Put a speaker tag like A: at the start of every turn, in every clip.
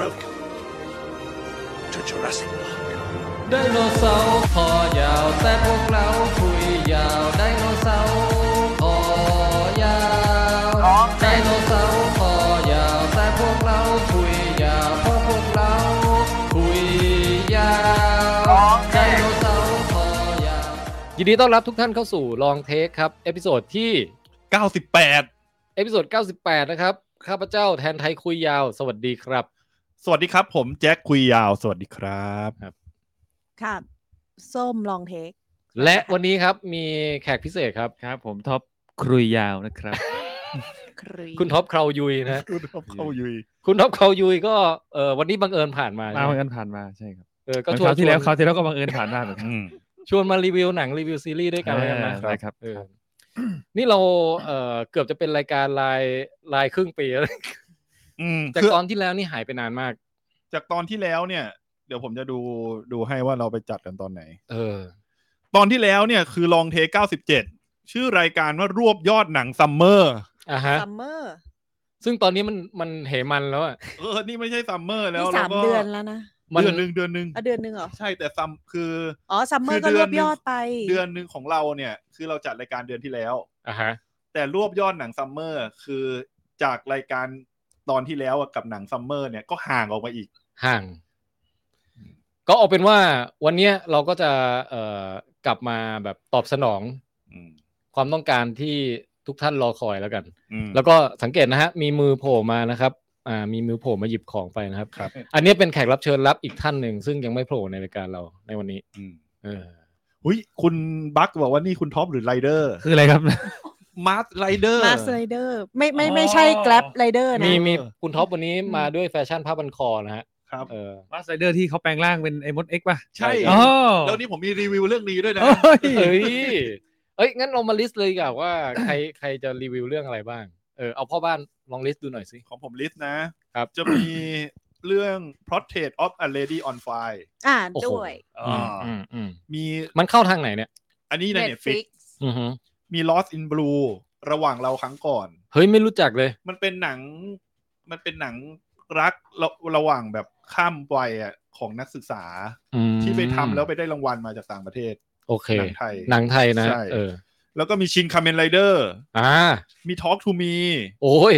A: Welcome to Jurassic Park.
B: ไดโนเสาร์คอยาวแต่พวกเราคุยยาวไดโนเสาร์คอยาวไดโนเสาร์คอยาวแต่พวกเราคุยยาวเพราะพวกเราคุยยาวไดโนเสาร์คอยาวยินดีต้อนรับทุกท่านเข้าสู่ลองเทคครับ เอพิโซดที่
C: 98
B: เอพิโซด 98 นะครับ ข้าพเจ้าแทนไทยคุยยาว สวัสดีครับ
C: สวัสดีครับ ผมแจ็คคุยยาว สวัสดีครับ
D: ค่ะ ส้มลองเทค
B: และวันนี้ครับมีแขกพิเศษครับ
E: ครับผมท็อปครุยยาวนะครับ
D: ครี
B: คุณท็อปคราวยุยนะ
C: คุณท็อปเข้ายุย
B: คุณท็อปเขายุยก็เออวันนี้บังเอิญผ่านมา
E: มา
B: ใช่
E: บั
B: ไหม
E: งเอิญผ่านมาใช่ครับ
B: เออ
E: เห
B: ก็
E: มือน
B: ช
E: ควราน วที่แล้ว
B: ช
E: ครา
B: วน
E: วที่แล้วก็บังเอิญผ่านหน้าเหมือนกัน
B: ชวนมารีวิวหนังรีวิวซีรีส์ด้วยกันแล้วกันนะ
E: อ่าได้ครับ
B: เออนี่เราเออเกือบจะเป็นรายการลายลายครึ่งปีแล้ว
C: อืม
B: จาก
C: คือ
B: ตอนที่แล้วนี่หายไปนานมาก
C: จากตอนที่แล้วเนี่ย เดี๋ยวผมจะดูดูให้ว่าเราไปจัดกันตอนไหน
B: เออ
C: ตอนที่แล้วเนี่ยคือลองเท97 ชื่อรายการว่ารวบยอดหนังซัมเมอร์
B: อ่ะฮะ
D: ซัมเมอร์
B: ซึ่งตอนนี้มันมันเหมันแล้วอะ
C: เออ นี่ไม่ใช่ซัมเมอร์แล้ว
D: นี่สาม
C: ก็
D: เดือนแล้วนะ
B: มัน
C: เดือนหนึ่งเดือนหนึ่ง
D: อ่ะเดือนหนึ่งเหรอ
C: ใช่แต่ซัมคือ
D: อ๋อ ซัมเมอ
C: คื
D: ร์ก็รวบ
C: หนึ่ง
D: ยอดไป
C: เดือนหนึ่งของเราเนี่ย คือเราจัดรายการเดือนที่แล้ว
B: อ่ะฮะ
C: แต่รวบยอดหนังซัมเมอร์คือจากรายการตอนที่แล้วอะกับหนังซัมเมอร์เนี่ยก็ห่างออกมาอีก
B: ห่าง ก็เอาเป็นว่าวันเนี้ยเราก็จะเอ่อกลับมาแบบตอบสนอง
C: อืม
B: ความต้องการที่ทุกท่านรอคอยแล้วกัน
C: อืม
B: แล้วก็สังเกตนะฮะ มีมือโผล่มานะครับ อ่า มีมือโผล่มาหยิบของไปนะครับ
C: ครับ
B: อันนี้เป็นแขกรับเชิญรับอีกท่านหนึ่ง ซึ่งยังไม่โผล่ในรายการเราในวันนี้
C: อืม
B: เออ
C: หุยคุณบักบอกว่านี่คุณท็อปหรือไรเดอร์
E: คืออะไรครับ
C: มาร์ทไรเดอร์
D: มาสไลเดอร์ ไม่ไม่ไม่
E: อ๋อ
D: ใช่แกลบไรเดอร์นะ
B: มี
C: เออ
B: มีคุณท็อปวันนี้มาด้วยแฟชั่นผ้าบันคอนะฮะ
C: ครับ
B: เออ
E: มาสไลเดอร์ที่เขาแปลงร่างเป็นไอ้มดเอ็กป่ะ
C: ใช่
B: อ๋
E: อ๋
B: อ
E: อ
C: แล้วนี่ผมมีรีวิวเรื่องนี้ด้วยนะ
E: โอ้ย
B: เอ้ย เอ้ย งั้นเรามาลิสต์เลยดีกับว่าใครใครจะรีวิวเรื่องอะไรบ้าง เออ เอาพ่อบ้านลองลิสต์ดูหน่อยสิ
C: ของผมลิสต์นะครับ จะมีเรื่อง Portrait of a Lady on Fire
D: อ่า
B: โอ้โห
D: ด้วย
C: อ่า
B: อืมอืม
C: มี
B: มันเข้าทางไหนเนี่ย
C: อันนี้ใน Netflix
D: Netflix
B: อือฮึ
C: มี Lost in Blue ระหว่างเราครั้งก่อน
B: เฮ้ย ไม่รู้จักเลย
C: มันเป็นหนัง มันเป็นหนังรักระระหว่างแบบข้ามวัยอะของนักศึกษา
B: อืม
C: ที่ไปทำแล้วไปได้รางวัลมาจากต่างประเทศ
B: โอเค
C: หนังไทย
B: หนังไทยนะ
C: ใช่
B: เออ
C: แล้วก็มีชินคาเมนไรเดอร์
B: อ่า
C: มี Talk to Me
B: โอ้ย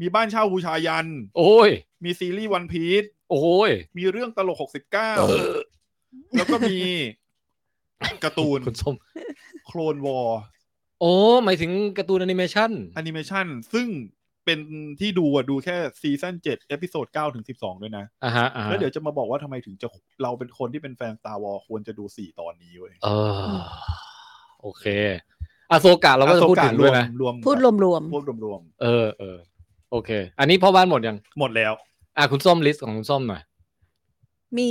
C: มีบ้านเช่าบูชายัน
B: โอ้ย
C: มีซีรีส์วันพีช
B: โอ้ย
C: มีเรื่องตลก 69 แล้วก็ มี การ์ตูน
B: คุณส้ม
C: โคลนวอล
B: โอ้ หมายถึงการ์ตูนแอนิเมชัน
C: แอนิเมชันซึ่งเป็นที่ดูอะดูแค่ซีซั่น7เอพิโซด9ถึง 12 ด้วยนะ
B: อ่าฮะอ่าฮะ
C: แล้วเดี๋ยวจะมาบอกว่าทำไมถึงจะเราเป็นคนที่เป็นแฟน Star Wars ควรจะดู 4 ตอนนี้เว้ย
B: เออ โอเคอาโซกะเราก็จะพูดถึงด้วยนะ
C: รวม
D: พูดรวมรวม
C: พูดรวม
B: เออเออโอเค อันนี้พ่อบ้านหมดยัง
C: ๆหมดแล้ว
B: อ่ะคุณส้มลิสต์ของคุณส้มหน่อย
D: ๆมี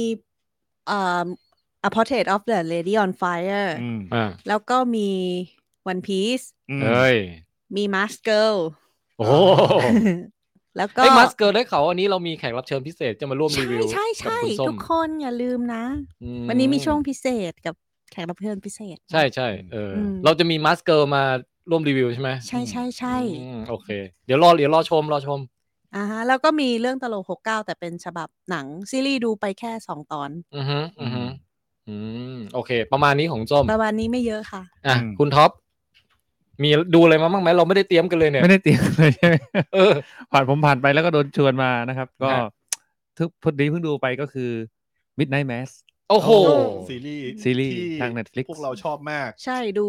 D: เอ่อ A Portrait of the Lady on Fire
C: อืม
B: อ่า
D: แล้วก็มี One Piece
C: อืม
B: เอ้ย
D: มี Mask Girl
B: โอ้โห
D: แล้วก็
B: ไอ้มัสเกิร์ได้เขาวว่าอันนี้เรามีแขกรับเชิญพิเศษจะมาร่วมรี
D: ใช่
B: วิว
D: ใช่
B: กับ
D: ใช่
B: คุณส้ม
D: ทุกคนอย่าลืมนะ
B: อื
D: วันนี้มีช่วงพิเศษกับแขกรับเชิญพิเศษ
B: ใช่ใช่เอออ
D: ม
B: เราจะมีมัสเกิร์มาร่วมรีวิวใช่ไหม
D: ใช่ใช่ใช่
B: อืมโอเค เดี๋ยวรอเดี๋ยวรอชมรอชม
D: อ่าฮะแล้วก็มีเรื่องตลกหกเก้าแต่เป็นฉบับหนัง ซีรีส์ดูไปแค่สองตอน
B: อือฮึอือฮึอืมโอเค ประมาณนี้ของส้ม
D: ประมาณนี้ไม่เยอะค่ะ
B: อ่ะ
C: อืม
B: คุณท็อปมีดูอะไรมาบ้างไหมเราไม่ได้เตรียมกันเลยเนี่ย
E: ไม่ได้เตรียมเลยใช่ไหม
B: เออ
E: ผ่านผมผ่านไปแล้วก็โดนชวนมานะครับ ก็
B: ฮะ
E: ทึกพอดีเพิ่งดูไปก็คือ Midnight Mass
B: โอ้โห
C: ซีรีส์
E: ซีรีส์
C: ที่
E: ทาง Netflix
C: พวกเราชอบมาก
D: ใช่ดู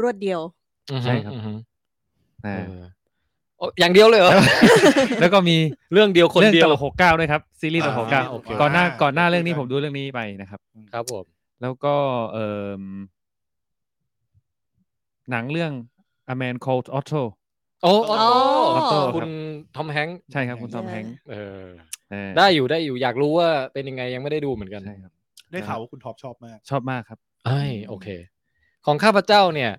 D: รวดเดียว
E: ใช่ครับ
B: อือฮึ
E: อ่า
B: เออโอ้อย่างเดียว เลยเหรอ
E: แล้วก็มี
B: เรื่องเดียวคน
E: เรื่อง
B: เดีย
E: ต
B: ว
E: ลกหกเก้าด้วยครับซีรีส์ตลกหกเก้า
B: อ่าโอเค
E: ก่อนหน้า
C: อ่า
E: ก่อนหน้าเรื่องนี้ผมดูเรื่องนี้ไปนะครับ
B: ครับผม
E: แล้วก็เอ่มหนังเรื่อง A Man Called Otto
B: โอ้โอ้
D: อ๋อ
B: โอ้คุณทอมแฮงค์
E: ใช่ครับคุณทอม
D: เย้
E: แฮงค์
B: เออ
E: เออ
B: ได้อยู่ได้อยู่อยากรู้ว่าเป็นยังไงยังไม่ได้ดูเหมือนกัน
E: ใช่ครับ
C: ได้ข่าวว่าคุณท็อปชอบมาก
E: ชอบมากครับ
B: ไอ้ยโอเค ของข้าพเจ้าเนี่ย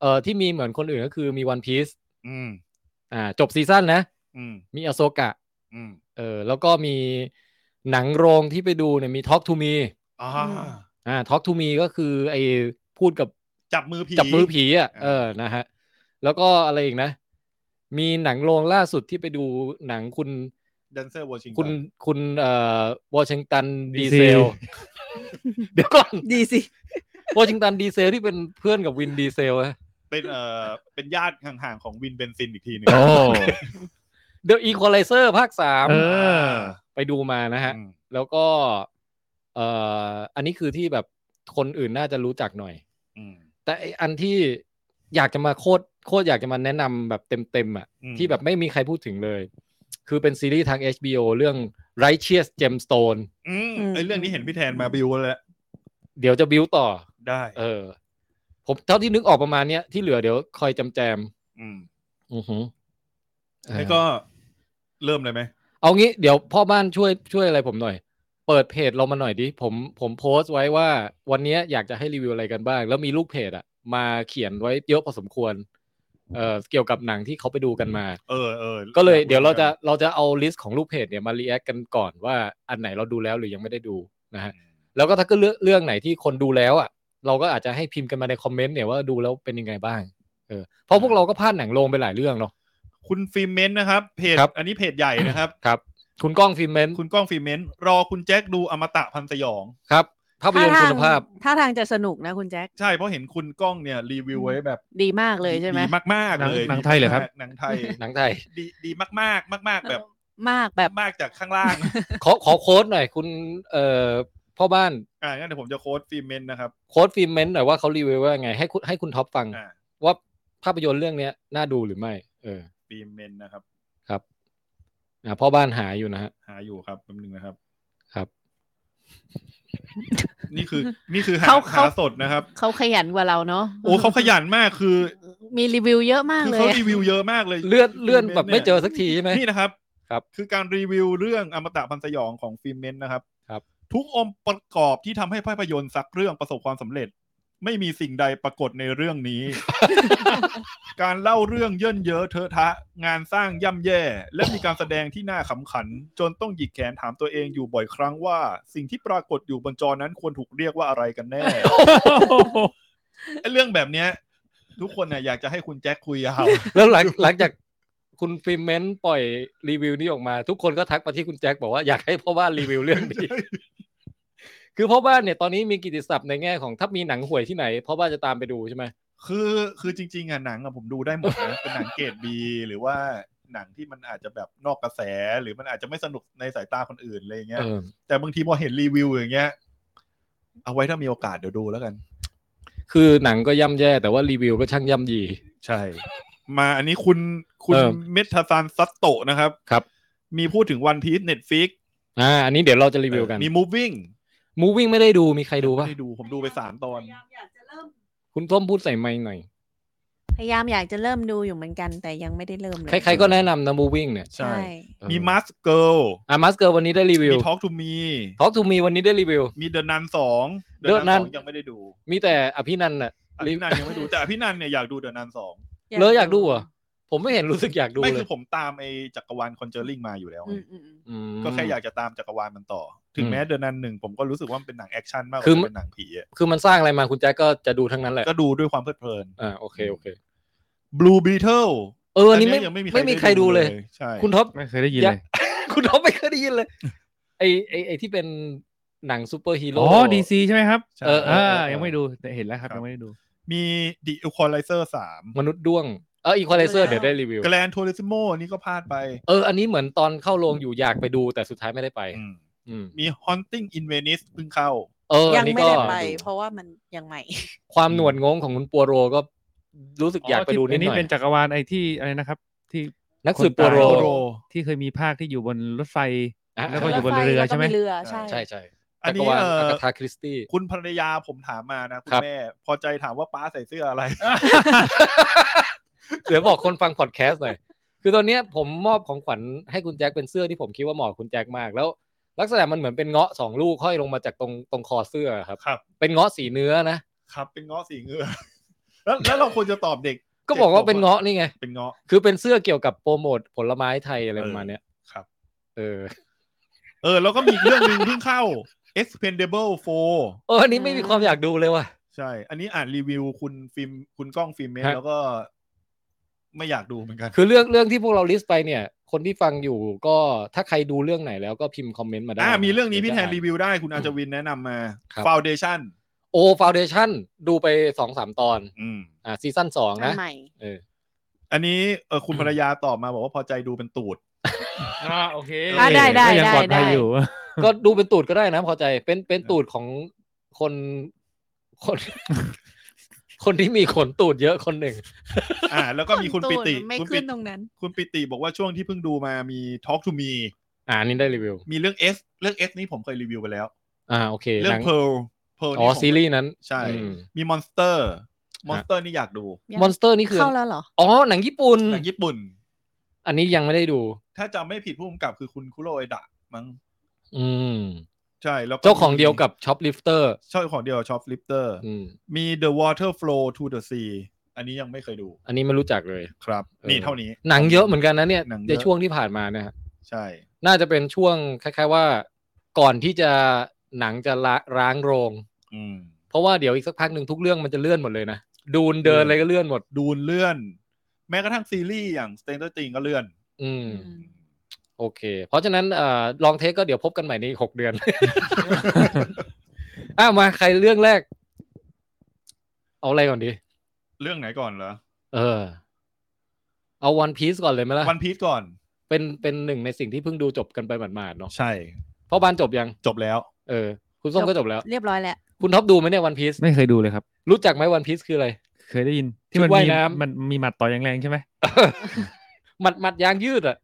B: เอ่อที่มีเหมือนคนอื่นก็คือมีวันพี e
C: อืม
B: อ่า จบซีซั่นนะ
C: อืม
B: มีอโซกะ
C: อืม
B: เออแล้วก็มีหนังโรงที่ไปดูเนี่ยมี Talk to Me
C: อ่า
D: อืม
B: อ่า Talk to Me ก็คือไอพูดกับ
C: จับมือผี
B: จับมือผีอ่ะ
C: อ่า
B: เออนะฮะ แล้วก็อะไรอีกนะ มีหนังโรงล่าสุดที่ไปดูหนังคุณ
C: แดนเซอร์วอชิงตั
B: คุณ
C: น
B: คุณเอ่อวอชิงตันดีเซล เดี๋ยวก่อน
D: ดีสิ
B: วอชิงตันดีเซลที่เป็นเพื่อนกับวินดีเซลอะ
C: เป็นเอ่อเป็นญาติห่างๆของวินเบนซินอีกทีหนึ่ง
E: โอ้
B: เดี๋ยวอีควอไลเซอร์ภาคสาม
E: เออ
B: ไปดูมานะฮะ
C: อืม
B: แล้วก็ เอ่ออันนี้คือที่แบบคนอื่นน่าจะรู้จักหน่อย
C: อืม
B: แต่ไอ้อันที่อยากจะมาโคตรโคตรอยากจะมาแนะนำแบบเต็มๆอ่ะ
C: อืม
B: ที่แบบไม่มีใครพูดถึงเลย คือเป็นซีรีส์ทาง HBO เรื่อง Righteous Gemstone
C: อืมไอยเรื่องนี้เห็นพี่แทนมาบิวแล้ว
B: เดี๋ยวจะบิวต่อ
C: ได้
B: เออ ผมเท่าที่นึกออกประมาณเนี้ยที่เหลือเดี๋ยวคอยจำแจม
C: อืม
B: ๆอือหือเออ
C: แล้วก็เริ่มเลยไหม
B: เอางี้เดี๋ยวพ่อบ้านช่วยช่วยอะไรผมหน่อย เปิดเพจเรามาหน่อยดิผมผมโพสต์ไว้ว่า วันเนี้ยอยากจะให้รีวิวอะไรกันบ้าง แล้วมีลูกเพจอะมาเขียนไว้เยอะพอสมควร เอ่อเกี่ยวกับหนังที่เขาไปดูกันมา
C: เออเออ
B: ก็เลยเดี๋ยวเราจะเราจะเอาลิสต์ของลูกเพจเนี่ยมารีแอคกันก่อนว่าอันไหนเราดูแล้วหรือยังไม่ได้ดูนะฮะแล้วก็ถ้าเก็เลือกเรื่องไหนที่คนดูแล้วอ่ะ เราก็อาจจะให้พิมพ์กันมาในคอมเมนต์เนี่ยว่าดูแล้วเป็นยังไงบ้างเออเพราะพวกเราก็พลาดหนังลงไปหลายเรื่องเนาะ
C: คุณฟิล์มเมนต์นะครับ เพจ
B: ครับ
C: อันนี้เพจ ใหญ่นะครับ
B: ครับ คุณก้องฟิล์มเมนต์
C: คุณก้องฟิล์มเมนต์รอคุณแจ็คดูอมตะพันสยอง
B: ครับภาพยนตร์คุณภาพ
D: ถ้าทางจะสนุกนะคุณแจ็ค
C: ใช่เพราะเห็นคุณก้องเนี่ยรีวิวไว้แบบ
D: ดีมากเลยใช่ไหม
C: ดีมากๆเลย
E: หนังไทยเหรอครับ
C: หนังไทย
B: หนังไทย
C: ดีดีมากๆ มาก ๆ แบบ
D: มากแบบ
C: มากจากข้างล่าง
B: ขอขอโค้ดหน่อยคุณเอ่อพ่อบ้าน
C: อ่างั้นเดี๋ยวผมจะโค้ดฟิล์มเมนต์นะครับ
B: โค้ดฟิล์มเมนต์หน่อยว่าเขารีวิวว่ายังไงให้คุณให้คุณท็อปฟัง
C: อ่า
B: ว่าภาพยนตร์เรื่องเนี้ยน่าดูหรือไม่ เออ
C: ฟิล์มเมนต์นะครับ
B: ครับอ่ะพ่อบ้านหาอยู่นะฮะ
C: หาอยู่ครับแป๊บนึงนะครับ
B: ครับ
C: นี่ คือนี่คือหา
D: เขา
C: หา
D: เขา
C: สดนะครับ
D: เขาขยันกว่าเราเนาะ
C: โอ้เขาขยันมากคือ
D: มีรีวิวเยอะมาก
C: คือ
D: เลย
C: เขารีวิวเยอะมากเลย
B: เลื่อนเลื่อน
C: ฟิ
B: แบบ
C: มต์ย
B: ไม่เจอสักทีใช่ไหม
C: นี่นะครับ
B: ครับ
C: คือการรีวิวเรื่องอมตะพันสยองของฟิล์มเมนต์นะครับ
B: ครับ
C: ทุกองค์ประกอบที่ทำให้ภาพยนตร์สักเรื่องประสบความสำเร็จ ไม่มีสิ่งใดปรากฏในเรื่อง นี้ การเล่าเรื่องเยินเยอะเทอะทะ งานสร้างย่ำแย่ และมีการแสดงที่น่าขำขัน จนต้องหยิกแขนถามตัวเองอยู่บ่อยครั้งว่า สิ่งที่ปรากฏอยู่บนจอนั้นควรถูกเรียกว่าอะไรกัน แน่ ไอ้เรื่องแบบเนี้ย ทุกคนเนี่ยอยากจะให้คุณแจ็คคุยยาว
B: แล้วหลังหลังจากคุณฟิล์มเมนต์ปล่อยรีวิวนี้ออกมา ทุกคนก็ทักมาที่คุณแจ็คบอกว่าอยากให้พ่อบ้านรีวิวเรื่องนี้ คือพ่อบ้านเนี่ยตอนนี้มีกิตติศัพท์ในแง่ของถ้ามีหนังห่วยที่ไหนพ่อบ้านจะตามไปดูใช่ไหม
C: คือคือจริงๆอ่ะหนังอะผมดูได้หมดนะ เป็นหนังเกรดบีหรือว่าหนังที่มันอาจจะแบบนอกกระแส หรือมันอาจจะไม่สนุกในสายตาคนอื่นอะไรอย่างเงี้ย
B: เออ
C: แต่บางทีพอเห็นรีวิวอย่างเงี้ย เอาไว้ถ้ามีโอกาสเดี๋ยวดูแล้วกัน
B: คือหนังก็ย่ำแย่ แต่ว่ารีวิวก็ช่างย่ำยี
C: ใช่ มาอันนี้คุณคุณ
B: เออ
C: เมทาซานซัตโตะนะครับ
B: ครับ
C: มีพูดถึงวันพีซเน็ตฟิก
B: อ่าอันนี้เดี๋ยวเราจะรีวิวกัน
C: มี moving
B: วิ่งไม่ได้ดูมีใครดูปะ
C: ไม่ได้ดูผมดูไปสามตอน
B: คุณส้มพูดใส่ไมค์หน่อย
D: พยายามอยากจะเริ่มดูอยู่เหมือนกัน แต่ยังไม่ได้เริ่มเลย
B: ใครๆก็แนะนำนะมูวิ่งเนี่ย
C: ใช่
D: ใช่
C: มีมัสเกิล
B: อ่ะมัสเกิร์วันนี้ได้รีวิว
C: มีทอ l k กทูมี
B: ท็อกทูมีวันนี้ได้รีวิว
C: มีเดอะนันสอง
B: The Nun
C: สองยังไม่ได้ดู
B: มีแต่อภินันท์น่ะ
C: อภินันยังไม่ดู แต่อภินันเนี่ยอยากดูเดอะนันสอง
B: เลยอยากดูเหรอ่ะผมไม่เห็นรู้สึกอยากดู
C: ไม่
B: เล
C: คื
B: ย
C: อผมตามไอ้จักรวาลคอนเจอริงมาอยู่แล้วไง
D: อืมอืมอืม
B: อืม
C: ก็แค่อยากจะตามจักรวาลมันต่อ ถึงแม้
B: อืม
C: เดอะนันหนึ่งผมก็รู้สึกว่ามันเป็นหนังแอคชั่นมากก
B: คือ
C: ว่าเป็นหนังผีอะ
B: คือมันสร้างอะไรมาคุณแจ็คก็จะดูทั้งนั้นแหละ
C: ก็ดูด้วยความเพลิดเพลิน
B: อ่าโอเคโอเค
C: Blue Beetle
B: เอออันนี้ไม่
C: ยังไม่มี
B: ไม่มีใครดูเลย
C: ใช่
B: คุณท็อป
E: ไม่เคยได้ยิน
B: อยา
E: เล
B: ก
E: ย
B: คุณท็อปไม่เคยได้ยินเลยไอไอไอที่เป็นหนังซูเปอร์ฮีโร่
E: อ๋อดีซีใช่ไหมครับ
C: ใช่
E: เออเออ
B: เออ
E: เอ
B: เออ
E: อยังไม่ดูแต่เห็นแล้วครับ
C: ครับ
E: ยังไม่ได้ดู
C: มี The Equalizer สาม
B: มนุษย์ด้วงเอออีควอไลเซอร์เดี๋ยวได้รีวิว
C: Gran Turismo นี่ก็พลาดไป
B: เอออันนี้เหมือนตอนเข้าโรงอยู่อยากไปดูแต่สุดท้ายไม่ได้ไป
C: อืม
B: อืม
C: มี Haunting in Venice เพิ่งเข้า
B: เออ
D: ยั
B: อั
D: ง
B: นนี้
D: ไม่
B: ก็
D: ได้ไป เพราะว่ามันยังใหม่
B: ความหนวดงงของคุณปัวโรก็รู้สึกอยากไปดูนิดห
E: นี่
B: น่อย
E: เป็นจักรวาลไอ้ที่อะไรนะครับ ที่
B: นักสืบปัวโร
E: คนตาย
C: โร
E: ที่เคยมีภาคที่อยู่บนรถไฟ
B: อ่ะ
E: แล้วก็อยู่บนเรือใช่ไหม
D: แล้วก็เรือใช่
B: ใช่ใช่
C: อัน
B: จักร
C: นี้
B: วาล
C: เอ่
B: อากา
C: อ
B: ธาคริสตี้
C: คุณภรรยาผมถามมานะคุ
B: ค
C: ณ
B: รับ
C: แม่ พอใจถามว่าป้าใส่เสื้ออะไร
B: เดี๋ยวบอกคนฟังพอดแคสต์หน่อย คือตอนเนี้ยผมมอบของขวัญให้คุณแจ็คเป็นเสื้อที่ผมคิดว่าเหมาะกับคุณแจ็คมาก แล้ว ลักษณะมันเหมือนเป็นเงาะสองลูกห้อยลงมาจากตรงตรงคอเสื้อครับ
C: ครับ
B: เป็นเงาะสีเนื้อนะ
C: ครับเป็นเงาะสีเหงือ แล้วแล้วเราควรจะตอบเด็ก
B: ก็บอกว่าเป็น
C: จ็ดข
B: เงาะนี่ไง
C: เป็นเงาะ
B: คือเป็นเสื้อเกี่ยวกับโปรโมทผลไม้ไทยอะไรประมาณเนี้ย
C: ครับ
B: เออ
C: เออแล้วก็มีอีกเรื่องหนึ่งเพิ่งเข้า Expendable
B: เอออันนี้ไม่มีความอยากดูเลยว่ะ
C: 4 ใช่ อันนี้อ่านรีวิวคุณฟิล์มคุณกล้องฟิล์มเมน
B: ฮะ
C: แล้วก็ ไม่อยากดูเหมือนกัน
B: คือเรื่องเรื่องที่พวกเราลิสต์ไปเนี่ย คนที่ฟังอยู่ก็ถ้าใครดูเรื่องไหนแล้วก็พิมพ์คอมเมนต์มาได้
C: อ่ามีเรื่องนี้พี่แท
B: ดี๋ย
C: น
B: จะอ่า
C: รีวิวได้คุณอาจวินแนะนำมา
B: ครับ
C: Foundation
B: โอ้ฟาวเดชั่นดูไปสองสามตอน
C: อืม
B: อ่าซีซั่นสอง
D: อั
B: นะ
D: นใหม่
B: เออ
C: อันนี้เอ อคุณภรรยาตอบมาบอกว่าพอใจดูเป็นตูด
F: อ่าโอเค
D: อ่ะได้ได้
E: ก็ยัง
D: ได้
E: ปลอดภัย
D: ได้
E: อยู่
B: ก็ดูเป็นตูดก็ได้นะพอใจเป็นเป็นตูดของคนคน คนที่มีขนตูดเยอะคนหนึ่ง
C: อ่า แล้วก็มีคุณปิติ
D: ไม่
C: คุณ
D: ขึ้
C: ปิ
D: นตรงนั้น
C: คุณปิติบอกว่าช่วงที่เพิ่งดูมามี Talk to Me
B: อ่าอันนี่ได้รีวิว
C: มีเรื่อง S เรื่อง S นี่ผมเคยรีวิวไปแล้ว
B: อ่าโอเคห
C: เรื่อ
B: นั
C: ง
B: ง
C: Pearl Pearl
B: อ๋อ
C: นี่ผม
B: ซีรีส์นั้น
C: ใช่
B: อืม
C: มี Monster
B: ฮะ
C: Monster นี่อยากดู
D: ยัง
B: มอนสเตอร์นี่คือ
D: เข้าแล้วเหรอ
B: อ๋อหนังญี่ปุ่น
C: หนังญี่ปุ่น
B: อันนี้ยังไม่ได้ดู
C: ถ้าจำไม่ผิดผู้กำกับคือคุณคุโรเอดะมั้ง
B: อืม
C: ใช่แล้วก็
B: เจ้าของเดียวกับช็อปลิฟเตอร์
C: เจ้าของเดียวชอปลิฟเตอร์
B: อืม
C: มี The Water Flow to the Sea อันนี้ยังไม่เคยดู
B: อันนี้ไม่รู้จักเลย
C: ครับ
B: เออ
C: นี่เท่านี้
B: หนังเยอะเหมือนกันนะเนี่ย
C: หนังเยอะ
B: ในช่วงที่ผ่านมาเนะฮะ
C: ใช่
B: น่าจะเป็นช่วงคล้ายๆว่า ก่อนที่จะหนังจะละร้างโรง
C: อืม
B: เพราะว่าเดี๋ยวอีกสักพักหนึ่งทุกเรื่องมันจะเลื่อนหมดเลยนะ ดูนเดินอะไรก็เลื่อนหมด
C: ดูนเลื่อน แม้กระทั่งซีรีส์อย่าง Stranger Things ก็เลื่อน
B: อืม
D: อืม
B: โอเค เพราะฉะนั้นเอ่อลองเทคก็เดี๋ยวพบกันใหม่ในหก เดือน อ้าวมาใครเรื่องแรก เอาอะไรก่อนดี
C: เรื่องไหนก่อนเหรอ
B: เออ เอาวันพีซก่อนเลยไหมล่ะ
C: วันพี e ก่อน
B: เป็นเป็นหนึ่งในสิ่งที่เพิ่งดูจบกันไปหมาดๆเนาะ
C: ใช่
B: พ่อบ้านจบยัง
C: จบแล้ว
B: เออ คุณส้มก็จบแล้ว
D: เรียบร้อยแล้ว
B: คุณท็อปดูไหมเนี่ยวันพีซ
E: ไม่เคยดูเลยครับ
B: รู้จักไหมวันพีซคืออะไร
E: เคยได้ยิน
B: ชุด
E: ที่มัน
B: ว่า
E: มี
B: ยน้ำ
E: มันมีหมัดต่อยแรงๆใช่ไหม
B: หมัดหมัดยางยืดอ่ะ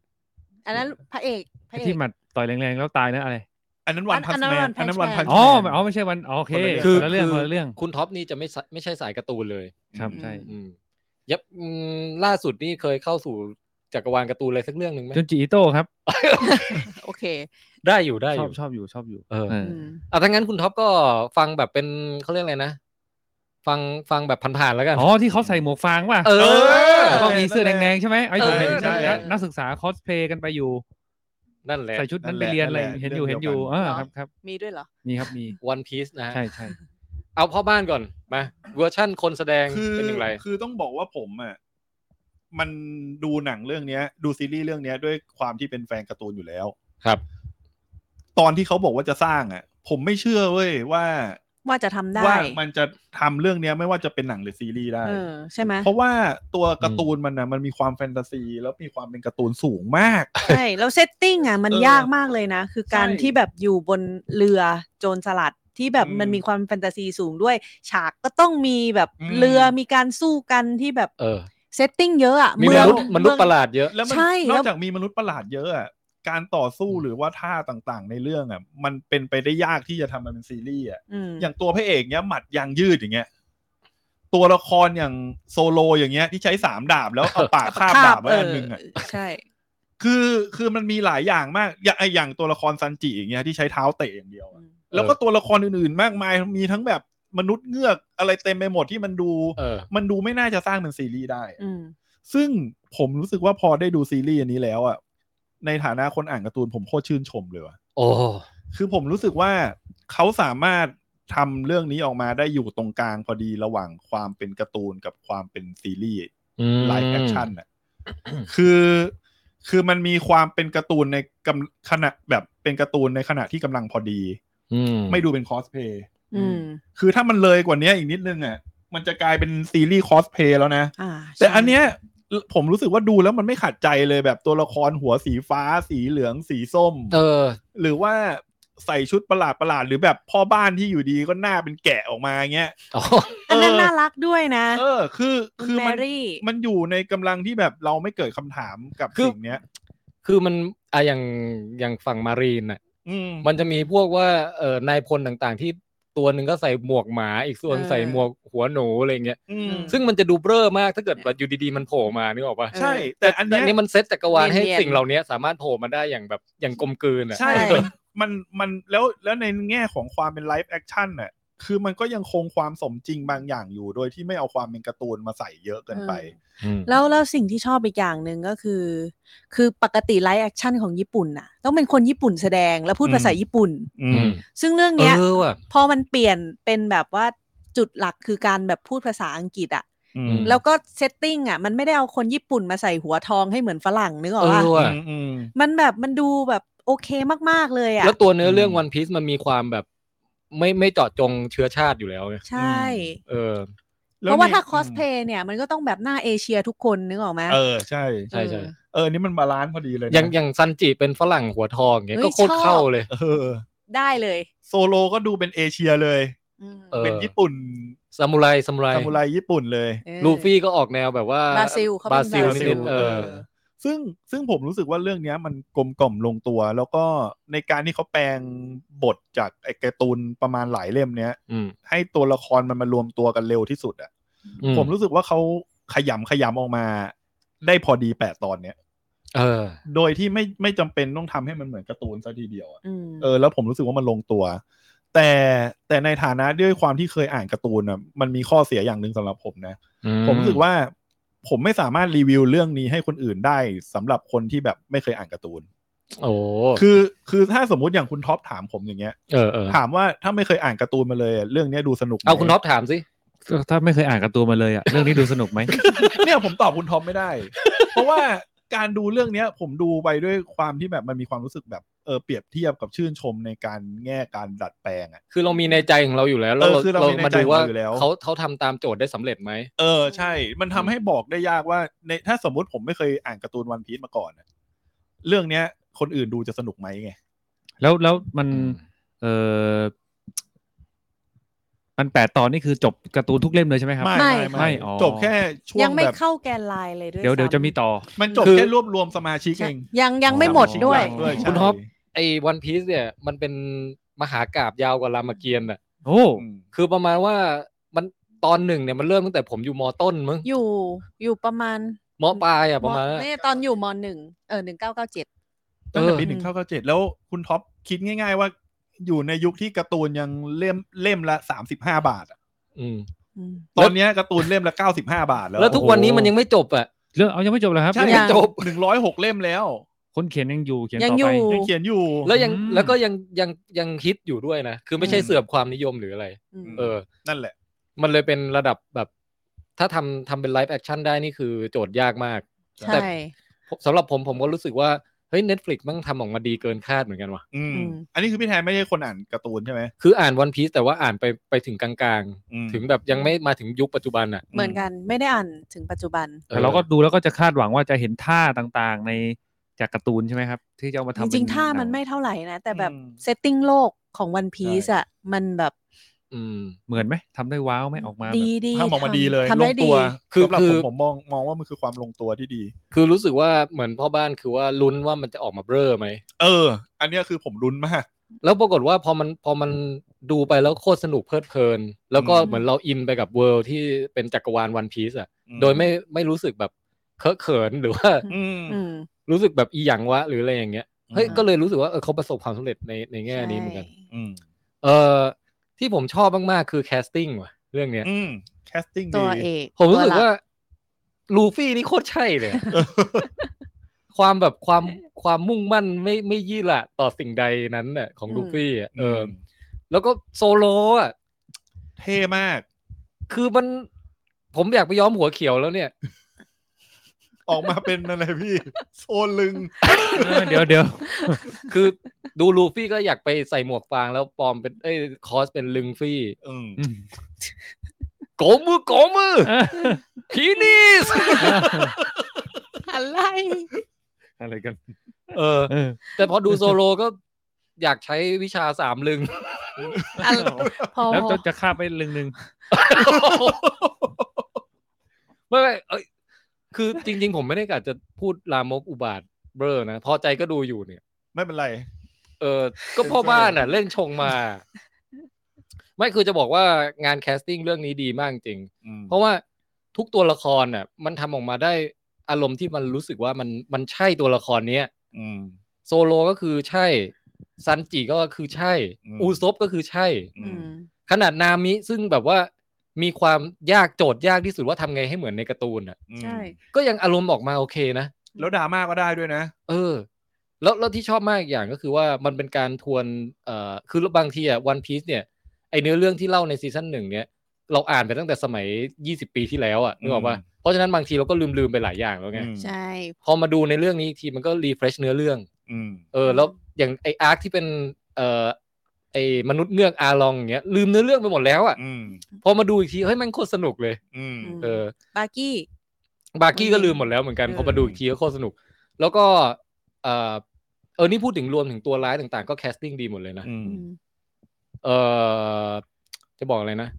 D: อันนั้นพระเอกพระเอก
E: ที่หมัดต่อยแรงๆแล้วตายนะอะไร
C: อันนั้นวัน
D: อัน
C: พัน
D: อันนั้น
C: แมน
D: One Punch
C: อันนั้นวัน
D: Man
C: พัน
E: อ๋ออ๋อไม่ใช่วันอ๋อโอเค
C: คื
E: คือ อเรื่องคนละเรื่อง
B: คุณท็อปนี่จะไม่สายไม่ใช่สายการ์ตูนเลย
E: ครับใช่
B: อืมยับอืมล่าสุดนี่เคยเข้าสู่จักรวาลการ์ตูนอะไรสักเรื่องหนึ่งไหม
E: จนจิอิโต้ครับ
D: โอเค
B: ได้อยู่ได้อ
E: ชอบ
B: ยู่
E: ชอบอยู่ชอบอยู่
B: เออ
E: เออ
D: อืม
B: อ่ะถ้างั้นคุณท็อปก็ฟังแบบเป็นเขาเรียกอะไรนะ ฟังฟังแบบผ่านๆแล้วกัน
E: อ๋อที่เขาใส่หมวกฟางป่ะ
B: เออ
E: แล้วก็มีเสื้อแดงๆใช่ไหมไอ้ผมเห็น
B: เออใช่
E: นักนักศึกษาคอสเพย์กันไปอยู่
B: นั่นแหละ
E: ใส่ชุดนั้น
C: นั่นแหละ
E: ไปเรียนอะไร
C: นั่นแหละ
E: เห็นอยู่
C: เรื่
E: เห็
C: อน ง
E: อ
C: เดียวกัน
E: ยู่อ่าครับครับ
D: มีด้วยเหรอ
E: มีครับมี
B: วันพีซนะฮะ
E: ใช่ใช่
B: เอาพ่อบ้านก่อนมาเวอร์ชั่นคนแสดง
C: คือ
B: เป็นอย่างไร
C: คือต้องบอกว่าผมอ่ะมันดูหนังเรื่องเนี้ย ดูซีรีส์เรื่องเนี้ย ด้วยความที่เป็นแฟนการ์ตูนอยู่แล้ว
B: ครับ
C: ตอนที่เขาบอกว่าจะสร้างอ่ะ ผมไม่เชื่อเว้ยว่า
D: ว่าจะทำได้
C: ว่ามันจะทำเรื่องเนี้ยไม่ว่าจะเป็นหนังหรือซีรีส์ได้
D: เออใช่ไหม
C: เพราะว่าตัวการ์ตูนมันนะมันมีความแฟนตาซี แล้วมีความเป็นการ์ตูนสูงมาก
D: ใช่แล้วเซตติ้งอ่ะมัน
C: เออย
D: ากมากเลยนะ คือการ
C: ใช่
D: ที่แบบอยู่บนเรือโจรสลัดที่แบบ
C: อืม
D: มันมีความแฟนตาซีสูงด้วย ฉากก็ต้องมีแบบ
C: อืม
D: เรือมีการสู้กันที่แบบ
B: เออ
D: เซตติ้งเยอะอ่ะ
B: มี
D: เมื
B: ม
D: อง
B: นุษย์มนุษย์ประหลาดเยอะ
C: แล้วมัน
D: ใช่
C: น
D: แล้
C: อ
D: ว
C: กจากมีมนุษย์ประหลาดเยอะอะการต่อสู้หรือว่าท่าต่างๆ ในเรื่องอ่ะ มันเป็นไปได้ยากที่จะทำมันเป็นซีรีส์อ่ะ
D: อืม
C: อย่างตัวพระเอกเนี้ยหมัดยางยืดอย่างเงี้ย ตัวละครอย่างโซโลอย่างเงี้ย ที่ใช้สามดาบแล้วเอาปากคาบดาบไว้อันหนึ่งอ่ะ
D: เใช่
C: คือคือมันมีหลายอย่างมาก อย่างไอ้อย่างตัวละครซันจิอย่างเงี้ยที่ใช้เท้าเตะอย่างเดียวอะแล้วก็ตัวละครอื่นๆ มากมายมีทั้งแบบมนุษย์เงือกอะไรเต็มไปหมดที่มันดู
B: เออ
C: มันดูไม่น่าจะสร้างเป็นซีรีส์ได้
D: อืม
C: ซึ่งผมรู้สึกว่าพอได้ดูซีรีส์อันนี้แล้วอ่ะ ในฐานะคนอ่านการ์ตูนผมโคตรชื่นชมเลยว่ะ
B: โอ้
C: คือผมรู้สึกว่าเขาสามารถทำเรื่องนี้ออกมาได้อยู่ตรงกลางพอดีระหว่างความเป็นการ์ตูนกับความเป็นซีรีส์ไลฟ์แอคชั่น น่ะ คือคือมันมีความเป็นการ์ตูนในกำขณะแบบเป็นการ์ตูนในขณะที่กำลังพอดี ไม่ดูเป็นคอสเพย์
D: อืม
C: คือถ้ามันเลยกว่านี้อีกนิดนึงอ่ะ มันจะกลายเป็นซีรีส์คอสเพย์แล้วนะ
D: อ่า
C: แต่
D: ใช่
C: อันเนี้ยผมรู้สึกว่าดูแล้วมันไม่ขัดใจเลยแบบตัวละครหัวสีฟ้า สีเหลืองสีส้ม
B: เออ
C: หรือว่าใส่ชุดประหลาดประหลาดๆหรือแบบพ่อบ้านที่อยู่ดีก็หน้าเป็นแกะออกมาเงี้ย
B: อ๋อ
D: อันนั้น
C: เออ
D: น่ารักด้วยนะ
C: เออ คือคือ
D: แม
C: มัน
D: รี่
C: มันอยู่ในกำลังที่แบบเราไม่เกิดคำถามกับ
B: คือ
C: สิ่งเนี้ย
B: คือมันอะอย่างอย่างฝั่งมารีนน่ะ
C: อืม
B: มันจะมีพวกว่าเออนายพลต่างๆ ที่ตัวหนึ่งก็ใส่หมวกหมา อีกส่วน
D: เออ
B: ใส่หมวกหัวหนูอะไรเงี้ย
C: อืม
B: ซึ่งมันจะดูเบ้อมากถ้าเกิดแบบอยู่ดีๆมันโผล่มานึกออกปะ
C: ใช่ แต่อัน
B: แต่
C: เนี้ย
B: อันนี้มันเซตจักรวาลให้
D: เนียนๆ
B: สิ่งเหล่านี้สามารถโผล่มาได้อย่างแบบอย่างกลมกลืนอ่ะ
C: ใช่
D: ใช่
C: มันมันมันแล้วแล้วในแง่ของความเป็นไลฟ์แอคชั่นน่ะคือมันก็ยังคงความสมจริงบางอย่างอยู่ โดยที่ไม่เอาความเป็นการ์ตูนมาใส่เยอะเกินไป
B: อืม
D: แล้วแล้วสิ่งที่ชอบอีกอย่างหนึ่งก็คือ คือปกติไลฟ์แอคชั่นของญี่ปุ่นน่ะ ต้องเป็นคนญี่ปุ่นแสดงและพูด
C: อืม
D: ภาษาญี่ปุ่น
C: อื
B: อื
C: ม
B: ม
D: ซึ่งเรื่อง
B: เอ
D: เนี้ย
B: อว่ะ
D: พอมันเปลี่ยนเป็นแบบว่าจุดหลักคือการแบบพูดภาษาอังกฤษอะ
C: อืม
D: แล้วก็เซตติ้งอ่ะมันไม่ได้เอาคนญี่ปุ่นมาใส่หัวทองให้เหมือนฝรั่งนึกออก
B: เอ
D: ปะ
B: อว่ะ
C: อืมอืม
D: มันแบบมันดูแบบโอเคมากๆเลยอ่ะ
B: แล้วตัวเนื้อเรื่อง
C: อืม
B: วันพีซมันมีความแบบ ไม่ไม่เจาะจงเชื้อชาติอยู่แล้วไง
D: ใช่
B: เออ
C: แล้
D: เพราะว่า
C: นี่
D: ถ้าคอสเพย์เนี่ย มันก็ต้องแบบหน้าเอเชียทุกคนนึกออกไหม
C: เออใช่
B: ใช่ใช่
D: เออ
C: เออนี่มันบาลานซ์พอดีเลยนะ
B: อย่างอย่างซันจิเป็นฝรั่งหัวทองอย่างเงี้ย
D: เฮ้ย
B: ก็โคตร
D: ชอบ
B: เข้าเลย
C: เออ
D: ได้เลย
C: โซโลก็ดูเป็นเอเชียเลย
D: อืม
B: เออ
C: เป็นญี่ปุ่น
B: ซามูไรซามูไร
C: ซามูไรญี่ปุ่นเลย
D: เออ
B: ลูฟี่ก็ออกแนวแบบว่า
D: บราซิลเขาเป็น
B: บราซิล
D: บราซิล
B: นิดๆเออ
C: ซึ่งซึ่งผมรู้สึกว่าเรื่องเนี้ยมันกลมกล่อมลงตัว แล้วก็ในการที่เขาแปลงบทจากไอ้การ์ตูนประมาณหลายเล่มเนี้ย
B: อืม
C: ให้ตัวละครมันมารวมตัวกันเร็วที่สุดอะ
B: อื
C: ผมรู้สึกว่าเขาขยำขยำออกมา ได้พอดีแปดตอนเนี้ย
B: เออ
C: โดยที่ไม่ไม่จำเป็นต้องทำให้มันเหมือนการ์ตูนซะทีเดียวอะ
D: อืม
C: เออแล้วผมรู้สึกว่ามันลงตัว แต่แต่ในฐานะด้วยความที่เคยอ่านการ์ตูนอ่ะมันมีข้อเสียอย่างหนึ่งสำหรับผมนะ
B: อื
C: ผมรู้สึกว่า ผมไม่สามารถรีวิวเรื่องนี้ให้คนอื่นได้สำหรับคนที่แบบไม่เคยอ่านการ์ตูน
B: โอ้
C: คือคือถ้าสมมุติอย่างคุณท็อปถามผมอย่างเงี้ย
B: เออเออ
C: ถามว่าถ้าไม่เคยอ่านการ์ตูนมาเลยอะเรื่องเนี้ยดูสนุกไหม
B: เอาคุณท็อปถามสิ
E: ถ้าไม่เคยอ่านการ์ตูนมาเลยอ่ะ เรื่องนี้ดูสนุกไหม
C: เนี่ยผมตอบคุณท็อปไม่ได้ เพราะว่าการดูเรื่องเนี้ย ผมดูไปด้วยความที่แบบมันมีความรู้สึกแบบเออเปรียบเทียบกับชื่นชมในการแง่การดัดแปลงอะ
B: คือเรามีในใจของเราอยู่แล้วแล้ว
C: เออคือเรามีในใจของเราอยู่แล้ว
B: เขาเขาทำตามโจทย์ได้สำเร็จไหม
C: เออใช่ มันทำให้บอกได้ยากว่าในถ้าสมมุติผมไม่เคยอ่านการ์ตูนวันพีซมาก่อนน่ะเรื่องเนี้ย คนอื่นดูจะสนุกไหมไง
E: แล้วแล้วมันเออมันแปดตอนนี่คือจบการ์ตูนทุกเล่มเลยใช่ไหมครับ
C: ไม่ไม่
E: ไม่
C: ไม่
E: อ๋อ
C: จบแค่ช่ว
D: ยัง
C: ง
D: ไม่
C: แบบ
D: เข้าแกนไลน์เลยด้วย
E: เดี๋ยวเดี๋ยว
D: ซ้ำ
E: จะมีต่อ
C: มันจบ
B: คือ
C: แค่รวบรวมสมาชิกเอง
D: ยังยัง
E: อ๋อ
D: ไม่หมดด้วย
C: สาชิกหลัก
B: คุณ
C: ใช่
B: ท็อป ไอ้วันพีซเนี่ยมันเป็นมหากาบยาวกว่ารามเกียรติ์อ่ะ
E: โอ้
C: อืม
B: คือประมาณว่ามันตอนหนึ่งเนี่ยมันเริ่มตั้งแต่ผมอยู่มอต้นมั้ง
D: อยู่อยู่ประมาณ
B: มอปลายอ่ะประมาณ
D: เนี่ยตอนอยู่มหนึ่งเออหนึ่งเก้าเก้าเจ็ด
C: ตั้งแต่
B: เออ
C: ปีหนึ่งเข้าเก้าเจ็ดแล้วคุณท็อปคิดง่าย ๆ ว่า อยู่ในยุคที่การ์ตูนยังเล่มเล่มละสามสิบห้าบาทอะ
B: อืม
C: ตอนเนี้ยการ์ตูนเล่มละเก้าสิบห้าบาทแล้ว
B: แล้วทุกวันนี้มันยังไม่จบอ่ะ
E: เรื่องเอายังไม่จบเลยครับ
C: ใช่
D: ยัง
C: จบหนึ่งร้อยหกเล่มแล้ว
E: คนเขียนยังอยู่เขียน
D: ยัง
E: ต่อ
D: อยู่
E: ไป
C: ยังเขียนอยู่
B: แล้วยัง
E: อืม
B: แล้วก็ยังยังยังฮิตอยู่ด้วยนะ คือไม่ใช่เสื่อมความนิยมหรืออะไร
D: อืม
B: เออ
C: นั่นแหละ
B: มันเลยเป็นระดับแบบ ถ้าทำทำเป็นไลฟ์แอคชั่นได้นี่คือโจทย์ยากมาก
D: ใช่
B: แต่สำหรับผมผมก็รู้สึกว่า เฮ้ย Netflix มั่งทำออกมาดีเกินคาดเหมือนกันว่ะ
C: อืม
D: อืม
C: อันนี้คือพี่แทนไม่ใช่คนอ่านการ์ตูนใช่ไหม
B: คืออ่านวันพี e แต่ว่าอ่านไปไปถึงกลาง
C: อืม
B: ๆ ถึงแบบยังไม่มาถึงยุคปัจจุบันอ่ะ
D: เหมือนกันไม่ได้อ่านถึงปัจจุบัน
E: แต่เราก็ดูแล้วก็จะคาดหวังว่าจะเห็นท่าต่างๆ ในจากการ์ตูนใช่ไหมครับ ที่จะเอามา
D: จ
E: ทำเป็น
D: ริงๆถ้ามัน
E: หง
D: ไม่เท่าไหร่นะ แต่แบบ
C: อืม
D: เซตติ้งโลกของวันพีซอ่ะ มันแบบ
B: อืม
E: เหมือนไหมทำได้ว้าวไหมออกมาแบบ
D: ดีดี
C: ภาพออกมาดีเลยล
D: ทำได้
C: ง
D: ดี
C: ตัว
B: คือ
C: สำหรับ
B: คือ
C: ผมผมมองมองว่ามันคือความลงตัวที่ดี
B: คือรู้สึกว่าเหมือนพ่อบ้านคือว่าลุ้นว่ามันจะออกมาเบ้อไหม
C: เออ อันเนี้ยคือผมลุ้นมาก
B: แล้วปรากฏว่าพอมันพอมันดูไปแล้วโคตรสนุกเพลิดเพลิน แล้วก็
C: อืม
B: เหมือนเราอินไปกับเวิลด์ที่เป็นจักรวาลวันพีซอ่ะ
C: อื
B: โดยไม่ไม่รู้สึกแบบเคอะเขินหรือว่า
C: อืม
D: อืม
B: รู้สึกแบบอีหยังวะหรืออะไรอย่างเงี้ยเฮ้ย
D: อืม
B: ก็เลยรู้สึกว่าเออเขาประสบความสำเร็จในในแง่นี้เหมือนกัน
D: ใช่
C: อืม
B: เออที่ผมชอบมากๆคือแคสติ้งว่ะเรื่องเนี้ย
C: อืมแคสติ้ง
D: ตั
C: ดี
D: วเอก
B: ผมรู้สึก
D: ตั
B: ว่า
D: หลั
B: ลูฟี่นี่โคตรใช่เลย อะ ความแบบความความมุ่งมั่นไม่ไม่ยี่หละต่อสิ่งใดนั้นน่ะของลูฟี่อะเอออแล้วก็โซโลอ่ะ
C: เท่มาก
B: คือมันผมอยากไปย้อมหัวเขียวแล้ว เนี่ย
C: ออกมาเป็นอะไรพี่ โซนลึง
E: เออเดี๋ยวเดี๋ยว
B: คือดูลูฟี่ก็อยากไปใส่หมวกฟางแล้วปลอมเป็นเอ้ยคอสเป็นลึงฟี่
C: อืม
E: อืม
B: โกมือโกมือพีนิส
D: อะไร
E: อะไรกัน
B: เออ
E: เออ
B: แต่พอดูโซโลก็อยากใช้วิชาสามลึง
D: อะไรพอ
E: แล้วจะจะคาบไปเรื่องหนึ่ง
B: ไม่ไม่เอ้ยคือจริง ๆ ผมไม่ได้กะจะพูดลามกอุบาทเบลอนะ พอใจก็ดูอยู่เนี่ย
C: ไม่เป็นไร
B: เออ ก็พ่อบ้าน น่ะ เล่นชงมา ไม่คือจะบอกว่างานแคสติ้งเรื่องนี้ดีมากจริง
C: อืม
B: เพราะว่าทุกตัวละครน่ะ มันทำออกมาได้อารมณ์ที่มันรู้สึกว่ามันมันใช่ตัวละครเนี้ย
C: อืม
B: โซโลก็คือใช่ ซันจิก็คือใช่
C: อืม
B: อูซบก็คือใช่
C: อื
D: อื
C: ม
D: ม
B: ขนาดนามิซึ่งแบบว่ามีความยากโจทย์ยากที่สุดว่าทำไงให้เหมือนในการ์ตูนอ่ะ
C: อืม
D: ใช่
B: ก็ยังอารมณ์ออกมาโอเคนะ
C: แล้วดราม่าก็ได้ด้วยนะ
B: เออ แล้วแล้วที่ชอบมากอีกอย่างก็คือว่ามันเป็นการทวนเอ่อคือบางทีอ่ะวันพีซเนี่ย ไอเนื้อเรื่องที่เล่าในซีซั่นหนึ่งเนี่ย เราอ่านไปตั้งแต่สมัย 20 ปีที่แล้วอ่ะนึกออกป่ะเพราะฉะนั้นบางทีเราก็ลืมๆไปหลายอย่างแล้วไง
C: อืม
D: ใช่
B: พอมาดูในเรื่องนี้อีกทีมันก็รีเฟรชเนื้อเรื่อง
C: อืม
B: เออแล้วอย่างไออาร์คที่เป็นเอ่อไอมนุษย์เงือกอาลองอย่างเงี้ยลืมเนื้อเรื่องไปหมดแล้วอ่ะ
C: อืม
B: พอมาดูอีกทีเฮ้ยมันโคตรสนุกเลย
C: อืม
B: เออ
D: บาร์กี้
B: บาร์กี้ก็ลืมหมดแล้วเหมือนกัน
D: เออ
B: พอมาดูอีกทีก็โคตรสนุก แล้วก็เออเออนี่พูดถึงรวมถึงตัวร้ายต่างๆ ก็แคสติ้งดีหมดเลยนะ
C: อืม
D: อืม
B: เออจะบอกอะไรนะ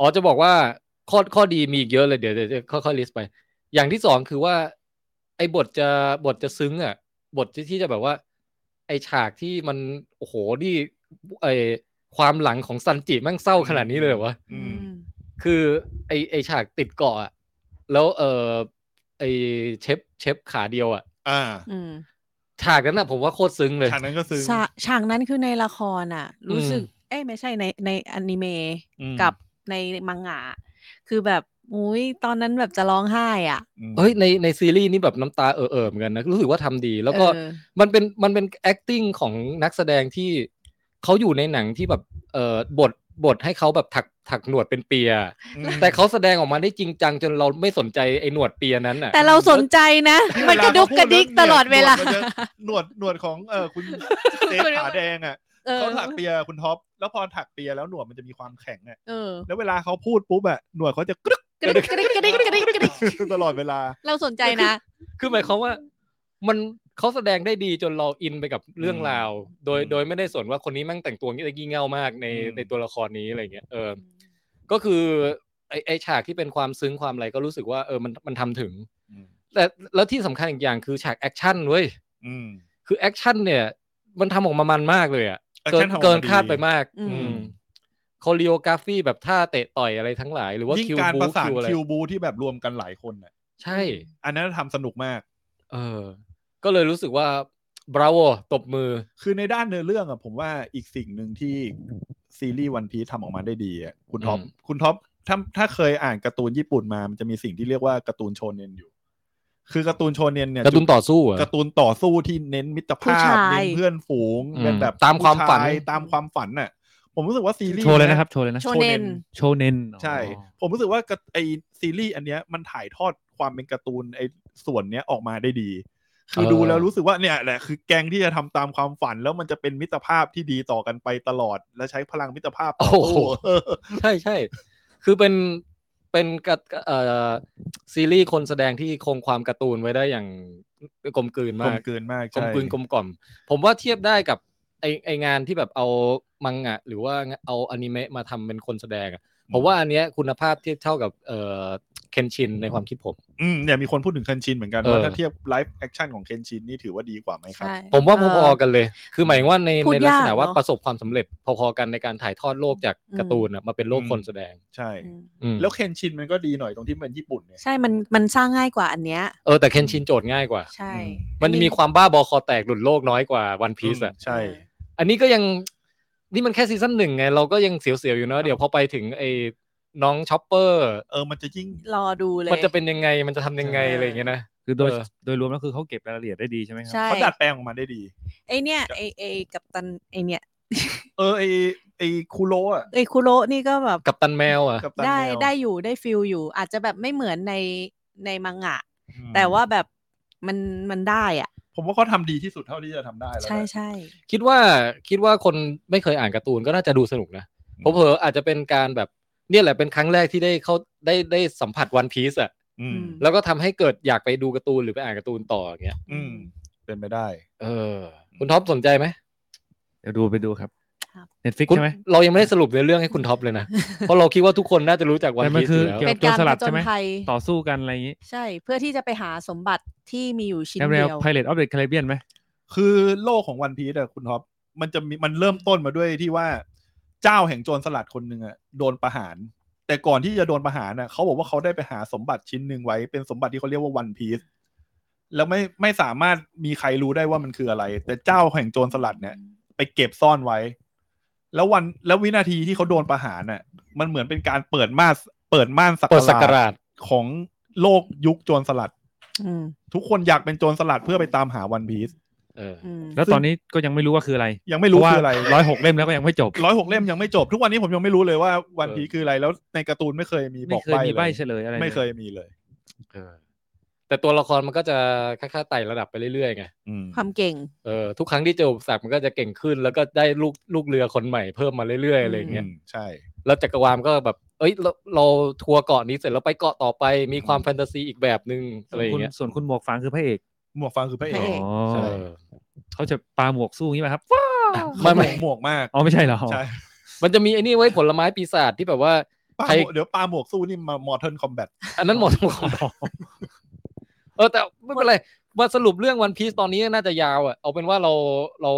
B: อ๋อจะบอกว่าข้อข้อดีมีอีกเยอะเลยเดี๋ยวเดี๋ยวจะค่อยๆลิสต์ไป อย่างที่สองคือว่า ไอ้บทจะบทจะซึ้งอ่ะ บทที่ที่จะแบบว่า ไอ้ฉากที่มันโอ้โหนี่ไอ้ความหลังของซันจิแม่งเศร้าขนาดนี้เลยเหรอวะ
C: อืม
B: คือไอไอฉากติดเกาะอะแล้วเออไอเชฟเชฟขาเดียวอะ
C: อ่า
D: อืม
B: ฉากนั้นอะผมว่าโคตรซึ้งเลย
C: ฉากนั้นก็ซึ้ง
D: ฉากฉากนั้นคือในละครอ่ะ รู้สึก
B: อืม
D: เอ้ยไม่ใช่ในในอนิเมะ
C: อืม
D: กับในมังงะ คือแบบอุ้ยตอนนั้นแบบจะร้องไห้อ่ะ
C: อืม
B: เฮ้ยในในซีรีส์นี่แบบน้ำตาเออเออเหมือนกันนะ รู้สึกว่าทำดี แล้วก็
D: เออ
B: มันเป็นมันเป็น acting ของนักแสดงที่เขาอยู่ในหนังที่แบบเออบทบทให้เขาแบบถักถักหนวดเป็นเปีย
C: อืม
B: แต่เขาแสดงออกมาได้จริงจังจนเราไม่สนใจไอ้หนวดเปียนั้นอะ
D: แต่เราสนใจนะ มันกระดุกกระดิกตลอดเวลา
C: หนวดหนวดของเออคุณเจ๊ขาแดงอ่ะ
D: เออ
C: เขาถักเปียคุณท็อปแล้วพอถักเปียแล้วหนวดมันจะมีความแข็งอ่ะ
D: เออ
C: แล้วเวลาเขาพูดปุ๊บอ่ะหนวดเขาจะกรึก
D: กระดิกกระดิกกระดิกกระดิกกระดิก
C: ตลอดเวลา
D: เราสนใจนะ
B: คือหมายความว่ามันเขาแสดงได้ดีจนเราอินไปกับเรื่องราว โดย
C: อืม
B: โดยไม่ได้สนว่าคนนี้แมั่งแต่งตัวงี้ยี่เง่ามากใน
C: อืม
B: ในตัวละครนี้อะไรเงี้ยเออก็คือไอไอฉากที่เป็นความซึ้งความอะไรก็รู้สึกว่าเออมันมันทำถึง แต่แล้วที่สำคัญอีกอย่างคือฉากแอคชั่นเว้ย
C: อืม
B: คือแอคชั่นเนี่ย มันทำออกมามันมากเลยอะ
C: แอค
B: เกิ
C: ชั่
B: น
C: นทำออกมา
B: เกินคาด
C: ดี
B: ไปมาก
D: อืม
B: อืมคอริโอกราฟีแบบท่าเตะต่อยอะไรทั้งหลาย หรือว่า
C: ยิ่ง
B: คิว
C: การ
B: บู
C: ประสาน
B: คิวอะไร
C: คิวบูที่แบบรวมกันหลายคนอ่ะ
B: ใช่
C: อันนั้นทำสนุกมาก
B: เออ ก็เลยรู้สึกว่าบราโวตบมือ
C: คือในด้านเนื้อเรื่องอ่ะผมว่าอีกสิ่งหนึ่งที่ซีรีส์วันพีททำออกมาได้ดีอ่ะคุณท็อป
B: อืม
C: คุณท็อปถ้าถ้าเคยอ่านการ์ตูนญี่ปุ่นมามันจะมีสิ่งที่เรียกว่าการ์ตูนโชเนนอยู่ คือการ์ตูนโชเนนเนี่ย
B: การ์ตูนต่อสู้เหรอ
C: การ์ตูนต่อสู้ที่เน้นมิตรภา
D: ผู้
C: พ
D: ชาย
C: เน้นเพื่อนฝูง
B: อืม
C: เป็นแบบ
B: ตามความฝัน
C: ผู้ชยตามความฝันน่ะ ผมรู้สึกว่าซีรีส์
E: โชว์เลยนะครับ โชว์เลยนะ
D: โชเนน
E: โชเนน
C: ใช่ ผมรู้สึกว่าการ์ไอซีรีส์อันเนี้ยมันถ่ายทอดความเป็นการ์ตูนไอส่วนเนี้ยออกมาได้ดี คือ
B: เออ
C: ดูแล้วรู้สึกว่าเนี่ยแหละคือแกงที่จะทำตามความฝันแล้วมันจะเป็นมิตรภาพที่ดีต่อกันไปตลอด และใช้พลังมิตรภาพต่
B: โอ้
C: สู้
B: โหใช่ใช่ คือเป็นเป็นกับเอ่อซีรีส์คนแสดงที่คงความการ์ตูนไว้ได้อย่างกลมกลืน
C: กล
B: มาม ก
C: เกินมาก
B: กลม
C: ใช่
B: กลืนกลมกล่อม ผมว่าเทียบได้กับไอไองานที่แบบเอามังงะ หรือว่าเอาอนิเมะมาทำเป็นคนแสดงอะผมว่าอันเนี้ยคุณภาพเทียบเท่ากับเอ่อเคนชินในความคิดผม
C: อืมเนี่ยมีคนพูดถึงเคนชินเหมือนกัน
B: เออ
C: ว่าถ้าเทียบไลฟ์แอคชั่นของเคนชินนี่ถือว่าดีกว่าไหมครับ
D: ใช่
B: ผมว่าพอๆกันเลย คือหมายถึงว่าใน
D: พูด
B: ในลักษณะ
D: ยาก
B: ว่า
D: เนอะ
B: ประสบความสำเร็จ พอๆกันในการถ่ายทอดโลกจากการ์ตูนอะมาเป็นโลก
C: อืม
B: คนแสดง
C: ใช่
D: อืม
B: อืม
C: แล้วเคนชินมันก็ดีหน่อยตรงที่มันญี่ปุ่นเนี่ย
D: ใช่มันมันสร้างง่ายกว่าอันเนี้ย
B: เออแต่เคนชินโจทย์ง่ายกว่า
D: ใช่
C: อืม
B: มันจะมีความบ้าบอคอแตกหลุดโลกน้อยกว่าวันพีซอ่ะ
C: ใช่
B: อันนี้ก็ยังนี่มันแค่ซีซั่นหนึ่งไง เราก็ยังเสียวๆอยู่เนอะเดี๋ยวพอไปถึงไอ้น้องช็อปเปอร์
C: เออมันจะยิ่ง
D: รอดูเลย
B: มันจะเป็นยังไงมันจะทำยังไง
D: ใช่
B: อะไรอย่างเงี้ยนะ
E: คือโดย
B: เออ
E: โดยรวมแล้วคือเขาเก็บรายละเอียดได้ดีใช่ไหมครั
D: ใช่
C: เขาดัดแปลงออกมาได้ดี
D: ไอเนี่ยไอไอกับตันไอเนี่ย
C: เออไอไอคูโรอ่ะ
D: ไอคุโรนี่ก็แบบ
B: กับตันแมวอ่ะ
C: กับตัน
D: ได้
C: แมว
D: ได้อยู่ได้ฟิลอยู่ อาจจะแบบไม่เหมือนในในมังงะ
C: อืม
D: แต่ว่าแบบมันมันได้อ่ะ
C: ผมว่าเขาทำดีที่สุดเท่าที่จะทำได้แล้ว
D: ใช่
C: แหละ
D: ใช่
B: คิดว่าคิดว่าคนไม่เคยอ่านการ์ตูนก็น่าจะดูสนุกนะ
C: อืม
B: เพราะเผลอๆอาจจะเป็นการแบบเนี่ยแหละเป็นครั้งแรกที่ได้เขาได้ได้สัมผัสวันพีซอ่ะ
C: อืม
B: แล้วก็ทำให้เกิดอยากไปดูการ์ตูนหรือไปอ่านการ์ตูนต่ออย่างเงี้ย
C: อืม เป็นไปได้
B: เออ คุณท็อปสนใจไหม
E: เดี๋ยวดูไปดูครับเน็ตฟิก
B: คุณ
E: ใช่ไหม
B: เรายังไม่ได้สรุปในเรื่องให้คุณท็อปเลยนะ เพราะเราคิดว่าทุกคนน่าจะรู้จักวัน
E: แต่มัน
B: พีซ
E: คื
B: อ
E: อ
B: ยู่แล้ว
E: เกี่ยว
D: เป็
E: กัน บโจร
D: การผ
E: สลัด
D: จญ
E: ใช่ไหม
D: ภัย
E: ต่อสู้กันอะไรอย่างนี้
D: ใช่ เพื่อที่จะไปหาสมบัติที่มีอยู่ชิ้น
E: แนวแน
D: เดี
E: ว
D: ยว
E: Pirate of the Caribbean ไหม
C: คือโลกของวันพีซอะคุณท็อปมันจะมีมันเริ่มต้นมาด้วยที่ว่า เจ้าแห่งโจรสลัดคนหนึ่งอะโดนประหาร แต่ก่อนที่จะโดนประหารอะเขาบอกว่าเขาได้ไปหาสมบัติชิ้นหนึ่งไว้ เป็นสมบัติที่เขาเรียกว่าวันพีซแล้วไม่ไม่สามารถมีใครรู้ได้ว่ามันคืออะไร แต่เจ้าแห่งโจรสลัดเนี่ย ไปเก็บซ่อนไว้ แล้ววันแล้ววินาทีที่เขาโดนประหารน่ะ มันเหมือนเป็นการเปิดม่านเปิดม่านสัก
B: เปิดสัก
C: การะ
B: ราช
C: ของโลกยุคโจรสลัด
D: อืม
C: ทุกคนอยากเป็นโจรสลัดเพื่อไปตามหาวันพีซ
B: เออ
D: อืม
E: แล้วตอนนี้ก็ยังไม่รู้ว่าคืออะไร
C: ยังไม่รู้คืออะไร
E: ร้อยหกเล่มแล้วก็ยังไม่จบ
C: ร้อยหกเล่มยังไม่จบ ทุกวันนี้ผมยังไม่รู้เลยว่าวันพีคืออะไรแล้วในการ์ตูนไม่เคยมีบ
E: ไม่
C: อก
E: เคยมีใบ
C: ล
E: เฉลยอะไรล
C: ไม่เคยมีเลย
B: เออ แต่ตัวละครมันก็จะค่อยๆไต่ระดับไปเรื่อยๆไง
C: อืม
D: ความเก่ง
B: เออทุกครั้งที่เจออุปสรรคมันก็จะเก่งขึ้น แล้วก็ได้ลูกลูกเรือคนใหม่เพิ่มมาเรื่อยๆอะไรอย่างเงี้ย
C: อืมใช่
B: แล้วจักรวาลก็แบบ เอ้ยเราเราทัวร์เกาะนี้เสร็จแล้วไปเกาะต่อไป มีความแฟนตาซีอีกแบบหนึ่งอะ
E: ส่
B: ไร
E: วน
B: อย่า
E: คุ
B: ง
E: ณ
B: เงี้ย
E: ส่วนคุณหมวกฟางคือพระเอก
C: หมวกฟางคือพระเอ
D: พระ
C: ก
D: เอก
E: อ๋อ
B: เออ
E: เขาจะปาหมวกสู้อย่างนี้ไหมครับ
B: ไม่ไม่
C: หมวกมาก
E: อ๋อไม่ใช่เหรอ
C: ใช่
B: มันจะมีไอ้นี่ไว้ผลไม้ปีศาจที่แบบว่า
C: ปา
B: ใคร
C: หมวกเดี๋ยวปาหมวกสู้นี่มามอร์เทิร์นคอมแบท
B: อันนั้นหมดหมดเออแต่ไม่เป็นไรมาสรุปเรื่องวันพี e ตอนนี้น่าจะยาวอ่ะเอาเป็นว่าเราเรา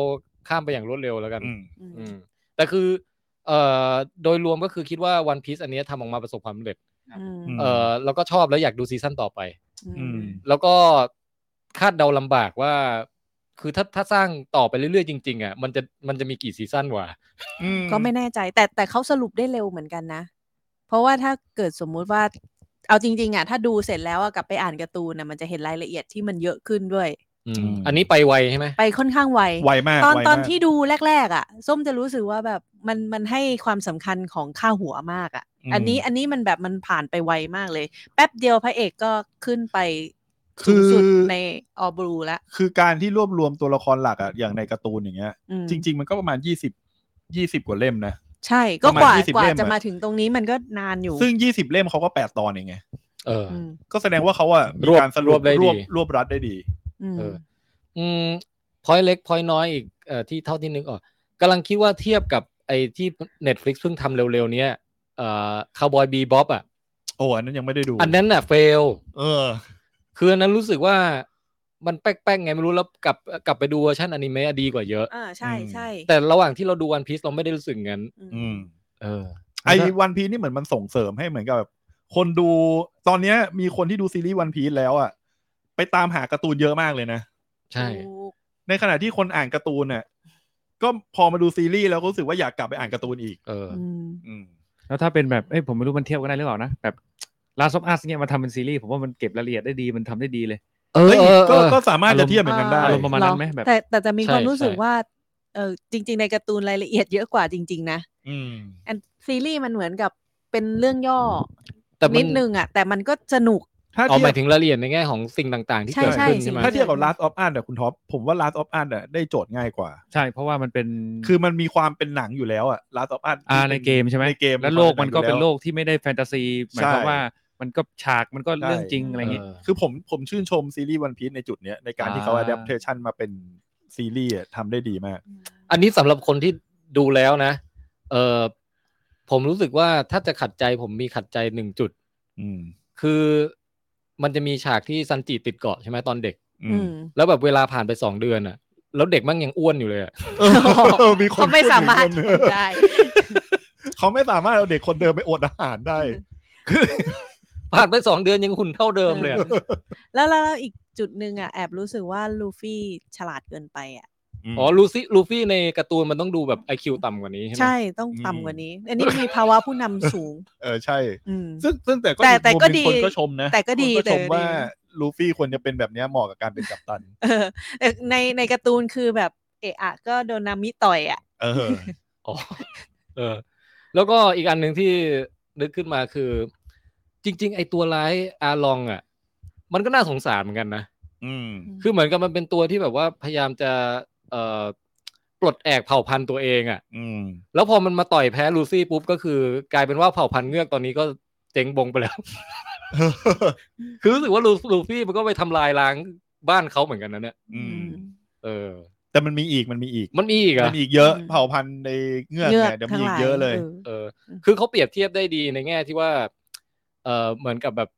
B: ข้ามไปอย่างรวดเร็วแล้วกัน
D: อืม
B: อืมแต่คือเอ่อโดยรวมก็คือคิดว่าวันพี e อันเนี้ยทำออกมาประสบความสำเร็จ
D: อืม
B: เออแล้วก็ชอบแล้วอยากดูซีซั่นต่อไป
D: อืม
B: แล้วก็คาดเดาลำบากว่า คือถ้าถ้าสร้างต่อไปเรื่อยๆจริงๆอ่ะมันจะมันจะมีกี่ซีซั่นวะ
D: ก็ไม่แน่ใจ แต่แต่เขาสรุปได้เร็วเหมือนกันนะ เพราะว่าถ้าเกิดสมมุติว่าเอาจริง ๆ อ่ะ ถ้าดูเสร็จแล้วอะกลับไปอ่านการ์ตูนนะมันจะเห็นรายละเอียดที่มันเยอะขึ้นด้วย
B: อืมอันนี้ไปไวใช่ไหม
D: ไปค่อนข้างไว
C: ไวมาก
D: ตอน
C: ไวมาก
D: ตอนที่ดูแรก ๆ อ่ะ ส้มจะรู้สึกว่าแบบมันมันให้ความสำคัญของค่าหัวมากอ่ะ อันนี้อันนี้มันแบบมันผ่านไปไวมากเลย แป๊บเดียวพระเอกก็ขึ้นไปสูงสุดในออบรูแล้ว
C: คือการที่รวบรวมตัวละครหลักอะอย่างในการ์ตูนอย่างเงี้ย
D: อืม
C: จริง ๆ มันก็ประมาณยี่สิบยี่สิบกว่าเล่มนะ
D: ใช่ก็
C: ประมาณ
D: กว่า
C: 20
D: กว่า
C: เล่ม
D: จะ
C: อะ
D: มาถึงตรงนี้มันก็นานอยู่
C: ซึ่งยี่สิบเล่มเขาก็แปดตอนเองไง
B: เออ
D: อืม
C: ก็แสดงว่าเขาอะมี
B: รวบ
C: การสรุ
B: รว
C: ป
B: บได้ดี
C: รวบรวบรัดได้ดี
D: อืม
B: เออ อืมพอยเล็กพอยน้อยอีกเอ่อที่เท่าที่นึกออกกำลังคิดว่าเทียบกับไอ้ที่ Netflix เพิ่งทำเร็วๆ เนี้ยเอ่อคาวบอยบีบ๊อบอ่ะ
C: โอ้อันนั้นยังไม่ได้ดู
B: อันนั้นน่ะเฟล
C: เออ
B: คืออันนั้นรู้สึกว่ามันแป๊กๆไงไม่รู้แล้วกลับกลับไปดูเวอร์ชันอนิเมะอะดีกว่าเยอะ
D: อ่าใช่
C: อืม
D: ใช่
B: แต่ระหว่างที่เราดูวันพี e เราไม่ได้รู้สึกงั้น
C: อืม
B: เออ
C: ไอวันพีนี่เหมือนมันส่งเสริมให้เหมือนกับแบบคนดูตอนเนี้ยมีคนที่ดูซีรีส์วันพีแล้วอะไปตามหาการ์ตูนเยอะมากเลยนะ
B: ใช่
D: ถูก
C: ในขณะที่คนอ่านการ์ตูนเนี่ยก็พอมาดูซีรีส์แล้วก็รู้สึกว่าอยากกลับไปอ่านการ์ตูนอีก
B: เออ
D: อืม
C: อืม
E: แล้วถ้าเป็นแบบเอ้ยผมไม่รู้มันเทียบกันได้หรือเปล่านะแบบลาซอฟอาร์เนี่ยมาทำเป็นซีรีส์ผมว่ามันเก็บรายละเอียดได้ดีมันทำได้ดีเลย
B: เออ
C: เฮ้ย
B: เออเอ
C: ก็
B: อ
C: ก็สามารถจะเทียบเหมือนกันได้
E: อารมณ์ประมาณนั้นไหม
D: เอ
E: แบบ
D: แต่แต่จะมี
B: ใช่
D: ความรู้สึก
B: ใช่
D: ว่าเออจริง ๆ ในการ์ตูนรายละเอียดเยอะกว่าจริง ๆ นะ
C: อืม
D: อันซีรีส์มันเหมือนกับเป็นเรื่องย่อ
B: แต่มั
D: นิดนึงอ่ะ แต่มันก็สนุก
C: ถ้า
B: เอา
C: เที
B: ห
C: ย
B: มาย
C: บ
B: ถึงรายละเอียดในแง่ของสิ่งต่างๆ ที่
D: ใช่
B: เกิด
D: ใช่
B: ขึ้นใช่ไหม
D: สิ่ง
C: ถ้าเทียบกับ Last of Us เนี่ยคุณท็อปผมว่า Last of Us เนี่ยได้โจทย์ง่ายกว่า
E: ใช่ เพราะว่ามันเป็น
C: คือมันมีความเป็นหนังอยู่แล้วอะ Last of Us
E: อ่าในเกมใช่ไหม
C: ในเกม
E: แล้วโลกมันก็เป็น
C: อยู่แว
E: โลกที่ไม่ได้แฟนตาซีหมายความว่ามันก็ฉากมันก็เรื่องจริงอะไรอย่างงี้
B: เออ
C: คือผมผมชื่นชมซีรีส์วันพี e ในจุดเนี้ยในการที่เขา
E: อ่า
C: adaptation มาเป็นซีรีส์อะทำได้ดีมาก
B: อันนี้สำหรับคนที่ดูแล้วนะ เออผมรู้สึกว่าถ้าจะขัดใจผมมีขัดใจหนึ่งจุด
C: อืม
B: คือมันจะมีฉากที่ซันจิติดเกาะใช่ไหมตอนเด็ก
C: อื
D: อื
C: ม
D: ม
B: แล้วแบบเวลาผ่านไปสองเดือนอะแล้วเด็กมั่งยังอ้วนอยู่เลยอะ
C: เออมีคน
D: เขาไม่สามารถ
C: พูดถึงคนหนึ่ง
D: ได้
C: เขาไม่สามารถเอาเด็กคนเดิมไปอดอาหารได้
B: ผ่านไปสองเดือนยังหุ่นเท่าเดิมเลยอะ
D: แล้วแล้วแล้วอีกจุดหนึ่งอ่ะแอบรู้สึกว่าลูฟี่ฉลาดเกินไปอ่ะ
B: อ๋อลูซี่ลูฟี่ในการ์ตูนมันต้องดูแบบไอคิวต่ำกว่านี้ใช่ไหม
D: ใช่ต้องต่ำกว่านี้ อันนี้มีภาวะผู้นำสูง
C: เออใช่
D: อืม
C: ซึ่งซึ่งแต่ก็
D: แต่
C: อี
D: แต่
C: มุม
D: ก็
C: หนึ่ง
D: ดี
C: คนก็ชมนะ
D: แต่ก็ดี
C: คน
D: แต่
C: ช
D: ก็
C: ม
D: ดี
C: ว่าลูฟี่ควรจะเป็นแบบเนี้ยเหมาะกับการเป็นกัปตัน
D: เออแต่ในในการ์ตูนคือแบบเอะอะก็โดนนามิต่อยอ่ะ
C: เออ
B: อ๋อ เออ แล้วก็อีกอันหนึ่งที่นึกขึ้นมาคือ จริง ๆ ไอตัวร้ายอาลองอะมันก็น่าสงสารเหมือนกันนะ
C: อืม
B: คือเหมือนกับมันเป็นตัวที่แบบว่าพยายามจะเอ่อปลดแอกเผ่าพันธุ์ตัวเองอะ่ะ
C: อืม
B: แล้วพอมันมาต่อยแพ้ลูซี่ปุ๊บก็คือ กลายเป็นว่าเผ่าพันธุ์เงือกตอนนี้ก็เจ๊งบงไปแล้ว คือรู้สึกว่าลูลูฟี่มันก็ไปทำลายล้างบ้านเขาเหมือนกันนะเนี่ย
C: อืม
B: เออ
C: แต่มันมีอีกมันมีอีก
B: มันมีอีก
C: มั
B: อะ
C: มีอีกเยอะ
D: อืม
C: เผ่าพันธุ์ในเงือกเนี่ยเดี๋ยวมีอีกเยอะเลย
B: เออ คือเขาเปรียบเทียบได้ดีในแง่ที่ว่า เออเหมือนกับแบบ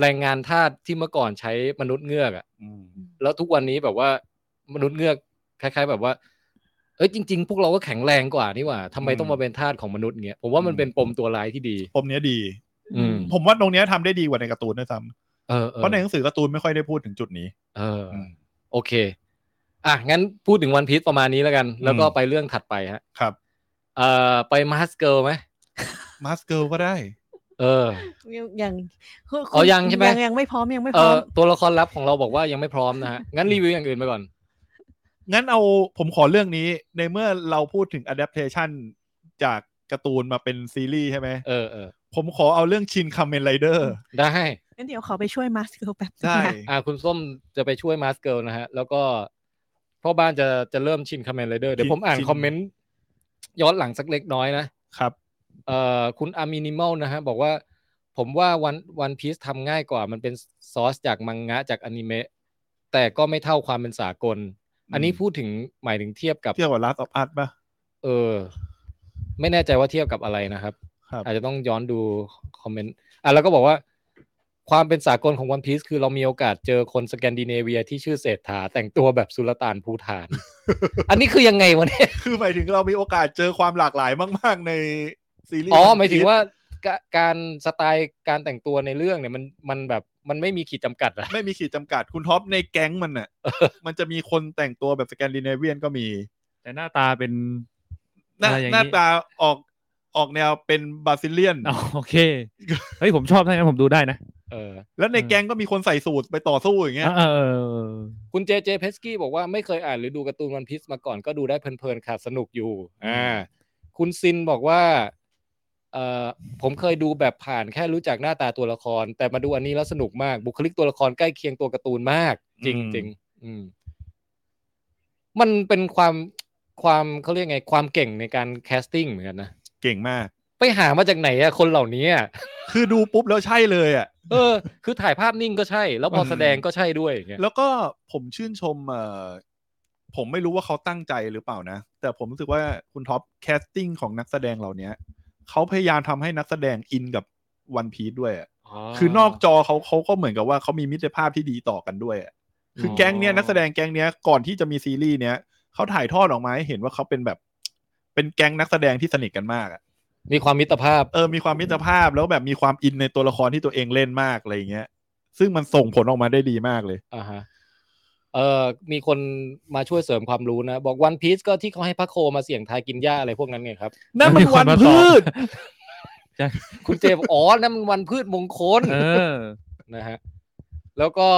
B: แรงงานทาสที่เมื่อก่อนใช้มนุษย์เงือกอะ
C: อืม
B: แล้วทุกวันนี้แบบว่ามนุษย์เงือกคล้าย ๆ แบบว่า เอ้ยจริง ๆ พวกเราก็แข็งแรงกว่านี่หว่าทำไม
C: อืม
B: ต้องมาเป็นทาสของมนุษย์เงี้ยผมว่ามัน
C: อืม
B: เป็นปมตัวร้ายที่ดี
C: ปมเนี้ยดี
B: อืม
C: ผมว่าตรงเนี้ยทำได้ดีกว่าในการ์ตูนด้วยซ้
B: เออ
C: ำเพราะในหนังสือการ์ตูนไม่ค่อยได้พูดถึงจุดนี้
B: เอออ
C: ม
B: โอเค อ่ะ งั้นพูดถึงวันพีซประมาณนี้แล้วกัน แล้วก็
C: อืม
B: ไปเรื่องถัดไปฮะ
C: ครับ
B: เอ่อ ไปมาสเกิลไหม
C: มาสเกิลก็ได้
B: เออ
D: ยังยังคุณ
B: อ๋อยังใช่ไหม
D: ยังยังไม่พร้อมยังไม่
B: เอ
D: พร้อ
B: อ
D: ม
B: ตัวละครลับของเราบอกว่ายังไม่พร้อมนะฮะ งั้นรีวิวอย่างอื่นไปก่อน
C: งั้นเอาผมขอเรื่องนี้ ในเมื่อเราพูดถึง adaptation จากการ์ตูนมาเป็นซีรีส์ใช่ไหม
B: เออเออ
C: ผมขอเอาเรื่องชินคาเมนไรเดอร์
B: ได้
D: งั้นเดี๋ยวขอไปช่วยมาสเกิลแป๊บนึง
C: ได้
D: นะ
B: อ่าคุณส้มจะไปช่วยมาสเกิลนะฮะ แล้วก็พ่อบ้านจะจะเริ่มชินค a มเมนไรเดอร์เดี๋ยวผมอ่านคอมเมนต์ย้อนหลังสักเล็กน้อยนะ
C: ครับ
B: เอ่อคุณอามินิมอลนะฮะ บอกว่า ผมว่าวันวันพีซทำง่ายกว่า มันเป็นซอสจากมังงะจากอนิเมะแต่ก็ไม่เท่าความเป็นสากล อันนี้พูดถึงหมายถึงเทียบกับ
C: เที่ยวกับ Last of Us ป่ะ
B: เออ ไม่แน่ใจว่าเทียบกับอะไรนะครับ
C: ครับ
B: อาจจะต้องย้อนดูคอมเมนต์อ่ะแล้วก็บอกว่า ความเป็นสากลของวันพี e คือเรามีโอกาสเจอคนสแกนดิเนเวียที่ชื่อเศรษฐา แต่งตัวแบบสุลต่านภู ฐาน อันนี้คือยังไงวะเนี่ย
C: คือหมายถึงเรามีโอกาสเจอความหลากหลายมาก ๆ ในซีรีส์
B: อ๋อหมายถึงว่าการการสไตล์การแต่งตัวในเรื่องเนี่ยมันมันแบบมันไม่มีขีดจำกัดอะ
C: ไม่มีขีดจำกัดคุณท็อปในแก๊งมันน่ะมันจะมีคนแต่งตัวแบบสแกนดิเนเวียนก็มี
E: แต่หน้าตาเป็น
C: หน้า
E: อะไรอย่ง
C: หน้าตาออกออกแนวเป็นบราซิเลียน
E: อ๋อโอ เค เฮ้ยผมชอบถ้างั้นผมดูได้นะ
B: เออ
C: แล้วในแก๊งก็มีคนใส่สูทไปต่อสู้อย่างเงี้ย
E: เออเออเออ
B: คุณเจเจเพสกี้บอกว่าไม่เคยอ่านหรือดูการ์ตูนวันพีซมาก่อนก็ดูได้เพลินๆค่ะสนุกอยู่ อ่า คุณซินบอกว่า เอ่อผมเคยดูแบบผ่านแค่รู้จักหน้าตาตัวละคร แต่มาดูอันนี้แล้วสนุกมาก บุคลิกตัวละครใกล้เคียงตัวการ์ตูนมาก จริงจริงๆอืม มันเป็นความความเขาเรียกไง ความเก่งในการแคสติ้งเหมือนกันนะ
C: เก่งมาก
B: ไปหามาจากไหนอะคนเหล่านี้อะ
C: คือดูปุ๊บแล้วใช่เลยอ่ะ
B: เออ คือถ่ายภาพนิ่งก็ใช่ แล้วพอแสดงก็ใช่ด้วยอย่างเงี้ย
C: แล้วก็ผมชื่นชมเอ่อผมไม่รู้ว่าเขาตั้งใจหรือเปล่านะ แต่ผมรู้สึกว่าคุณท็อปแคสติ้งของนักแสดงเหล่านี้เขาพยายามทำให้นักแสดงอินกับวันพี e ด้วยอะคือนอกจอเขาเขาก็เหมือนกับว่าเขามีมิตรภาพที่ดีต่อกันด้วยอะคือแก๊งเนี้ยนักแสดงแก๊งเนี้ยก่อนที่จะมีซีรีส์เนี้ยเขาถ่ายทอดออกมาให้เห็นว่าเขาเป็นแบบ เป็นแก๊งนักแสดงที่สนิทกันมากอะ
B: มีความมิตรภาพ
C: เออมีความมิตรภาพแล้วแบบมีความอินในตัวละครที่ตัวเองเล่นมากอะไรอย่างเงี้ย ซึ่งมันส่งผลออกมาได้ดีมากเลย
B: อ่าฮะ เอ่อ มีคนมาช่วยเสริมความรู้นะ บอกวันพีซก็ที่เขาให้พระโคมาเสี่ยงทายกินหญ้าอะไรพวกนั้นไงครับ
C: นั่นมัน
E: ค
C: วัน
E: มาต
C: พื
E: อบ
C: ช
B: คุณเจบอกอ๋อนั่นมันวันพืชมงคล
E: เออ
B: นะฮะ แล้วก็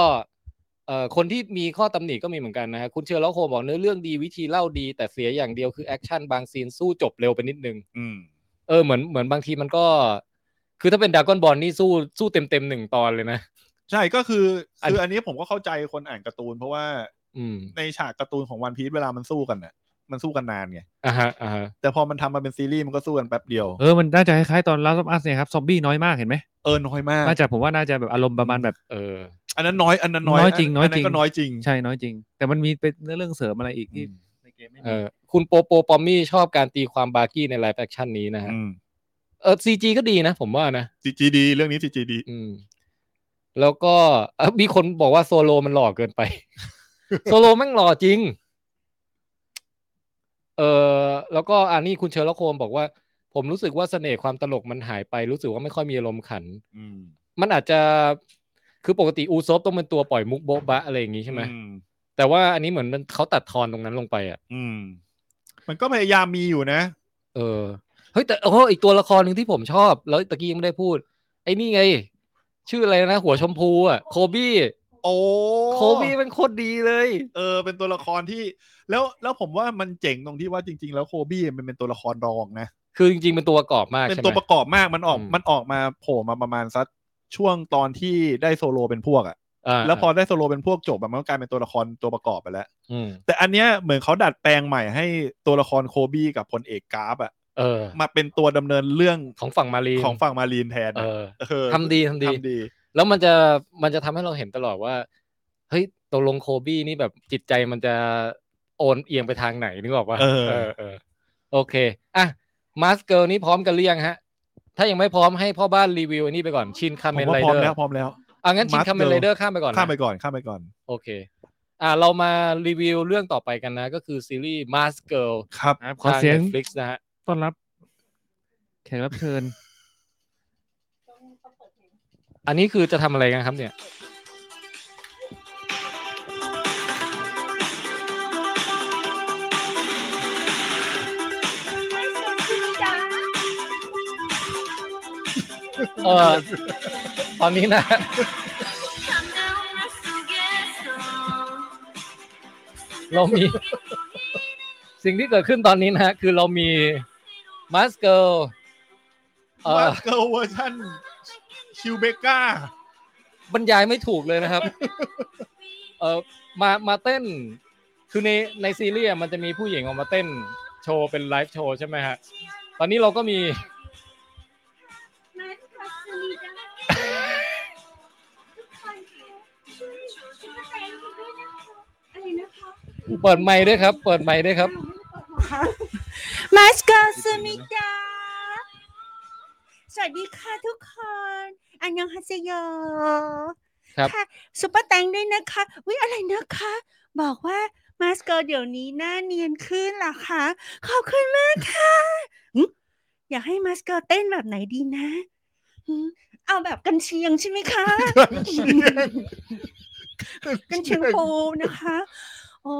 B: เอ่อ คนที่มีข้อตำหนิก็มีเหมือนกันนะฮะ คุณเชอร์ล็อกโฮมบอกเนื้อเรื่องดีวิธีเล่าดี แต่เสียอย่างเดียวคือแอคชั่นบางซีนสู้จบเร็วไปนิดนึง
C: อืม
B: เออ เหมือน เหมือนบางทีมันก็ คือถ้าเป็นดากอนบอลนี่สู้ สู้เต็มเต็มๆหนึ่งตอนเลยนะ
C: ใช่ก็คือ
B: อัน
C: คืออันนี้ผมก็เข้าใจคนอ่านการ์ตูน เพราะว่า
B: อืม
C: ในฉากการ์ตูนของวันพี e เวลามันสู้กันน่ะ มันสู้กันนานไง
B: อ่าฮะ อ่าฮะ
C: แต่พอมันทำมาเป็นซีรีส์มันก็สู้กันแป๊บเดียว
E: เออมันน่าจะคล้ายๆตอนลาสอ f อัสเนี่ยครับ ซอมบี้น้อยมากเห็นไหม
C: เออน้อยมาก
E: น่าจะผมว่าน่าจะแบบอารมณ์ประมาณแบบ
B: เออ
C: อันนั้นน้อยอันนั้นน้อย
E: น้อยจริงน้อยจริง
C: นก็น้อยจริง
E: ใช่น้อยจริง แต่มันมีเป็นเรื่องเสริมอะไรอีกที่ในเกมไม่
B: เอ
E: มี
B: อคุณโปโปปอมมี่ชอบการตีความบาร์กี้ในไลฟ์แอคชั่นนี้นะฮะ
C: อืม
B: เออซีจีก็ดีนะผมว่านะ
C: ซีจีดีเรื่องนี้ซีจีดี
B: อืม แล้วก็เอ่อมีคนบอกว่าโซโลมันหล่อเกินไป โซโลแม่งหล่อจริง เออแล้วก็อันนี้คุณเชอร์ล็อกโคมบอกว่า ผมรู้สึกว่าเสน่ห์ความตลกมันหายไป รู้สึกว่าไม่ค่อยมีอารมณ์ขัน
C: อืม
B: มันอาจจะคือปกติอูซบต้องเป็นตัวปล่อยมุกโบ๊ะบะอะไรอย่างงี้ใช่ไหม
C: อืม
B: แต่ว่าอันนี้เหมือนมันเขาตัดทอนตรงนั้นลงไปอ่ะ
C: อืม มันก็พยายามมีอยู่นะ
B: เออเฮ้ยแต่โอ้โหอีกตัวละครหนึ่งที่ผมชอบ แล้วตะกี้ยังไม่ได้พูด ไอ้นี่ไง ชื่ออะไรนะ หัวชมพูอ่ะโคบี้
C: โอ้
B: โคบี้เป็นโคตรดีเลย
C: เออ เป็นตัวละครที่ แล้วแล้วผมว่ามันเจ๋งตรงที่ว่าจริง ๆ แล้วโคบี้มันเป็นตัวละครรองนะ
B: คือจริงๆ เป็นตัวประกอบมาก
C: เป็น
B: ใช่ไห
C: ตัว
B: ม
C: ประกอบมากมันออก
B: อืม
C: มันออกมาโผล่มาประมาณสักช่วงตอนที่ได้โซโลเป็นพวกอะ
B: อ่า
C: แล้วพอได้โซโลเป็นพวกจบอะมันก็กลายเป็นตัวละครตัวประกอบไปแล้ว
B: อืม
C: แต่อันเนี้ยเหมือนเขาดัดแปลงใหม่ให้ตัวละครโคบี้กับพลเอกกราฟอะ
B: เออ
C: มาเป็นตัวดำเนินเรื่อง
B: ของฝั่งมารีน
C: ของฝั่งมารีนแทน
B: เอ
C: อะ
B: อ
C: เออ
B: ทำดีทำดี
C: ทำดี
B: แล้วมันจะมันจะทำให้เราเห็นตลอดว่า เฮ้ยตกลงโคบี้นี่แบบจิตใจมันจะโอนเอียงไปทางไหนนึกออกปะ
C: เออ
B: เออเออโอเค อ่ะมาสเกิลนี้พร้อมกันหรือยังฮะ ถ้ายังไม่พร้อมให้พ่อบ้านรีวิวอันนี้ไปก่อนชินคา
C: ผม
B: เมนไร
C: ว่าพร้อ
B: เดอ
C: ม
B: ร์
C: แล้วพร้อมแล้ว
B: อ่ะงั้นชิน
C: Mask
B: คาเมนไรเดอร์
C: Girl
B: ข้ามไปก่อนนะ
C: ข้ามไปก่อนข้ามไปก่อน
B: โอเค อ่ะเรามารีวิวเรื่องต่อไปกันนะ ก็คือซีรีส์มาสเกิล
C: ครับ
E: ครับขอเสียง
B: ฟลิกนะฮะ
E: ต้อนรับ แขกรับเชิญ
B: อันนี้คือจะทำอะไรกันครับเนี่ย เออตอนนี้นะ
G: Come down, let's go get some.
B: เรามี สิ่งที่เกิดขึ้นตอนนี้นะฮะคือเรามีมาสเกิลเอ่
C: มา
B: อ
C: สเกิลเวอร์ชันคิวเบ กา
B: บรรยายไม่ถูกเลย นะครับเออมามาเต้น คือในในซีรีส์อะมันจะมีผู้หญิงออกมาเต้นโชว์เป็นไลฟ์โชว์ใช่ไหมฮะ ตอนนี้เราก็มี เปิดไมค์ด้วยครับ เปิดไมค์ด้วยครับ
H: มาสกาสมิดาสวัสดีค่ะทุกคน อันยองฮาเซโย
B: ครับ
H: ะซุปเปอร์แตงด้วยนะคะวิอะไรนะคะ บอกว่ามาสเกอร์เดี๋ยวนี้หน้าเนียนขึ้นเหรอคะ ขอบคุณมากค่ะหึอยากให้มาสเกอร์เต้นแบบไหนดีนะหึเอาแบบกันเชียงใช่ไหมคะ กันเชียงปูนะคะ โอ้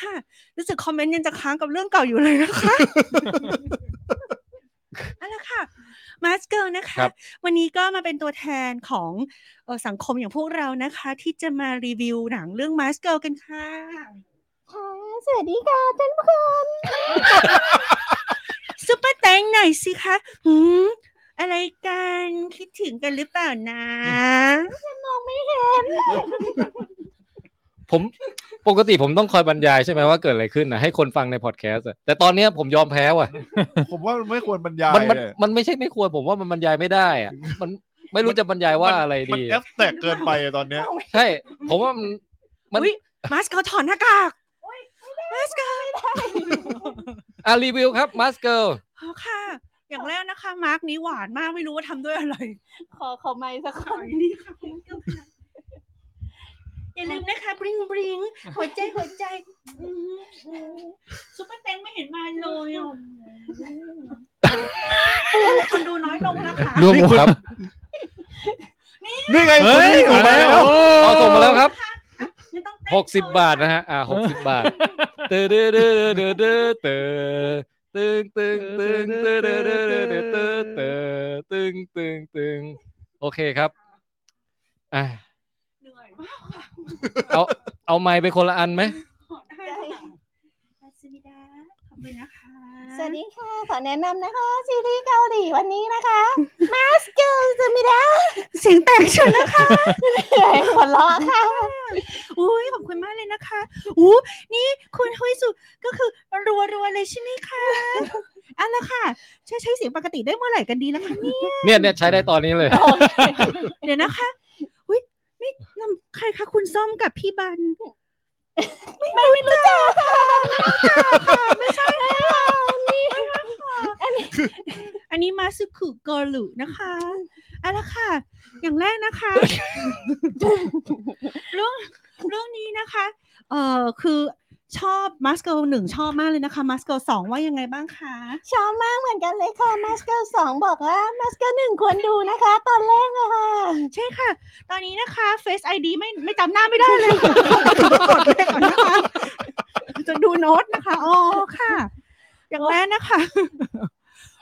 H: ค่ะ รู้สึกคอมเมนต์ยังจะค้างกับเรื่องเก่าอยู่เลยนะคะ เอาละค่ะ มาสเกอร์นะคะ
B: ครับ
H: วันนี้ก็มาเป็นตัวแทนของเอ่อสังคมอย่างพวกเรานะคะ ที่จะมารีวิวหนังเรื่องมาสเกอร์กันค่ะ
G: สวัสดีค่ะท่านผู้ชม
H: ซุปเปอร์แตงหน่อยสิคะหืมอะไรกันคิดถึงกันหรือเปล่านะ
G: มองไม่เห็น
B: ผมปกติผมต้องคอยบรรยายใช่ไหมว่าเกิดอะไรขึ้นนะให้คนฟังในพอดแคสต์อะแต่ตอนเนี้ยผมยอมแพ้ว่ะ
C: ผมว่าไม่ควรบรรยาย
B: มันมัน
C: เลย
B: มันไม่ใช่ไม่ควรผมว่ามันบรรยายไม่ได้อะมันไม่รู้จะบรรยายว่าอะไร
C: มัน
B: ดี
C: แอ
B: อะ
C: ฟแตกเกินไปอะตอนเนี้ย
B: ใช่ ผมว่ามันมัน
H: อุ๊ย มาสเกอร์ถอนหน้ากากมาสเกอร์
B: อ่ะรีวิวครับมาสเกิล
H: อ๋อค่ะ อย่างแรกนะคะ มาร์กนี้หวานมากไม่รู้ว่าทำด้วยอะไร
G: ขอขอไม้สักค
H: ขอน ยนี่ค่ะคุณผู้ชมค่ะอย่าลืมนะคะบริงบริงหัวใจหัวใจอื้อหือซุปเปอร์แตงไม่เห็นมาเลยอ่ะคนดูน้อยลงนะคะ
B: รวมครับ
C: นี่ไงคุณนี่ถูกแล้ว
B: เอาส่งมาแล้วครับ
H: ไม่ต้องเต้น
B: หกสิบบาทนะฮะอ่าหกสิบบาทเตอเดอเดอเดอเดอเตอตึงตึงตึงเตอเดอเดอเดอเดอเตอเตอตึงตึงตึงโอเคครับอ่ะ
H: เหนื่อย
B: เอาเอาไมค์ไปคนละอันไหม
H: ได้ค่ะมาสมิดาขอบคุณนะคะ
G: สวัสดีค่ะ ขอแนะนำนะคะซีรีส์เกาหลีวันนี้นะคะมาสเกิลจะมีได้
H: เสียงแตกเชนนะคะ
G: หัวเราะค่ะ
H: อุ้ยขอบคุณมากเลยนะคะอู้นี่คุณฮุยสุก็คือรัวรัวๆเลยใช่ไหมคะเอาละค่ะใช้ใช้เสียงปกติได้เมื่อไหร่กันดีแล้วคะเนี่ย
B: เนี่ยเนี่ยใช้ได้ตอนนี้เลย
H: เดี๋ยวนะคะ อุ้ยนี่นำใครคะคุณส้มกับพี่บัน ไม่ไม่รู้จักค่ะไม่ใช่ค่ะนี่อันนี้อันนี้มาสึคุโกลุนะคะเอาละค่ะ อย่างแรกนะคะเรื่องเรื่องนี้นะคะ เอ่อคือชอบมาสเกลหนึ่งชอบมากเลยนะคะมาสเกลสองว่ายังไงบ้างคะ
G: ชอบมากเหมือนกันเลยค่ะมาสเกิลสองบอกว่ามาสเกิลหนึ่งควรดูนะคะ ตอนแรกอะค่ะ
H: ใช่ค่ะ ตอนนี้นะคะ Face ID ไม่ไม่จำหน้าไม่ได้เลยค่ะกดเลขก่อนนะคะ จะดูโน้ตนะคะอ๋อค่ะ อย่างแรกนะคะ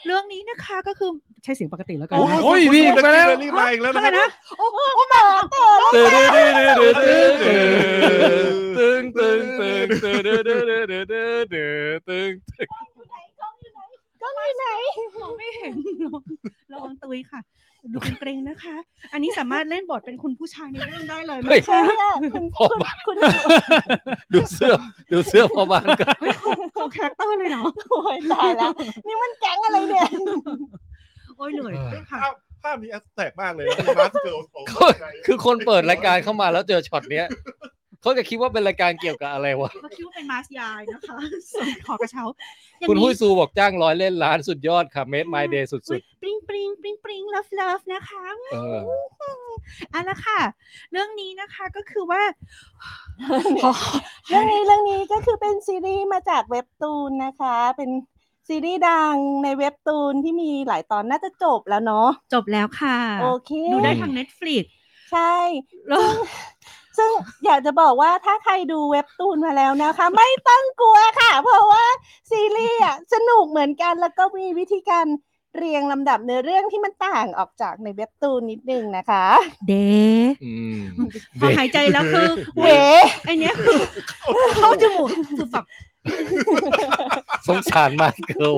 H: เรื่องนี้นะคะก็คือใช้เสียงปกติแล้วกัน
C: โอ้ย
H: นะคะ
I: โอ้ย
C: คุณ
I: พี่อีกแล้ว
C: คุณนี่มาอีกแล้ว
H: เท่า
C: นะ
H: ไห
C: ครั
H: ร่นะ
C: บ
H: โอ้โห
B: ตึง
C: ตึ
B: ตึง
C: งตึ
B: ตึง
C: งตึ
B: ตึง
C: ง
B: ตึงตึงตึงตึง
G: ก็ไหนไหน
H: ไม่เห็นลองลองตุยค่ะ ดูเกรงๆนะคะ อันนี้สามารถเล่นบทเป็นคุณผู้ชายในเรื่องได้เลยไหม
G: ใช่
H: คะ
G: ค่ะคุณคุณคุณ
B: ดูเสื้อดูเสื้อพอบานกัน
H: เฮ้ยเขาเขาคาแรคเตอร์เลยเนาะ
G: โอ้ยตายแล้วนี่มันแก๊งอะไรเนี่ย
H: โอ้ยเหนื่อยด้วยค่ะ
C: ภาพนี้แอฟแตกมากเลยมาสเกิล
B: คือคนเปิดรายการเข้ามาแล้วเจอช็อตเนี้ยเขาจะคิดว่าเป็นรายการเกี่ยวกับอะไรวะ
H: ก็คิดว่าเป็นมาสยายนะคะส่งขอกระเช้า
B: คุณ
H: อย่างนี้
B: หุ้ยซูบอกจ้างร้อยเล่นล้านสุดยอดค่ะเมดไมเดย์สุ
H: อุ๊
B: ด
H: ยปริงปริงปริงปริงเลิฟเลิฟนะคะ
B: ๆเออ
H: เอาละค่ะ เรื่องนี้นะคะก็คือว่า
G: เรื่องนี้เรื่องนี้ก็คือเป็นซีรีส์มาจากเว็บตูนนะคะ เป็นซีรีส์ดังในเว็บตูนที่มีหลายตอนน่าจะจบแล้วเนาะ
H: จบแล้วค่ะ
G: โอเค
H: ดูได้ทาง Netflix
G: ใช่
H: แล้ว
G: ซึ่งซึ่งอยากจะบอกว่าถ้าใครดูเว็บตูนมาแล้ว นะคะ ไม่ต้องกลัวค่ะ เพราะว่าซีรีส์อ่ะสนุกเหมือนกันแล้วก็มีวิธีการ เรียงลำดับเนื้อเรื่องที่มันต่างออกจากในเว็บตูนนิดนึงนะคะ
D: เด
B: อืม
D: พอหายใจแล้วคือ
G: เว้
D: ไอเนี้ยคือ เข้าจมูกคือแบบ
B: สงสารมากเกิล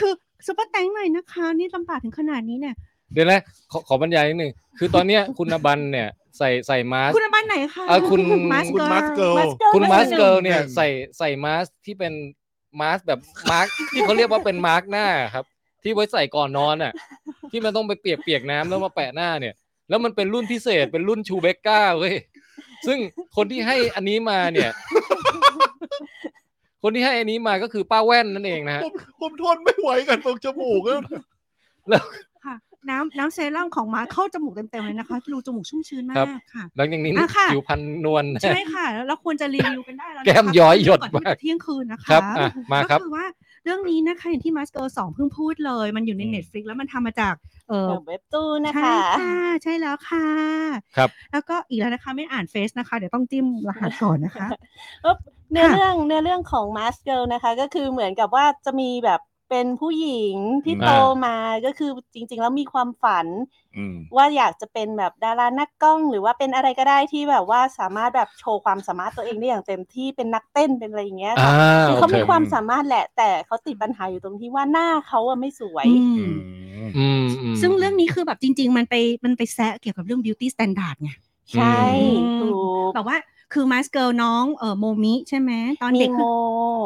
H: คือซุปเปอร์แตงหน่อยนะคะ นี่ลำบากถึงขนาดนี้เนี่ย
B: เดี๋ยวนะขอขอบรรยายนิดหนึ่งคือตอนเนี้ยคุณอบันเนี่ยใส่ใส่มาสก์
H: คุณบ้านไหนคะ
B: เอ่อคุณ
H: มาส
C: คุณ
H: เกิ
C: มาสเกิ
H: ร์ล
C: ล
G: มาสเกิล
B: คุณมาสเกิลเนี่ย
C: หนึ่ง
B: ใส่ใส่มาสก์ที่เป็นมาสก์แบบมาร์กที่เขาเรียกว่าเป็นมาร์กหน้าครับ ที่ไว้ใส่ก่อนนอนอ่ะ ที่มันต้องไปเปียกเปียกน้ำแล้วมาแปะหน้าเนี่ย แล้วมันเป็นรุ่นพิเศษเป็นรุ่นชูเบก้าเว้ยซึ่งคนที่ให้อันนี้มาเนี่ย คนที่ให้อันนี้มาก็คือป้าแว่นนั่นเองนะฮะ
C: ผมผมทนไม่ไหวกันตรงจมูกแล้ว
H: ค่ะน้ำน้ำเซรั่มของมาสเข้าจมูกเต็มๆเลยนะคะรูจมูกชุ่มชื้นมา
B: ครับ
H: กค่ะ
B: หลังจากนี้
H: อ่ะค่ะ
B: ผิวพันนวล
H: ใช่ค่ะ แล้วเราควรจะรีวิวกันได้แล้วนะคะ
B: แก้มย้อยหยด
H: ก่อนที่
B: มา
H: จะ
B: ก
H: เที่ยงคืนนะคะ
B: ครับอ่ะมาครับ
H: ก็คือว่าเรื่องนี้นะคะอย่างที่มาสเกิร์สองเพิ่งพูดเลย มันอยู่ใน
B: อืม
H: Netflix แล้วมันทำมาจากเออ
G: เว็บตูนนะ
H: ใช่
G: คะ
H: ค่ะ ใช่แล้วค่ะ
B: ครับ
H: แล้วก็อีกแล้วนะคะไม่อ่านเฟซนะคะ เดี๋ยวต้องจิ้มรหัสก่อนนะคะ
G: เนื้อ
H: ค่ะ
G: เรื่องเนื้อเรื่องของมาสเกิลนะคะ ก็คือเหมือนกับว่าจะมีแบบเป็นผู้หญิงที่
B: อืม
G: โตมาก็คือจริง ๆ แล้วมีความฝัน
B: อืม
G: ว่าอยากจะเป็นแบบดารานักกล้อง หรือว่าเป็นอะไรก็ได้ที่แบบว่าสามารถแบบโชว์ความสามารถตัวเองได้อย่างเต็มที่เป็นนักเต้นเป็นอะไรอย่างเงี้ย
B: อ่า
G: ค่ะคือเขา
B: โอเค
G: มีความสามารถแหละ แต่เขาติดปัญหาอยู่ตรงที่ว่าหน้าเขา อะไม่สวย
H: อืม
B: อืมอืม
H: ซึ่งเรื่องนี้คือแบบจริง ๆ มันไปมันไปแซะเกี่ยวกับเรื่อง beauty standard ไง
G: ใช่
H: อืม
G: ถูก
H: แบบว่าคือมาสเกิลน้องเอ่อโมมิใช่ไหมตอน
G: มี
H: เด็ก
G: โม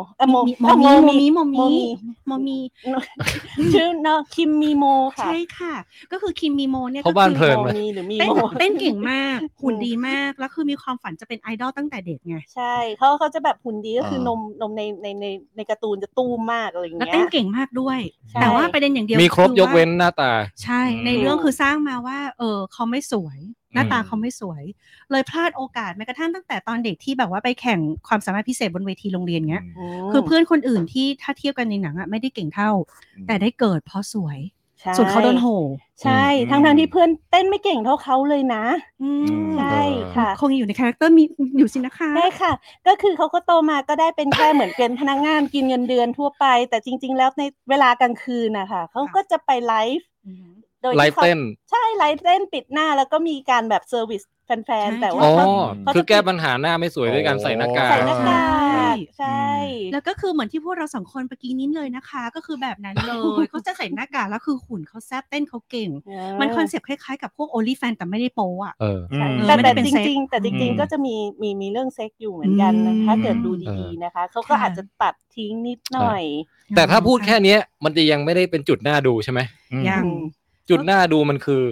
H: คือ
G: เอ่อโม
H: โม
G: เอ่อ
H: มิโมมิโม
G: โม
H: มิ
G: มี
H: โมมิ
G: ชื่อเนาะคิมมีโมค่ะ
H: ใช่ค่ะ ก็คือคิมมีโมเนี่ย
B: เพราะบ้าน
H: ก็คือ
B: เพลิน
G: โมมีหรือมี
H: เต้น
G: โม
H: เต้นเก่งมาก หุ่น
G: อืม
H: ดีมาก แล้วคือมีความฝันจะเป็นไอดอลตั้งแต่เด็กไง
G: ใช่เขาเขาจะแบบหุ่นดีก็คือ
B: อ่าน น
G: มนมในในในในการ์ตูนจะตู้มมากอะไรอย่าง
H: แล้ว
G: เงี้ย
H: เต้นเก่งมากด้วย
G: ใช่
H: แต่ว่าประเด็นอย่างเดียว
B: มีครบ
H: อาย
B: กเว้นหน้าตา
H: ใช่ ใน
B: อืม
H: เรื่องคือสร้างมาว่า เออเขาไม่สวย หน้าตา
B: อืม
H: เขาไม่สวย เลยพลาดโอกาสแม้กระทั่งตั้งแต่ตอนเด็กที่แบบว่าไปแข่งความสามารถพิเศษบนเวทีโรงเรียนเงี้ย
G: ม
H: คือเพื่อนคนอื่นที่ถ้าเทียบกันในหนังอะไม่ได้เก่งเท่า
J: อืม
H: แต่ได้เกิดเพราะสวย
G: ใช่
H: ส่วนเขาโดนโห
G: ใช่ทั้งทั้งๆที่เพื่อนเต้นไม่เก่งเท่าเขาเลยนะ
H: อืม
G: ใช่ค่ะ
H: คงอยู่ในคาแรคเตอร์มีอยู่สินะคะ
G: ใช่ค่ะ ก็คือเขาก็โตมาก็ได้เป็นแค่เหมือนเป็นพนักงานกินเงินเดือนทั่วไป แต่จริง ๆ แล้วในเวลากลางคืนนะคะเขาก็จะไปไลฟ์
H: อืม
G: โดย
B: ไล
G: ที่
B: ฟ์
G: เขา
B: เต้น
G: ใช่ไลฟ์เต้นปิดหน้าแล้วก็มีการแบบเซอร์วิสแฟน
H: ใช่
G: ๆแต่ว่า
B: อ๋อ
G: เขา
J: เขาจะ
B: คือแก้ปัญหาหน้าไม่สวยด้วยการใส่หน้ากาก
G: ใส่หน้ากาก ใช่
H: แล้วก็คือเหมือนที่พวกเราสองคนเมื่อกี้นี้เลยนะคะ ก็คือแบบนั้นเลย เขาจะใส่หน้ากากแล้วคือหุ่นเขาแซบเต้นเขาเก่ง มันคอนเซปต์คล้ายๆกับพวกโอลิแฟนแต่ไม่ได้โปอ่ะ
B: เออ
C: อืม
G: แต่
H: ไม่ได้
G: แต่
H: เป็น
G: จ
H: เซ็ก
G: ริง ๆ แต่จริง
B: อืม
G: ๆ ก็จะมีมีมีเรื่องเซ็กอยู่เหมือนกันนะ
H: อืม
G: ถ้าเกิดดู
B: เอ
G: ดี
B: อ
G: ๆนะคะเขาก็อาจจะตัดทิ้งนิดหน่อย
B: แต่ถ้าพูดแค่เนี้ย มันจะยังไม่ได้เป็นจุดหน้าดูใช่ไหม
H: ยัง
B: จุดหน้าดูมันคือ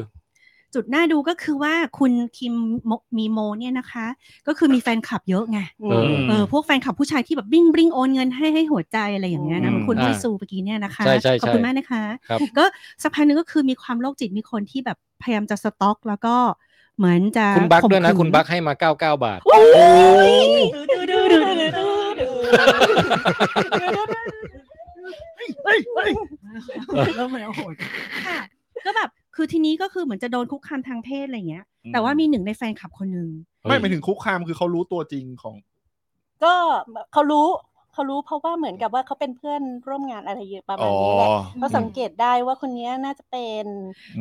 H: จุดน่าดูก็คือว่าคุณคิมโมมีโมเนี่ยนะคะ ก็คือมีแฟนคลับเยอะไง
G: อื
B: เออ
G: ม
H: เออพวกแฟนคลับผู้ชายที่แบบบิ้งบิ้งโอนเงินให้ให้หัวใจอะไรอย่างเงี้ยนะเหมือนคุณ
B: อ่า
H: พี่ซูเมื่อกี้เนี่ยนะคะ
B: ใช่ใช่ใช่
H: ขอบคุณมากนะคะ
B: ครับ
H: ก็สักพักหนึงก็คือมีความโรคจิตมีคนที่แบบพยายามจะสต็อก แล้วก็เหมือนจะ
B: คุณบักด้วยนะ
H: ข่มขื
B: คุณบักให้มา 99 บาท
H: แล้วมันเอาโหดค่ะก็แบบคือทีนี้ก็คือเหมือนจะโดนคุกคามทางเพศอะไรเงี้ย แต่ว่ามีหนึ่งในแฟนคลับคนหนึ่ง
C: ไม่ไปถึงคุกคามคือเขารู้ตัวจริงของ
G: ก็เขารู้เขารู้เพราะว่าเหมือนกับว่าเขาเป็นเพื่อนร่วมงานอะไรเยอะประมาณนี้แหละ
J: อ๋อ
G: เขาสังเกตได้ว่าคนเนี้ยน่าจะเป็น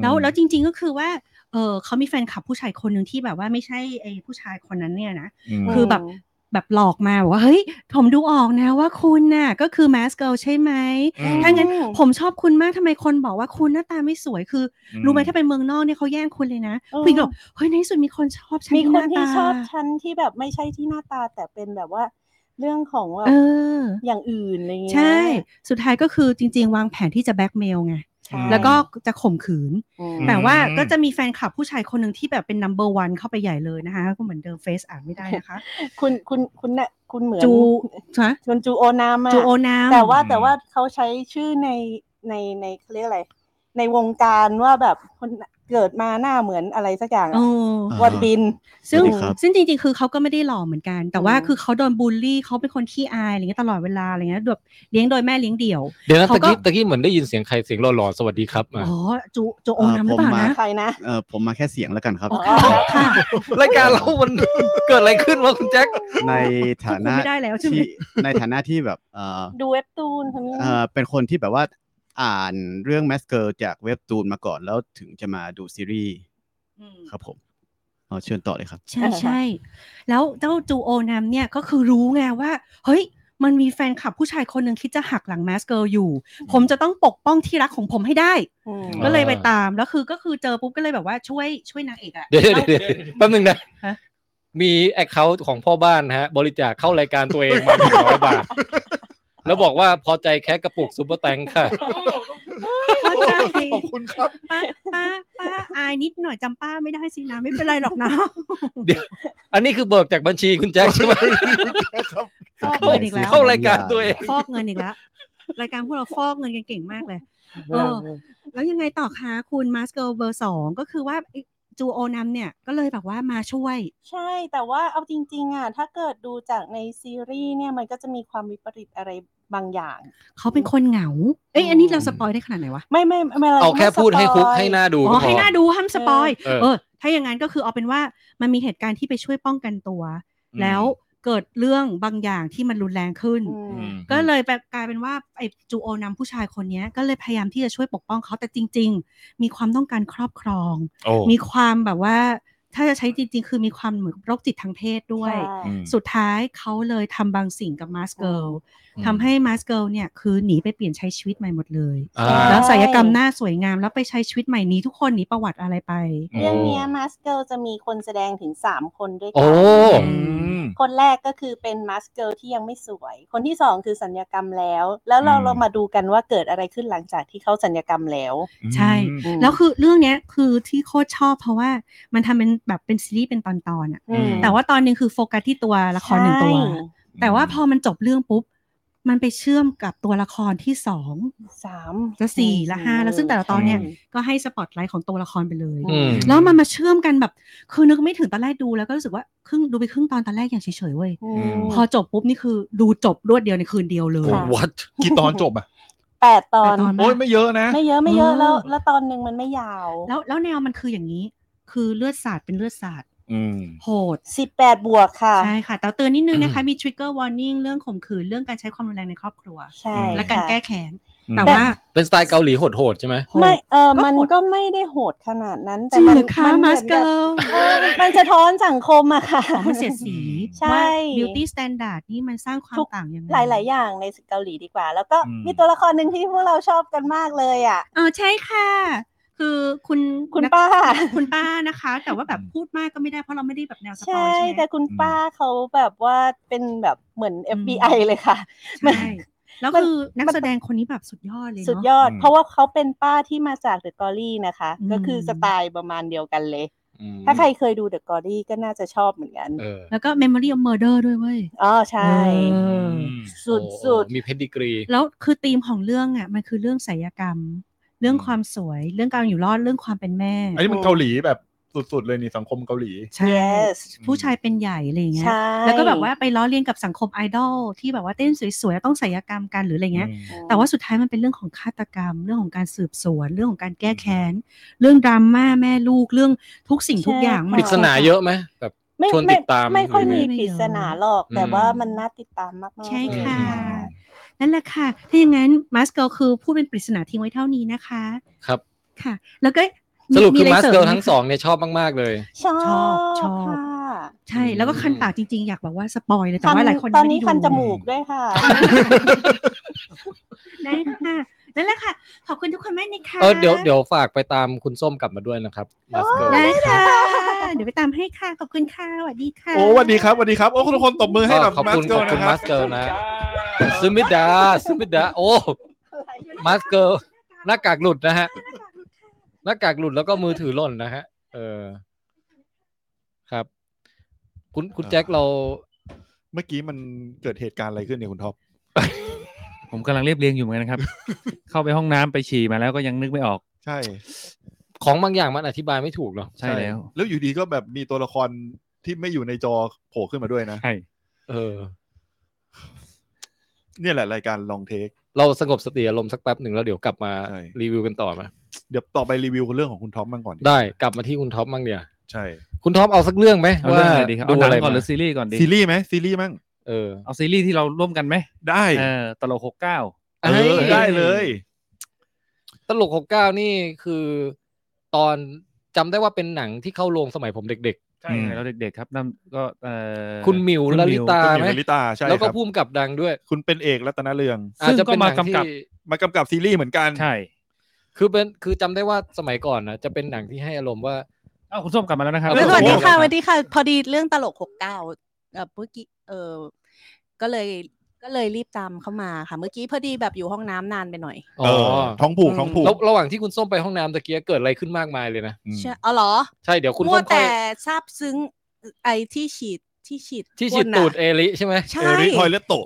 H: แล้วแล้วจริง ๆก็คือว่าเออเขามีแฟนคลับผู้ชายคนหนึ่งที่แบบว่าไม่ใช่ไอ้ผู้ชายคนนั้นเนี่ยนะ คือแบบแบบหลอกมาบอกว่าเฮ้ย ผมดูออกนะว่าคุณน่ะ ก็คือแมสเกิลใช่ไหม ถ้างั้นผมชอบคุณมากทำไมคนบอกว่าคุณหน้าตาไม่สวยคือ รู้ไหมถ้าเป็นเมืองนอกเนี่ยเขาแย่งคุณเลยนะผู้หญิงก็บอกเฮ้ยในที่สุดมีคนชอบฉัน
G: มี
H: ที่
G: ค
H: ห
G: น
H: น้า
G: ที่
H: ตา
G: ชอบฉันที่แบบไม่ใช่ที่หน้าตาแต่เป็นแบบว่า เรื่องของแบบ
H: เออ
G: อย่างอื่นอะไรเงี้ย
H: ใช่ สุดท้ายก็คือจริง ๆ วางแผนที่จะแบล็กเมลไง
G: ใช่
H: แล้วก็จะข่มขืน
G: อืม
H: แต่ว่าก็จะมีแฟนคลับผู้ชายคนหนึ่งที่แบบเป็น number one เข้าไปใหญ่เลยนะคะ ก็เหมือนเดิมเฟซอ่านไม่ได้นะคะ
G: คุณคุณคุณน่ะคุณเหมือน
H: จูฮะ
G: คุณจูโอนามา
H: จูโอน้ำ
G: แต่ว่าแต่ว่าเขาใช้ชื่อในในในเขาเรียกอะไร ในวงการว่าแบบคนเกิดมาหน้าเหมือนอะไรสักอย่างอะ
H: โอ้
G: วันบิน
H: ซึ่ง
G: สวัสดีครับ
H: ซึ่งจริงๆ คือเขาก็ไม่ได้หล่อเหมือนกัน แต่ว่า
G: อืม
H: คือเขาโดนบูลลี่เขาเป็นคนขี้อายอะไรเงี้ยตลอดเวลาอะไรเงี้ยแบบเลี้ยงโดยแม่เลี้ยงเดี่ยว
B: เดี๋ยวนะ
H: เขา
B: ตะ
H: ก็
B: กี้ตะกี้เหมือนได้ยินเสียงใครเสียงหล่อๆ สวัสดีครับอ่ะ
H: อ๋อจูจูโอน้ำหรือเปล่านะ
G: ใครนะ
J: เออผมมาแค่เสียงแล้วกันครับ
G: อ๋อ
H: ค่ะ
B: รายการเรามัน เกิดอะไรขึ้นวะคุณแจ็ค
J: ในฐานะ
H: ควบคุมไม่ได้แล้วใช่ไหม
J: ที่ในฐานะที่แบบเออ
G: ดูเว็บตูนคนนี้
J: เออเป็นคนที่แบบว่า อ่านเรื่องแมสเกิลจากเว็บตูนมาก่อนแล้วถึงจะมาดูซีรีส์ครับผมเอาเชิญต่อเลยครับ
H: ใช่ใช่ แล้วเจ้าจูโอนัมเนี่ยก็คือรู้ไงว่า เฮ้ย มันมีแฟนคลับผู้ชายคนหนึ่งคิดจะหักหลังแมสเกิลอยู่ ผมจะต้องปกป้องที่รักของผมให้ได้ ก็เลยไปตาม แล้วคือก็คือเจอปุ๊บก็เลยแบบว่าช่วยช่วยนางเอกอะ
B: เดี๋ยวเดี๋ยวเดี๋ยวแป๊บนึงนะ
H: ฮะ
B: มีแอคเคาท์ของพ่อบ้านนะฮะ บริจาคเข้ารายการตัวเองมาหนึ่งร้อยบาท แล้วบอกว่าพอใจแค่กระปุกซุปเปอร์แตงค่ะ
H: เข้าใจ
C: ขอบคุณครับ
H: ป้าป้าป้าอายนิดหน่อยจำป้าไม่ได้สินะไม่เป็นไรหรอก นะ
B: อันนี้คือเบิกจากบัญชีคุณแจ็คใช่ไหม
H: ฟอกเงินอีกแล้ว
B: เข้ารายการตัวเอง
H: ฟอกเงินอีกแล้วรายการพวกเราฟอกเงินกันเก่งมากเลย เออ แล้วยังไงต่อคะคุณมาสเกิลเบอร์สองก็คือว่าไอ้จูโอนัมเนี่ยก็เลยแบบว่ามาช่วย
G: ใช่แต่ว่าเอาจริง ๆอ่ะถ้าเกิดดูจากในซีรีส์เนี่ยมันก็จะมีความวิปริตอะไรบางอย่าง
H: เขาเป็นคนเหงา เอ้ยอันนี้เราสปอยได้ขนาดไหนวะ
G: ไม่ไม่ไม่ร
B: เอาแค่พูดให้คุกให้หน้าดู
H: อ๋
B: ก็
H: อ
B: พ
H: ให้หน้าดูห้ามสปอย
B: เออ
H: เออ ถ้าอย่างนั้นก็คือเอาเป็นว่ามันมีเหตุการณ์ที่ไปช่วยป้องกันตัว
B: อืม
H: แล้วเกิดเรื่องบางอย่างที่มันรุนแรงขึ้น
G: อืม
B: อืม
H: ก็เลยแบบกลายเป็นว่าไอ้จูโอนำผู้ชายคนเนี้ยก็เลยพยายามที่จะช่วยปกป้องเขาแต่จริง ๆ มีความต้องการครอบครอง
B: โอ้
H: มีความแบบว่า ถ้าจะใช้จริง ๆ คือมีความเหมือนโรคจิตทางเพศด้วย
G: ใช่
H: สุดท้ายเขาเลยทำบางสิ่งกับมาสเกิล
B: อืม
H: ทำให้มาสเกิลเนี่ยคือหนีไปเปลี่ยนใช้ชีวิตใหม่หมดเลย
B: อ่า
H: แล้วศัลยกรรมหน้าสวยงามแล้วไปใช้ชีวิตใหม่หนี้ทุกคนหนีประวัติอะไรไป
G: เรื่องเนี้มาสเกิลจะมีคนแสดงถึงสามคนด้วยกั
B: โอ้
G: คนแรกก็คือเป็นมาสเกิลที่ยังไม่สวย คนที่สองคือสัญญกรรมแล้ว แล้วเรา
C: อืม
G: เรามาดูกันว่าเกิดอะไรขึ้นหลังจากที่เขาสัญญกรรมแล้ว
H: ใช่ แล้วคือเรื่องเนี้ยคือที่โคตรชอบเพราะว่ามันทำเป็นแบบเป็นซีรีส์เป็นตอนๆอะ
B: อืม
H: แต่ว่าตอนหนึงคือโฟกัสที่ตัวละครหนึ่งตัว
G: ใช่
H: แต่ว่าพอมันจบเรื่องปุ๊บ มันไปเชื่อมกับตัวละครที่สอง
G: สาม
H: และสี่และห้าแล้วซึ่งแต่ละตอนเนี่ย
G: อืม
H: ก็ให้สปอตไลท์ของตัวละครไปเลย
B: อืม
H: แล้วมันมาเชื่อมกันแบบคือนึกไม่ถึงตอนแรกดูแล้วก็รู้สึกว่าครึ่งดูไปครึ่งตอนตอนแรกอย่างเฉยๆเว้ยพอจบปุ๊บนี่คือดูจบรวดเดียวในคืนเดียวเลย
G: ค่ะ
B: what
C: กี่ตอนจบอ่ะ
G: แปดตอน
H: แปดตอน
C: โอ้ยไม่เยอะนะ
G: ไม่เยอะไม่เยอะ
H: อืม
G: แล้ว แล้วตอนหนึ่งมันไม่ยาว
H: แล้วแล้วแนวมันคืออย่างนี้ คือเลือดสาดเป็นเลือดสาด
C: อืม
H: โหด
G: สิบแปดบวกค่ะ
H: ใช่ค่ะ แต่เตือนนิดนึงนะคะ มี trigger warning เรื่องข่มขืน เรื่องการใช้ความรุนแรงในครอบครัว
G: ใช่
H: และการ
G: ค่ะ
H: แก้แค้น
C: อืม
H: แต่ว่า
B: เป็นสไตล์เกาหลีโหดๆใช่ไหม
H: โหด
G: ไม่เออ
H: ก็
G: มัน
H: โหด
G: ก็ไม่ได้โหดขนาดนั้น แต่
H: จริง
G: มัน
H: เหรือคะ
G: น
H: มาส
G: ห
H: เกิ
G: อน
H: ล
G: บเออมันสะท้อนสังคมอะค่ะ
H: ของมันเสียดสี
G: ใช่
H: ว่า beauty standard นี่มันสร้างความต่างยังไง
G: หลาย ๆ อย่างในเกาหลีดีกว่า แล้วก็
C: อืม
G: มีตัวละครหนึ่งที่พวกเราชอบกันมากเลยอ่ะ
H: เออใช่ค่ะ คือคุณ
G: คุณ
H: นัก
G: ป้า
H: คุณป้านะคะ แต่ว่าแบบพูดมากก็ไม่ได้เพราะเราไม่ได้แบบแนวสปอ
G: ใช่
H: ยใช่ไหม
G: แต่คุณป้าเขาแบบว่าเป็นแบบเหมือน FBI เลยค่ะ มัน
H: ใช่แล้วคือนักแสดงคนนี้แบบสุดยอดเลย
G: สุด
H: เนาะ
G: ยอด
C: อืม
G: เพราะว่าเขาเป็นป้าที่มาจากเดอะกอรี่นะคะ
H: อืม
G: ก็คือสไตล์ประมาณเดียวกันเลย ถ้าใครเคยดูเดอะกอรี่ก็น่าจะชอบเหมือนกัน
B: เออ
H: แล้วก็ memory of murder ด้วยเว้ย
G: อ๋อใช่
H: เออ
G: สุดสุด
B: มีเพดดิกรี
H: แล้วคือธีมของเรื่องอ่ะมันคือเรื่องศิลปกรรม เรื่องความสวย เรื่องการอยู่รอดเรื่องความเป็นแม่
C: อันนี้มันเกาหลีแบบสุดๆเลยนี่สังคมเกาหลี
H: ใช่
G: yes
H: ผู้ชายเป็นใหญ่อะไรอย่างเงี้ย
G: ใช่
H: แล้วก็แบบว่าไปล้อเลียนกับสังคมไอดอลที่แบบว่าเต้นสวยๆแล้วต้องศิลปกรรมกันหรืออะไรเงี้ย แต่ว่าสุดท้ายมันเป็นเรื่องของฆาตกรรม เรื่องของการสืบสวน เรื่องของการแก้แค้น เรื่องดราม่าแม่ลูกเรื่องทุกสิ่งทุกอย่างมัน
B: ปริศนาเยอะไหมแบบ
G: ไม่
B: ชวนติ
G: ไม่
B: ดตาม
G: ไม่ค่อย
B: หรือ
G: มี
B: ไง
G: ปริศนาหรอก
B: อืม
G: แต่ว่ามันน่าติดตามมากๆ
H: ใช่
G: เลย
H: ค่ะ นั่นแหละค่ะ ถ้าอย่างนั้นมาสเกิลคือพูดเป็นปริศนาทิ้งไว้เท่านี้นะคะ
B: ครับ
H: ค่ะ แล้วก็
B: สรุปคือ
H: อะ
B: มาสเกิล
H: ไไห
B: ทั้งสองเนี่ยชอบมาก ๆ เลย
G: ชอบ
H: ชอบชอบ
G: ค่ะ
H: ใช่ แล้วก็คันปากจริงๆ อยากบอกว่าสปอยเลย แต่ว่า
G: คั
H: หลายคน
G: ตอน
H: ยัง
G: นี้
H: ไม่ได้ดู
G: คันจมูกด้วยค่ะ
H: ได้ค่ะ นั่นแหละค่ะ ขอบคุณทุกคนมากนะคะ
B: เออเดี๋ยวเดี๋ยวฝากไปตามคุณส้มกลับมาด้วยนะครับมาสเกิล
H: ได้ค่ะ เดี๋ยวไปตามให้ค่ะ ขอบคุณค่ะสวัสดีค่ะ
C: โอ้สวัสดีครับสวัสดีครับ โอ้ทุกคนตบมือให้กับ
B: ขอบ
C: มา
B: คุ
C: ส
B: ณ
C: เกิ
B: ข
C: ล
B: อบคุณ
C: นะค
B: มา
C: รับ
B: สเกิลนะซึมิดาซึมิดาโอ้ มาสเกิลหน้ากากหลุดนะฮะ หน้ากากหลุดแล้วก็มือถือหล่นนะฮะ เออ ครับ คุณคุณแจ็คเรา
C: เมื่อกี้มันเกิดเหตุการณ์อะไรขึ้นเนี่ยคุณท็อป
E: ผมกำลังเรียบเรียงอยู่เหมือน กันครับ เข้าไปห้องน้ำไปฉี่มาแล้วก็ยังนึกไม่ออก
C: ใช่
B: ของบางอย่างมันอธิบายไม่ถูกเนาะ
E: ใช่แล้ว
C: แล้วอยู่ดีก็แบบมีตัวละครที่ไม่อยู่ในจอโผล่ขึ้นมาด้วยนะ
E: ใช่
B: เออ
C: เนี่ยแหละรายการลองเทค
B: เราสงบสติอารมณ์สักแป๊บหนึ่งแล้วเดี๋ยวกลับมา
C: ใช่
B: รีวิวกันต่อไหม
C: เดี๋ยวต่อไปรีวิวเรื่องของคุณท็อปบ้างก่อน
B: ได้กลับมาที่คุณท็อปมั่งเดี๋ยว
C: ใช่
B: คุณท็อปเอาสักเรื่องไหม
E: เอา
B: ว่า
E: เรื่องอะไรดีครับ
B: ดู
E: เอาหนั
B: อะ
E: ง
B: ไร
E: ก่อน
B: มา
E: หรือซีรีส์ก่อนดี
C: ซีรีส์ไหมซีรีส์มั่ง
B: เออ
E: เอาซีรีส์ที่เราร่วมกันไหม
C: ได้
E: เออตลกหกเก้า
C: เออได้เลย
B: ตลกหกเก้านี่คือ ตอนจำได้ว่าเป็นหนังที่เข้าโรงสมัยผมเด็ก
F: ใช่
C: อืม
F: ค
E: เรา
F: รับ
E: เด็กๆครับนั่นก็เอ่อ
B: คุณหมิว
E: คุณ
B: ลลิตา
C: คุณห
B: ไหม
C: มิวลลิตาใช่
B: แล้วก็
C: ครับ
B: พุ่มกับดังด้วย
C: คุณเป็นเอกรัตนเรือง
B: อาจจะเป็นหนังที่
C: มากำกับซีรีส์เหมือนกัน
E: ใช่
B: คือเป็นคือจำได้ว่าสมัยก่อนนะจะเป็นหนังที่ให้อารมณ์ว่า
E: เอ้าคุณส้มกลับมาแล้วนะครับ
D: แล้วสวัสดีค่ะ
B: โอ้โห
D: สวัสดีค่ะ พอดีเรื่องตลกหกเก้าเอ่อเมื่อกี้เออก็เลยก็เลยรีบตามเข้ามาค่ะ เมื่อกี้พอดีแบบอยู่ห้องน้ำนานไปหน่อย
B: อ๋
C: เอ
B: อ
C: อท้องผูก
D: อืม
C: ท้องผูก
B: แล้วระหว่างที่คุณส้มไปห้องน้ำตะเกียเกิดอะไรขึ้นมากมายเลยนะ
D: เชื่ออ๋อเหรอ
B: ใช่เดี๋ยวคุณ
D: มั
B: ส้
D: ว
B: มค่อ
D: แต่
B: ย
D: ซาบซึ้งไอที่ฉีดที่ฉีด
B: ที่ฉีด
D: พ่นน่ะ
B: ตูดเอลิใช่ไหม
D: ใช่
C: เอริทอยเลตโตะ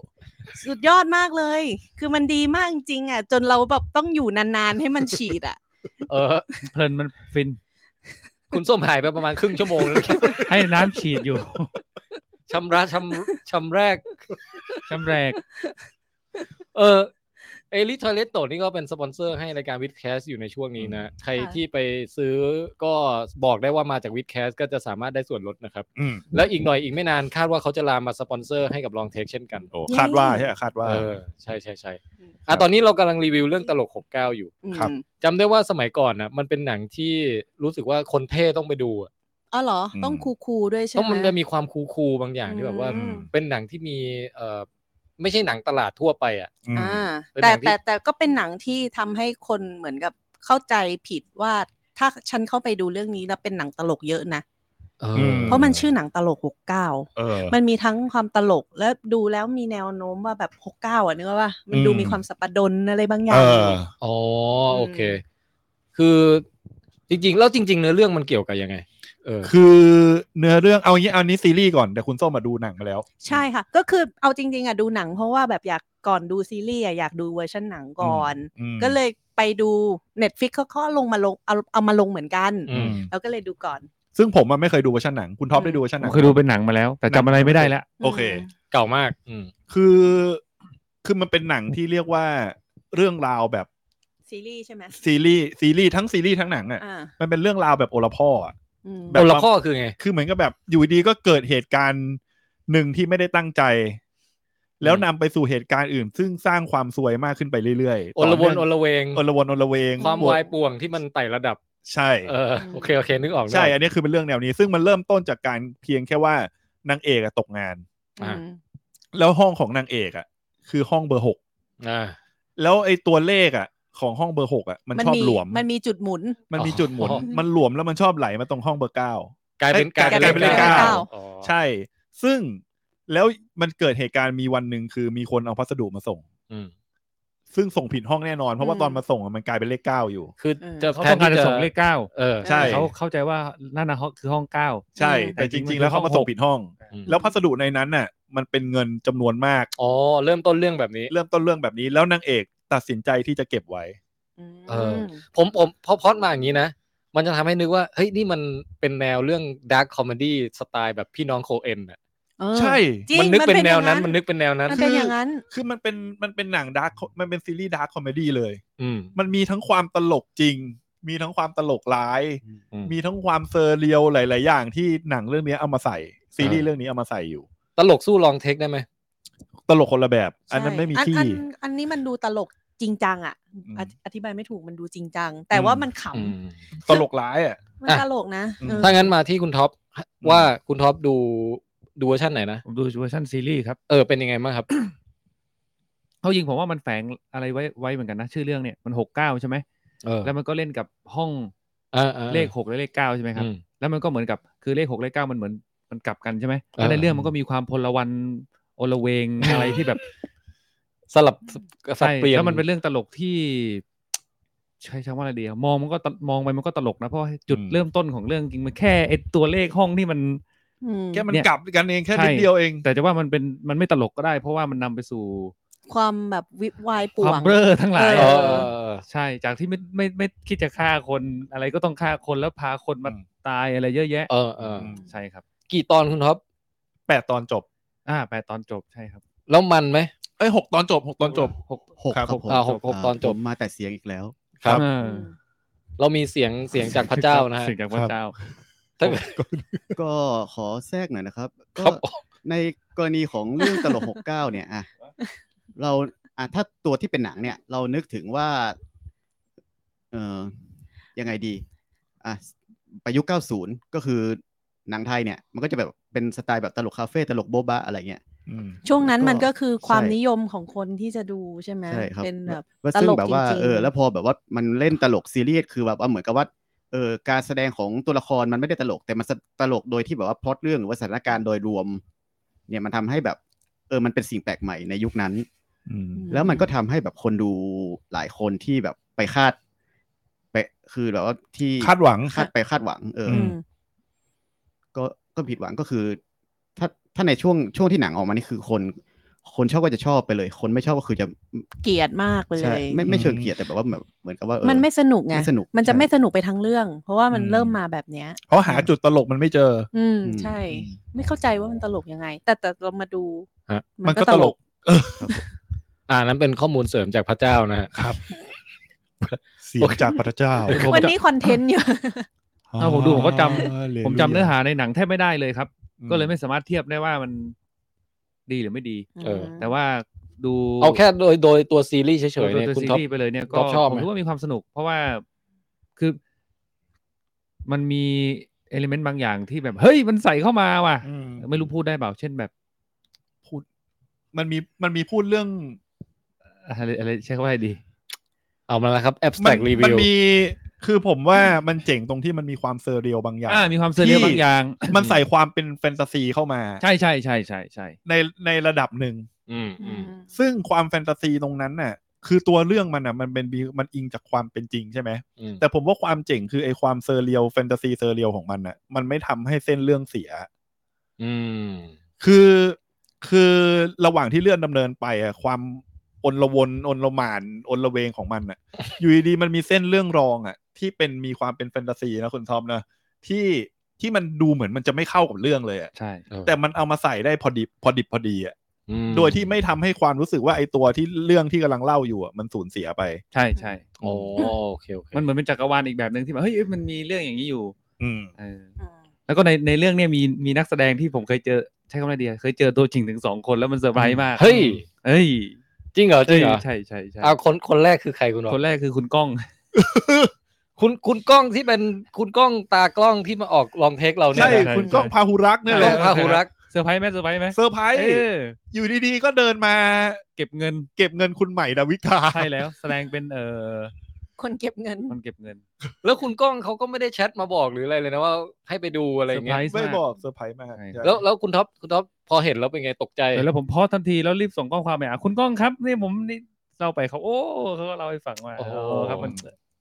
D: สุดยอดมากเลย คือมันดีมากจริงๆอ่ะ จนเราแบบต้องอยู่นานๆ ให้มันฉีดอ่ะ
B: เออ
E: เพลินมันฟิน
B: คุณส้มหายไปประมาณครึ่งชั่วโมงแล้ว
E: ให้น้ำฉี ดอยู่
B: ชำระชำชำแรก
E: ช้ำแรก
B: เออเอลิทอยเลตโตนี่ก็เป็นสปอนเซอร์ให้รายการวิดแคสอยู่ในช่วงนี้นะ ใครที่ไปซื้อก็บอกได้ว่ามาจากวิดแคสก็จะสามารถได้ส่วนลดนะครับ
C: อืม
B: แล้วอีกหน่อยอีกไม่นานคาดว่าเขาจะลามมาสปอนเซอร์ให้กับลองเทคเช่นกัน
C: โอ้คาดว่าใช่ไหมคาดว่า
B: เออใช่ใช่ใช่
D: อืม
B: อ่ะตอนนี้เรากำลังรีวิวเรื่องตลก 69 อยู่
D: อืม
C: ครับ
B: จำได้ว่าสมัยก่อนนะมันเป็นหนังที่รู้สึกว่าคนเท่ต้องไปดูอะ
D: อ๋อเหรอ
C: อืม
D: ต้องคูลๆด้วยใช่
B: ต้อง
D: ไหม
B: มันจะมีความคูลๆบางอย่างที่แบบว่า
D: อืม
B: เป็นหนังที่มีเออไม่ใช่หนังตลาดทั่วไปอ่ะ
C: อืม
D: อ่า
B: เป็นหนั
D: แต่
B: งที่
D: แต่แต่ก็เป็นหนังที่ทำให้คนเหมือนกับเข้าใจผิดว่าถ้าฉันเข้าไปดูเรื่องนี้แล้วเป็นหนังตลกเยอะนะ
B: เออ
C: ม
D: เพราะมันชื่อหนังตลกหกเก้า
C: เออ
D: มันมีทั้งความตลกและดูแล้วมีแนวโน้มว่าแบบหกเก้าอ่ะนึกว่ามันดู
C: อืม
D: มีความสัปปะดนอะไรบางอย่า
C: เอง อ
B: อ๋อ
D: ม
B: โอเค คือจริง ๆ แล้วจริง ๆ เนื้อเรื่องมันเกี่ยวกับยังไง เออ
C: คือเนื้อเรื่องเอาอย่างนี้เอาอันนี้ซีรีส์ก่อนแต่คุณส้มมาดูหนังมาแล้ว
D: ใช่ค่ะ ก็คือเอาจริง ๆอ่ะดูหนังเพราะว่าแบบอยากก่อนดูซีรีส์อ่ะอยากดูเวอร์ชันหนังก่อน
C: อืม
D: ก็เลยไปดู Netflix เขาก็ลงมาลงเอาเอามาลงเหมือนกัน
B: อื
C: อืม
D: แล้วก็เลยดูก่อน
C: ซึ่งผมอะไม่เคยดูเวอร์ชันหนัง คุณท็อปได้ดูเวอร์ชันห
E: ผ
C: นั
E: ม
C: ง
E: เคยดูเป็นหนังมาแล้ว แต่จำอะไรไม่ได้แล้ว
C: โอเค
B: เก่ามาก อืม
C: คือคือมันเป็นหนังที่เรียกว่าเรื่องราวแบบ
D: ซีรีส์ใช่ไหม
C: ซีรีส์ซีรีส์ทั้งซีรีส์ทั้งหนังอ่ะ
D: อ่า
C: มันเป็นเรื่องราวแบบโอละพ่ออะ
D: อืม
C: แบ
B: แบบ บละข้อคือไง
C: คือเหมือนกับแบบอยู่ดีก็เกิดเหตุการณ์หนึ่งที่ไม่ได้ตั้งใจ แล้วนำไปสู่เหตุการณ์อื่น ซึ่งสร้างความซวยมากขึ้นไปเรื่อยๆ
B: โอละวน
C: ต่
B: โอละเวง
C: อละวนโอละเวง
B: ความวายป่วงที่มันไต่ระดับ
C: ใช่
B: เออ โอเค โอเค นึกออก
C: ใช่
B: ได้
C: อันนี้คือเป็นเรื่องแนวนี้ ซึ่งมันเริ่มต้นจากการเพียงแค่ว่านางเอกอะตกงาน
B: อ่ะ
C: แล้วห้องของนางเอกอะคือห้องเบอร์หก
B: อ่า
C: แล้วไอ้ตัวเลขอะของห้องเบอร์หกอะมันชอบหลวม
D: มันมีจุดหมุน
C: มันมีจุดหมุน
B: อ๋อ
C: มันหลวมแล้วมันชอบไหลมาตรงห้องเบอร์เก้า
B: กลายเป็น
C: กลายเป็
B: ลข
C: นกลายเป็นเลขเก้า
B: อ๋อ
C: ใช่ ซึ่งแล้วมันเกิดเหตุการณ์มีวันหนึ่งคือมีคนเอาพัสดุมาส่ง
B: อืม
C: ซึ่งส่งผิดห้องแน่นอน เพราะว่า
D: อืม
C: ตอนมาส่งอะมันกลายเป็นเลขเก้าอยู่
B: คือ
D: เออ
B: จะ
E: เขา
B: แท
E: ต้
B: น
E: องการ
B: ที่
E: จะ
B: จะ
E: ส่งเลขเก้า
B: เออ
C: ใช่
E: เขาเข้าใจว่านั่นนะห้องคือห้องเก้า
C: ใช่
E: แต่
C: แต่จ
E: จริงๆ
C: ริงๆ
E: มันคือ
C: แล้วเขามาส่ง
E: ห้องหก
C: ผิดห้อง
B: อืม
C: แล้วพัสดุในนั้นน่ะ มันเป็นเงินจำนวนมาก
B: อ๋อ เริ่มต้นเรื่องแบบนี้
C: เริ่มต้นเรื่องแบบนี้ แล้วนางเอกตัดสินใจที่จะเก็บไว้
B: เออ ผมผมพอพอดมาอย่างนี้นะ มันจะทำให้นึกว่า เฮ้ย นี่มันเป็นแนวเรื่องดาร์คคอมเมดี้สไตล์แบบพี่น้องโคเอนอะ
D: เออ
C: ใช่
D: จริง
B: มันนึกเป็นแนวนั้น
D: มั
B: มัน
D: น
B: นึกเป็นแนวนั้น
D: เป็นอย่างนั้น
C: คือมันเป็นมันเป็นหนังดาร์คมันเป็นซีรีส์ดาร์คคอมเมดี้เลย
B: อืม
C: มันมีทั้งความตลกจริง มีทั้งความตลกร้าย
B: อืม
C: มีทั้งความเซอร์เรียลหลาย ๆ อย่างที่หนังเรื่องนี้เอามาใส่ ซีรีส์เรื่องนี้เอามาใส่อยู่
B: ตลกสู้ลองเทคได้ไหม
C: ตลกคนละแบบ อันนั้น
D: ใช่
C: ไม่มี
D: อั
C: ที่
D: อันอันนี้มันดูตลกจริงจังอ่ะ
C: อืม
D: อธิอธิบายไม่ถูกมันดูจริงจัง แต่ว่ามันข
C: ตลกร้ายอ่ะ
D: ำมัน
B: อ่ะ
D: ตลกนะ
C: อืม
D: เออ
B: ถ้างั้นมาที่คุณท็อปว่าคุณท็อปดูดูเวอร์ชันไหนนะ
E: ผมดูเวอร์ชันซีรีส์ครับ
B: เออเป็นยังไงบ้างครับ
E: เขายิงผมว่ามันแฝงอะไรไว้ไว้เหมือนกันนะ ชื่อเรื่องเนี่ยมันหกเก้าใช่ไหม
B: เออ
E: แล้วมันก็เล่นกับห้อง
B: อ่าอ่า
E: เลขหกและเลขเก้าใช่ไหมครับ
B: อืม
E: แล้วมันก็เหมือนกับคือเลขหกเลขเก้ามันเหมือนมันกลับกันใช่ไหมแล้วใน
B: อ่า
E: เรื่องมันก็มีความพลวันโอละเว ง อะไรที่แบบ
B: สลับสับ
E: ใช่
B: เปลี่ยน
E: แล้วมันเป็นเรื่องตลกที่ ใช้คำว่าอะไรดีอะมองมันก็ตมองไปมันก็ตลกนะเพราะว่าจุด
C: อืม
E: เริ่มต้นของเรื่องจริงมันแค่ไอตัวเลขห้องที่มัน
D: อืม
C: แค่มัน
E: เนี่ย
C: กลับกันเองแค่นิด
E: ใช่
C: เดียวเอง
E: แต่จะว่ามันเป็นมันไม่ตลกก็ได้ เพราะว่ามันนำไปสู่
D: ความแบบวิวายป่
E: คว วาม
D: ง
E: เบลอทั้งหลาย
B: เอ
D: เอ
B: อ
E: ใช่จากที่ไม่ไม่ไม่ไม่คิดจะฆ่าคนอะไรก็ต้องฆ่าคนแล้วพาคนมาตายอะไรเยอะแยะ
B: เออเออ
E: ใช่ครับ
B: กี่ตอนคุณท็อป
C: แปดตอนจบ
E: อ่าแปดตอนจบใช่ครับ
B: แล้วมันไหม
C: เอ้ยหกตอนจบหกตอนจบ
E: หก
J: หก
C: ครับ
J: ครับผม
B: อ่าหกหกตอนจบ
J: ผมมาแต่เสียงอีกแล้ว
C: ครับ
E: เออ
B: เรามีเสียงเสียงจากพระเจ้านะฮะ
E: เสียงจากพระเจ้า
B: ถ้าเกิด
J: ก็ขอแทรกหน่อยนะครับ ก็
B: ครับ
J: ในกรณีของเรื่องตลกหกเก้าเนี่ยอ่ะเราอ่ะถ้าตัวที่เป็นหนังเนี่ย เรานึกถึงว่า เออยังไงดีอ่ะไปยุค90 ก็คือหนังไทยเนี่ย มันก็จะแบบเป็นสไตล์แบบตลกคาเฟ่ตลกโบ๊ะบะอะไรเงี้ย
C: อืม
D: ช่วงนั้นมันก็คือความ
J: ใช่
D: นิยมของคนที่จะดูใช่ไหม
J: ใช่ครับ
D: เป็นแบบ
J: ว่า
D: ต
J: ซึ่ง
D: ลก
J: แบบ
D: จ
J: ว่า
D: ริง
J: เออแล้วพอแบบว่ามันเล่นตลกซีเรียสคือแบบว่าเหมือนกับว่าเออการแสดงของตัวละครมันไม่ได้ตลก แต่มันตลกโดยที่แบบว่าพล็อตเรื่องหรือว่าสถานการณ์โดยรวม เนี่ยมันทำให้แบบ เออมันเป็นสิ่งแปลกใหม่ในยุคนั้น แล้วมันก็ทำให้แบบคนดูหลายคนที่แบบไปคาด ไปคือแบบว่าที่
C: คาดหวัง
J: คาดไปคาดหวัง เอออ
D: อืม
J: ก็ก็ผิดหวังก็คือ ถ้าถ้าในช่วงช่วงที่หนังออกมานี่คือคน คนชอบก็จะชอบไปเลย คนไม่ชอบก็คือจะ
D: เกลียดมากไปเล
J: ใช่
D: ย
J: ไม่ไม่เชิงเกลียดแต่แบบว่าแบบเหมือนกับว่าเออ
D: มันไม่สนุกไง
J: ม่สนุก
D: มันจะ
J: ใช่
D: ไม่สนุกไปทั้งเรื่อง เพราะว่ามัน
C: อืม
D: เริ่มมาแบบเนี้ย
C: เพราะหาจุดตลกมันไม่เจอ
D: อืม
J: อืม
D: ใช่ ไม่เข้าใจว่ามันตลกยังไง แต่แต่เรามาดู
B: ฮะ
C: มันก็ตลก
B: อ่านั้นเป็นข้อมูลเสริมจากพระเจ้านะฮะ
C: ครับ เสียงจากพระเจ้า
B: ผม
D: วัน
B: จะ
D: นี้คอนเทนต์อยู่
E: เอาผมดูผมก็จำ
C: ฮลลูยา
E: ผมจำเนื้อหาในหนังแทบไม่ได้เลยครับ ก็เลยไม่สามารถเทียบได้ว่ามันดีหรือไม่ดี
B: เออ
E: แต่ว่าดู
B: เอาแค่โดยโดยตัวซีรีส์เฉยๆเนี่ย
E: ตัว
B: คุณ
E: ซี
B: ท็อป
E: รีส์ไปเลยเนี่ย
B: ท็
E: ก็
B: อปชอบ
E: ผม
B: ไหม
E: คิดว่ามีความสนุก เพราะว่าคือมันมีเอลิเมนต์บางอย่างที่แบบ เฮ้ยมันใส่เข้ามาว่ะ
C: อืม
E: ไม่รู้พูดได้เปล่าเช่นแบบ
C: พูดมันมีมันมีพูดเรื่อง
E: อะไรอะไรใช้คำว่าอะไรดี
B: เอามาแล้วครับแอปส
C: มั
B: แต็กรี
C: มั
B: วิว
C: มีคือผมว่ามันเจ๋งตรงที่มันมีความเซอร์เรียลบางอย่าง
E: อ่ามีความเซอร์เรียลบางอย่าง
C: มันใส่ความเป็นแฟนตาซีเข้ามา
E: ใช่ใช่ใช่ใช่ใช่
C: ในในระดับหนึ่ง
B: อืมอืม
C: ซึ่งความแฟนตาซีตรงนั้นน่ะ คือตัวเรื่องมันน่ะ มันเป็นบีมันอิงจากความเป็นจริงใช่ไหม
B: อืม
C: แต่ผมว่าความเจ๋งคือไอความเซอร์เรียลแฟนตาซีเซอร์เรียลของมันน่ะ มันไม่ทำให้เส้นเรื่องเสีย
B: อืม
C: คือคือระหว่างที่เลื่อนดำเนินไปอะความอนละวนอนละหมานอนละเวงของมันอะ อยู่ดีๆมันมีเส้นเรื่องรองอะที่เป็นมีความเป็นแฟนตาซีนะคุณทอมนะที่ที่มันดูเหมือนมันจะไม่เข้ากับเรื่องเลยอะ
E: ใช่
C: แต่มันเอามาใส่ได้พอดิบพอดิบพอดีอะ
B: อืม
C: โดยที่ไม่ทำให้ความรู้สึกว่าไอตัวที่เรื่องที่กำลังเล่าอยู่อะมันสูญเสียไป
E: ใช่ใช่
B: โอ้โอเคโอเค
E: มันเหมือนเป็นจักรวาลอีกแบบหนึ่งที่แบบเฮ้ยเอ้ยมันมีเรื่องอย่างนี้อยู่
C: อืม
E: เออแล้วก็ในในเรื่องเนี่ยมีมีนักแสดงที่ผมเคยเจอใช้คำว่าเดียเคยเจอตัวจริงถึงสองคนแล้วมันเซอร์ไพรส์มาก
B: เฮ้ย
E: เฮ้ย
B: จริงเหรอจริ
E: เอ้
B: ง
E: ย
B: เหรอ
E: ใช่ใช่ใช่
B: เอาคนคนแรกคือใครคุณหรอ
E: คนแรกคือคุณก้อง
B: คุณคุณกล้องที่เป็นคุณกล้องตากล้องที่มาออกลองเทคเราเนี่
C: ใช่
B: ยนะ
C: คุณก้องพาหุรักษ์เนี่ย
B: ก
C: แห
B: ล้
C: ละ
B: องพาหุรักษ์
E: เซอร์ไพรส์ไหมเซอร์ไพรส์ไหม
C: เซอร์ไพรส์
E: เออ
C: อยู่ดีๆก็เดินมา
E: เก็บเงิน
C: เก็บเงินคุณใหม่ดาวิกา
E: ใช่แล้ว แสดงเป็นเออ
D: คนเก็บเงิน
E: มันเก็บเงิน
B: แล้วคุณกล้องเขาก็ไม่ได้แชทมาบอกหรืออะไรเลยนะว่าให้ไปดูอะไรอ
E: เซอร์
B: ย่าง
E: ไพร
B: เงี้ย
E: ส์
C: ไม่
E: มาก
C: บอกเซอร์ไพรส์มาก
E: ใช่
C: ใช่
B: แล้วแล้วคุณท็อปคุณท็อปพอเห็นแล้วเป็นไงตกใจ
E: เออแล้วผมพอทันทีแล้วรีบส่งข้อความไปหาคุณก้องครับนี่ผมนี่เล่าไปเขาโอ้เขาก็เล่าให้ฟังว่า
B: โอ้โห
E: เออครับมัน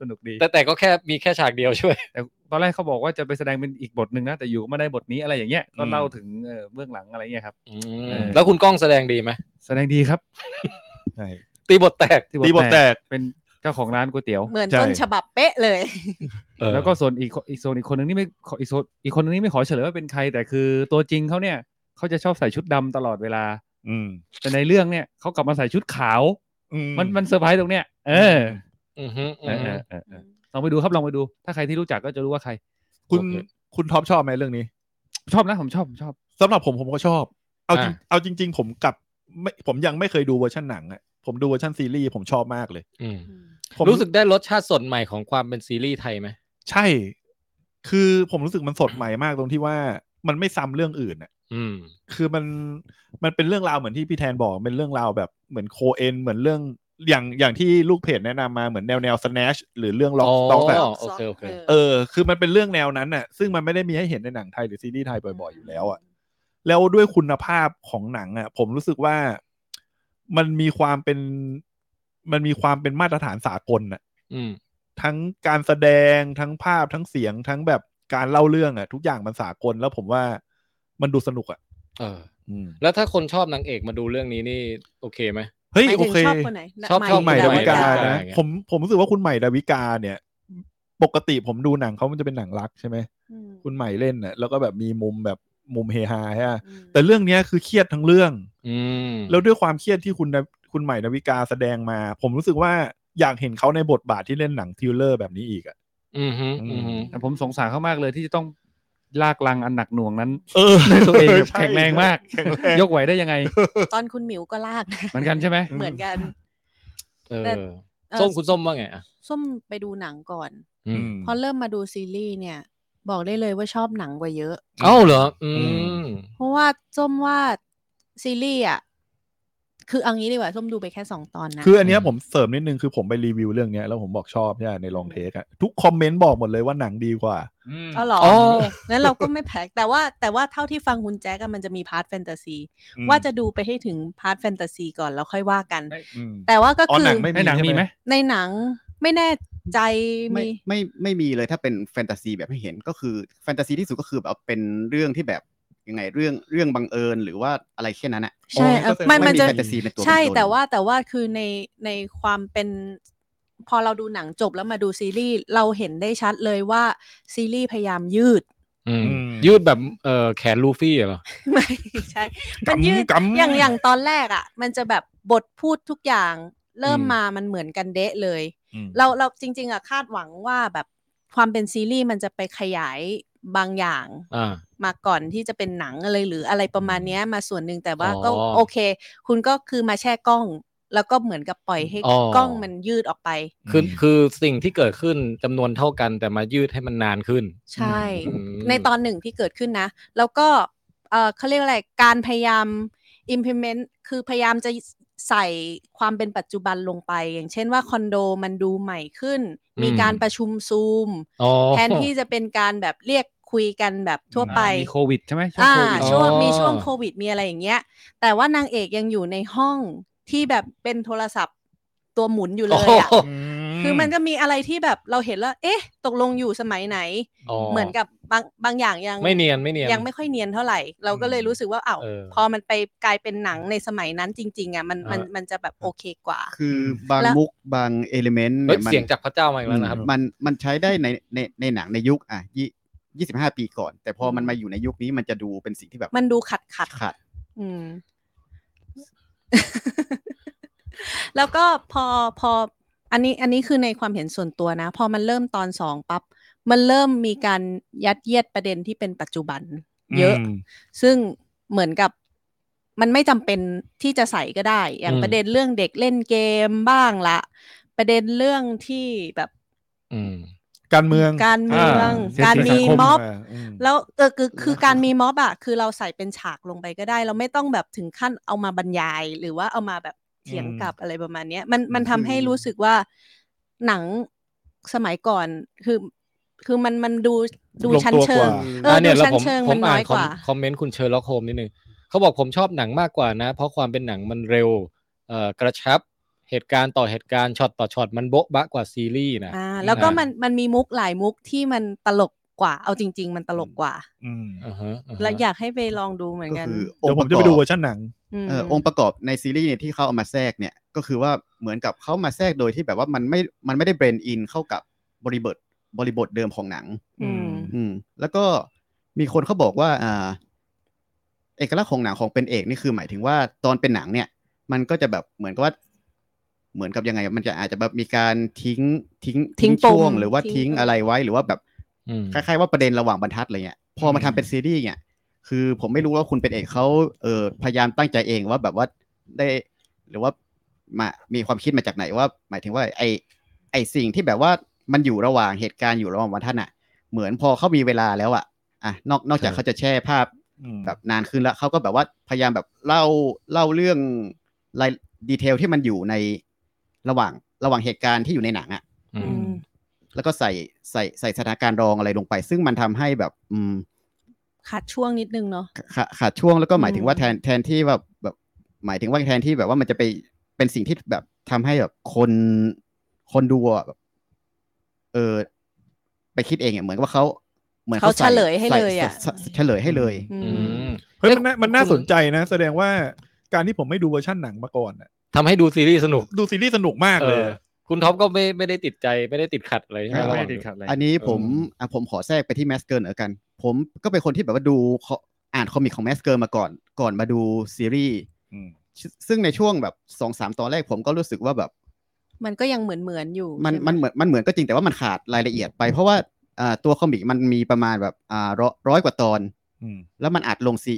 E: สนุกดี
B: แต่แต่ก็แค่มีแค่ฉากเดียวช่วย
E: แต่ตอนแรกเขาบอกว่าจะไปแสดงเป็นอีกบทหนึ่งนะ แต่อยู่ก็ไม่ได้บทนี้อะไรอย่างเงี้ยก็เล่าถึงเอ่อเบื้องหลังอะไรเงี้ยครับ เออ
B: แล้วคุณกล้องแสดงดีไหม
E: แสดงดีครับ
C: ใช่
B: ตีบทแตก
C: ตีบทแตก
E: เป็นเจ้าของร้านก๋วยเตี๋ยว
D: เหมือน
C: ใช่
D: ต้นฉบับเป๊ะเลย
E: แล้วก็ส่วนอีกคนอีกส่วนอีกคนนึงนี่ไม่ขออีกส่วนอีกคนนึงนี่ไม่ขอเฉลยว่าเป็นใครแต่คือตัวจริงเขาเนี่ยเขาจะชอบใส่ชุดดำตลอดเวลา
C: อืม
E: แต่ในเรื่องเนี่ยเขากลับมาใส่ชุดขาว
C: อื
E: มันมันเซอร์ไพรส์ตรงเนี้ยเออ
B: อือฮึ
E: อ
B: อือ
E: เอ
B: ฮึ
E: อเออเออลองไปดูครับลองไปดู ถ้าใครที่รู้จักก็จะรู้ว่าใคร
C: คุณ
B: โอเค
C: คุณท็อปชอบไหมเรื่องนี้
E: ชอบนะผมชอบผมชอบ
C: สำหรับผมผมก็ชอบ เอาจริง
B: อ่ะ
C: เอาจริง ๆ ผมกลับไม่ผมยังไม่เคยดูเวอร์ชันหนังอะผมดูเวอร์ชันซีรีส์ผมชอบมากเลย
B: อืม
C: ผม
B: รู้สึกได้รสชาติสดใหม่ของความเป็นซีรีส์ไทยไหม
C: ใช่ คือผมรู้สึกมันสดใหม่มากตรงที่ว่ามันไม่ซ้ำเรื่องอื่นอะ
B: อืม
C: คือมันมันเป็นเรื่องราวเหมือนที่พี่แทนบอกเป็นเรื่องราวแบบเหมือนโคเอนเหมือนเรื่องอย่างอย่างที่ลูกเพจแนะนำมาเหมือนแนวแนวสแนชหรือเรื่องล็อกต็อกแบ
B: อ๋อโอเคโอเค
C: เออคือมันเป็นเรื่องแนวนั้นน่ะ ซึ่งมันไม่ได้มีให้เห็นในหนังไทยหรือซีรีส์ไทยบ่อยๆอยู่แล้วอ่ะแล้วด้วยคุณภาพของหนังอ่ะ ผมรู้สึกว่ามันมีความเป็น มันมีความเป็นมาตรฐานสากลน่ะ
B: อืม
C: ทั้งการแสดงทั้งภาพทั้งเสียงทั้งแบบการเล่าเรื่องอ่ะ ทุกอย่างมันสากลแล้วผมว่ามันดูสนุกอ่ะ
B: เออ
C: อืม
B: แล้วถ้าคนชอบนางเอกมาดูเรื่องนี้นี่โอเคไหม
C: เฮ้ย
D: หมาย
C: โอ
D: ถึง
C: เค
D: ชอบคนไหน
B: ชอบ
D: ห
B: ชอบ
C: ใหม่ดา
B: ดาวิ
C: วิ
B: กา
C: กา
B: อะไรอ
C: นะ
B: ย่างเงี้ย
C: ผมผมรู้สึกว่าคุณใหม่ดาวิกาเนี่ย ปกติผมดูหนังเขามันจะเป็นหนังรักใช่ไหม
D: อืม
C: คุณใหม่เล่นน่ะแล้วก็แบบมีมุมแบบมุมเฮฮาฮะ
D: อืม
C: แต่เรื่องเนี้ยคือเครียดทั้งเรื่อง
B: อืม
C: แล้วด้วยความเครียดที่คุณนะคุณใหม่ดาวิกาแสดงมา ผมรู้สึกว่าอยากเห็นเขาในบทบาทที่เล่นหนังทริลเลอร์แบบนี้อีกอ่ะ
B: อืมฮึอืมฮึ
E: แต่ผมสงสารเขามากเลยที่จะต้องลากลังอันหนักหน่วงนั้น
C: เออ
E: ในตัวเองแบบแข็งแรงมาก
C: แข็งแรง
E: ยกไหวได้ยังไง
D: ตอนคุณหมิวก็ลากนะ
E: เหมือนกันใช่ไหม
D: เหมือนกัน
B: เอ
D: แต่
B: อ
D: เอ่อ
B: ส้มคุณส้มว่าไงอ่ะ
D: ส้มไปดูหนังก่อน
B: อืม
D: พอเริ่มมาดูซีรีส์เนี่ย บอกได้เลยว่าชอบหนังกว่าเยอะ
B: เอ้าเหรอ อืม
D: เพราะว่าส้มว่าซีรีส์อ่ะคือเอางี้ดีกว่าส้มดูไปแค่สองตอนนะ
C: คืออันเนี้ยผมเสริมนิดนึงคือผมไปรีวิวเรื่องเนี้ยแล้วผมบอกชอบเนี่ยในลองเทคอะทุกคอมเมนต์บอกหมดเลยว่าหนังดีกว่า
D: อ๋อเหรอ
B: อ๋อ
D: นั้นเราก็ไม่แพ้แต่ว่าแต่ว่าเท่าที่ฟังคุณแจ๊กอะมันจะมีพาร์ทแฟนตาซีว่าจะดูไปให้ถึงพาร์ทแฟนตาซีก่อนแล้วค่อยว่ากัน
C: อืม
D: แต่ว่าก็
C: อ๋อ
D: คือ
C: หนังไม่
E: ในหนังมีไหม
D: ในหนังไม่แน่ใจ
J: ไม่
D: มี
J: ไม่ไม่มีเลยถ้าเป็นแฟนตาซีแบบให้เห็นก็คือแฟนตาซีที่สุดก็คือแบบเป็นเรื่องที่แบบยังไงเรื่องเรื่องบังเอิญหรือว่าอะไรแค่นั้นอะ
D: ใช่เออ
C: ไม่
D: มัน
C: ไม่
D: มัน
C: มี
D: จะ
J: แฟนตาซีเป็นตัว
D: ใช่
J: เป็นน
D: แต่ว่าแต่ว่าคือในในความเป็นพอเราดูหนังจบแล้วมาดูซีรีส์เราเห็นได้ชัดเลยว่าซีรีส์พยายามยืด
B: อืม
C: อืม
B: ยืดแบบเอ่อแขนลูฟี่เหรอ
D: ไม่ใช่มันยืด
C: กำ
D: อย่างอย่างตอนแรกอ่ะ มันจะแบบบทพูดทุกอย่าง เริ่ม
B: อืม
D: มามันเหมือนกันเดะเลย
C: อืม
D: เราเราจริง ๆอ่ะคาดหวังว่าแบบความเป็นซีรีส์มันจะไปขยายบางอย่าง
B: อ่า
D: มาก่อนที่จะเป็นหนังอะไรหรืออะไรประมาณเนี้ยมาส่วนหนึ่งแต่ว่าก็
B: อ๋อ
D: โอเค คุณก็คือมาแช่กล้อง แล้วก็เหมือนกับปล่อยให้
B: อ๋อ
D: กล้องมันยืดออกไป
B: คือคือสิ่งที่เกิดขึ้นจำนวนเท่ากันแต่มายืดให้มันนานขึ้น
D: ใช่
B: อืม
D: ในตอนหนึ่งที่เกิดขึ้นนะ แล้วก็เออเขาเรียกอะไรการพยายาม implement คือพยายามจะใส่ความเป็นปัจจุบันลงไป อย่างเช่นว่าคอนโดมันดูใหม่ขึ้น
B: อืม
D: มีการประชุมซูม
B: อ๋อ
D: แทนที่จะเป็นการแบบเรียกคุยกันแบบทั่วไป
E: มีโควิดใช่ไหมช่วง
D: อ่า
E: โควิด
D: ช่วง
B: อ๋อ
D: มีช่วงโควิดมีอะไรอย่างเงี้ย แต่ว่านางเอกยังอยู่ในห้องที่แบบเป็นโทรศัพท์ตัวหมุนอยู่เลยอะ
C: อื
D: คือมันจะมีอะไรที่แบบเราเห็นแล้ว เอ๊ะ ตกลงอยู่สมัยไหน
B: อ๋อ
D: เหมือนกับบางบางอย่างยัง
B: ไม่เนียนไม่เนียน
D: ยังไม่ค่อยเนียนเท่าไหร่ เราก็เลยรู้สึกว่าเอ้าว
B: เออ
D: พอมันไปกลายเป็นหนังในสมัยนั้นจริง ๆอ่ะมันมันมันจะแบบโอเคกว่า
J: คือบาง
D: แล้ว
J: มุกบางเอลิเมนต์
B: เฮ้ยเสียงจากพระเจ้ามาอีกแล้วนะครับ
J: มันมันใช้ได้ในในในหนังในยุคอ่ะยี่ยี่สิบห้าปีก่อน แต่พอมันมาอยู่ในยุคนี้มันจะดูเป็นสิ่งที่แบบ
D: มันดูขัดขัด
J: ขาด
D: อืม แล้วก็พอพอ อันนี้อันนี้คือในความเห็นส่วนตัวนะ พอมันเริ่มตอนสองปั๊บมันเริ่มมีการยัดเยียดประเด็นที่เป็นปัจจุบัน เยอะ
C: ม
D: ซึ่งเหมือนกับมันไม่จำเป็นที่จะใส่ก็ได้ อย่าง
B: อืม
D: ประเด็นเรื่องเด็กเล่นเกมบ้างละ ประเด็นเรื่องที่แบบ
B: อืม
C: การเมือง
D: การเมือง
E: อ่า
D: การมี
E: เศรษฐกิจสังคม
D: ม็อบ
C: าอืม
D: แล้วเออคือคือการมีม็อบอะคือเราใส่เป็นฉากลงไปก็ได้ เราไม่ต้องแบบถึงขั้นเอามาบรรยาย หรือว่าเอามาแบบเถียงกลับอะไรประมาณเนี้ย มันมันทำให้รู้สึกว่าหนังสมัยก่อนคือ คือมันมันดูดู
C: ลง
D: ชั้น
C: ตัว
D: เชิ
C: ก
D: ง
C: ว่า
D: เอออดู
B: แล้ว
D: ชั้น
B: ผม
D: เชิง
B: ผ
D: มัน
B: ม
D: น้
B: อ่า
D: อน ย
B: ค
D: ก
B: อม
D: ว่า
B: คอมเมนต์คุณเชอร์ล็อกโฮมนิดนึงเขาบอกผมชอบหนังมากกว่านะ เพราะความเป็นหนังมันเร็วเอ่อกระชับเหตุการณ์ต่อเหตุการณ์ช็อตต่อช็อตมันโบ๊ะบะกว่าซีรีส์นะ
D: อ่าแล้วก็
B: อ่ามั
D: มันมันมีมุกหลายมุกที่มันตลกกว่า เอาจริง ๆ มันตลกกว่า
C: อืม
B: อ่าฮะอ่าฮะ
D: และอยากให้ไปลองดูเหมือน
J: ก็
D: กัน
J: คือ
C: เดี๋ยวผม
J: ค์ป
C: จะ
J: ร
C: ไป
J: กบ
C: ดูเวอร์ชันหนัง
D: ม
J: เอ่อองค์ประกอบในซีรีส์เนี่ยที่เขาเอามาแทรกเนี่ยก็คือว่าเหมือนกับเขามาแทรกโดยที่แบบว่ามันไม่มันไม่ได้เบรนอินเข้ากับบริบทบริบทเดิมของหนัง
D: อืม
J: อืม แล้วก็มีคนเขาบอกว่าอ่า เอกลักษณ์ของหนังของเป็นเอกนี่คือหมายถึงว่าตอนเป็นหนังเนี่ย มันก็จะแบบเหมือนกับว่า เหมือนกับยังไงมันจะอาจจะแบบมีการทิ้งทิ้ง
D: ทิ้งปม
J: ช่วง หรือว่า
D: ทิ้ง
J: ทิ้งอะไรไว้หรือว่าแบบ
B: อืม
J: คล้ายๆว่าประเด็นระหว่างบรรทัดอะไรเงี้ยพอมาทำเป็นซีรีส์เนี่ยคือผมไม่รู้ว่าคุณเป็นเอกเขาเออพยายามตั้งใจเองว่าแบบว่าได้ หรือว่ามามีความคิดมาจากไหนว่า หมายถึงว่าไอไอสิ่งที่แบบว่ามันอยู่ระหว่างเหตุการณ์อยู่ระหว่างบรรทัดน่ะ เหมือนพอเขามีเวลาแล้วอ่ะอ่ะนอกนอกจากเขาจะแช่ภาพ แบบนานขึ้นแล้วเขาก็แบบว่าพยายามแบบเล่าเล่าเรื่องรายดีเทลที่มันอยู่ในระหว่างระหว่างเหตุการณ์ที่อยู่ในหนังอะ
B: อื
D: อื
B: ม
D: ม
J: แล้วก็ใส่ใส่ใส่สถานการณ์รองอะไรลงไป ซึ่งมันทำให้แบบ อืม
D: ขาดช่วงนิดนึงเนาะ
J: ขาขาดช่วงแล้วก็หมายถึงว่า
D: อืม
J: แทนแทนที่แบบแบบ หมายถึงว่าแทนที่แบบว่ามันจะไปเป็นสิ่งที่แบบทำให้แบบคนคนดูอะแบบเออ ไปคิดเองอ่ะเหมือนว่าเขาเหมือน
D: เขาเฉลยให้เลยอะ
J: ใส่ใส่เฉลยให้เลย
D: อื
B: อื
D: ม
B: ม
C: เฮ้ยมันน่ามันน่าสนใจนะ แสดงว่าการที่ผมไม่ดูเวอร์ชันหนังมาก่อนน่ะ
B: ทำให้ดูซีรีส์สนุก
C: ดูซีรีส์สนุกมาก
B: เอ
C: เลย
B: อคุณท็อปก็ไม่ไม่ได้ติดใจไม่ได้ติดขัดอะไรใช่ไหม
E: ไม่
B: ระหว่าง
E: ติดขัดอะไร
J: อันนี้ผมอ่ะผมขอแทรกไปที่แมสเกิร์นเออกัน ผมก็เป็นคนที่แบบว่าดูขออ่านคอมิกของแมสเกิร์นมาก่อน ก่อนมาดูซีรีส์
C: อืม
J: ซึ่งในช่วงแบบสองสามตอนแรกผมก็รู้สึกว่าแบบ
D: มันก็ยังเหมือนเหมือนๆอยู่
J: มัน
D: ใช่ไห
J: มันเหมือนมันเหมือนก็จริงแต่ว่ามันขาดรายละเอียดไป เพราะว่าอ่าตัวคอมิกมันมีประมาณแบบอ่าร้อยร้อยกว่าตอน
C: อืม
J: แล้วมันอัดลงซี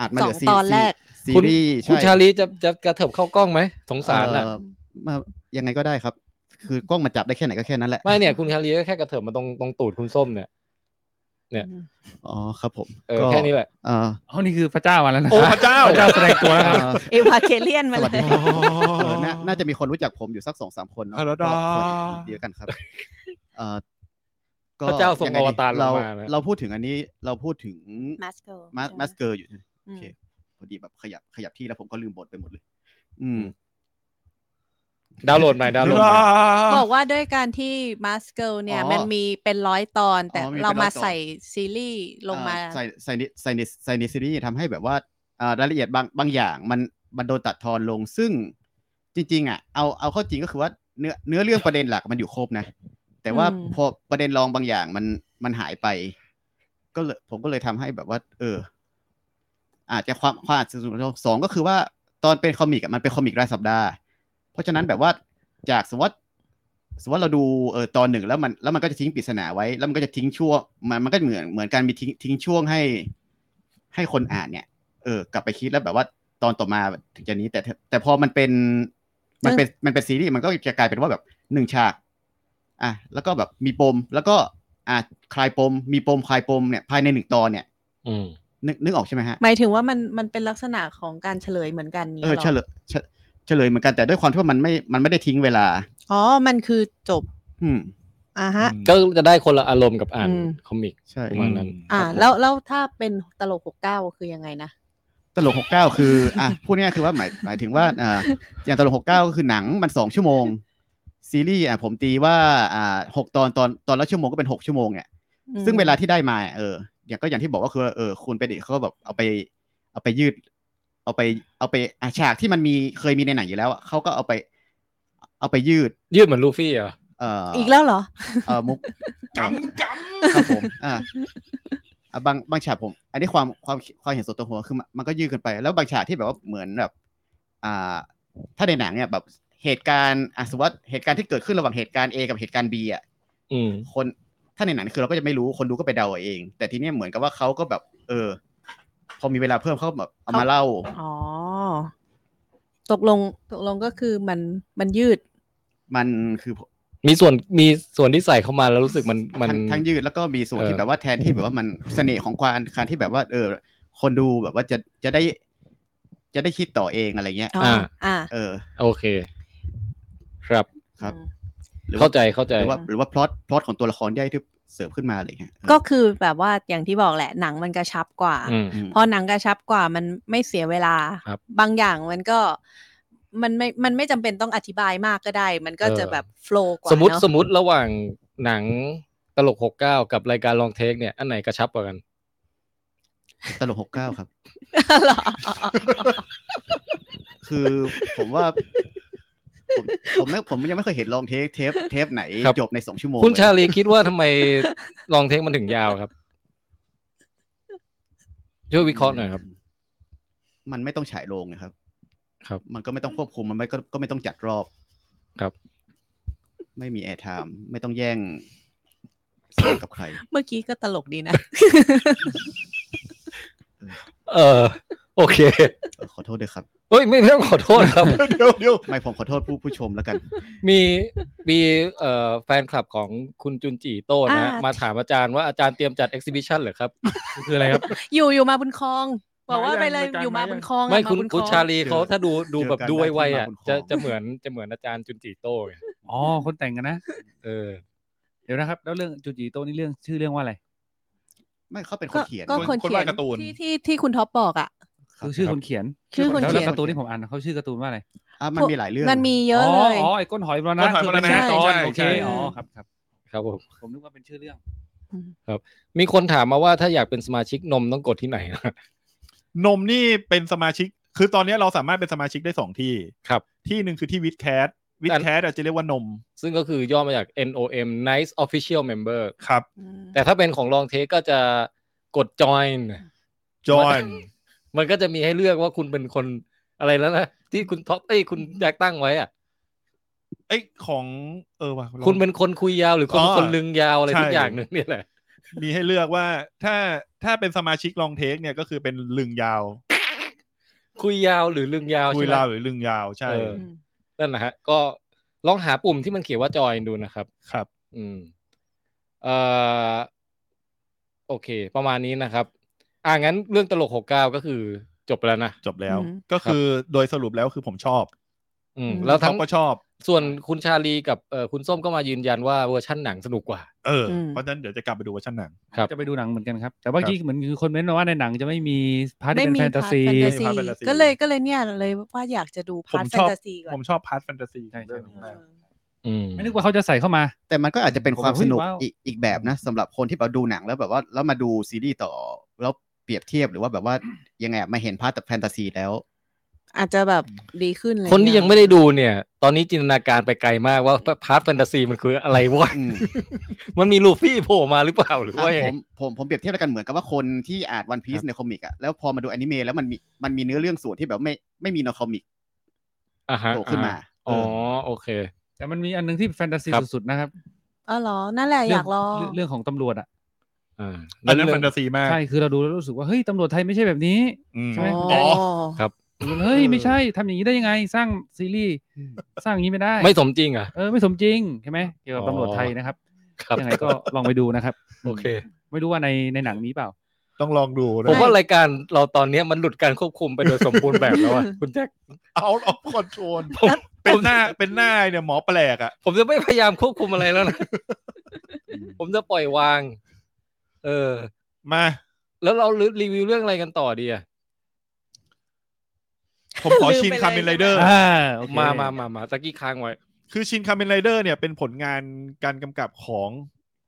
J: อัดมา
D: ส
J: เห
D: อ
J: ลื
D: ง
J: อซี
D: ตอนแรก
J: ซี
B: คุณ
J: รีส์
B: คุณ
J: ใช่
B: ชาลีจะจะกระเถิบเข้ากล้องไหมสงสารอ่ะ
J: เอ่อ มายังไงก็ได้ครับ คือกล้องมันจับได้แค่ไหนก็แค่นั้นแหละ
B: ไม่เนี่ยคุณคารีก็แค่กระเถิบมาตรงตรงตูดคุณส้มเนี่ย
J: อ๋อครับผม
B: เออ
J: ก็
B: แค่นี้แหละ
J: เอ่อ
E: อ๋อนี่คือพระเจ้ามาแล้วนะ
C: โอ้พระเจ้า
E: พระเจ้าแสดงตัวแล้วครับ
J: เอ่อ
D: เอวาเกเลียนมา
J: ส
D: เล
J: วัสดี
D: ย
J: ครับเออน่าน่าจะมีคนรู้จักผมอยู่สักสองสามคนเนาะ
C: อ่ะแล้ว
J: ก็
C: ดา
J: สวัสดีกันครับเอ่อ
B: พระเจ้าทรง
J: ยัไดี
B: อวตารลง
J: เรา
B: มานะ
J: เราพูดถึงอันนี้เราพูดถึง
D: มาสโก
J: มาสมาสเกอร์อยู่
D: อื
J: โอ
D: ม
J: เคพอดีแบบขยับขยับที่แล้วผมก็ลืมบทไปหมดเลย อืม
B: ดาวน์โหลดใหม่ดาวน์โหลดใหม่
D: บอกว่าด้วยการที่มาสเกลเนี่ย
J: อ๋อ
D: มันมีเป็นร้อยตอน แต่
J: อ๋อมีเป็น
D: เรามา
J: ร้อยตอน
D: ใส่ซีรีส์ลงมา
J: อ่ใส่ใส่ในใส่ในใส่ในซีรีส์ทำให้แบบว่าอ่ารายละเอียดบางบางอย่างมันมันโดนตัดทอนลงซึ่งจริง ๆ อ่ะ เอาเอาเข้าจริงก็คือว่าเนื้อเนื้อเรื่องประเด็นหลักมันอยู่ครบนะ แต่ว่า
D: อืม
J: พอประเด็นรองบางอย่างมันมันหายไป ก็เลยผมก็เลยทำให้แบบว่า เออ อาจจะความความอาจจะสูงสองก็คือว่าตอนเป็นคอมิกอะมันเป็นคอมิกรายสัปดาห์ เพราะฉะนั้นแบบว่าจากสมมติสมมติเราดูเออตอนหนึ่งแล้วมันแล้วมันก็จะทิ้งปริศนาไว้ แล้วมันก็จะทิ้งช่วงมันมันก็เหมือนเหมือนการมีทิ้งทิ้งช่วงให้ ให้คนอ่านเนี่ย เออ กลับไปคิดแล้วแบบว่าตอนต่อมาถึงจะนี้แต่ถ้าแต่พอมันเป็นมันเป็นมันเป็นซีรีส์มันก็จะกลายเป็นว่าแบบหนึ่งฉาก อ่ะแล้วก็แบบมีปม แล้วก็อ่ะคลายปม มีปมคลายปมเนี่ยภายในหนึ่งตอนเนี่ย
B: อืม
J: นึกนึกออกใช่ไหมฮะ
D: หมายถึงว่ามันมันเป็นลักษณะของการเฉลยเหมือนกัน
J: เอ
D: งี้ยห
J: อ
D: ร
J: เฉลยเฉเฉลยเหมือนกันแต่ด้วยความที่ว่ามันไม่มันไม่ได้ทิ้งเวลา
D: อ๋อ มันคือจบ
J: อืม
D: อ่ะฮะ
B: ก็จะได้คนละอารมณ์กับอ่าน
D: อืม
B: คอมิก
J: ใช่
B: ประมาณนั้น
D: อ่า แล้วแล้วถ้าเป็นตลกหกเก้าคือยังไงนะ
J: ตลกหกเก้าคืออ่ะพูดง่ายๆคือว่าหมายหมายถึงว่าอ่าอย่างตลกหกเก้าก็คือหนังมันสองชั่วโมง ซีรีส์อ่ะผมตีว่าอ่าหกตอนตอนตอนละชั่วโมงก็เป็นหกชั่วโมงเนี่ย
D: อืม
J: ซึ่งเวลาที่ได้มาเอออย่างก็อย่างที่บอกว่าคือเออคุณเป็นเด็กเขาก็แบบเอาไป เอาไปยืด เอาไป เอาไปอาฉากที่มันมีเคยมีในหนังอยู่แล้วอะเขาก็เอาไป เอาไปยืด
B: ยืดเหมือนลูฟี่เหรอ่ะ
J: เอ่ออ
D: อีกแล้วเหรอ
J: เอ่อมุก
C: กำก
J: ครับผมอ่าอ่ะบางบางฉากผม อันนี้ความความความเห็นส่วนตัวผมคือมันมันก็ยืดเกันไป แล้วบางฉากที่แบบว่าเหมือนแบบ อ่า ถ้าในหนังเนี่ยแบบเหตุการณ์อ่ะสมมติว่าเหตุการณ์ที่เกิดขึ้นระหว่างเหตุการณ์ A กับเหตุการณ์ B อ่ะ
B: อืม
J: คนถ้าในหนังคือเราก็จะไม่รู้คนดูก็ไปเดาเอาเอง แต่ทีเนี้ยเหมือนกับว่าเขาก็แบบ เออ พอมีเวลาเพิ่มเขาแบบเอามาเล่า
D: อ๋อ ตกลงตกลงก็คือมันมันยืด
J: มันคือ
B: มีส่วนมีส่วนที่ใส่เข้ามาแล้วรู้สึกมันมัน
J: ทั้งทั้งยืดแล้วก็มีส่วน
B: เออ
J: ที่แบบว่าแทนที่แบบว่ามันเสน่ห์ของความการที่แบบว่า เออ คนดูแบบว่าจะจะได้ จะได้คิดต่อเองอะไรเงี้ย
D: อ๋อ
B: อ่า
D: อ่า
J: เออ
B: โอเค ครับ
J: ครับ
D: อืม
J: หรือว่
B: เข้าใจเข้าใจ
J: หรือว่าหรือว่าพล็อตพล็อตของตัวละครย่อยที่เสริมขึ้นมาอะไรเงี้ย
D: ก็คือแบบว่าอย่างที่บอกแหละหนังมันกระชับกว่า
B: อืม
J: อืม
D: พอหนังกระชับกว่ามันไม่เสียเวลา
B: ครับ
D: บางอย่างมันก็ มันไม่ มันไม่จำเป็นต้องอธิบายมากก็ได้ มันก็จะแบบโฟล์กว่า
B: สมมติ
D: เนอะ
B: สมมติระหว่างหนังตลกหกเก้ากับรายการลองเทคเนี่ย อันไหนกระชับกว่ากัน
J: ตลกหกเก้าครับ
D: เหรอ
J: คือผมว่า ผมผมไม่ผมยังไม่เคยเห็นลองเทปเทปเทปไหน
B: ครับ
J: จบในสองชั่วโมง
B: คุณ
J: เลย
B: ชาลีคิดว่าทำไมลองเทคมันถึงยาว ครับ ช่วยวิเคราะห์หน่อยครับ
J: มันไม่ต้องฉายโรงนะครับ
B: ครับ
J: มันก็ไม่ต้องควบคุม มันไม่ก็ก็ไม่ต้องจัดรอบ
B: ครับ
J: ไม่มีแอร์ไทม์ไม่ต้องแย่งสนกับใคร
D: เมื่อกี้ก็ตลกดีนะ
B: เออ โอเค
J: เออขอโทษด้วยครับ
B: เฮ้ย ไม่ต้องขอโทษครับ
C: ำเดี๋ยวเดี๋ยว
J: ไม่ผมขอโทษผู้ผู้ชมแล้วกัน
B: มีมีเอ่อแฟนคลับของคุณจุนจีโต้นะฮะ
D: อ่าม
B: มาถามอาจารย์ว่าอาจารย์เตรียมจัด e อ h i ซิบิชันเหรอครับ
E: คืออะไรครับ
D: อยู่อยู่มาบุญคลอง บอกว่า
F: มายัง
D: ไปเลย
F: มายัง
D: อยู่มาบุญคลอง
B: ไม่
D: อะ
B: คุณ
D: บุญ
B: คุณ
D: อง
B: ชาลีเขา
J: เจอ
B: ถ้าดูดูแบบ
J: เจอกัน
B: ดูไวๆ
J: ได้ที่
B: อ่ะ
J: มาบุญคร
B: จะ
J: อง
B: จะเหมือนจะเหมือนอาจารย์จุนจีโต้ไง
E: อ๋อ คนแต่งกันนะ
B: เออ
E: เดี๋ยวนะครับ แล้วเรื่องจูจีโตนี่เรื่องชื่อเรื่องว่าอะไร
J: ไม่เขาเป็นค
D: ก็
J: นเขียน
D: ก็คน
C: คน
D: เขีย
C: วาน ดการ์ตูน
D: ที่ที่ที่คุณท็อปบอกอ่ะ
J: ครับ
E: คือชื่อคนเขียน
D: ชื่อคน
E: แล้ว
D: เขี
E: แล้
D: ยน
E: วการ์ตูนที่ผมอ่านเขาชื่อการ์ตูนว่าอะไร
J: อ่ะมันมีหลายเรื่อง
D: มันมีเยอะเลย
E: อ๋อไอ้ก้นหอยมรณะ
C: ก้นหอยมรณะ
E: คื
D: ใช่
E: เป็ตอน
C: ใช่
E: โอเค
C: ใช่
E: อ๋อครับครับ
B: ครับผม
E: ผมนึกว่าเป็นชื่อเรื่อง
B: มีคนถามมาว่าถ้าอยากเป็นสมาชิกนมต้องกดที่ไหนนะ
C: นมนี่เป็นสมาชิก คือตอนนี้เราสามารถเป็นสมาชิกได้สองที่
B: ครับ
C: ที่หนึ่งคือที่วิดแคสวิดแคสอาจจะเรียกว่านม
B: ซึ่งก็คือย่อมาจาก NOM Nice Official Member
C: ครับ
B: แต่ถ้าเป็นของลองเทคก็จะกด join
C: จอห์น
B: มันก็จะมีให้เลือกว่าคุณเป็นคนอะไรแล้วนะ ที่คุณท็อปเอ้ยคุณอยากตั้งไว้อ่ะ
C: เอ้ยของเออว่ะ
B: คุณเป็นคนคุยยาวหรือคน
C: อ๋อ
B: คนลึงยาวอะไร
C: ใช่
B: ทุกอย่างหนึ่งเนี่ยแหละ
C: มีให้เลือกว่าถ้าถ้าเป็นสมาชิกลองเทคเนี่ยก็คือเป็นลึงยาว
B: คุยยาวหรือลึงยาว
C: คุ
B: ใช่
C: ย
B: ไหม
C: ลาวหรือลึงยาวใช่
B: เออ นั่นนะฮะ ก็ลองหาปุ่มที่มันเขียนว่าจอยดูนะครับ
C: ครับ
B: อืมเอ่อโอเค ประมาณนี้นะครับ อ่างั้นเรื่องตลกหกเก้าก็คือจบไปแล้วนะ
C: จบแล้ว
D: อืม
C: ก็คือโดยสรุปแล้วคือผมชอบ
B: อืม
D: อืม
B: แล้วทั้
C: ท็อง ปก็ชอบ
B: ส่วนคุณชาลีกับเอ่อคุณส้มก็มายืนยันว่าเวอร์ชั่นหนังสนุกกว่า
C: เอออ
D: ม
C: เพราะฉะนั้นเดี๋ยวจะกลับไปดูเวอร์ชันหนัง
B: ครับ
E: จะไปดูหนังเหมือนกันครับ แต่ว่าที่เหมือนคือคนเม้นต์มาว่าในหนังจะไม่มีพาร์ทที่เป็นแฟนตาซี
D: พาร์ทแฟนตาซี
C: พาร์ทแฟนตาซี
D: ก็เลยก็เลยเนี่ยเลยว่าอยากจะดู
C: ผม
D: พาร์ทแฟ
C: ชอน บ
D: ตาซีก่อน
C: ผมชอบพาร์ทแฟนตาซี
E: ใช่ใช่
C: เรื่องนี้มาก
B: อืม
E: ไม่นึกว่าเขาจะใส่เข้ามา
J: แต่มันก็อาจจะเป็นความสนุก
E: ผมว่า
J: อีกอีกแบบนะสำหรับคนที่แบบดูหนังแล้วแบบว่าแล้วมาดูซีรีส์ต่อแล้วเปรียบเทียบหรือว่าแบบว่า ยังไงอะมาเห็นพาร์ทแต่แฟนตาซีแล้ว
D: อาจจะแบบดีขึ้นอะไร
B: คนที่ยัง
D: เ
B: ไม่ได้ดูเนี่ย ตอนนี้จินตนาการไปไกลมากว่าพาร์ทแฟนตาซีมันคืออะไรวะ
J: อืม
B: มันมีลูฟี่โผล่มาหรือเปล่าหรือว่ายัง
J: ผ
B: ไง
J: มผมผมเปรียบเทียบแล้วกันเหมือนกับว่าคนที่อ่านวันพีซในคอมิกอะแล้วพอมาดูอนิเมะแล้วมันมีมันมีเนื้อเรื่องส่วนที่แบบไม่ไม่มีในคอมิก
B: อ่าฮะ
J: โผล่ขึ้นมา
B: อ๋อโอเค
E: แต่มันมีอันหนึงที่แฟนตาซี
B: ครับ
E: สุดๆนะครับ
D: อ๋อเหรอ นั่นแหละอยากลอง
E: เรื่เรื่องของตำรวจอ่ะ
B: อ่า
C: อันนั้น
B: เรื่
C: แฟ
B: ง
C: นตาซีมาก
E: ใช่คือเราดูแล้วรู้สึกว่าเฮ้ยตำรวจไทยไม่ใช่แบบนี้
C: อืม
E: ใช่ไหม
C: อ๋อ
E: เฮ้ยไม่ใช่ทำอย่างนี้ได้ยังไง สร้างซีรีส์สร้างอย่างนี้ไม่ได้
B: ไม่สมจริงเหรอ่ะ
E: เออไม่สมจริงใช่ไหมเกี่ยวกับตำรวจไทยนะครับ
B: ครับ
E: ยังไงก็ลองไปดูนะครับ
B: โอเค
E: ไม่รู้ว่าในในหนังมีเปล่า
C: ต้องลองดูนะ
B: ผมว่ารายการเราตอนเนี้ยมันหลุดการควบคุมไปโดยสมบูรณ์แบบแล้วอะ คุณแจ็ค
C: เอาออกคอนโทรล
B: ผม
C: เป็
B: ผ
C: น
B: ม
C: หน้าเป็นหน้าเนี่ยหมอแปลกอ่ะ
B: ผมจะไม่พยายามควบคุมอะไรแล้วนะ ผมจะปล่อยวาง เออ
C: มา
B: แล้วเรารีวิวเรื่องอะไรกันต่อดีอะ
C: ผมขอ
D: ลืม
C: ชิน
D: ไปเลย
C: คาเมนไรเดอร์
D: ใช่ไห
E: อ่าโอเค
B: มามามามาตะกี้ค้างไว้
C: คือชินคาเมนไรเดอร์เนี่ยเป็นผลงานการกำกับของ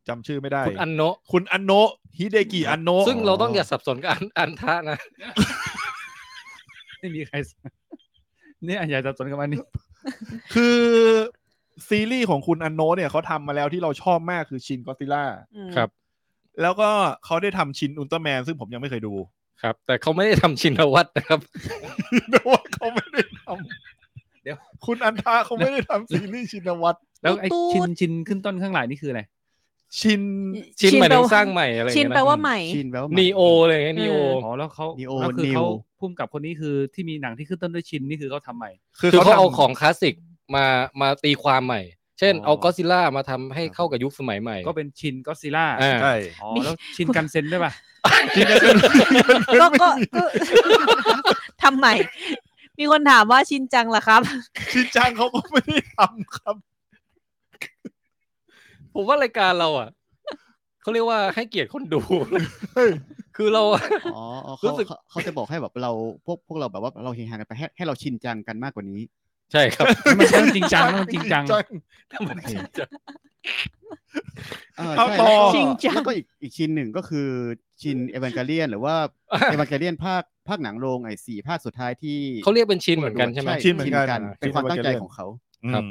C: จำชื่อไม่ได้
B: คุณอันโนะ
C: คุณอันโนะ ฮิเดกิอันโนะ
B: ซึ่งเราต้องอย่าสับสนกับอันอันทะนะ
E: ไม่มีใครเนี่ยอย่าจับสนกับอันนี้
C: คือซีรีส์ของคุณอันโนะเนี่ยเขาทำมาแล้วที่เราชอบมากคือชินก็ซิล่า
D: อืม
B: ครับ
C: แล้วก็เขาได้ทำชินอุลตร้าแมนซึ่งผมยังไม่เค ยดู
B: ครับ แต่เขาไม่ได้ทำชินวัตรนะครับ
C: แปลว่าเขาไม่ได้ทำ
E: เดี๋ยว
C: คุณอันทาเขาไม่ได้ทำซีรีส์ชินวัตร
E: แล้วไอ้ชินชินขึ้นต้นข้างหลังนี่คืออะไร
C: ชิน
B: ชินหมาย
D: แปล
B: ถึง
D: ว่
B: สร้างใหม่อะไรอย่ง
D: ชิน
B: เงี้ยะ
D: แปลว่าใหม่
J: ชินแล้วา
B: นีโออะไรอย่างเงี้ยนีโอ
E: อ๋อแล้วเขา
J: Neo
E: แล้วคือเขา
J: Neo
E: พุ่มกับคนนี้คือที่มีหนังที่ขึ้นต้นด้วยชินนี่คือเขาทำใหม่
C: คือ
B: คือ
C: เขา
B: เขาเอา
C: ทำ
B: ของคลาสสิกมามาตีความใหม่ เช่น
E: อ๋อ
B: เอาก็ซิล่ามาทำให้เข้ากับยุคสมัยใหม่
E: ก็เป็นชินก็ซีล่า
B: อ่า
C: ใช่
E: อ๋อแล้วชินกันเซนด้วยป่ะ
D: ก็ก็ก็ ทำใหม่ มีคนถามว่าชินจังเหรอครับ
C: ชินจังเขาก็ไม่ได้ทำครับ
B: ผมว่ารายการเราอ่ะ เขาเรียกว่าให้เกียรติคนดู คือเรา
J: อ๋ออ๋อ
B: รู้
J: เขา
B: สึก
J: เขาเขาจะบอกให้แบบเราพวกพวกเราแบบว่าเราเฮฮากันไปให้ให้เราชินจังกันมากกว่านี้
B: ใช่ครับ
E: มันต้องจริง จังต้องจริงจัง
J: เออ
C: เอา
J: ใช่
C: ต่อ
J: แล้วก็
D: ชินจัง
J: แล้วก็อีกอีกชินหนึ่งก็คือชินเอเวนเ l เลียนหรือว่าเอเวนเ l เลียนภาคภาคหนังโรงไอ้สี่ภาคสุดท้ายที่
B: เขาเรียกเป็นชินเหมือนกันใช่ไหม
C: ชินเหมือนกัน
J: เป็นความตั้งใจของเขา
B: ครับ
C: อืม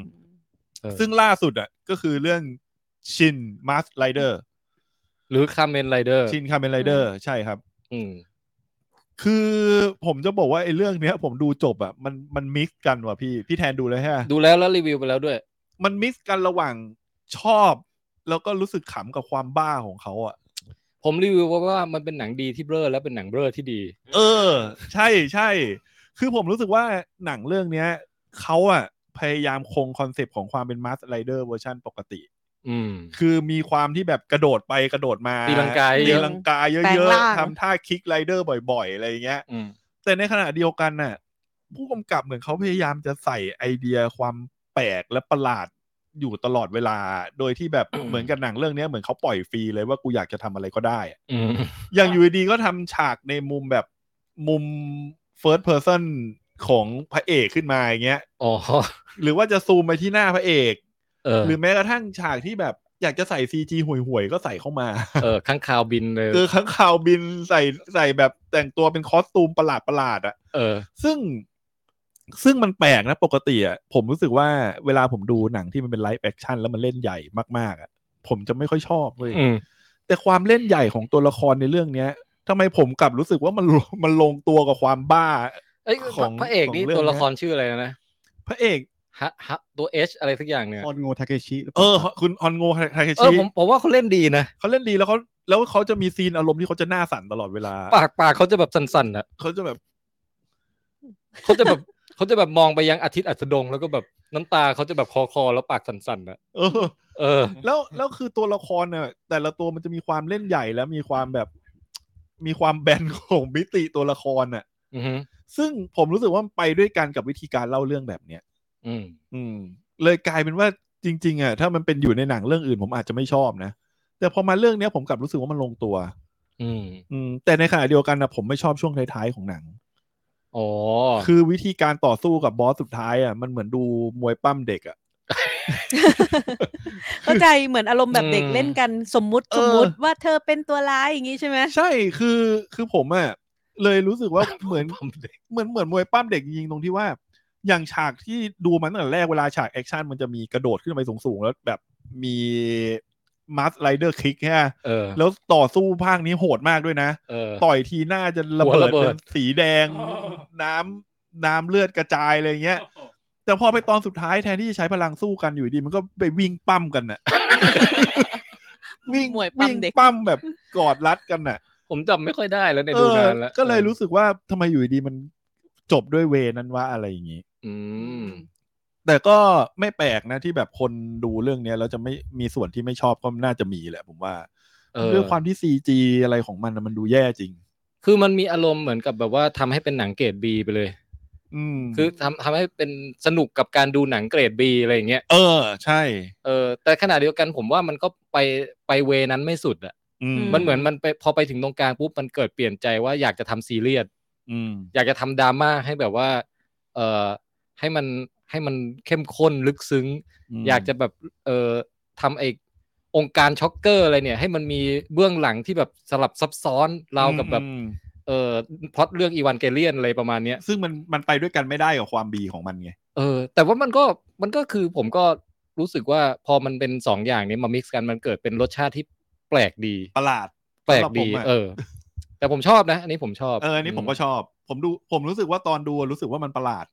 B: เออ
C: ซึ่งล่าสุดอ่ะ ก็คือเรื่องชินมาสไ r เดอร์
B: หรือคาเมนไรเดอร์
C: ชินคาเมนไรเดอร์ใช่ครับ
B: อืม
C: คือผมจะบอกว่าไอ้เรื่องเนี้ย ผมดูจบอ่ะมันมันมิกซ์กันว่ะพี่ พี่แทนดูเลยฮะ
B: ดูแล้วแล้วรีวิวไปแล้วด้วย
C: มันมิกซ์กันระหว่างชอบ แล้วก็รู้สึกขำกับความบ้าของเขาอ่ะ
B: ผมรีวิวว่าว่ามันเป็นหนังดีที่เบลอแล้วเป็นหนังเบลอที่ดี
C: เออ ใช่ใช่ คือผมรู้สึกว่าหนังเรื่องเนี้ยเขาอ่ะ พยายามคงคอนเซปต์ของความเป็นมาสไ r เดอร์เวอร์ชันปกติ
B: อืม
C: คือมีความที่แบบกระโดดไปกระโดดมา
B: ตีลังกาเย
C: ตี
B: อะ
C: ลังกาเย
D: แปลง
C: อะ
D: ร่าง
C: ๆทำท่าคิกไรเดอร์บ่อยๆ อะไรอย่างเงี้ย
B: อืม
C: แต่ในขณะเดียวกันน่ะ ผู้กำกับเหมือนเขาพยายามจะใส่ไอเดียความแปลกและประหลาดอยู่ตลอดเวลา โดยที่แบบ เหมือนกับหนังเรื่องเนี้ยเหมือนเขาปล่อยฟรีเลยว่ากูอยากจะทำอะไรก็ได้อะ
B: อืม
C: อย่างอยู่ดีๆก็ทำฉากในมุมแบบมุม first person ของพระเอกขึ้นมาอย่างเงี้ย
B: อ๋อ
C: หรือว่าจะซูมไปที่หน้าพระเอก
B: เออ
C: หรือแม้กระทั่งฉากที่แบบอยากจะใส่ซีจีห่วยๆก็ใส่เข้ามา
B: เออข้างคาวบินเลย
C: คือข้างข่าวบินใส่ใส่แบบแต่งตัวเป็นคอสตูมประหลาดประหลาดๆอะ
B: เออ
C: ซึ่งซึ่งมันแปลกนะปกติอ่ะผมรู้สึกว่าเวลาผมดูหนังที่มันเป็นไลฟ์แอคชั่นแล้วมันเล่นใหญ่มากๆอ่ะผมจะไม่ค่อยชอบเลย
B: อืม
C: แต่ความเล่นใหญ่ของตัวละครในเรื่องเนี้ยทำไมผมกลับรู้สึกว่ามัน มันลงตัวกับความบ้า
B: เอ้ย
C: ของ
B: พระเอกนี่
C: ของเรื่อง
B: ตัวละครชื่ออะไรนะ
C: พระเอก
B: ฮะฮะตัวเอชอะไรสักอย่างเนี่ย
J: คอนโงทาเกชิหรืป
C: เอ
J: ล่า
C: อ คุณฮอนโงไทเค
B: เอ
C: ชิ
B: อผมผมว่าเขาเล่นดีนะ
C: เขาเล่นดีแล้วเขาแล้วเขาจะมีซีนอารมณ์ที่เขาจะหน้าสั่นตลอดเวลา
B: ปากปากเขาจะแบบสั่นๆอ่ะ
C: เขาจะแบบ
B: เขาจะแบบ เขาจะแบบมองไปยังอาทิตย์อัสดงแล้วก็แบบ น้ำตาเขาจะแบบคอคอๆแล้วปากสั่นๆนะ
C: เออ
B: เออ
C: แล้วแล้วคือตัวละครเนี่ยแต่ละตัวมันจะมีความเล่นใหญ่แล้วมีความแบบ มีความแบนของมิติตัวละครน่ะ
B: อือหือ
C: ซึ่งผมรู้สึกว่ามันไปด้วยกันกับวิธีการเล่าเรื่องแบบเนี้ย
B: อืม
C: อืม เลยกลายเป็นว่าจริง ๆอ่ะถ้ามันเป็นอยู่ในหนังเรื่องอื่นผมอาจจะไม่ชอบนะ แต่พอมาเรื่องเนี้ยผมกลับรู้สึกว่ามันลงตัว
B: อืม
C: อืม แต่ในขณะเดียวกันนะผมไม่ชอบช่วงท้ายๆของหนัง
B: อ๋อ
C: คือวิธีการต่อสู้กับบอสสุดท้ายอ่ะมันเหมือนดูมวยปั้มเด็กอ่ะ
D: เข้าใจเหมือนอารมณ์แบบเด็ก
B: อืม
D: เล่นกันสมมุติ
C: เออ
D: สมมุติว่าเธอเป็นตัวร้ายอย่างนี้ใช่ไหม
C: ใช่คือคือผมอ่ะเลยรู้สึกว่า เหมือน
B: ผมเด็ก
C: เหมือนเหมือนมวยปั้มเด็กจริงๆตรงที่ว่า อย่างฉากที่ดูมันตั้งแต่แรกเวลาฉากแอคชั่นมันจะมีกระโดดขึ้นไปสูงๆ แล้วแบบมีมัสไรเดอร์คิกฮะ
B: เออ
C: แล้วต่อสู้ภาคนี้โหดมากด้วยนะ
B: เออ
C: ต่อยทีหน้าจะระ
B: หั
C: เบิ
B: ว
C: ด
B: ระเบิด
C: เป็นสีแดงน้ำน้ำเลือดกระจายอะไรเงี้ย แต่พอไปตอนสุดท้ายแทนที่จะใช้พลังสู้กันอยู่ดีมันก็ไปวิ่งปั้มกัน น่ะ วิ่ง
D: หมวยปั้ม
C: วิ่ง
D: เด็ก
C: ปั้มแบบกอดรัดกันน่ะ
B: ผมจำไม่ค่อยได้แล้วในย
C: เออน
B: ดูานแล้ว
C: ก็เลยรู้สึกว่าทำไมอยู่ดีมันจบด้วยเวนั้นว่าอะไรอย่างนี้
B: อืม
C: แต่ก็ไม่แปลกนะที่แบบคนดูเรื่องเนี้ยแล้วจะไม่มีส่วนที่ไม่ชอบก็น่าจะมีแหละผมว่า
B: เออ
C: ด้วยความที่ซีจีอะไรของมันน่ะมันดูแย่จริง
B: คือมันมีอารมณ์เหมือนกับแบบว่าทำให้เป็นหนังเกรดบีไปเลย
C: อืม
B: คือทำทำให้เป็นสนุกกับการดูหนังเกรดบีอะไรอย่างเงี้ย
C: เออ ใช่
B: เออ แต่ขณะเดียวกันผมว่ามันก็ไปไปเวนั้นไม่สุดอะ
C: อืม
B: มันเหมือนมันไปพอไปถึงตรงกลางปุ๊บมันเกิดเปลี่ยนใจว่าอยากจะทำซีเรียส
C: อืม
B: อยากจะทำดราม่าให้แบบว่า เออให้มันให้มันเข้มข้นลึกซึ้ง
C: ม
B: อยากจะแบบ เออทำไอองค์การช็อกเกอร์อะไรเนี่ย ให้มันมีเบื้องหลังที่แบบสลับซับซ้อนราวกับแบบ
C: อืม
B: เออพล็อตเรื่องอีวานเกเลียนอะไรประมาณเนี้ย
C: ซึ่งมันมันไปด้วยกันไม่ได้กับความบีของมันไง
B: เออ แต่ว่ามันก็มันก็คือผมก็รู้สึกว่าพอมันเป็นสองอย่างนี้มามิกซ์กันมันเกิดเป็นรสชาติที่แปลกดี
C: ประหลาด
B: แปลก
C: สำหรับผ
B: ดี
C: มอะ
B: เออ แต่ผมชอบนะ อันนี้ผมชอบ
C: เอออันนี้ผมก็ชอบ ผมดูผมรู้สึกว่าตอนดูรู้สึกว่ามันประหลาด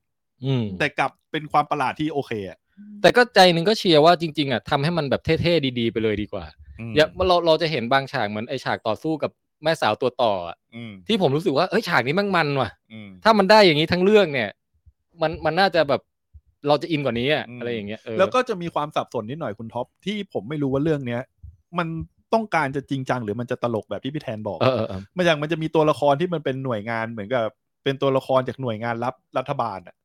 B: อืมแต่
C: แต่กลับเป็นความประหลาดที่โอเคอ่ะ
B: แต่ก็ใจหนึ่งก็เชียร์ว่าจริง ๆอ่ะทำให้มันแบบเท่ๆดีๆไปเลยดีกว่า
C: ม
B: อย่าเราเราจะเห็นบางฉากเหมือนไอฉากต่อสู้กับแม่สาวตัวต่ออะ
C: อืม
B: ที่ผมรู้สึกว่าเอ้ยฉากนี้แมันมันว่ะ
C: อืม
B: ถ้ามันได้อย่างนี้ทั้งเรื่องเนี่ย มันมันน่าจะแบบเราจะอินกว่านี้อะ
C: อืม
B: อะไรอย่างเงี้ยเออ
C: แล้วก็จะมีความสับสนนิดหน่อยคุณท็อป ที่ผมไม่รู้ว่าเรื่องเนี้ย มันต้องการจะจริงจังหรือมันจะตลกแบบที่พี่แทนบอก
B: เออเออเออ
C: มันอย่างมันจะมีตัวละครที่มันเป็นหน่วยงานเหมือนกับ เป็นตัวละครจากหน่วยงานรับรัฐบาลอะ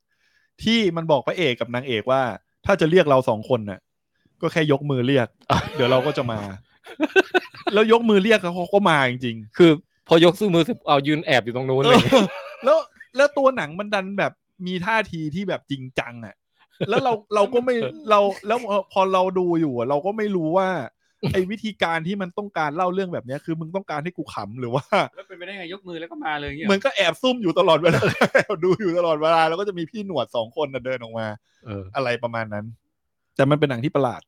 C: ที่มันบอกพระเอกกับนางเอกว่า ถ้าจะเรียกเราสองคนน่ะ ก็แค่ยกมือเรียก เดี๋ยวเราก็จะมา แล้วยกมือเรียกเขาก็มาจริงๆ
B: คือพอยกสู้มือเสร็จเอายืนแอบอยู่ตรงนู้นเลย
C: เออแล้วแล้วตัวหนังมันดันแบบมีท่าทีที่แบบจริงจังอ่ะ แล้วเราเราก็ไม่เราแล้วพอพอเราดูอยู่อะเราก็ไม่รู้ว่า ไอ้วิธีการที่มันต้องการเล่าเรื่องแบบเนี้ยคือมึงต้องการให้กูขำหรือว่า
F: แล้วเป็นไปได้ไงยกมือแล้วก็มาเลยอย่างเงี้ย
C: เหมือนก็แอบซุ่มอยู่ตลอดเวลา ดูอยู่ตลอดเวลาแล้วก็จะมีพี่หนวดสองคนน่ะเดินออกมา
B: เออ
C: อะไรประมาณนั้น แต่มันเป็นหนังที่ประหลาด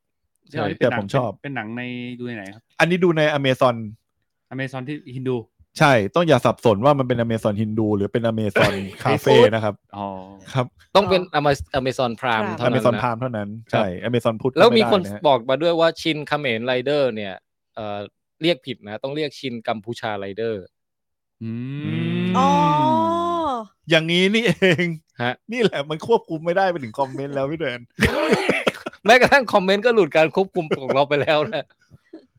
F: ใช่อันนี้
C: แต่
F: เป็นหนัง
C: ผมชอบ
F: เป็นหนังในดูในไหนครับ
C: อันนี้ดูในอเมซอน
F: อเมซอนที่ฮินดู
C: ใช่ ต้องอย่าสับสนว่ามันเป็นอเมซอนฮินดูหรือเป็นอเมซ อนคาเฟ่นะครับ
F: อ๋อ
C: ครับ
B: ต้องเป็นอเมซอนพราม
D: ครับ
B: เท่า
C: อเม
B: นั้น
C: ซอน
B: นะ
C: พามเท่านั้นใช่อเมซอนพุทธก็
B: แล้วมี
C: ไได้
B: คน
C: นะฮะ
B: บอกมาด้วยว่าชินคาเมนไรเดอร์เนี่ยเออเรียกผิดนะ ต้องเรียกชินกัมพูชาไรเดอร์
F: อืม
D: อ๋อ
C: อย่างนี้นี่เอง
B: ฮะ
C: นี่แหละมันควบคุมไม่ได้ไปถึงคอมเมนต์แล้วพี่เดน
B: แม้กระทั่งคอมเมนต์ก็หลุดการควบคุมของเราไปแล้วนะ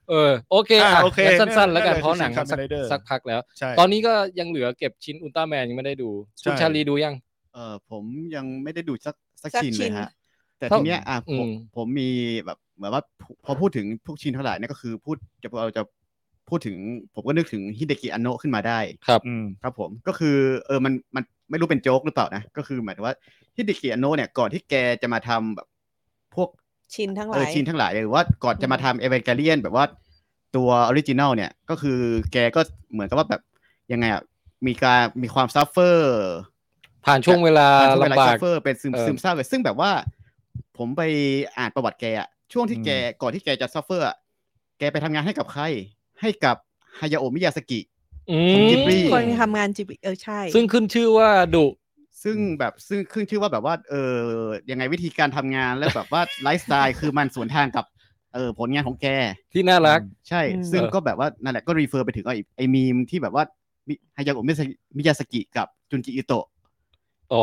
B: เออ โอเค
C: อ่ะ
B: อ่ะ
C: โอเค
B: งั้นสั้น ๆ แล้วกัน
C: ย
B: เพราะหนัง
C: คือ Kamen
B: สัก
C: Rider
B: สักพักแล้ว
C: ใช่
B: ตอนนี้ก็ยังเหลือเก็บชิ้นอุลตร้าแมนยังไม่ได้ดู
C: ใช่
B: คุณชาลีดูยัง
J: เออผมยังไม่ได้ดูสักสัก
D: สัก
J: ชิ้นเล
D: ชิ้
J: ย
D: น
J: ฮะ แต่
B: เท่า
J: ทีเนี้ยอ่ะผม
B: อืม
J: ผมมีแบบเหมือนว่าพอพอพูดถึงพวกชิ้นเท่าไหร่เนี่ยก็คือพูดจะเราจะพูดถึง ผมก็นึกถึงฮิเดกิอันโนะขึ้นมาได้
C: อืม
J: ครับผมก็คือเออมันมันไม่รู้เป็นโจ๊กหรือเปล่านะ ก็คือหมายถึงว่าฮิเดกิอันโนะเนี่ยก่อนที่แกจะมาทำแบบ พวก
D: ชินทั้งห
J: เอ
D: ลา
J: อย ชินทั้งหลายเลยหรือว่าก่อนจะมาทำเอเวนเกเลียนแบบว่าตัวออริจินัลเนี่ย ก็คือแกก็เหมือนกับว่าแบบยังไงอ่ะมีการมีความซัฟเฟอร์
B: ผ่านช่วงเวลา
J: ผ่านช่วงเว
B: ลำ
J: ลา
B: บา
J: ซั
B: ก
J: ฟเฟอร์เป็นซึม
B: เออ
J: ซึมเศร้าเลยซึ่งแบบว่า ผมไปอ่านประวัติแกอ่ะช่วงที่แกก่อนที่แกจะซัฟเฟอร์อะแกไปทำงานให้กับใคร ให้กับฮายาโอะมิยาสกิ
B: อื
J: ข
B: ม
J: องจิบลี่
D: คนทำงานจิบเออใช่
B: ซึ่งขึ้นชื่อว่าดุ
J: ซึ่งแบบซึ่งขึ้นชื่อว่าแบบว่า เออยังไงวิธีการทำงานและแบบว่า ไลฟ์สไตล์คือมันสวนทางกับเออผลงานของแก
B: ที่น่ารัก
J: ใช่
D: อืม
J: ซึ่ง
B: เออ
J: ก็แบบว่า นั่นแหละก็รีเฟอร์ไปถึงไอ้ไอ้มีมที่แบบว่ามิฮายาโอะมิยาสกิกับจุนจิอิโตะ
B: อ๋อ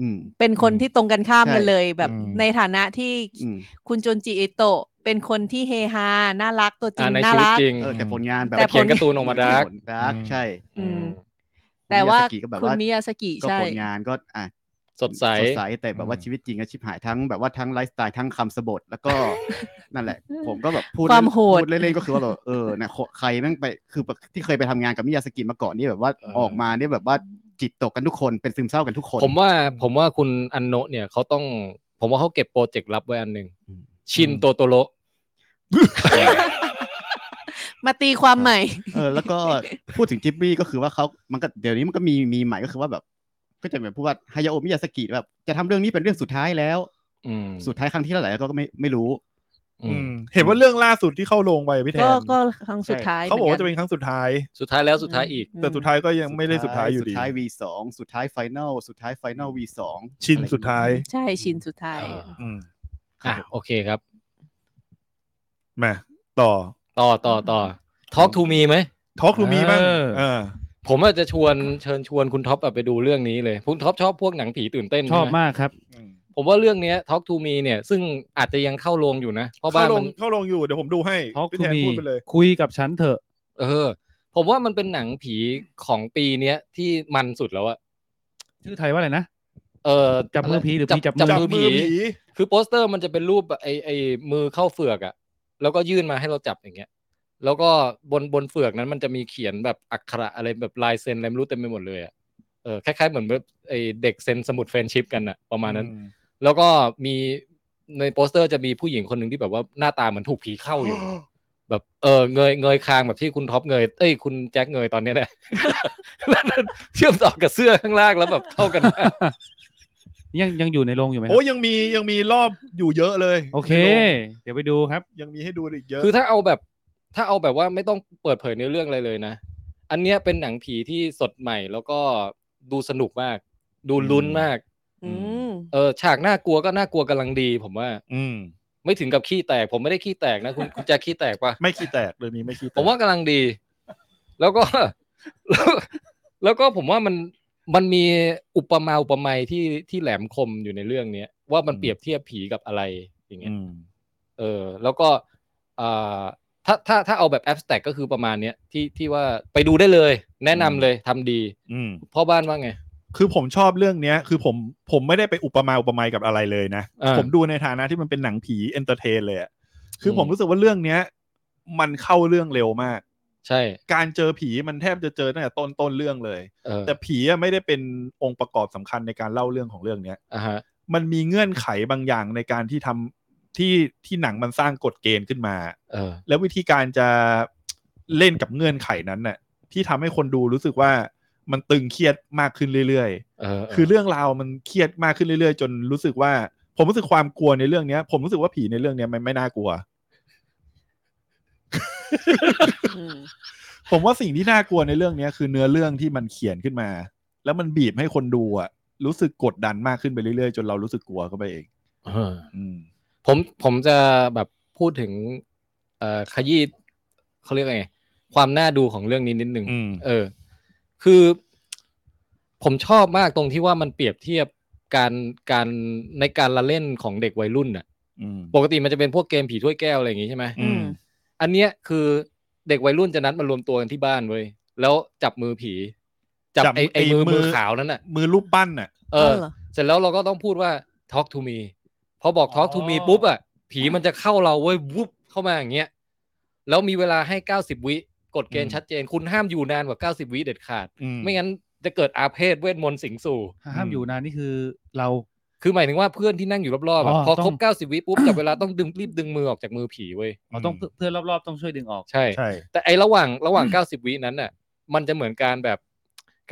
J: อืม
D: เป็นคนที่ตรงกันข้ามกัน
J: ใช่
D: เลยแบบ
B: อืม
D: ในฐานะที่
J: อืม
D: คุณจุนจิเอโตะเป็นคนที่เฮฮาน่ารักตัวจริ
B: อ่างใน
D: น่า
B: ชีวิต
D: รัก
B: จริง
J: เออแต่ผลงานแบบ
D: แต่
B: เขียนการ์ตูนออกมาดาร์ก
J: ดาร์กใช่
D: อืม
J: คุณ
D: แต่ว่า
J: มิยาสกิก็แบบ
D: คุณ
J: ว่า
D: มิยาสกิ
J: ก็
D: ใช่
J: ผลงานก็อ่ะ
B: สดใส
J: สดใสแต่แบบว่า
B: อืม
J: ชีวิตจริงก็ชิบหายทั้งแบบว่าทั้งไลฟ์สไตล์ทั้งคำสบท แล้วก็ นั่นแหละ ผมก็แบบพูด
D: ความโหด
J: พูดเล่นๆก็คือว่าแบบเออนะโคใครแม่งไปคือแบบที่เคยไปทำงานกับมิยาสกิมาก่อนนี่แบบว่าออกมาเนี่ยแบบว่าจิตตกกันทุกคนเป็นซึมเศร้ากันทุกคน
B: ผมว่าผมว่าคุณอันโนะเนี่ยเขาต้อง ผมว่าเขาเก็บโปรเจกต์ลับไว้อันหนึ่ง
J: อืม
B: ชินโตโตโร
D: มาตีความใหม่
J: เออแล้วก็พูดถึงจิบบี้ก็คือว่าเขามันก็เดี๋ยวนี้มันก็มีมีใหม่ก็คือว่าแบบ ก็จะแบบพูดว่าฮายาโอะมิยาสกิแบบจะทำเรื่องนี้เป็นเรื่องสุดท้ายแล้ว
B: อืม
J: สุดท้ายครั้งที่เท่าไหร่แล้วก็ไม่ไม่รู้
B: อืม
C: เห็นว่าเรื่องล่าสุดที่เข้าโรงไปพี่แท
D: ก็
C: น
D: ก็ครั้งสุดท้าย
C: เขาบอกว่าจะ
D: หมื
C: เป็นครั้งสุดท้าย
B: สุดท้ายแล้วสุดท้ายอีก
D: ม
C: แต่สุดท้ายก็ยังไม่ได้สุดท้ายอยู่ดี
J: สุดท้าย V สองสุดท้ายไฟน l ลสุดท้ายไฟน l V สอง
C: ชินสุดท้าย
D: ใช่ชินสุดท้าย
B: อ่า
C: อืม
B: อ่ะโอเคครับ
C: มาต่อ
B: ต่อต่อต่อทอล์กทูมีไหม
C: ทอ l k ก o ูมีบ้าง
E: เออ
C: เออ
B: ผมอาจจะชวนเชิญชวนคุณท็อปอะไปดูเรื่องนี้เลย คุณท็อปชอบพวกหนังผีตื่นเต้น
E: ชอบ
B: ใไห
E: มากครับ
B: ผมว่าเรื่องเนี้ย Talk to Me เนี่ย ซึ่งอาจจะยังเข้าโรงอยู่นะ เพราะบ้า
C: เข้าน ล
B: มั
C: ง
B: น
C: เข้าลงอยู่เดี๋ยวผมดูให้
E: Talk
C: พี่
E: to
C: แทน
E: me
C: พูดไปเลย
E: คุยกับฉันเถอะ
B: เออ ผมว่ามันเป็นหนังผีของปีเนี้ยที่มันสุดแล้วอะ
E: ชื่อไทยว่าอะไรนะ
B: เออ
E: จับมือผีหรือผีจับมือ
B: จับมือผี
C: ผี
B: คือโปสเตอร์มันจะเป็นรูปแบบไอไอมือเข้าเฟือกอะแล้วก็ยื่นมาให้เราจับอย่างเงี้ย แล้วก็บนบนเฟือกนั้นมันจะมีเขียนแบบอักขระอะไรแบบลายเซ็นอะไรไม่รู้เต็มไปหมดเลยอะเออคล้ายๆเหมือนแบบไอเด็กเซ็นสมุดเฟรนด์ชิพกันอะประมาณนั้น แล้วก็มีในโปสเตอร์จะมีผู้หญิงคนหนึ่งที่แบบว่าหน้าตาเหมือนถูกผีเข้าอยู่ แบบเออเงยเงยคางแบบที่คุณท็อปเงยเอ้ยคุณแจ็คเงยตอนเนี้ยแหละ แล้วมันเชื่อมต่อกับเสื้อข้างล่างแล้วแบบเข้ากันมาก
E: ยังยังอยู่ในโรงอยู่ไหมค
C: โอ้
E: รับ
C: ยังมียังมีรอบอยู่เยอะเลย
E: โอเค
C: ในโรง
E: เดี๋ยวไปดูครับ
C: ยังมีให้ดูอีกเยอะ
B: คือถ้าเอาแบบถ้าเอาแบบว่าไม่ต้องเปิดเผยเนื้อเรื่องอะไรเลยนะ อันเนี้ยเป็นหนังผีที่สดใหม่ แล้วก็ดูสนุกมาก ดูลุ้นมาก
D: อืม
B: เออฉากน่ากลัวก็น่ากลัวกำลังดี ผมว่า
C: อืม
B: ไม่ถึงกับขี้แตก ผมไม่ได้ขี้แตกนะคุณคุณแจ็คขี้แตก ปะ
C: ไม่ขี้แตกเรื่องนี้ไม่ขี้แตก
B: ผมว่ากำลังดี แล้วก็ แล้วแล้วก็ผมว่ามันมันมีอุปมาอุปไมยที่ที่แหลมคมอยู่ในเรื่องเนี้ยว่ามันเปรียบเทียบผีกับอะไรอย่างเงี้ย
C: อืม
B: เออ แล้วก็อ่าถ้าถ้าถ้าเอาแบบแอ s สแต็กก็คือประมาณเนี้ยที่ที่ว่าไปดูได้เลย แนะนำเลยทำดี
C: อืม
B: พ่อบ้านว่าไง
C: คือผมชอบเรื่องเนี้ย คือผมผมไม่ได้ไปอุปมาอุปไมยกับอะไรเลยนะ
B: อ่า
C: ผมดูในฐานะที่มันเป็นหนังผีเอนเตอร์เทนเลยอะคืออ
B: ม
C: ผมรู้สึกว่าเรื่องเนี้ย มันเข้าเรื่องเร็วมาก
B: ใช่
C: การเจอผีมันแทบจะเจอตั้งแต่ต้นต้นเรื่องเลย
B: เออ
C: แต่ผีอะไม่ได้เป็นองค์ประกอบสำคัญในการเล่าเรื่องของเรื่องเนี้ย
B: อ่าฮะ
C: มันมีเงื่อนไขบางอย่างในการที่ทำที่ที่หนังมันสร้างกฎเกณฑ์ขึ้นมา
B: เออ
C: แล้ววิธีการจะเล่นกับเงื่อนไขนั้นน่ะที่ทำให้คนดูรู้สึกว่ามันตึงเครียดมากขึ้นเรื่อย
B: เออ
C: ๆ คือเรื่องราวมันเครียดมากขึ้นเรื่อยๆ จนรู้สึกว่า ผมรู้สึกความกลัวในเรื่องเนี้ย ผมรู้สึกว่าผีในเรื่องเนี้ยมันไม่น่ากลัว ผมว่าสิ่งที่น่ากลัวในเรื่องเนี้ยคือเนื้อเรื่องที่มันเขียนขึ้นมา แล้วมันบีบให้คนดูอ่ะรู้สึกกดดันมากขึ้นไปเรื่อยๆ จนเรารู้สึกกลัวเข้าไปเอง
B: เออ
C: อืม
B: ผมผมจะแบบพูดถึง เอ่อขยี้เขาเรียกว่าไง ความน่าดูของเรื่องนี้นิดนึง
C: อืม
B: เออ คือ ผมชอบมากตรงที่ว่ามันเปรียบเทียบการการในการละเล่นของเด็กวัยรุ่นน่ะ
C: อืม
B: ปกติมันจะเป็นพวกเกมผีถ้วยแก้วอะไรอย่างงี้ใช่ไหม
C: อืม
B: อันเนี้ยคือเด็กวัยรุ่นจะนัดมารวมตัวกันที่บ้านเว้ยแล้วจับมือผี จับไอไอมือมือขาวนั้นน่ะ
C: มือรูปปั้นน่ะ
B: เออ
D: เหรอ
B: เสร็จแล้วเราก็ต้องพูดว่า talk to me พอบอก talk to me ปุ๊บอ่ะ ผีมันจะเข้าเราเว้ยวุบเข้ามาอย่างเงี้ย แล้วมีเวลาให้ 90 วิกฎเกณ
C: อื
B: ฑ์
C: ม
B: ชัดเจน คุณห้ามอยู่นานกว่า 90 วิเด็ดขาด
C: อื
B: ไม่งั้นจะเกิดอาเพศเวทมนต์สิงสู่
E: ห้ามอยู่นานนี่คือเรา
B: คือหมายถึงว่าเพื่อนที่นั่งอยู่รอบๆอะ
E: อ๋อ
B: พอครบ
E: ต้อง
B: 90 วิปุ๊บจับเวลาต้องดึงรีบดึงมือออกจากมือผีเว้ย
E: เราต้องเพื่อนเพื่อนรอบๆต้องช่วยดึงออก
B: ใช่
C: ใช่
B: แต่ไอระหว่างระหว่าง 90 วินั้นน่ะ มันจะเหมือนการแบบ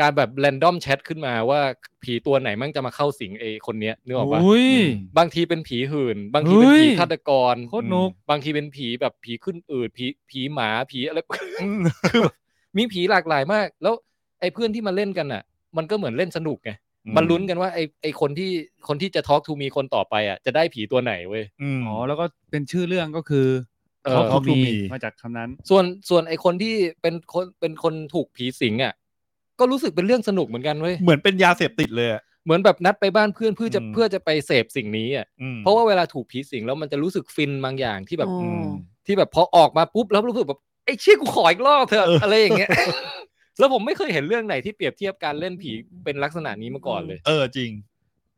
B: การแบบแรนดอมแชทขึ้นมาว่าผีตัวไหนมั่งจะมาเข้าสิงไอคนเนี้ยนึกออกปะ
E: อุ้ย
B: บางทีเป็นผีหื่น บางทีเป็นผี
E: เฮ้ย
B: ฆาตกร
E: โคตรหนุก
B: บางทีเป็นผีแบบผีขึ้นอืดผีผีหมาผีอะไร คือแบบมีผีหลากหลายมาก แล้วไอ้เพื่อนที่มาเล่นกันอ่ะ มันก็เหมือนเล่นสนุกไง
C: อืม
B: มันลุ้นกันว่าไอ้ไอ้คนที่คนที่จะทอล์กทูมีคนต่อไปอ่ะจะได้ผีตัวไหนเว้ย
C: อืม
E: อ๋อ แล้วก็เป็นชื่อเรื่องก็คือ
B: เออ
E: เขา
C: Talk
E: ทู
C: to
E: มี
C: Me
E: มาจากคำนั้น
B: ส่วนส่วนไอ้คนที่เป็นคนเป็นคนถูกผีสิงอ่ะก็รู้สึกเป็นเรื่องสนุกเหมือนกันเว้ย
C: เหมือนเป็นยาเสพติดเลยอะ
B: เหมือนแบบนัดไปบ้านเพื่อนเพื่อจะ
C: อืม
B: เพื่อจะไปเสพสิ่งนี้อ่ะ
C: อืม
B: เพราะว่าเวลาถูกผีสิงแล้วมันจะรู้สึกฟินบางอย่างที่แบบ
D: อ๋อ
C: อืม
B: ที่แบบพอออกมาปุ๊บแล้วรู้สึกแบบไอ้เชี่ยกูขออีกรอบเถอะ
C: เอออ
B: อะไรอย่างเงี้ย แล้วผมไม่เคยเห็นเรื่องไหนที่เปรียบเทียบการเล่นผีเป็นลักษณะนี้มาก่อนเลย
C: เออจริง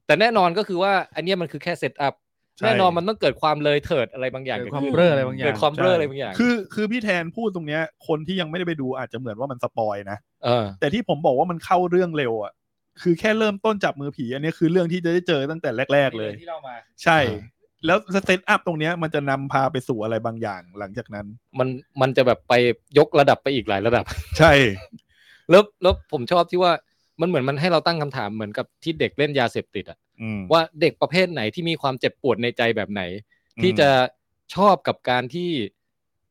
B: แต่แน่นอนก็คือว่าอันเนี้ยมันคือแค่เซตอัพ
C: ใช่
B: แน่นอนมันต้องเกิดความเลยเถิดอะไรบางอย่าง
E: เกิด
B: ด
E: ความ
B: ขึ้น
E: เบ้ออะไรบางอย่าง
B: เกิดความเบ้ออะไรบางอย่าง
C: คือคือพี่แทนพูดตรงเนี้ย คนที่ยังไม่ได้ไปดูอาจจะเหมือนว่ามันสปอยนะ
B: เออ
C: แต่ที่ผมบอกว่ามันเข้าเรื่องเร็วอ่ะ คือแค่เริ่มต้นจับมือผี อันนี้คือเรื่องที่จะได้เจอตั้งแต่แรก ๆ เลย
F: ที่เรามา
C: ใช่
B: อ่า
C: แล้วสเตตอัพตรงเนี้ยมันจะนำพาไปสู่อะไรบางอย่างหลังจากนั้น
B: มันมันจะแบบไปยกระดับไปอีกหลายระดับ
C: ใช่
B: แล้วแล้วผมชอบที่ว่ามันเหมือนมันให้เราตั้งคำถามเหมือนกับที่เด็กเล่นยาเสพติดอะ
C: อืม
B: ว่าเด็กประเภทไหนที่มีความเจ็บปวดในใจแบบไหน
C: อืม
B: ที่จะชอบกับการที่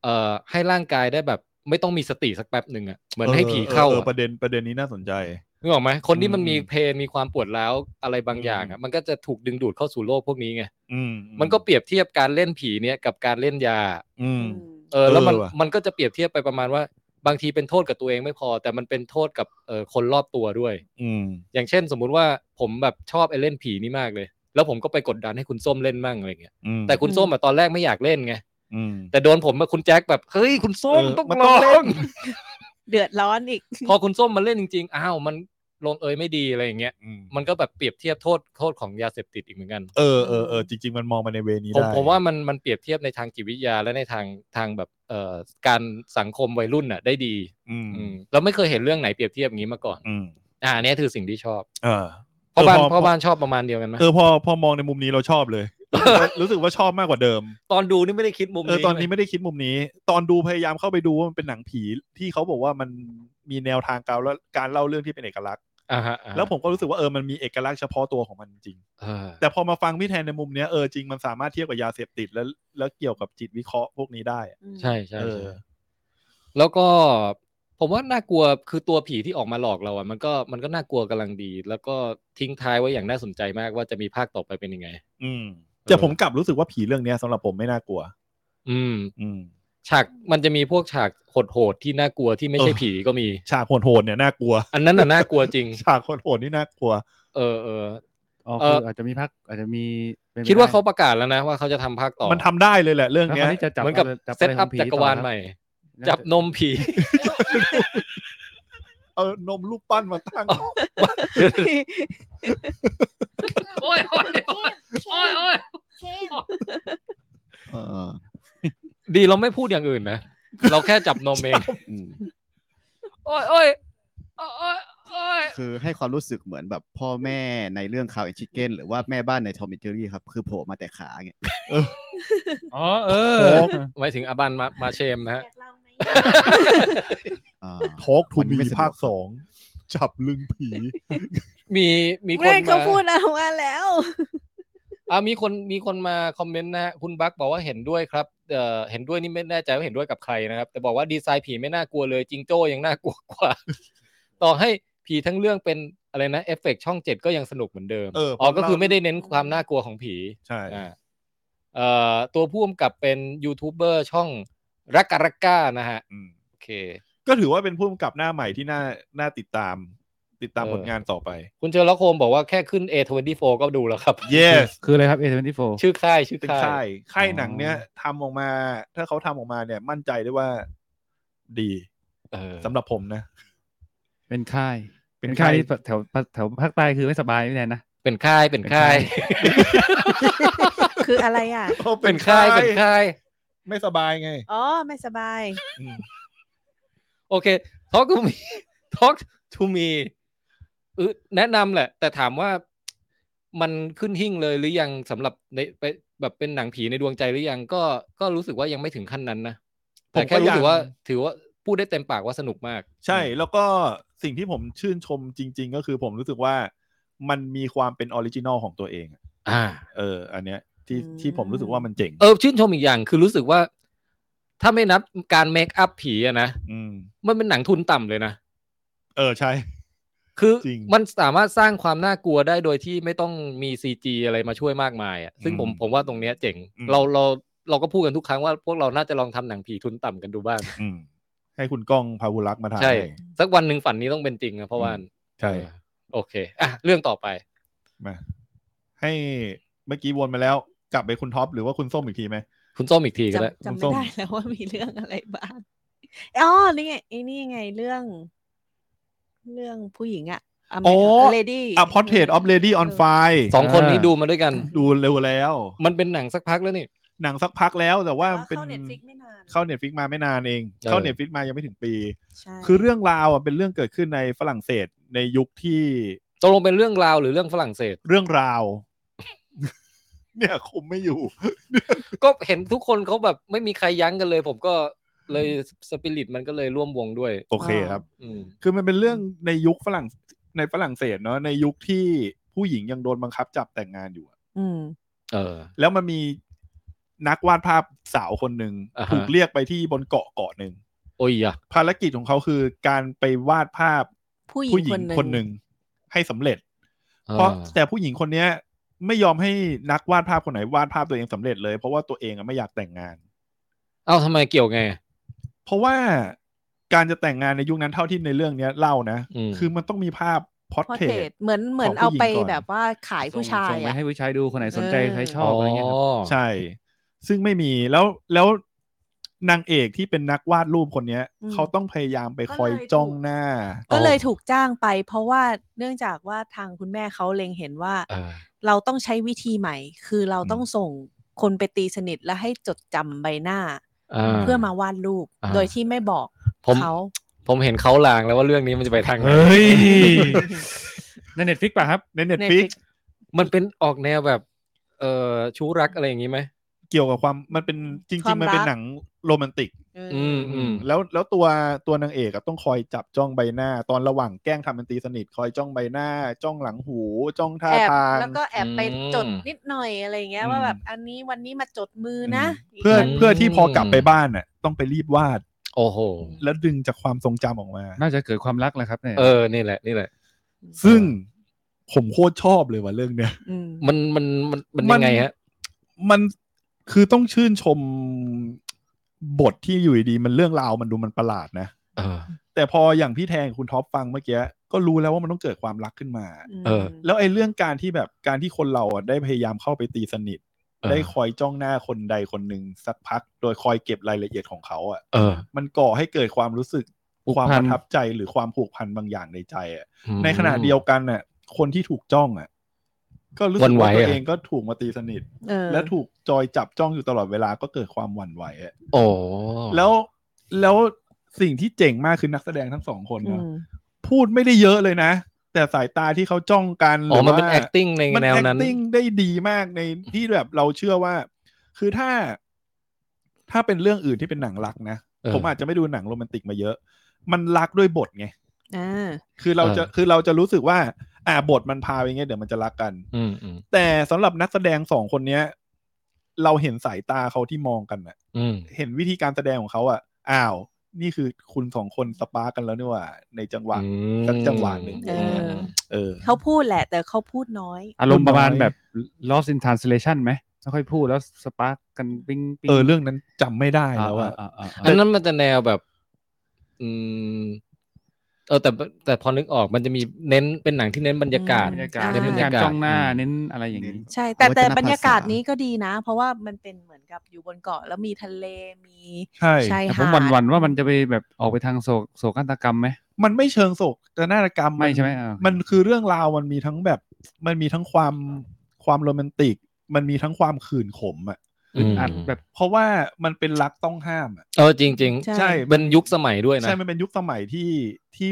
B: เอ่อให้ร่างกายได้แบบ ไม่ต้องมีสติสักแป๊บหนึ่งอะเหมือนให้ผีเข้า
C: ออออ
B: อะ
C: ประเด็นประเด็นนี้น่าสนใจ
B: นึกออกไหมคนที่มันมี
C: อืม
B: เพนมีความปวดร้าวอะไรบางอย่างอะ
C: อืม
B: มันก็จะถูกดึงดูดเข้าสู่โลกพวกนี้ไง
C: อืม
B: มันก็เปรียบเทียบการเล่นผีเนี่ยกับการเล่นยา
C: อืม
B: เออแล้วมัน
C: เออว่ะ
B: มันก็จะเปรียบเทียบไปประมาณว่า บางทีเป็นโทษกับตัวเองไม่พอ แต่มันเป็นโทษกับเอ่อคนรอบตัวด้วย
C: อืม
B: อย่างเช่น สมมุติว่าผมแบบชอบไอ้เล่นผีนี่มากเลย แล้วผมก็ไปกดดันให้คุณส้มเล่นมั่งอะไรเงี้ย
C: อืม
B: แต่คุณส้มอะตอนแรกไม่อยากเล่นไง
C: อืม
B: แต่โดนผมมาคุณแจ็คแบบเฮ้ยคุณส้ม
C: เออ
B: ต้อง
C: มัน
B: ล
C: ต้อง
B: อง
C: เล่
B: เล่
C: น
B: น
D: เดือดร้อนอีก
B: พอคุณส้มมาเล่นจริงๆอ้าวมันลงเอยไม่ดีอะไรอย่างเงี้ย
C: อืม
B: มันก็แบบเปรียบเทียบโทษโทษของยาเสพติดอีกเหมือนกัน
C: เออเออเออจริง ๆ มันมองมาในเวนี้
B: ผม
C: ได้
B: ผมว่ามันมันเปรียบเทียบในทางจิตวิทยาและในทางทางแบบเอ่อการสังคมวัยรุ่นน่ะได้ดี
C: อืม
B: อืมเราไม่เคยเห็นเรื่องไหนเปรียบเทียบอย่างนี้มาก่อน
C: อืม
B: อ่าอันเนี้ยคือสิ่งที่ชอบ
C: เออ
B: พ่อบ้าน
C: เออพ
B: พ่อบ้านชอบประมาณเดียวกันไหม
C: เออพอพอมองในมุมนี้เราชอบ เลย รู้สึกว่าชอบมากกว่าเดิม
B: ตอนดูนี่ไม่ได้คิดมุม
C: เออตอนนี้ไม่ได้คิดมุมนี้ ตอนดูพยายามเข้าไปดูว่ามันเป็นหนังผีที่เขาบอกว่ามันมีแนวทางการแล้วการเล่าเรื่องที่เป็นเอกลักษณ์
B: อ่าฮะอ่าฮะ
C: แล้วผมก็รู้สึกว่าเออมันมีเอกลักษณ์เฉพาะตัวของมันจริง
B: เออ
C: แต่พอมาฟังพี่แทนในมุมเนี้ยเออจริงมันสามารถเทียบกับยาเสพติดแล้วแล้วเกี่ยวกับจิตวิเคราะห์พวกนี้ได้อะ
B: ใช่ใช่
C: เออ
B: ใช่แล้วก็ ผมว่าน่ากลัวคือตัวผีที่ออกมาหลอกเราอ่ะมันก็มันก็น่ากลัวกำลังดี แล้วก็ทิ้งท้ายไว้อย่างน่าสนใจมากว่าจะมีภาคต่อไปเป็นยังไง
C: อืมแต่ผมกลับรู้สึกว่าผีเรื่องเนี้ยสำหรับผมไม่น่ากลัว
B: อืม
C: อืม
B: ฉากมันจะมีพวกฉากโหดๆที่น่ากลัวที่ไม่ใช่
C: เออ
B: ผีก็มี
C: ฉากโหดๆเนี่ยน่ากลัว
B: อันนั้นน่ะน่ากลัวจริ ง
C: ฉากโหดๆนี่น่ากลัว
B: เออเออ
E: อ๋อ
B: เอ่
E: คือ ออาจจะมีพักอาจจะมีป็นไป
B: คิดว่า
E: ไ
B: เขาประกาศแล้วนะว่าเขาจะทำภาคต่อ
C: มันทำได้เลยแหละเรื่อง
E: แล้ว
C: เนี้ย
E: คราวนี้จะจับ
B: เหมือนกับ
E: ะไรจั
B: เซต
E: บะไรข
B: อั
E: อ
B: พ
E: งผี
B: จักรวาล
E: ต่อครับ
B: ใหม่
E: น่าะ
B: จับนมผี
C: เออนมลูกปั้นมาตั้ง
B: โอ้ยโอ้ยโอ้ยโอ้ยโอ้ย
J: เออ
B: ดีเราไม่พูดอย่างอื่นนะ เราแค่จับนมเอง
J: อืม
B: โอ้ยโอ้ยโอ้ยโอ้ย
J: คือให้ความรู้สึกเหมือนแบบพ่อแม่ในเรื่องคาวเอชิเกนหรือว่าแม่บ้านในทอมมิเจอรี่ครับ คือโผล่มาแต่ขาเงี้ย
E: อ๋อเออ
C: โอ้
B: หมายถึงอาบันมามาเชม นะฮะ
J: อ่า
C: ทอล์กทู
J: มัน
C: มี
J: ไม่สะดวก
C: ภาคสองจับลึงผี
B: มีมีคน
D: เพื่อนเขา
B: มา
D: พูดเอามาแล้ว
B: อ่ามีคนมีคนมาคอมเมนต์นะฮะคุณบักบอกว่าเห็นด้วยครับเอ่อเห็นด้วยนี่ไม่แน่ใจว่าเห็นด้วยกับใครนะครับ แต่บอกว่าดีไซน์ผีไม่น่ากลัวเลยจิงโจ้ยังน่ากลัวกว่า ต่อให้ผีทั้งเรื่องเป็นอะไรนะเอฟเฟกต์ช่องเจ็ดก็ยังสนุกเหมือนเดิม
C: เอออ๋
B: อ๋อก็คือไม่ได้เน้นความน่ากลัวของผี
C: ใช่
B: อ่าเอ่อตัวผู้กำกับเป็นยูทูบเบอร์ช่องรักกะรักกานะฮะ
C: อืม
B: โอเค
C: ก็ถือว่าเป็นผู้กำกับหน้าใหม่ที่น่าน่าติดตาม ติดตาม
B: เออ
C: ผลงานต่อไป
B: คุณเชอร์ล็อกโฮมบอกว่าแค่ขึ้น A24 ก็ดูแล้วครับ
C: yes
E: คืออะไรครับ A24
B: ชื่อค่ายชื่อ
C: เป็น
B: ค่า
C: ค่าย ยค่ายหนังเนี้ยทำออกมา ถ้าเขาทำออกมาเนี่ย มั่นใจได้ว่าดี
B: เออ
C: สำหรับผมนะ
E: เป็นค่าย
C: เป็
E: เป็น น
C: ค่า
E: ค่าย
C: ย
E: ที่แถวแถวภาคใต้คือไม่สบายไม่แน่นะ
B: เป็นค่ายเป็นค่าย
D: คืออะไรอ่ะ
C: ออ
B: เป็นค่ายเป็นค่าย
C: ไม่สบายไง
D: อ๋อ ไม่สบาย
B: โอเค talk to me talk to me เออแนะนำแหละ แต่ถามว่ามันขึ้นหิ่งเลยหรือยังสำหรับในไปแบบเป็นหนังผีในดวงใจหรือยังก็ก็รู้สึกว่ายังไม่ถึงขั้นนั้นนะ แต่แค่รู้สึกว่า
C: ผมก็ยัง
B: ถือว่าพูดได้เต็มปากว่าสนุกมาก
C: ใช่แล้วก็สิ่งที่ผมชื่นชมจริง ๆ ก็คือผมรู้สึกว่ามันมีความเป็นออริจินอลของตัวเอง
B: อ่า
C: เออ อันเนี้ยที่
D: อืม
C: ที่ผมรู้สึกว่ามันเจ๋ง
B: เออชื่นชมอีกอย่างคือรู้สึกว่า ถ้าไม่นับการเมคอัพผีอะนะ
C: อืม
B: มันเป็นหนังทุนต่ำเลยนะ
C: เออใช่
B: คือ
C: จริง
B: มันสามารถสร้างความน่ากลัวได้โดยที่ไม่ต้องมีซีจีอะไรมาช่วยมากมายอะซึ่งผม
C: อืม
B: ผมว่าตรงเนี้ยเจ๋ง
C: อืม
B: เราเราเราก็พูดกันทุกครั้งว่าพวกเราน่าจะลองทำหนังผีทุนต่ำกันดูบ้าง
C: อืม ให้คุณก้องพาวุลักษ์มาถ่าย
B: ใช่
C: ให้
B: สักวันหนึ่งฝันนี้ต้องเป็นจริงนะเพราะว่า
C: อืม ใช่
B: โอเค อ่ะ เรื่องต่อไป
C: มาให้เมื่อกี้วนมาแล้ว กลับไปคุณท็อปหรือว่าคุณส้มอีกทีไหม
B: คุณส้มอีกทีก็ได้
D: จำจำ
C: ส้ม
D: ไม่ได้แล้วว่ามีเรื่องอะไรบ้างอ๋อนี่ไงไอ้นี่ไงเรื่อง เรื่องผู้หญิงอะ
C: โอ้
D: เลดี้
C: อ่ะ Portrait of Lady on Fire
B: สองคนนี้ดูมาด้วยกัน
C: ดูเร็วแล้ว
B: มันเป็นหนังสักพักแล้วนี่
C: หนังสักพักแล้วแต่ว่าเป็น
D: เข้าเน็ตฟิกไม่นาน
C: เข้าเน็ตฟิกมาไม่นานเอง
B: เออ
C: เข้าเน็ตฟิกมายังไม่ถึงปี
D: ใช่
C: คือเรื่องราวอ่ะเป็นเรื่องเกิดขึ้นในฝรั่งเศสในยุคที่
B: ตกลงเป็นเรื่องราวหรือเรื่องฝรั่งเศส
C: เรื่องราว เนี่ยคุมไม่อยู่
B: ก็เห็นทุกคนเขาแบบไม่มีใครยั้งกันเลย ผมก็เลยสปิริตมันก็เลยร่วมวงด้วย
C: โอเคครับ
B: อืม
C: คือมันเป็นเรื่องในยุคฝรั่งในฝรั่งเศสเนาะในยุคที่ผู้หญิงยังโดนบังคับจับแต่งงานอยู่อะ
D: อืม
B: เออ
C: แล้วมันมีนักวาดภาพสาวคนหนึ่ง
B: อ่าฮะ
C: ถูกเรียกไปที่บนเกาะเกาะหนึ่ง
B: โอ้ยอ่ะ
C: ภารกิจของเขาคือการไปวาดภาพ
D: ผู้หญิง
C: ผู้หญิ
D: ค
C: ง
D: นหนึ่ง
C: คนหนึ่งให้สำเร็จ
B: อ่
C: เพราะแต่ผู้หญิงคนเนี้ย ไม่ยอมให้นักวาดภาพคนไหนวาดภาพตัวเองสำเร็จเลย เพราะว่าตัวเองอะไม่อยากแต่งงาน
B: เอ้าทำไมเกี่ยวไง
C: เพราะว่าการจะแต่งงานในยุคนั้นเท่าที่ในเรื่องเนี้ยเล่านะ
B: อืม
C: คือมันต้องมีภาพพอ
D: พอ
C: เท
D: เท
C: ร
D: สเหมือนเหมือนเอาไปแบบว่าขายผู้ชาย
E: ส่งไป
D: อะ
E: ให้ผู้ชายดูคนไหนสนใจ
D: เออ
E: ใครชอบอะไรเงี้ยครับ
C: ใช่ ซึ่งไม่มีแล้วแล้วนางเอกที่เป็นนักวาดรูปคนเนี้ย
D: อืม
C: เขาต้องพยายามไปคอย
D: ก็เลย
C: จ้องหน้า
D: ก็เลยถูกจ้างไป เพราะว่าเนื่องจากว่าทางคุณแม่เขาเล็งเห็นว่า
B: เออ
D: เราต้องใช้วิธีใหม่ คือเราต้องส่งคนไปตีสนิทและให้จดจำใบหน้า
B: อ่า
D: เพื่อมาวาดรูป
B: อ่า
D: โดยที่ไม่บอก
B: ผม
D: เขา
B: ผมเห็นเขาลางแล้วว่าเรื่องนี้มันจะไปทางไหน
E: เฮ้ยในเน็ตฟิกป่ะครับ
C: ในเน็ตฟิก
D: Netflix
B: มันเป็นออกแนวแบบ เออชู้รักอะไรอย่างนี้ไหม
C: เกี่ยวกับความมันเป็นจริง ๆ มันเป็นหนังโรแมนติก
D: เอออ
B: อืมอืม
C: แล้วแล้วตัวตัวนางเอกอะต้องคอยจับจ้องใบหน้า ตอนระหว่างแกล้งทำเป็นตีสนิทคอยจ้องใบหน้า จ้องหลังหู จ้องท่า
D: แอบ
C: ทาง
D: แล้วก็แอบไปจดนิดหน่อยอะไรอย่างเงี้ย
C: อืม
D: ว่าแบบอันนี้วันนี้มาจดมือนะ
C: เพื่อเพื่อที่พอกลับไปบ้านน่ะต้องไปรีบวาด
B: โอ้โห
C: แล้วดึงจากความทรงจำออกมา
E: น่าจะเกิดความรักแหละครับเนี่ย
B: เออ นี่แหละ นี่แหละ
C: ซึ่งผมโคตรชอบเลยว่ะเรื่องเนี้ย
D: อืม
B: มันมันมันมันยังไงฮะ
C: มันคือต้องชื่นชมบทที่อยู่ดีๆมันเรื่องราวมันดูมันประหลาดนะ
B: เออ
C: แต่พออย่างที่แทงคุณท็อปฟังเมื่อกี้ก็รู้แล้วว่ามันต้องเกิดความรักขึ้นมา
B: เออ
D: ม
C: แล้วไอ้เรื่องการที่แบบการที่คนเราอ่ะได้พยายามเข้าไปตีสนิท
B: เออ
C: ได้คอยจ้องหน้าคนใดคนหนึ่งสักพัก โดยคอยเก็บรายละเอียดของเขาอ่ะ
B: เออ
C: มันก่อให้เกิดความรู้สึก
E: ผูก
C: ความ
E: พั
C: ป
E: น
C: ระทับใจหรือความผูกพันบางอย่างในใจอ่ะในขณะเดียวกันน่ะ คนที่ถูกจ้องอ่ะ ก็รู้สึก
B: หวั่นไหว
C: ว่าตัว
B: อะ
C: เองก็ถูกมาตีสนิท
D: เออ
C: และถูกจอยจับจ้องอยู่ตลอดเวลาก็เกิดความหวั่นไหวอ่ะ
B: โอ้
C: แล้วแล้วสิ่งที่เจ๋งมากคือนักแสดงทั้งสองคน
D: อื
C: เนาะ
D: ม
C: พูดไม่ได้เยอะเลยนะแต่สายตาที่เขาจ้องกันห
B: อ๋
C: รือ อ
B: มันเป็น
C: ว่า
B: acting ใน
C: มัน
B: แนวนั้น
C: acting ได้ดีมากในที่แบบเราเชื่อว่า คือถ้า ถ้าเป็นเรื่องอื่นที่เป็นหนังรักนะ
B: เออ
C: ผมอาจจะไม่ดูหนังโรแมนติกมาเยอะ มันรักด้วยบทไง
D: อ่า
C: คือเราจะ
B: เออ
C: คือเราจะรู้สึกว่า อ่าบทมันพาไปไงเดี๋ยวมันจะรักกัน
B: อืมอืม
C: แต่สำหรับนักแสดงสองคนเนี้ย เราเห็นสายตาเขาที่มองกันอะ
B: อืม
C: เห็นวิธีการแสดงของเขาอะอ้าว นี่คือคุณสองคนสปาร์กกันแล้วนี่หว่า ในจังหวะ สักจังหวะหนึ่ง
D: เออ
C: เออ
D: เขาพูดแหละ แต่เขาพูดน้อย
E: อารมณ์ประมาณ
C: น้อย
E: แบบ lost in translation ไหมไม่ค่อยพูดแล้วสปาร์กกันปิ้งปิ้ง
C: เออเรื่องนั้นจำไม่ได้แล้วอะ
E: าา
B: อั
E: อ่าน
B: นั้นมันจะแนวแบบ อืม เออแต่แต่พอนึกออกมันจะมีเน้นเป็นหนังที่เน้นบรรยากาศ
E: บรรยากาศ
D: อ่า
E: เน้นบรรยากาศจ้องหน้าเน้นอะไรอย่างนี้
D: ใช่ แต่แต่
J: วัฒนภาษา
D: บรรยากาศนี้ก็ดีนะ เพราะว่ามันเป็นเหมือนกับอยู่บนเกาะแล้วมีทะเลมี
C: ใช่
D: ชาย
E: แต่ผ
D: หาม ด
E: หวั่นวันๆว่ามันจะไปแบบออกไปทางโศกโศกนาฏกรรมไหม
C: มันไม่เชิงโศกนาฏกรรมน
E: ไม่ใช่ไหมอ่ามั
C: มันคือเรื่องราวมันมีทั้งแบบ มันมีทั้งความความโรแมนติก มันมีทั้งความขื่นขมอ่ะ
B: อืม
E: อัดแบบ
C: เพราะว่ามันเป็นรักต้องห้ามอ่ะ
B: เออจริงจริงๆ
C: ใช่
D: ใช่
B: เป็นยุคสมัยด้วยนะ
C: ใช่ มันเป็นยุคสมัยที่ที่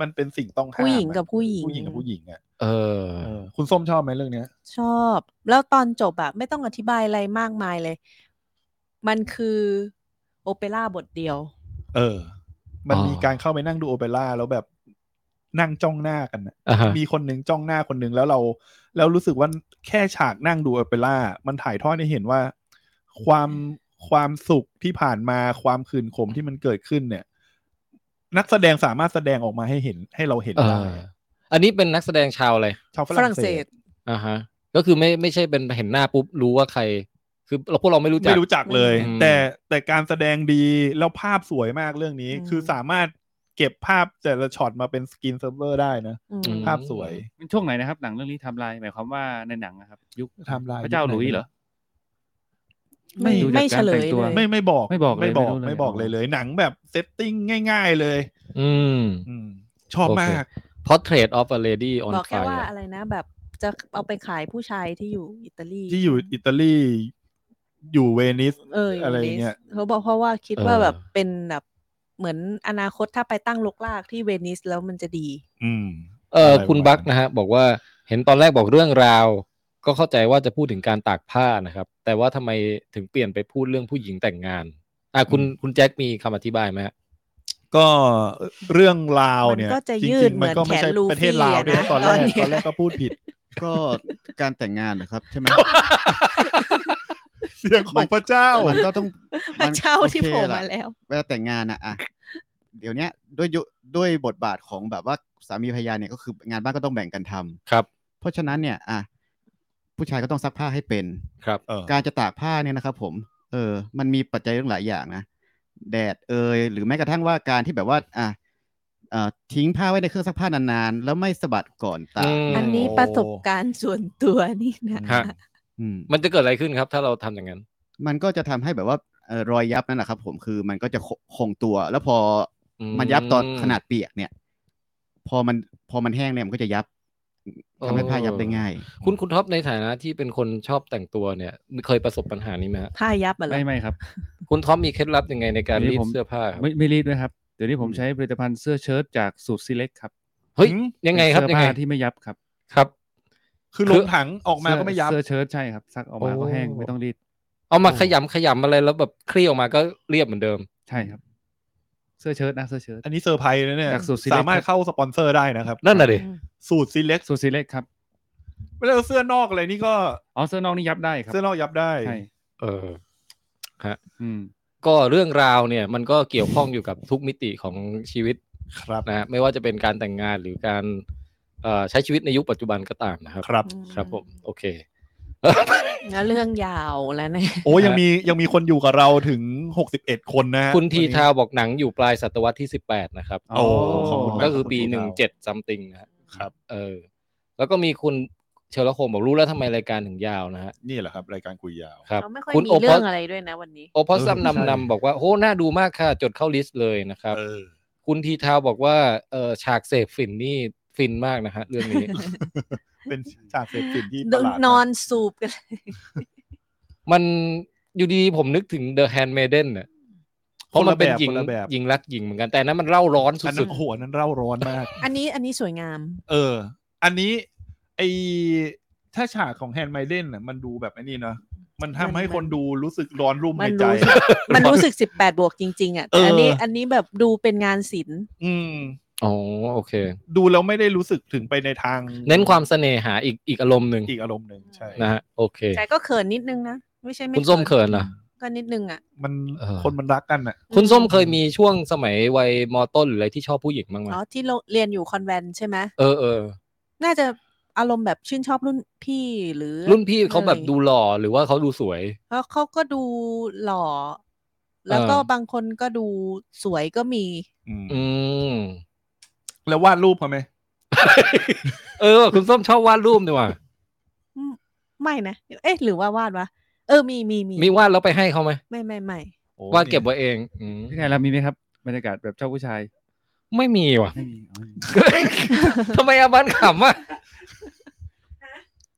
C: มันเป็นสิ่งต้องห้ามอะ
D: ผู้หญิงกับผู้หญิง
C: ผู้หญิงกับผู้หญิงอ่ะ
B: เออ
C: เออคุณส้มชอบไหมเรื่องเนี้ย
D: ชอบ แล้วตอนจบอะไม่ต้องอธิบายอะไรมากมายเลย มันคือโอเปร่าบทเดียว
C: เออ มัน
B: อ๋อ
C: มีการเข้าไปนั่งดูโอเปร่าแล้วแบบนั่งจ้องหน้ากันอะ
B: อ่าฮะ
C: มีคนหนึงจ้องหน้าคนหนึงแล้วเรา แล้วรู้สึกว่าแค่ฉากนั่งดูโอเปร่ามันถ่ายทอดให้เห็นว่า ความความสุขที่ผ่านมาความขื่นขมที่มันเกิดขึ้นเนี่ย นักแสดงสามารถแสดงออกมาให้เห็นให้เราเห็น
B: เอ
C: ได้
B: อ อันนี้เป็นนักแสดงชาวอะไร
C: ชาวฝ
D: ฝ
C: รั่
D: รั่
C: ง
D: ง
C: เศ
D: เศ
C: ส
D: ส
B: อ่าฮะ ก็คือไม่ไม่ใช่เป็นเห็นหน้าปุ๊บรู้ว่าใคร คือเราพวกเราไม่รู้จัก
C: ไม่รู้จักเลย
B: อืม
C: แต่แต่การแสดงดีแล้วภาพสวยมากเรื่องนี้
D: อืม
C: คือสามารถ เก็บภาพแต่ละช็อตมาเป็นสกรีนเซิร์ฟเวอร์ได้นะ
D: อืม
C: ภาพสวย
F: มันช่วงไหนนะครับ หนังเรื่องนี้ไทำลายหมายความว่าในหนังนะครับ ยุค
C: ไทำลาย
F: พระเจ้าหลุยส์เหรอ
D: ไม่
F: ดูจาก
D: ไม่เฉลย
F: การแต่งตัว
D: เลย
C: ไม่ไม่บอก
F: ไม่บอกเลย
C: ไม่บอก
F: ไม่รู้เลย
C: ไม่บอกเลยเลย หนังแบบเซตติ้งง่าย ๆเลย
B: อืม
C: อืม ชอบ
B: โอเค
C: มาก
B: Portrait of a Lady on
D: บอกแค่ว่า
B: Fire
D: อะไรนะ แบบจะเอาไปขายผู้ชายที่อยู่อิตาลี
C: ที่อยู่อิตาลี อยู่เวนิส
D: เอออยู่
C: อะไร
D: เว
C: เงี้ย
D: นิสเขาบอกเพราะว่าคิดว่า
B: เออ
D: แบบเป็นแบบเหมือนอนาคตถ้าไปตั้งลกลากที่เวนิสแล้วมันจะดี
C: อืม
B: เออ
C: อะไรประมาณ
B: คุณบักนะฮะ บอกว่าเห็นตอนแรกบอกเรื่องราว ก็เข้าใจว่าจะพูดถึงการตากผ้านะครับ แต่ว่าทำไมถึงเปลี่ยนไปพูดเรื่องผู้หญิงแต่งงาน อ่ะคุณ
C: อืม
B: คุณแจ็คมีคำอธิบายไหม ฮะ
C: ก็เรื่องลาวเนี่ย
D: มันก็จะ
C: จริ
D: ยื
C: ง
D: ด
C: ๆมันก็ไม่ใช่
D: เห
C: ป
D: มือนแขนลูฟี่
C: ระเทศลาวด้วยนะ
D: อะนะ
C: ตอนแรก
D: ตอนนี้
C: ตอนแรกก็พูดผิด
J: ก็การแต่งงานนะครับใช่ไหม
C: เสียงของพระเจ้า
J: มันก็ต้อง
D: พระเจ้าที่
J: น
D: โผล่
J: อเค
D: มาแล้ว
J: เวลาแต่งงานนะอ่ะเดี๋ยวเนี้ยด้วยยุด้วยบทบาทของแบบว่าสามีภรรยาเนี่ยก็คืองานบ้านก็ต้องแบ่งกันทำ
B: ครับ
J: เพราะฉะนั้นเนี่ย อ่ะผู้ชายก็ต้องซักผ้าให้เป็น
B: ครับ
C: เออ
J: การจะตากผ้าเนี่ยนะครับผม เออ มันมีปัจจัยเรื่องหลายอย่างนะ แดดเอยหรือแม้กระทั่งว่าการที่แบบว่า อ่ะเอ่อทิ้งผ้าไว้ในเครื่องซักผ้านานๆ แล้วไม่สะบัดก่อนตาก
B: อืม
D: อันนี้ประสบการณ์ส่วนตัวนี่นะ
B: ฮะ
J: อืม
B: มันจะเกิดอะไรขึ้นครับ ถ้าเราทำอย่างนั้น
J: มันก็จะทำให้แบบว่าเอ่อรอยยับนั่นแหละครับ ผมคือมันก็จะคคงตัว แล้วพออ
B: ม
J: มันยับตอนขนาดเปียกเนี่ย พอมันพอมันแห้งเนี่ยมันก็จะยับทำให้
B: โอ้
J: ผ้ายับได้ง่าย
B: คุณคุณท็อปในฐานะที่เป็นคนชอบแต่งตัวเนี่ยเคยประสบปัญหานี้ไหมฮะ
D: ผ้ายับอะเหรอ
F: ไม่ไม่ครับ
B: คุณท็อปมีเคล็ดลับยังไงในการ
F: อันนี้
B: รีด
F: ผม
B: เสื้อผ้าครับ
F: ไม่ไม่รีดด้วยครับ เดี๋ยวนี้ผมใช้ผลิตภัณฑ์เสื้อเชิ้ตจากสูตรซีเล็กครับ
B: เฮ้ยยังไงครับ
F: เป็น
B: ยัง
F: เสื้อ
B: ไง
F: ผ้าที่ไม่ยับครับ
B: ครับ
C: คือลงถังออกมาก็ไม่ยับ
F: เสื้อเชิ้ตใช่ครับซักออกมา
B: โอ้
F: ก็แห้งไม่ต้องรีด
B: เอามาขยำขยำอะไรแล้วแบบคลี่ออกมาก็เรียบเหมือนเดิม
F: ใช่ครับ เสื้อเชิ้ตนะเสื้อเชิ้ต
C: อันนี้เซอร์ไพรส์นะเนี่ย
F: จากสูตร Select
C: สามารถเข้าสปอนเซอร์ได้นะครับ
B: นั่นน่ะดิ
D: อืม
C: สูตรซีเล็ก
F: สูตรซีเล็กครับ
C: ไม่ได้เอาเสื้อนอกอะไรนี่ก็
F: อ๋อเสื้อนอกนี่ยับได้ครับ
C: เสื้อนอกยับได้
F: ใช่
B: เออฮะ
F: อืม
B: ก็เรื่องราวเนี่ยมันก็เกี่ยวข้องอยู่กับทุกมิติของชีวิต
C: ครับ
B: นะฮะไม่ว่าจะเป็นการแต่งงานหรือการเอ่อใช้ชีวิตในยุคปัจจุบันก็ตามนะครับ
C: ครับ
B: ครับผมโอเค
D: แล้วเรื่องยาวแล้วเนี่ย
C: โอ้ยังมียังมีคนอยู่กับเราถึงหกสิบเอ็ดคนนะฮะ
B: คุณที
C: วันนี้
B: ทาวบอกหนังอยู่ปลายศตวรรษที่สิบแปดนะครับ
C: โอ้ขอบคุณมาก
B: ก็คือปี
C: ขอบ
B: ห
C: คุณ
B: นึ่ง
C: มาก
B: เจ็ดซัมติงนะฮะ
C: ครับ
B: เออ แล้วก็มีคุณเชลโคมบอกรู้แล้วทำไมรายการถึงยาวนะฮะ
C: นี่แหละครับ รายการคุยยาว
B: ครับ
D: เราไม่ค่อย
B: คุณ
D: มี
B: โอ
D: เรื่
B: พอ
D: อ
B: ส
D: งอะไรด้วยนะวันนี้
B: โอพอส ซัม
C: เออใช่
B: นำนำบอกว่าโอ้น่าดูมากค่ะ จดเข้าลิสต์เลยนะครับ
C: เออ
B: คุณทีทาวบอกว่าเออฉากเสกฝิ่นนี่ฟินมากนะฮะเรื่องนี้
C: เป็นฉากเสพติดที่ประหลาด
D: น
C: มา
D: อก นสูบกันเลย
B: มันอยู่ดีๆผมนึกถึง The Handmaiden เนี่ยเพราะมันเป็น
C: คนละ
B: หญิง
C: แบบคนละแบบ
B: หญิงรักหญิงเหมือนกันแต่อันนั้นมันเล่าร้อน
C: อัน
B: สุด
C: นั้นโอ้โหอันนั้นเร่าร้อนมาก
D: อันนี้อันนี้สวยงาม
C: เออ อันนี้ไอถ้าฉากของแฮนด์ไมเดนน่ะมันดูแบบไอ้นี่เนาะมันทำให้คนดูรู้สึกร้อนรุ่ม
D: มั
C: ใน
D: น
C: ใจ
D: รู้สึก มันรู้สึกสิบแปดบวกจริง ๆอ่ะแต่อันนี้
C: เอออั
D: อันนี้แบบดูเป็นงานศิลป์
C: อืม
B: ๆ อ๋อโอเค
C: ดูแล้วไม่ได้รู้สึกถึงไปในทาง
B: เน้นความเสน่หาอีกอีกอารมณ์หนึ่ง
C: อีกอารมณ์หนึ่งใช่
B: นะฮะโอเค
D: แต่ก็เขินนิดนึงนะ ไม่ใช่ไม่
B: คุณส้มเขินเหรอ
D: ก็นิดนึงอ่ะ
C: มัน
B: เออ
C: คนมันรักกันอ่ะ
B: คุณส้มเคยมีช่วงสมัยวัยมอต้นหรืออะไรที่ชอบผู้หญิงบ้างไหม
D: อ๋อที่โรงเรียนอยู่คอนแวนต์ใช่ไหม
B: เออเออ
D: น่าจะอารมณ์แบบชื่นชอบรุ่นพี่หรือ
B: รุ่นพี่เขาแบบดูหล่อหรือว่าเขาดูสวย
D: แล้วเขาก็ดูหล่อ แล้วก็บางคนก็ดูสวยก็มี
C: อืม
B: อืม
C: แล้ววาดรูปเขาไหม
B: เออ คุณส้มชอบวาดรูปนี่หว่า
D: ไม่นะ เอ๊ะ หรือว่าวาดวะ เออมีมีมี
B: มีวาดแล้วไปให้เขาไหม
D: ไม่ไม่ไม่
B: วาดเก็บไว้เองอืม
F: พี่ไงเรามีไหมครับบรรยากาศแบบเจ้าผู้ชาย
B: ไม่มีว่ะ
F: ไม่มีอ๋อไม่มี
B: ทำไมอาบันขำอ่ะ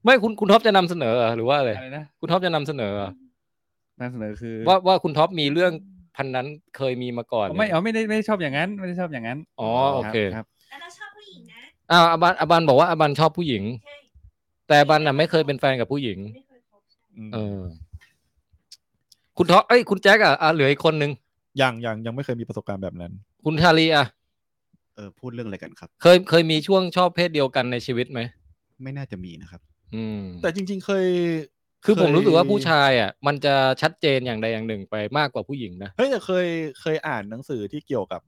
B: ไม่คุณคุณท็อปจะนำเสนอเหรอหรือว่าอะไร
F: อะไรนะ
B: คุณท็อปจะนำเสนอเหรอน
F: ำเสนอคือ
B: ว่าว่าคุณท็อปมีเรื่องพันนั้นเคยมีมาก่อน
F: อ๋อไม่เอาไม่ได้ไม่ได้ชอบอย่างนั้น ไม่ได้ชอบอย่างนั้น
B: อ๋อโอเค
F: ครับ
H: แล้วเราชอบผู้หญิงนะ
B: อ้าวอาบันอาบันบอกว่าอาบันชอบผู้หญิง
H: ใช่
B: แต่อาบันน่ะไม่เคยเป็นแฟนกับผู้หญิง
H: ไม่เคยคบ
B: เออ คุณท็อปเอ้ยคุณแจ็คอ่ะอ่ะเหลืออีกคนนึง
C: ยังยังยังไม่เคยมีประสบการณ์แบบนั้น
B: คุณทารีอ่ะ
J: เออพูดเรื่องอะไรกันครับ
B: เคยเคยมีช่วงชอบเพศเดียวกันในชีวิตไหม
J: ไม่น่าจะมีนะครับ
B: อืม
C: แต่จริง ๆ เคย
B: คือผม
C: เคย
B: รู้สึกว่าผู้ชายอ่ะ มันจะชัดเจนอย่างใดอย่างหนึ่งไปมากกว่าผู้หญิงนะ
C: เฮ้ยแต่เคยเคยอ่านหนังสือที่เกี่ยวกับ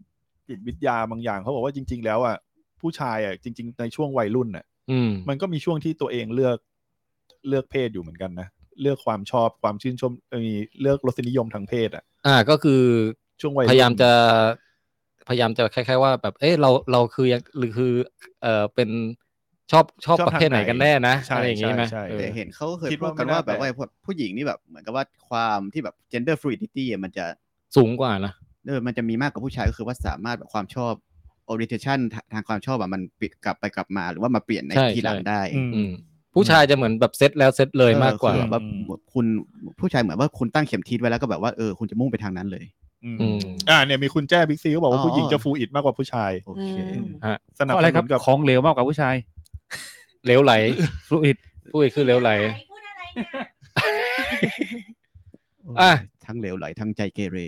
C: จิตวิทยาบางอย่างเขาบอกว่าจริง ๆ แล้วอ่ะผู้ชายอ่ะจริง ๆ ในช่วงวัยรุ่นอ่ะ
B: อืม
C: มันก็มีช่วงที่ตัวเองเลือกเลือกเพศอยู่เหมือนกันนะ เลือกความชอบความชื่นชมเอ่อมีเลือกรสนิยมทางเพศอ่ะ
B: อ่าก็คือ
C: ช่วงวัยรุ่น
B: พยายามจะ พยายามจะคล้ายๆว่าแบบ เอ้เราเราคือยังหรือคือเออเป็นชอบชอบ
C: ชอบ
B: ประเภทไหน
C: ทางไหน
B: กันแน่นะ
C: ใช่
B: อะไรอย่างงี้ไหม
C: ใช่ใช่
B: เออ
J: แต่เห็นเขาเคย
C: คิด
J: พู
C: ว่า
J: ดกัน
C: ไม่
J: ว่า
C: น่า
J: แบบว่า
C: แปลก
J: พวกผู้หญิงนี่แบบเหมือนกับว่าความที่แบบ gender fluidity อะมันจะ
B: สูงกว่านะ
J: เออมันจะมีมากกว่าผู้ชายก็คือว่าสามารถแบบความชอบ orientation ทาทางความชอบอะมันปิดกลับไปกลับมา หรือว่ามาเปลี่ยนใน
B: ใช่
J: ทีหลัง
B: ใช่
J: ได้
C: อืม
B: อืมผู้ชายจะเหมือนแบบเซตแล้วเซตเลย
J: ออ
B: มากกว่า
J: คือแบบว่า
C: อืม
J: คุณผู้ชายเหมือนว่าคุณตั้งเข็มทิศไว้แล้วก็แบบว่าเออคุณจะมุ่งไปทางนั้นเลย
C: อืม
B: อืม
C: อ่าเนี่ยมีคุณแจ้บิ๊กซีก็บอกว่า
J: อ๋อ
C: ผู้หญิงจะฟูอิดมากกว่าผู้ชาย
J: โอเค
D: อืม
C: สนับ
E: เพ
C: ส
E: ราะอะไรค
C: นุ
E: รับ
C: นกับ
E: ของเหลวมากกว่าผู้ชาย
B: เหล วไหล
E: ฟลูอิด
B: ผู้อีกคือเหลวไหล
H: พูดอะไรเนี่ย
B: อ่ะ
J: ทั้งเหลวไหลทั้งใจเกเร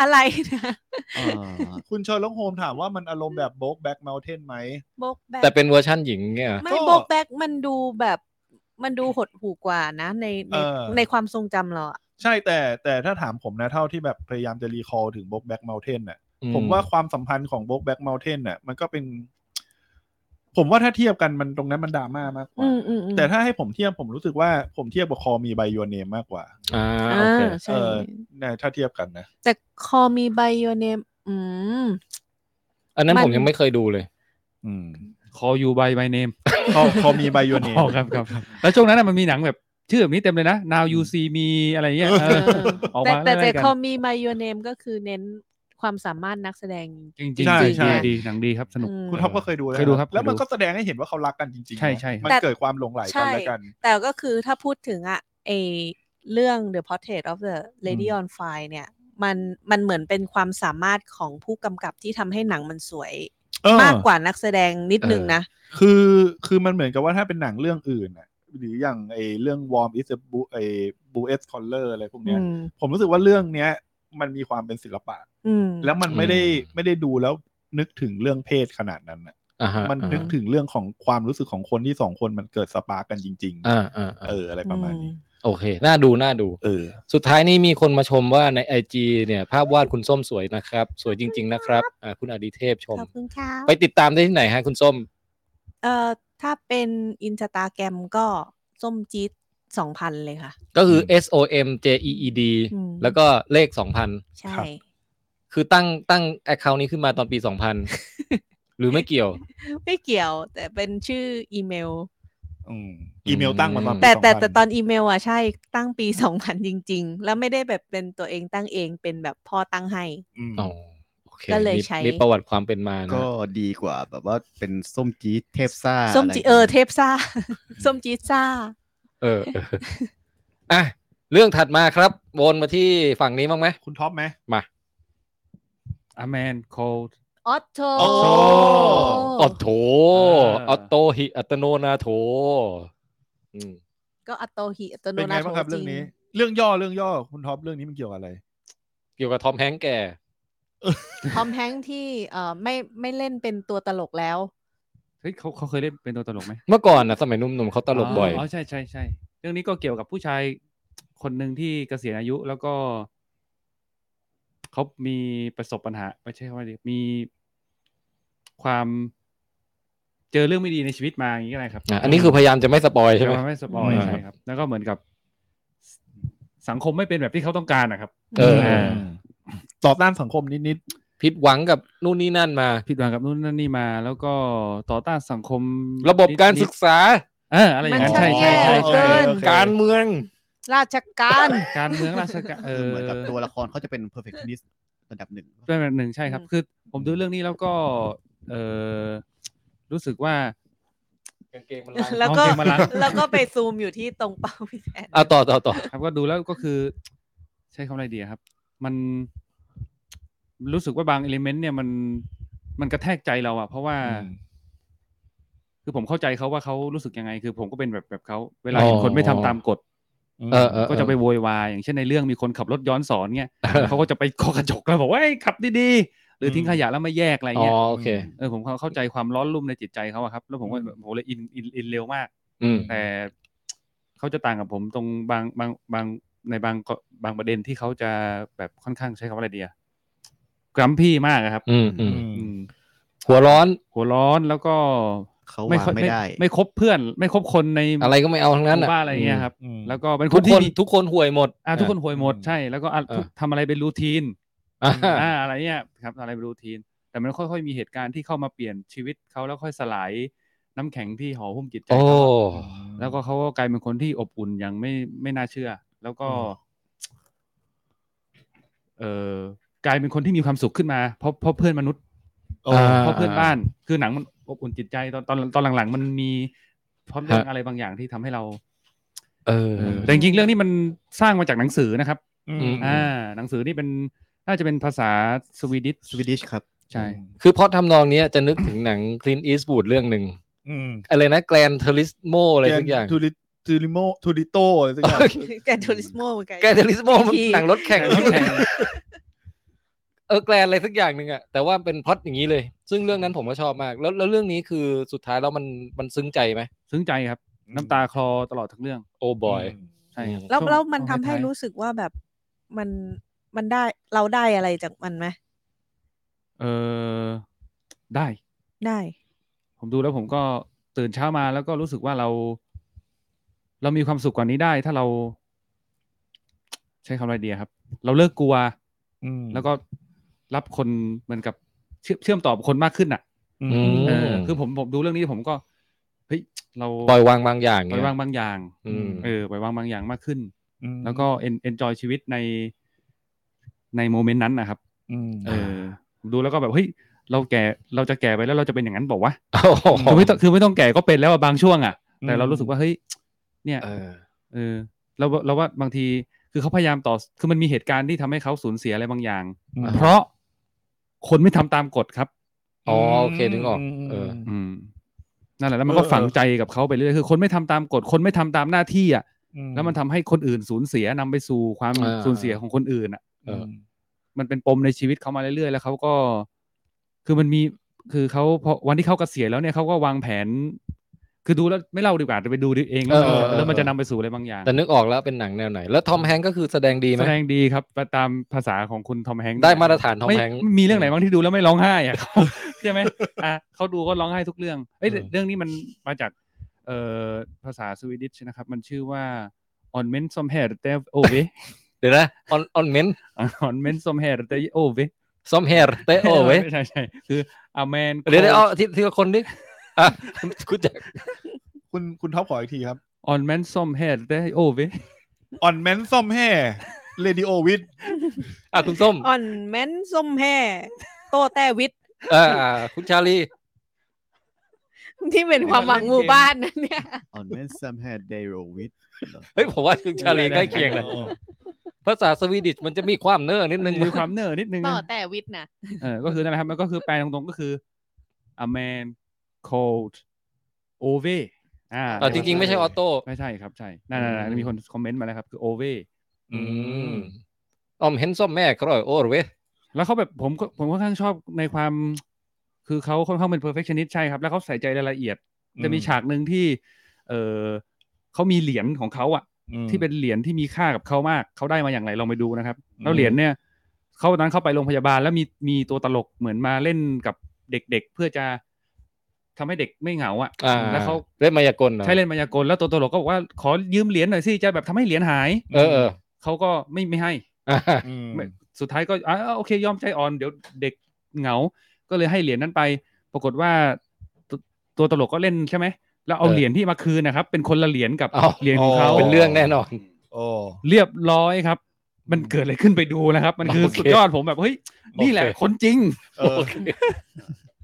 D: อะไรนะ
J: อ่า
C: คุณชอยลงโฮมถามว่ามันอารมณ์แบบโบกแบ็กเมลเทนไหม
D: โบกแบก
B: แต่เป็นเวอร์ชั่นหญิงเนี่ย
D: ไม่
C: ก็
D: โบกแบกมันดูแบบมันดูหดหู่กว่านะ ในใน
C: เออ
D: ในความทรงจำเราอะ
C: ใช่แต่แต่ถ้าถามผมนะเท่าที่แบบพยายามจะรีคอลถึงโบกแบ็กเมลเทนน่ะ
B: อื
C: ผมว่าความสัมพันธ์ของโบกแบ็กเมลเทนน่ะ มันก็เป็น ผมว่าถ้าเทียบกันมันตรงนั้นมันดราม่ามากกว่า
D: อืมอืมอืม
C: แต่ถ้าให้ผมเทียบผมรู้สึกว่าผมเทียบกับคอมีใบยูเนมมากกว่า
B: อ่า
D: อ่า
B: โอเค
D: ใช่
C: เออเนี่ยถ้าเทียบกันนะ
D: แต่คอมีไบโอเนมอืม
B: อันนั้น
D: มัน
B: ผมยังไม่เคยดูเลย
C: อืม
E: คอยูบายไมเนม
C: คอคอมีใบยูเนม
E: อ๋อครับครับ แล้วช่วงนั้นนะมันมีหนังแบบชื่อแบบนี้เต็มเลยนะ Now You See Me อะไรเงี้ยเอ
D: เอ
E: อ
D: อ
E: ออก
D: แต่
E: มา
D: แต่
E: ไล่ๆ
D: แต่
E: กัน
D: คอมีไบโอเนมก็คือเน้นความสามารถนักแสดง
E: จริง
C: ใช่
E: ๆดี
C: ใช่
E: ดีหนังดีครับสนุก
D: อืม
C: คุณท็อปก็เคยดูแล้ว
E: เคยดูครับ
C: แล้วมัน
E: เคยดู
C: ก็แสดงให้เห็นว่าเขารักกันจริงๆนะ
E: ใช่ใช่
C: มันเกิดความหลงไหลกันและกัน
D: แต่ก็คือถ้าพูดถึงอะไอเรื่อง The Portrait of the Lady on Fire เนี่ย มันมันเหมือนเป็นความสามารถของผู้กำกับที่ทำให้หนังมันสวย
C: เออ
D: มากกว่านักแสดงนิดนึงนะ
C: คือคือมันเหมือนกับว่าถ้าเป็นหนังเรื่องอื่นน่ะหรืออย่างไอเรื่อง Warm is a Blue ไอ Blue S Color อะไรพวกเนี้ย
D: อืม
C: ผมรู้สึกว่าเรื่องเนี้ย มันมีความเป็นศิลปะ
D: อืม
C: แล้วมันไม่ได้
B: อืม
C: ไม่ได้ดูแล้วนึกถึงเรื่องเพศขนาดนั้นน่ะ
B: อ่าฮะ
C: มันนึกถึงเรื่องของความรู้สึกของคนที่สองคนมันเกิดสปาร์กกันจริง
B: อ่าอ่า
C: ๆ เออ อะไรประมาณนี้
B: โอเค น่าดูน่าดู
C: เออ
B: สุดท้ายนี้มีคนมาชมว่าในไอจเนี่ย ภาพวาดคุณส้มสวยนะครับ สวยจริง ๆ นะครับอ่าคุณอดิเทพชม
D: ขอบคุณค่ะ
B: ไปติดตามได้ที่ไหนฮะคุณส้ม
D: เอ่อถ้าเป็นอินสตาแกรมก็ส้มจี๊ดสองพันเลยค่ะ
B: ก็คือ
C: อืม
B: S O M J E E D
D: อืม
B: แล้วก็เลข
D: ใช่
C: ครับ
B: 2,000 คือตั้งตั้งแอคเคาท์นี้ขึ้นมาตอนปี 2000 หรือไม่เกี่ยว
D: ไม่เกี่ยว แต่เป็นชื่ออีเมล
C: อืมอีเมลตั้งมาตอนปี
D: แต่แต่
C: 2000
D: แต่ตอนอีเมลอ่ะใช่ตั้งปีส องพันจริง ๆ แล้วไม่ได้แบบเป็นตัวเองตั้งเองเป็นแบบพ่อตั้งให้
C: อืม
B: อ๋อโอเค
D: ก็เลย
B: มี
D: ใช้
B: มีประวัติความเป็นมานะ
J: ก็ดีกว่าแบบว่าเป็นส้มจี๊ดเทพซ่า
D: ส้มจี
J: ะไร
D: เออเทพซ่า ส้มจีซ่า
B: เออเอออ่ะเรื่องถัดมาครับวนมาที่ฝั่งนี้บ้างไหม
C: คุณท็อปไหม
B: มา
E: A Man Called
D: ออโต
C: Otto
B: ออโถ
E: อ่า
B: ออโตหิอัตโนนาโถอืม
D: ก็อัตโตหิอัตโน
C: เป็นไง
D: นาโถ
C: บ้างครับเรื่อ
D: จ
C: ง
D: ริง
C: นี้ เรื่องย่อเรื่องย่อคุณท็อปเรื่องนี้มันเกี่ยวกับอะไร
B: เกี่ยวกับทอมแฮงค์แก่
D: ทอมแฮงค์ที่เอ่อไม่ไม่เล่นเป็นตัวตลกแล้ว
E: เฮ้ยเขาเขาเคยเล่นเป็นตัวตลกไหม
B: เมื่อก่อนนะสมัยหนุ่มๆเขาตลกบ่อย
E: อ๋อใช่ใช่ใช่เรื่องนี้ก็เกี่ยวกับผู้ชายคนหนึ่งที่เกษียณอายุแล้วก็เขามีประสบปัญหาไม่ใช่ว่าดิมีความเจอเรื่องไม่ดีในชีวิตมาอย่างนี้ก็ได้ครับ
B: อ่ะอันนี้คือพยายามจะไม่สปอยใช่ไหม
E: จะไม่สปอย
B: อืม
E: ใช่ครับ แล้วก็เหมือนกับ สังคมไม่เป็นแบบที่เขาต้องการนะครับ
B: เออ
E: อ่า
C: ต่อต้านสังคมนิด
B: ผิดหวังกับนู่นนี่นั่นมา
E: ผิดหวังกับนู่นนั่นนี่มา แล้วก็ต่อต้านสังคม
B: ระบบการศึกษา
E: เอออะไรอย่าง
D: มั
E: นั้น น
D: ช่า
E: ใช่
D: ง
E: ใช่
D: แย่เหลือ
E: ใช่ใช่
D: เกิน
C: โอเค
B: การเมือง
D: ราชการ
E: การเมืองราชการเอ
J: คื
E: อ
J: อเหมือนกับตัวละครเขาจะเป็น perfectionist ระดับหนึ่ง
E: ด้วยแบบหนึ่งใช่ครับ
D: อืม
E: คือผมดูเรื่องนี้แล้วก็เออรู้สึกว่า
D: แล้วก็
E: เอาเกมมาล้าง
D: แล้วก็ไปซูมอยู่ที่ตรงเป้าพี่แท น
B: อ่ะต่อต่อต่อ
E: ครับก็ดูแล้วก็คือ ใช้คำอะไรดีอะครับ มันรู้สึกว่าบางเอลิเมนต์เนี่ยมันมันกระแทกใจเราอะเพราะว่า
C: อืม
E: คือผมเข้าใจเขาว่าเขารู้สึกยังไง คือผมก็เป็นแบบแบบเขาเวลาเห็นคนไม่ทำตามกฎ
C: ๆ
B: เออเออเออ
E: ก็จะไปโวยวายอย่างเช่นในเรื่องมีคนขับรถย้อนสอนเงี้ย
B: เออ
E: เขาก็จะไปเคาะกระจกแล้วบอกว่าเอ้ยขับดีๆหรือทิ้งขยะแล้วไม่แยกอะไร
B: อ๋อ
E: เงี้ย
B: โอเค
E: เออผมเข้าใจความร้อนรุ่มในจิตใจเขาอะครับ แล้วผมก็ผมเลยอินอินอินเร็วมาก
B: อืม
E: แต่เขาจะต่างกับผมตรงบางบางบางในบางบางประเด็นที่เขาจะแบบค่อนข้างใช้คำว่าอะไรดีอะกรัมพี่มากอะครับ
B: อืมอืม
E: อืม
B: หัวร้อน
E: หัวร้อนแล้วก็
J: เขาวางไม่ได้
E: ไม่ไม่คบเพื่อน ไม่คบคนใน
B: อะไรก็ไม่เอาทั้งนั้น
E: ห
B: อ่ะ
E: มู่บ้านอะไรเงี้ยครับ
C: อืม
E: แล้วก็เป็นค
B: ทุ
E: น
B: ก
E: ที่
B: คน
E: มี
B: ทุกคนห่วยหมด
E: อ่ะทุกคนห่วยหมด
C: อืม
E: ใช่แล้วก็อ่ะ
B: เออ
E: ทุกทำอะไรเป็นรูทีน
B: อ่า
E: อ่าอะไรเนี่ยครับอะไรรูทีน แต่มันค่อยๆมีเหตุการณ์ที่เข้ามาเปลี่ยนชีวิตเขาแล้วค่อยสลายน้ำแข็งที่ห่อหุ้มจิตใจ
B: โอ้
E: เขาแล้วก็เขาก็กลายเป็นคนที่อบอุ่นอย่างไม่ไม่น่าเชื่อ แล้วก็ เออกลายเป็นคนที่มีความสุขขึ้นมาเพราะเพราะเพื่อนมนุษย์
B: อ่า
E: เพราะเพื่อนบ้าน คือหนังมันอบอุ่นจิตใจตอนตอนตอนหลังๆ มันมีพล็อดเรื่องอะไรบางอย่างที่ทำให้เรา
B: เออ
E: เออแต่จริงๆเรื่องนี้มันสร้างมาจากหนังสือนะครับ
B: อืม
E: อ่า หนังสือนี่เป็นน่าจะเป็นภาษาสวีดิช
J: สวีดิชครับ
E: ใช่
B: คือเพราะทำนองเนี้ยจะนึกถึงหนังคลินอีสบูดเรื่องหนึ่ง
C: อืม
B: อะไรนะแกลนเทอริสโมอะไรสักอย่าง
C: ทูริทูริโมทูริโตอะไรสักอย่าง
D: แกนทูริสโมเหมือนกัน
B: แกลนเทอริสโมมัน
D: ที่
B: หนังรถแข่ง
E: แข่ง
B: เออแกลนอะไรสักอย่างหนึ่งอะแต่ว่าเป็นพล็อตอย่างนี้เลย ซึ่งเรื่องนั้นผมก็ชอบมาก แล้วแล้วเรื่องนี้คือสุดท้ายแล้วมันมันซึ้งใจไหม
E: ซึ้งใจครับ น้ำตาคลอตลอดทั้งเรื่อง
B: โอ้บอย
E: ใช่ครับ
D: แล้ว
E: ช่ง
D: แล้วมัน
E: ช่
D: ทำ
E: วง
D: ให้
E: ท้ายๆ
D: รู้สึกว่าแบบมันมันได้เราได้อะไรจากมันไหม
E: เออได้
D: ได้
E: ผมดูแล้วผมก็ตื่นเช้ามาแล้วก็รู้สึกว่าเรา เรามีความสุขกว่านี้ได้ ถ้าเรา ใช้คำอะไรดีอะครับ เราเลิกกลัว
C: อืม
E: แล้วก็รับคนเหมือนกับเชื่อมเชื่อมต่อกับคนมากขึ้นอ่ะ
C: อื
B: อื
C: ม
B: ม
E: เออคือผมผมดูเรื่องนี้ผมก็เฮ้ยเรา
B: ปล่อยวางบางอย่าง
E: ปล่อ
B: เงี้ยว
E: ยางบางอย่าง
B: อืม
E: เออปล่อยวางบางอย่างมากขึ้น
C: อืม
E: แล้วก็เอนจอยชีวิตในในโมเมนต์นั้นนะครับ
C: อืม
E: เออผมดูแล้วก็แบบเฮ้ยเราแก่เราจะแก่ไปแล้วเราจะเป็นอย่างนั้นบอกว่า
B: โอ้โห
E: คือไม่ต้องคือไม่ต้องแก่ก็เป็นแล้วอะบางช่วงอ่ะ แต่เรารู้สึกว่าเฮ้ยเนี่ย
B: เออ
E: เออเราเราว่าบางทีคือเขาพยายามต่อคือมันมีเหตุการณ์ที่ทำให้เขาสูญเสียอะไรบางอย่าง
C: อืม
E: เพราะคนไม่ทำตามกฎครับ
B: อ๋อโอเคนึกออกเออ
E: อืมนั่นแหละแล้วมัน
C: เออ
E: ก็ฝัง
C: เออ
E: ใจกับเขาไปเรื่อยคือ คนไม่ทำตามกฎคนไม่ทำตามหน้าที่อ่ะ
C: อืม
E: แล้วมันทำให้คนอื่นสูญเสียนำไปสู่ความ
B: อ่า
E: สูญเสียของคนอื่นอ่ะ
B: เออ
E: มันเป็นปมในชีวิตเขามาเรื่อยๆ แล้วเขาก็ คือมันมี คือเขาพอวันที่เขาเกษียณแล้วเนี่ยเขาก็วางแผน คือดูแล้วไม่เล่าดีกว่าจะไปดูดิเองแล้วมัน
B: เออเออเออ
E: แล้วมันจะนำไปสู่อะไรบางอย่าง
B: แต่นึกออกแล้วเป็นหนังแนวไหน แล้วทอมแฮงก์ก็คือแสดงดีไหม
E: แสดงดีครับตามภาษาของคุณทอมแฮงค์
B: ได้มาตรฐานทอม
E: ไม่
B: แฮงก์
E: มีเรื่องไหนบ้างที่ดูแล้วไม่ร้องไห้อะ ใช่ไหมอ่ะเขาดูก็ร้องไห้ทุกเรื่องเอ้ย
B: อืม
E: เรื่องนี้มันมาจาก เอ่อภาษาสวีดิชนะครับ มันชื่อว่า on men som her d e v o v e
B: เดี๋ยวนะออนออนเมน
E: on men som her d e v o v e
B: ซอมแฮร์เตโอเว้ย
E: ไม่ใช่ใช่คือ a man
B: เดี๋ยวเดี๋ยว
E: called
B: เอาทีทีละคนดิอ่ะคุณแจะ
C: คุณคุณท็อปขออีกทีครับ
E: on man som head ได้โอเว้ย
C: อ่อนแมนซ่อมแห่เรดิโอวิด
B: อ่ะคุณส้ม
D: อ่อนแม้นส้มแห่โตแต่วิทย์
B: อ่าอ่าคุณชาลี
D: ที่เป็นความหวังหมู่บ้านนั่นเนี่ย
J: on when some had they roll with
B: เฮ้ยผมว่าคุณชาลีใกล้เคียงเลย
C: ออ
B: ภาษาสวีดิชมันจะมีความเนอร์นิดนึง
E: มีความเนอร์นิดนึง
K: ต่อ
E: นะ
K: แต่วิทย์นะ
E: เออก็คือนั่นแหละครับมันก็คือแปลตรงๆก็คือ a man called o v e อ่า
B: อ่ะจริงๆ ไม่ใช่ออโต้
E: ไม่ใช่ครับใช่นั่นนั่นนั่นมีคนคอมเมนต์มาแล้วครับคือ o v e
B: อืมออมเห็นส้มแม่ก็ร่อยโอ้เว้ย
E: แล้วเขาแบบผมก็ผมค่อนข้างชอบในความ คือเขาค่อนข้างเป็น perfectionist ใช่ครับ แล้วเขาใส่ใจรายละเอียด จะมีฉากหนึ่งที่ เออเขามีเหรียญของเขาอะ
C: อืม
E: ที่เป็นเหรียญที่มีค่ากับเขามาก เขาได้มาอย่างไรลองไปดูนะครับ
C: อืม
E: แล้วเหรียญเนี่ย เขาวันนั้นเข้าไปโรงพยาบาลแล้วมีมีตัวตลกเหมือนมาเล่นกับเด็กๆ เพื่อจะทำให้เด็กไม่เหงาอ่ะ
B: อ่า
E: แล้วเขา
B: เล่นมายากลหรอ
E: ใช้เล่นมายากลแล้วตัวตลกก็บอกว่าขอยืมเหรียญหน่อยสิจะแบบทำให้เหรียญหาย
B: เออเออ
E: เขาก็ไม่ไม่ให้
B: อ่ะ
C: อืม
E: ไม่สุดท้ายก็อ่าโอเคยอมใจอ่อนเดี๋ยวเด็กเหงา ก็เลยให้เหรียญนั้นไป ปรากฏว่าตัวตัวตลกก็เล่นใช่ไหมแล้วเอาเหรียญที่มาคืนนะครับ เป็นคนละเหรียญกับ
B: เอา
E: เหรียญของเขา
B: เป็นเรื่องแน่นอน
C: โอ้
E: เรียบร้อยครับ มันเกิดอะไรขึ้นไปดูนะครับ มันคือ
B: โอเค
E: สุดยอดผมแบบเฮ้ย นี่แหละ
B: โอเค
E: คนจริง
J: เออ
B: โอเค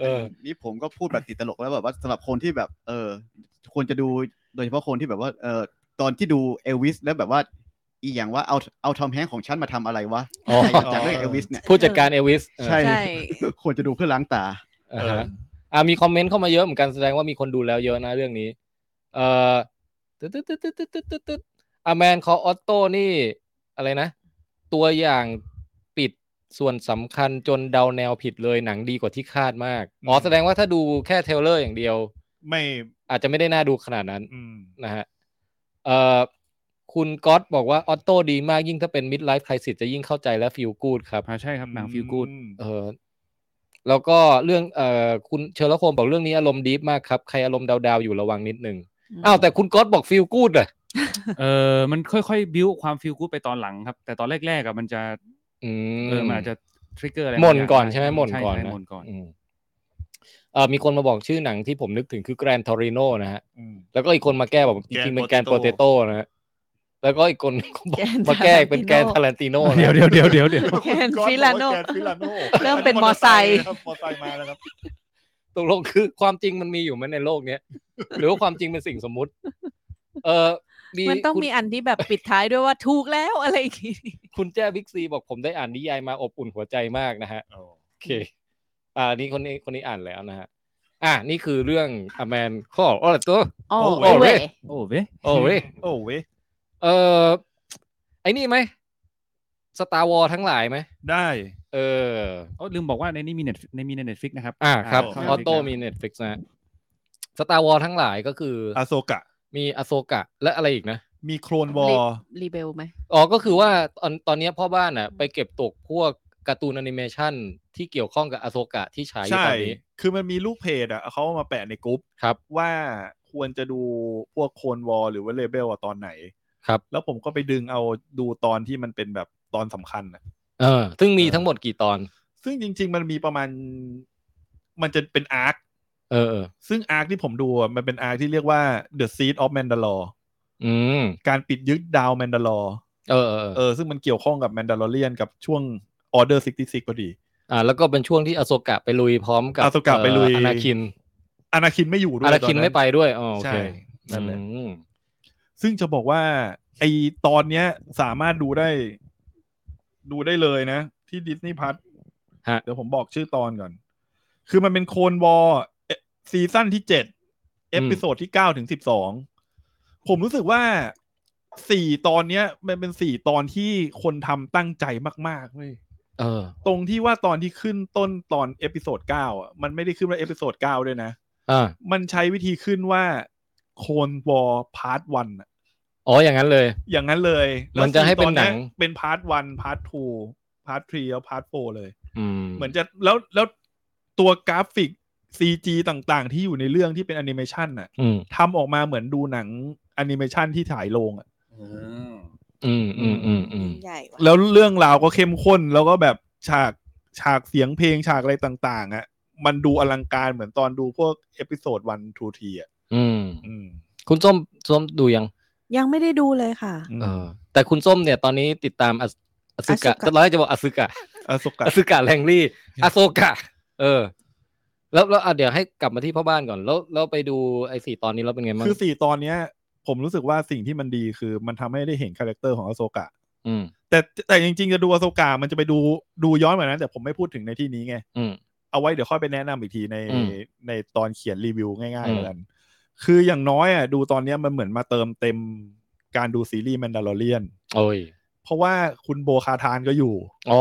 B: เออ
J: นี่ผมก็พูดแบบติดตลกแล้วแบบว่าสำหรับคนที่แบบ เออควรจะดูโดยเฉพาะคนที่แบบว่าเออตอนที่ดูเอลวิสแล้วแบบว่า อีอย่างว่าเอาเอาทอมแฮงของฉันมาทำอะไรวะ
B: อ๋อ
J: จากจากเรื่องเอลวิสเนี่ย
B: ผู้จัดการเอลวิสเออ
J: ใช่
D: ใช่
J: ควรจะดูเพื่อ ล้างตา
B: อ่าฮะอ่ามีคอมเมนต์เข้ามาเยอะเหมือนกันแสดงว่ามีคนดูแล้วเยอะนะเรื่องนี้ เอ่อตึ๊ดตึ๊ดตึ๊ดตึ๊ดตึ๊ดตึ๊ดตึ๊ดอาแมนคอออโต้นี่ อะไรนะ ตัวอย่างปิดส่วนสำคัญจนเดาแนวผิดเลยหนังดีกว่าที่คาดมากอ๋อ
C: อืม
B: แสดงว่าถ้าดูแค่เทรลเลอร์อย่างเดียว
C: ไม่
B: อาจจะไม่ได้น่าดูขนาดนั้น
C: อืม
B: นะฮะเอ่อคุณก๊อตบอกว่าออโต้ดีมากยิ่งถ้าเป็นมิดไลฟ์ไครสิ s จะยิ่งเข้าใจและฟีลกูดครับ
E: อ่าใช่ครับหนังฟิลกูด
C: อืม
B: เออแล้วก็เรื่องเอ่อคุณเชอร์ลโคมบอกเรื่องนี้อารมณ์ดีฟมากครับ ใครอารมณ์ดาวๆอยู่ระวังนิดนึงอ้าวแต่คุณก๊อตบอกฟีลกูดอ่ะ
E: เออมันค่อยๆ บิ้วความฟิลกู๊ดไปตอนหลังครับ แต่ตอนแรกๆอะมันจะ
B: อืม
E: เออมันอาจจะ ทริกเกอร์อะไร
B: หม่นก่อนใช่ไหมหม่นก่อน
E: ใช่
B: นะ
E: หม่นก่อน
B: อืมเอ่อมีคนมาบอกชื่อหนังที่ผมนึกถึงคือแกรนทอริโนนะฮะ
C: อืม
B: แล้วก็อีกคนมาแก้บอกจริงๆเป็นแกรน
C: Grand
B: โปเตโต้นะฮะแล้วก็อีกคน
D: Grand
B: มาแก้เป็นแกรน
D: Tarantino
B: ทารันติโน
E: เดี๋ยวเดี๋ยวเดี๋ยวเดี๋ยวเดี๋ยว
D: แก นฟิลาโน
C: แกฟิลาโน
D: เริ่มเป็นมอไซค์
C: ครับมอไซค์มาแล้วครับ
B: ตกลงคือความจริงมันมีอยู่ไหมในโลก เนี้ย หรือว่าความจริงเป็นสิ่งสมมุติ เออมี
D: มันต้อง
B: คุณ
D: มีอันที่แบบปิดท้ายด้วยว่าถูกแล้วอะไรอย่างงี้
B: คุณแจ้บิ๊กซีบอกผมได้อ่านนิยายมาอบอุ่นหัวใจมากนะฮะ โอเค อ่านี่คนนี้คนนี้อ่านแล้วนะฮะ อ่านี่คือเรื่องอแมนข้อโอ้ตัว
D: อ๋อ
C: โอ้เว้ย
D: เว้ย
E: โอ้เว้ย
B: โอ้ย
C: โอ้เว้ย
B: เออไอ้นี่ไหมสตาร์วอทั้งหลายไหม
C: ได้
B: เออ
E: โอ้ลืมบอกว่าในนี้มีเน็ตในมีในเน็ตฟิกนะครับ
B: อ่าครับ
E: เข้า
B: ออ
E: Netflix
B: โต้
E: นะ
B: มีเน็ตฟิกนะฮะสตาร์วอทั้งหลายก็คืออ
C: อาโซกะ
B: มีอโซกะ และอะไรอีกนะ
C: มีโครนวอร์
D: รีเบลไหม
B: อ๋อ ก็คือว่าตอนตอนเนี้ยพ่อบ้านอ่ะ ไปเก็บตกพวกการ์ตูนแอนิเมชันที่เกี่ยวข้องกับอโซกะที่ฉายอยู่
C: ใช่
B: ตอนนี้
C: คือมันมีลูกเพจอ่ะเขาเอามาแปะในกรุ๊ป
B: ครับ
C: ว่าควรจะดูพวกโครนวอร์หรือว่าเลเบลอะตอนไหน
B: ครับ
C: แล้วผมก็ไปดึงเอาดูตอนที่มันเป็นแบบตอนสำคัญนะ
B: เออ ซึ่งมีทั้งหมดกี่ตอน
C: ซึ่งจริง ๆ มันมีประมาณ มันจะเป็นอาร์ค
B: เออเออ
C: ซึ่งอาร์คที่ผมดูอะมันเป็นอาร์คที่เรียกว่า The Seed of Mandalore
B: อืม
C: การปิดยึดดาวแมนดาลอร์
B: เออเออเอ
C: เอ
B: อ
C: อซึ่งมันเกี่ยวข้องกับแมนดาลอเรียนกับช่วง Order 66พอดี
B: อ่า แล้วก็เป็นช่วงที่อโซกะไปลุยพร้อมกับ
C: อโซกะไปลุย
B: เอนาคิน
C: อนาคินไม่อยู่ด้วย
B: อานาคิน
C: ต
B: ไม่ไปด้วย อ๋อ โอ
C: ใช่
B: เค
C: นั่นแหละ
B: อืม
C: ซึ่งจะบอกว่า ไอตอนเนี้ยสามารถดูได้ ดูได้เลยนะ ที่ดิสนีย์พัท
B: ฮะ
C: เดี๋ยวผมบอกชื่อตอนก่อน คือมันเป็นโคนวอลซีซั่นที่เจ็ดเอพิโซดที่เก้าถึงสิบสองผมรู้สึกว่าสี่ตอนเนี้ย มันเป็นสี่ตอนที่คนทำตั้งใจมากๆเว้ย
B: เออ
C: ตรงที่ว่าตอนที่ขึ้นต้นตอนเอพิโซดเก้าอ่ะมันไม่ได้ขึ้นว่าเอพิโซดเก้าด้วยนะ
B: อ่า
C: มันใช้วิธีขึ้นว่าโคนวอลพาร์ทวัน
B: อ๋อ อย่างนั้นเลย
C: อย่างนั้นเลยแล้ว
B: มันจะให้เป็น
C: ตอ
B: หนัง
C: เป็นพาร์ทวันพาร์ททูพาร์ททรีแล้วพาร์ทโฟเลย
B: อืม
C: เหมือนจะแล้วแล้วตัวกราฟิกซีจีต่างๆ ที่อยู่ในเรื่องที่เป็นแอนิเมชันน่ะ
B: อืม
C: ทำออกมาเหมือนดูหนังแอนิเมชันที่ถ่ายลงอ่ะ
B: อืมอืมอืมอืม
D: ใหญ่ว่ะ
C: แล้วเรื่องราวก็เข้มข้นแล้วก็แบบฉากฉากเสียงเพลงฉากอะไรต่างๆอะ่ะ มันดูอลังการเหมือนตอนดูพวกเอพิโซดวันทูทีอ่ะ
B: อืม
C: อืม
B: คุณส้มส้มดูยัง
D: ยังไม่ได้ดูเลยค่ะ
B: เออ แต่คุณส้มเนี่ยตอนนี้ติดตามอสอสึกะ
D: Asuka
B: ตอนแรกจะบอกอสึกะ
C: อสุกะ
B: อสึกะแรงลี่อโซกะ เออ แล้วแล้วอ่ะเดี๋ยวให้กลับมาที่พ่อบ้านก่อน แล้วแล้วไปดูไอ้สี่ตอนนี้แล้วเป็นไงบ้าง
C: คือสี่ตอนเนี้ย ผมรู้สึกว่าสิ่งที่มันดีคือมันทำให้ได้เห็นคาแรคเตอร์ของอโซกะ
B: อืม
C: แต่แต่จริงๆ จะดูอโซกะมันจะไปดูดูย้อนเหมือนนั้น แต่ผมไม่พูดถึงในที่นี้ไง
B: อืม
C: เอาไว้เดี๋ยวค่อยไปแนะนำอีกทีใน
B: อืม
C: ในตอนเขียนรีวิวง่าย
B: อืม
C: ๆแล้วกัน คืออย่างน้อยอ่ะดูตอนเนี้ยมันเหมือนมาเติมเต็มการดูซีรีส์แมนดาลอเรียน
B: โอ้ย
C: เพราะว่าคุณโบคาทานก็อยู่
B: อ๋อ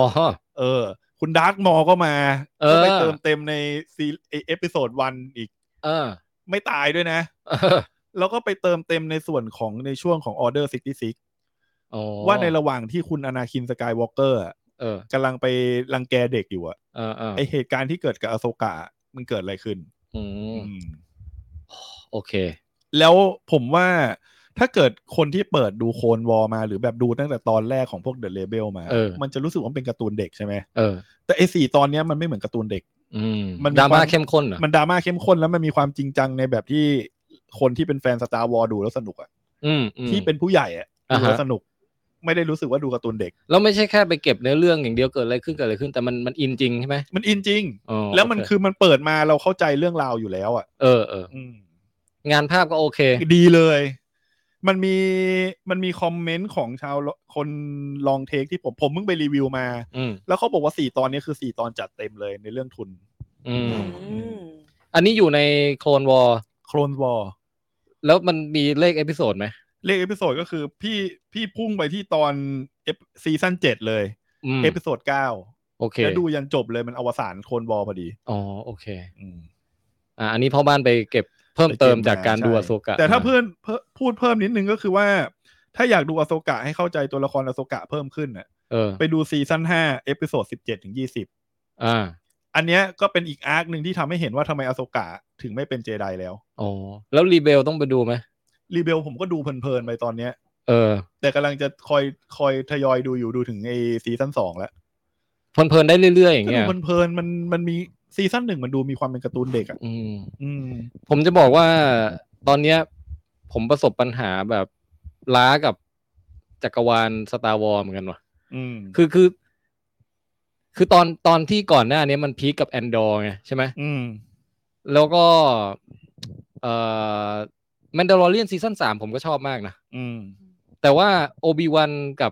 C: เออ คุณดาร์กมอก็มา
B: เออ
C: ก็ไปเติมเต็มในซีไอ้เอพิโซดวันอีก
B: เออ
C: ไม่ตายด้วยนะ
B: เออ
C: แล้วก็ไปเติมเต็มในส่วนของในช่วงของ Order
B: อ๋อ
C: 66 ว่าในระหว่างที่คุณอนาคินสกายวอล์กเกอร์
B: เออก
C: ำลังไปรังแกเด็กอยู่อะ
B: เออเออ
C: ไอเหตุการณ์ที่เกิดกับอโซกะมันเกิดอะไรขึ้น
B: อืม
C: อืม
B: โอเค
C: แล้วผมว่าถ้าเกิดคนที่เปิดดูโคนวอลมา หรือแบบดูตั้งแต่ตอนแรกของพวกเดอะเลเบลมา
B: เออ
C: มันจะรู้สึกว่ามันเป็นการ์ตูนเด็กใช่ไหม
B: เออ
C: แต่ไอสี่ตอนเนี้ยมันไม่เหมือนการ์ตูนเด็ก
B: อืม
C: มันมี
B: ดราม่า
C: ความ
B: เข้มข้นเหรอ
C: มันดราม่าเข้มข้นแล้วมันมีความจริงจังในแบบที่คนที่เป็นแฟนสตาร์วอลดูแล้วสนุกอะ
B: อืมอืม
C: ที่เป็นผู้ใหญ่อะ
B: อ่า
C: ดู
B: ฮะ
C: แล้วสนุก ไม่ได้รู้สึกว่าดูการ์ตูนเด็ก
B: แล้วไม่ใช่แค่ไปเก็บเนื้อเรื่องอย่างเดียวเกิดอะไรขึ้นเกิดอะไรขึ้นแต่มันมันอินจริงใช่ไหม
C: มันอินจริง
B: อ๋อ
C: แล้วมัน
B: โเ
C: คือมันเปิดมาเราเข้าใจเรื่องราวอยู่แล้วอะ
B: เออเออ
C: อืม
B: งานภาพก็โอเค
C: ดีเลย มันมีมันมีคอมเมนต์ของชาวคนลองเทคที่ผมผมเพิ่งไปรีวิวมา
B: อืม
C: แล้วเขาบอกว่าสี่ตอนนี้คือสี่ตอนจัดเต็มเลยในเรื่องทุน
B: อืม
D: อืม
B: อันนี้อยู่ในโคลนวอล
C: โคลนวอล
B: แล้วมันมีเลขเอพิโซดไหม
C: เลขเอพิโซดก็คือพี่พี่พุ่งไปที่ตอนซีซั่นเจ็ดเลย
B: อืม
C: เอพิโซดเก้า
B: โอเค
C: แล้วดูยันจบเลยมันอวสานโคนบอลพอดี
B: อ๋อโอเค อ่า อันนี้พ่อบ้านไปเก็บเพิ่มเติมจากการดู
C: ใช่
B: อโซกะ
C: แต่ถ้า
B: มา
C: เพื่อนเพิ่มพูดเพิ่มนิดนึงก็คือว่า ถ้าอยากดูอโซกะให้เข้าใจตัวละครอโซกะเพิ่มขึ้นน่ะ
B: เออ
C: ไปดูซีซั่นห้าเอพิโซดสิบเจ็ดถึงยี่สิบ
B: อ่า
C: อันเนี้ยก็เป็นอีกอาร์คหนึ่งที่ทำให้เห็นว่าทำไมอโซกะถึงไม่เป็นเจไดแล้ว
B: อ๋อแล้วรีเบลต้องไปดูไหม
C: รีเบลผมก็ดูเพลินๆไปตอนเนี้ย
B: เออ
C: แต่กำลังจะคอยคอยทยอยดูอยู่ดูถึงไอซีซั่นสองแล้ว
B: เพลินๆได้เรื่อยๆอย่าง
C: ก็
B: เงี้
C: ดู
B: ย
C: มันเพลินมันมันมีซีซั่นหนึ่งมันดูมีความเป็นการ์ตูนเด็กอ่ะ
B: อืม
C: อืม
B: ผมจะบอกว่าตอนเนี้ย ผมประสบปัญหาแบบล้ากับจักรวาลสตาร์วอลเหมือนกันว่ะ
C: อืม
B: คือคือ คือตอนตอนที่ก่อนหน้านี้มันพีคกับแอนดอร์ไงใช่ไหม
C: อืม
B: แล้วก็เอ่อแมนดาร์เรียนซีซั่นสามผมก็ชอบมากนะ
C: อืม
B: แต่ว่าโอบิวันกับ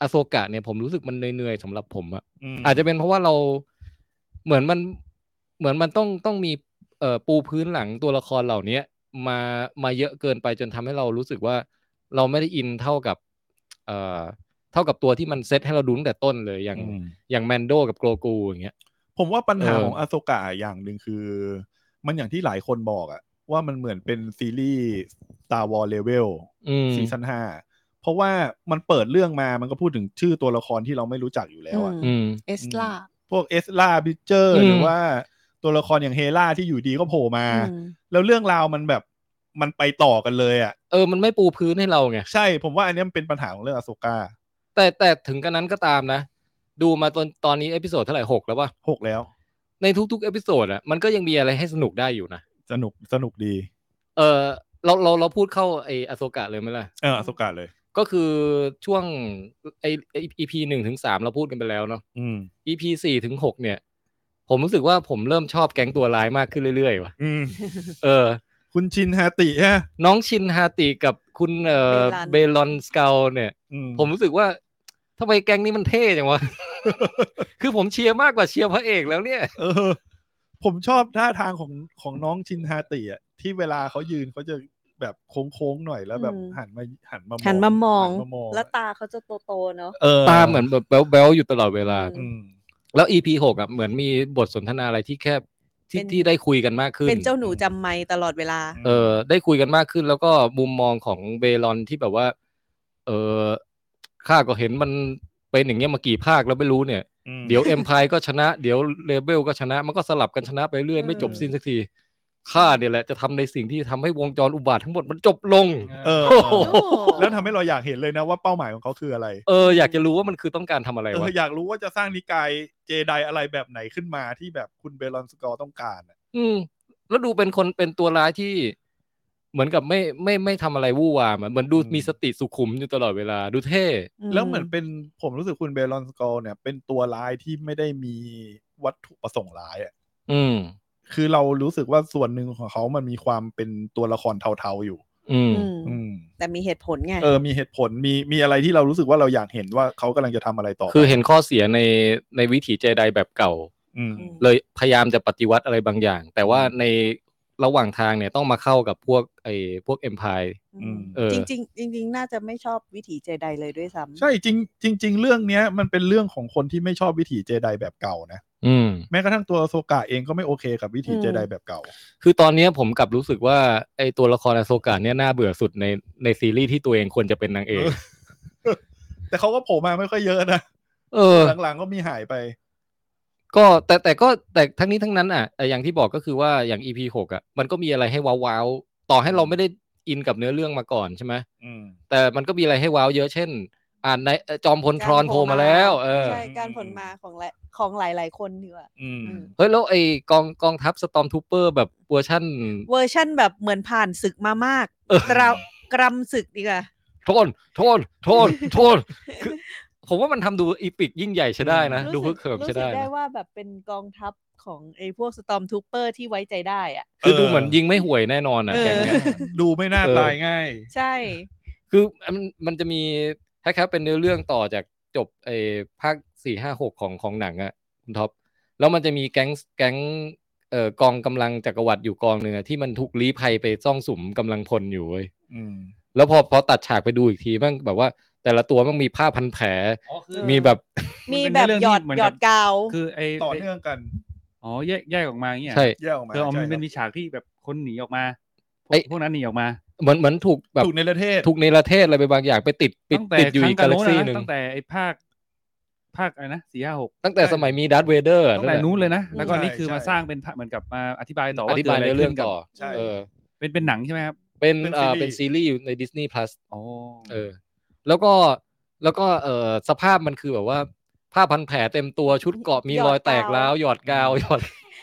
B: อโซกะเนี่ยผมรู้สึกมันเหนื่อยๆสำหรับผมอะ
C: อืม
B: อาจจะเป็นเพราะว่าเราเหมือนมันเหมือนมันต้องต้องมีเอ่อปูพื้นหลังตัวละครเหล่านี้มามาเยอะเกินไปจนทำให้เรารู้สึกว่าเราไม่ได้อินเท่ากับเอ่อเท่ากับตัวที่มันเซตให้เราดูตั้งแต่ต้นเลยอย่าง
C: อืม
B: อย่างแมนโดกับโกลกูอย่างเงี้ย
C: ผมว่าปัญหา
B: เออ
C: ของอาโซกะอย่างหนึ่งคือ มันอย่างที่หลายคนบอกอะว่ามันเหมือนเป็นซีรีส์ Star Wars Level
B: อืม
C: ซีซั่นห้าเพราะว่ามันเปิดเรื่องมามันก็พูดถึงชื่อตัวละครที่เราไม่รู้จักอยู่แล้วอะ
B: อืม
D: เอสลา
C: พวกเอสลาบิเจอร์
B: อืม
C: หรือว่าตัวละครอย่างเฮล่าที่อยู่ดีก็โผล่มา แล้วเรื่องราวมันแบบมันไปต่อกันเลยอ่ะ
B: เออมันไม่ปูพื้นให้เราไง
C: ใช่ผมว่าอันเนี้ยมันเป็นปัญหาของเรื่องอโศกา
B: แต่แต่ถึงกันนั้นก็ตามนะ ดูมาตอนตอนนี้เอพิโซดเท่าไหร่หกแล้ววะ
C: หกแล้ว
B: ในทุกๆเอพิโซดอะมันก็ยังมีอะไรให้สนุกได้อยู่นะ
C: สนุกสนุกดี
B: เออเราเราเราพูดเข้าไออโซกะเลยไหมล่ะ
C: เอออโศกาเลย
B: ก็คือช่วงไออีพีหนึ่งถึงสามเราพูดกันไปแล้วเนาะ
C: อืม
B: อีพีสี่ถึงหกเนี่ย ผมรู้สึกว่าผมเริ่มชอบแก๊งตัวร้ายมากขึ้นเรื่อยๆว่ะ
C: อื ม
B: เออ
C: คุณชินฮาติฮะ
B: น้องชินฮาติกับคุณเอ่อเบลอนสเกลเนี่ย
C: อืม
B: ผมรู้สึกว่าทำไมแก๊งนี้มันเท่จังวะ คือผมเชียร์มากกว่าเชียร์พระเอกแล้วเนี่ย
C: เออ ผมชอบท่าทางของของน้องชินฮาติอ่ะที่เวลาเขายืนเขาจะแบบโค้งๆหน่อยแล้วแบบหันมาหันมามอง
D: หันมามอง
C: หันมามอง
D: แล้วตาเขาจะโตๆเนาะ
C: เออ
B: ตาเหมือนแบบแบลๆอยู่ตลอดเวลา
C: อืม
B: แล้ว EP หกอ่ะเหมือนมีบทสนทนาอะไรที่แคบที่
D: เป็น
B: ที่ได้คุยกันมากขึ้น
D: เป็นเจ้าหนูจำไม่ตลอดเวลา
B: เออได้คุยกันมากขึ้นแล้วก็มุมมองของเบลอนที่แบบว่า เออข้าก็เห็นมันเป็นอย่างเงี้ยมากี่ภาคแล้วไม่รู้เนี่ย เดี๋ยวเอ็มพายก็ชนะ เดี๋ยวเลเบลก็ชนะ มันก็สลับกันชนะไปเรื่อยไม่จบสิ้นสักทีข้าเนี่ยแหละจะทำในสิ่งที่ทำให้วงจรอุบาททั้งหมดมันจบลง
C: เออ
B: โอ้โห
C: แล้วทำให้เราอยากเห็นเลยนะว่าเป้าหมายของเขาคืออะไร
B: เอออยากจะรู้ว่ามันคือต้องการทำอะไร
C: เอ
B: วะ
C: ออยากรู้ว่าจะสร้างนิกายเจไดอะไรแบบไหนขึ้นมาที่แบบคุณเบลอนสกอร์ต้องการอะ
B: อืม แล้วดูเป็นคนเป็นตัวร้ายที่ เหมือนกับไม่ไม่ไม่ทำอะไรวู่วามอะเหมือนดูมีสติสุขุมอยู่ตลอดเวลาดูเท่
C: แล้วเหมือนเป็นผมรู้สึกคุณเบลอนสกอร์เนี่ย เป็นตัวร้ายที่ไม่ได้มีวัตถุประสงค์ร้ายอ่ะ
B: อืม
C: คือเรารู้สึกว่าส่วนหนึ่งของเขามันมีความเป็นตัวละครเทาๆอยู่
B: อืม
D: อืม
C: อืม
D: แต่มีเหตุผลไง
C: เออมีเหตุผลมีมีอะไรที่เรารู้สึกว่าเราอยากเห็นว่าเขากำลังจะทำอะไรต่อ
B: คือเห็นข้อเสียในในวิถีเจไดแบบเก่า
C: ม
B: เลยพยายามจะปฏิวัติอะไรบางอย่าง แต่ว่าในระหว่างทางเนี่ยต้องมาเข้ากับพวกไอ้พวกเอ็มพาย
C: อืม
B: เออ
D: จริงจริงๆจริง ๆ น่าจะไม่ชอบวิถีเจไดเลยด้วยซ้ำ
C: ใช่จริงจริง ๆ เรื่องเนี้ยมันเป็นเรื่องของคนที่ไม่ชอบวิถีเจไดแบบเก่านะ
B: อืม
C: แม้กระทั่งตัวโซกะเองก็ไม่โอเคกับวิถีเจไดแบบเก่า
B: คือตอนเนี้ยผมกลับรู้สึกว่าไอ้ตัวละครอโซกาเนี่ยน่าเบื่อสุดในในซีรีส์ที่ตัวเองควรจะเป็นนางเอก
C: เออ แต่เขาก็โผล่มาไม่ค่อยเยอะนะ
B: เออ
C: หลังๆก็มีหายไป
B: ก็แต่แต่ก็แต่ทั้งนี้ทั้งนั้นอ่ะเอ่ออย่างที่บอกก็คือว่าอย่าง EP หกอ่ะมันก็มีอะไรให้ว้าวๆต่อให้เราไม่ได้อินกับเนื้อเรื่องมาก่อนใช่ไหม
C: อืม
B: แต่มันก็มีอะไรให้ว้าวเยอะเช่น อ่านในเอ่อจอมพลทรอนโผล่มาแล้วเออ
D: ใช่การผลมาของหลายของหลาย ๆ คนดีกว่า
C: อืม
D: อืม
B: เฮ้ยแล้วไอกองกองทัพสตอมทูเปอร์แบบเวอร์ชั่น
D: เวอร์ชั่นแบบเหมือนผ่านศึกมามาก
B: เออ
D: กรากรำศึกดีกว่า
B: โทนโทนโท นโทนคือผมว่ามันทำดูอีปิกยิ่งใหญ่ใช้ได้นะ ดูฮึกเหิม
D: รู้
B: ใช้
D: สึก
B: ได้
D: ได้
B: นะ
D: ว่าแบบเป็นกองทัพของไอ้พวกสตอมทูเปอร์ที่ไว้ใจได้อะ
B: คือดูเหมือนยิงไม่ห่วยแน่นอนอ่ะ
D: เอ
B: แกง
D: อ
B: เนี้ย
C: ดูไม่น่า
B: เออ
C: ตายง่าย
D: ใช่
B: คือมันมันจะมีถ้าครับเป็นเนื้อเรื่องต่อจากจบไอภาคสี่ห้าหกของของหนังอ่ะคุณท็อปแล้วมันจะมีแก๊งแก๊งเอ่อกองกำลังจักรวรรดิอยู่กองหนึ่งอะที่มันถูกลี้ภัยไปซ่องสุมกำลังพลอยู่เว้ย
C: อืม
B: แล้วพอพอตัดฉากไปดูอีกทีแมันแบบว่า แต่ละตัวมันมีผ้าพันแผล
E: อ๋อคือ
B: มีแบบ
D: มีแบบหยอด
E: มันเป็นเรื่องที่เหมือน
D: หย
E: กั
D: อบ ดกาว
E: คือไอ
C: ต่อเนื่องกัน
E: อ๋อแยกแยกออกมาอย่างเงี้ย
B: ใช่
C: แยกออกมา
E: คือเอามัน
C: ใช่
E: เป็น
C: ค
E: มีฉากที่แบบคนหนีออกมาพว
B: ไอ้
E: กพวกนั้นหนีออกมา
B: เหมือนเหมือนถูกแบ
C: รับบ ถูกในประเทศ
B: ถูกในประเทศอะไรไปบางอย่างไปติดปิด
E: ตั้งแต่
B: ติดอยู่
E: ครั้
B: อี
E: งกา
B: กา
E: กโล
B: แล็ก
E: นะ
B: ซี่หนึ่ง
E: ตั้งแต่ไอภาคภาคอะไรนะสี่ห้าหก
B: ตั้งแต่สมัยมีดัตเวเดอร์
E: ตั้งแต่นู้นเลยนะ แล้วก็
C: ใช่
E: นี่คือ
C: ใช่
E: มาสร้างเป็นภาคเหมือนกับมาอธิบายต่อ
B: อ
E: ว่า
B: ธิบายใน
E: กิดะ
B: เรื่อง
E: ไขึ้
B: ต่อ
E: กับ
C: ใช่
B: เออ
E: เป็นเป็นหนังใช่ไหมครับ
B: เป็น
C: เป็น
B: เอ่อ
C: ซี
B: เป็
C: รีส์
B: นซีรีส์อยู่ใน Disney Plus
E: โอ้
B: เออ แล้วก็แล้วก็เอ่อสภาพมันคือแบบว่า ผ้าพันแผลเต็มตัวชุดเกราะมี
G: หย
B: ร
G: อด
B: อยแตก
G: กาว
B: แล้วหยอดกาวหยอด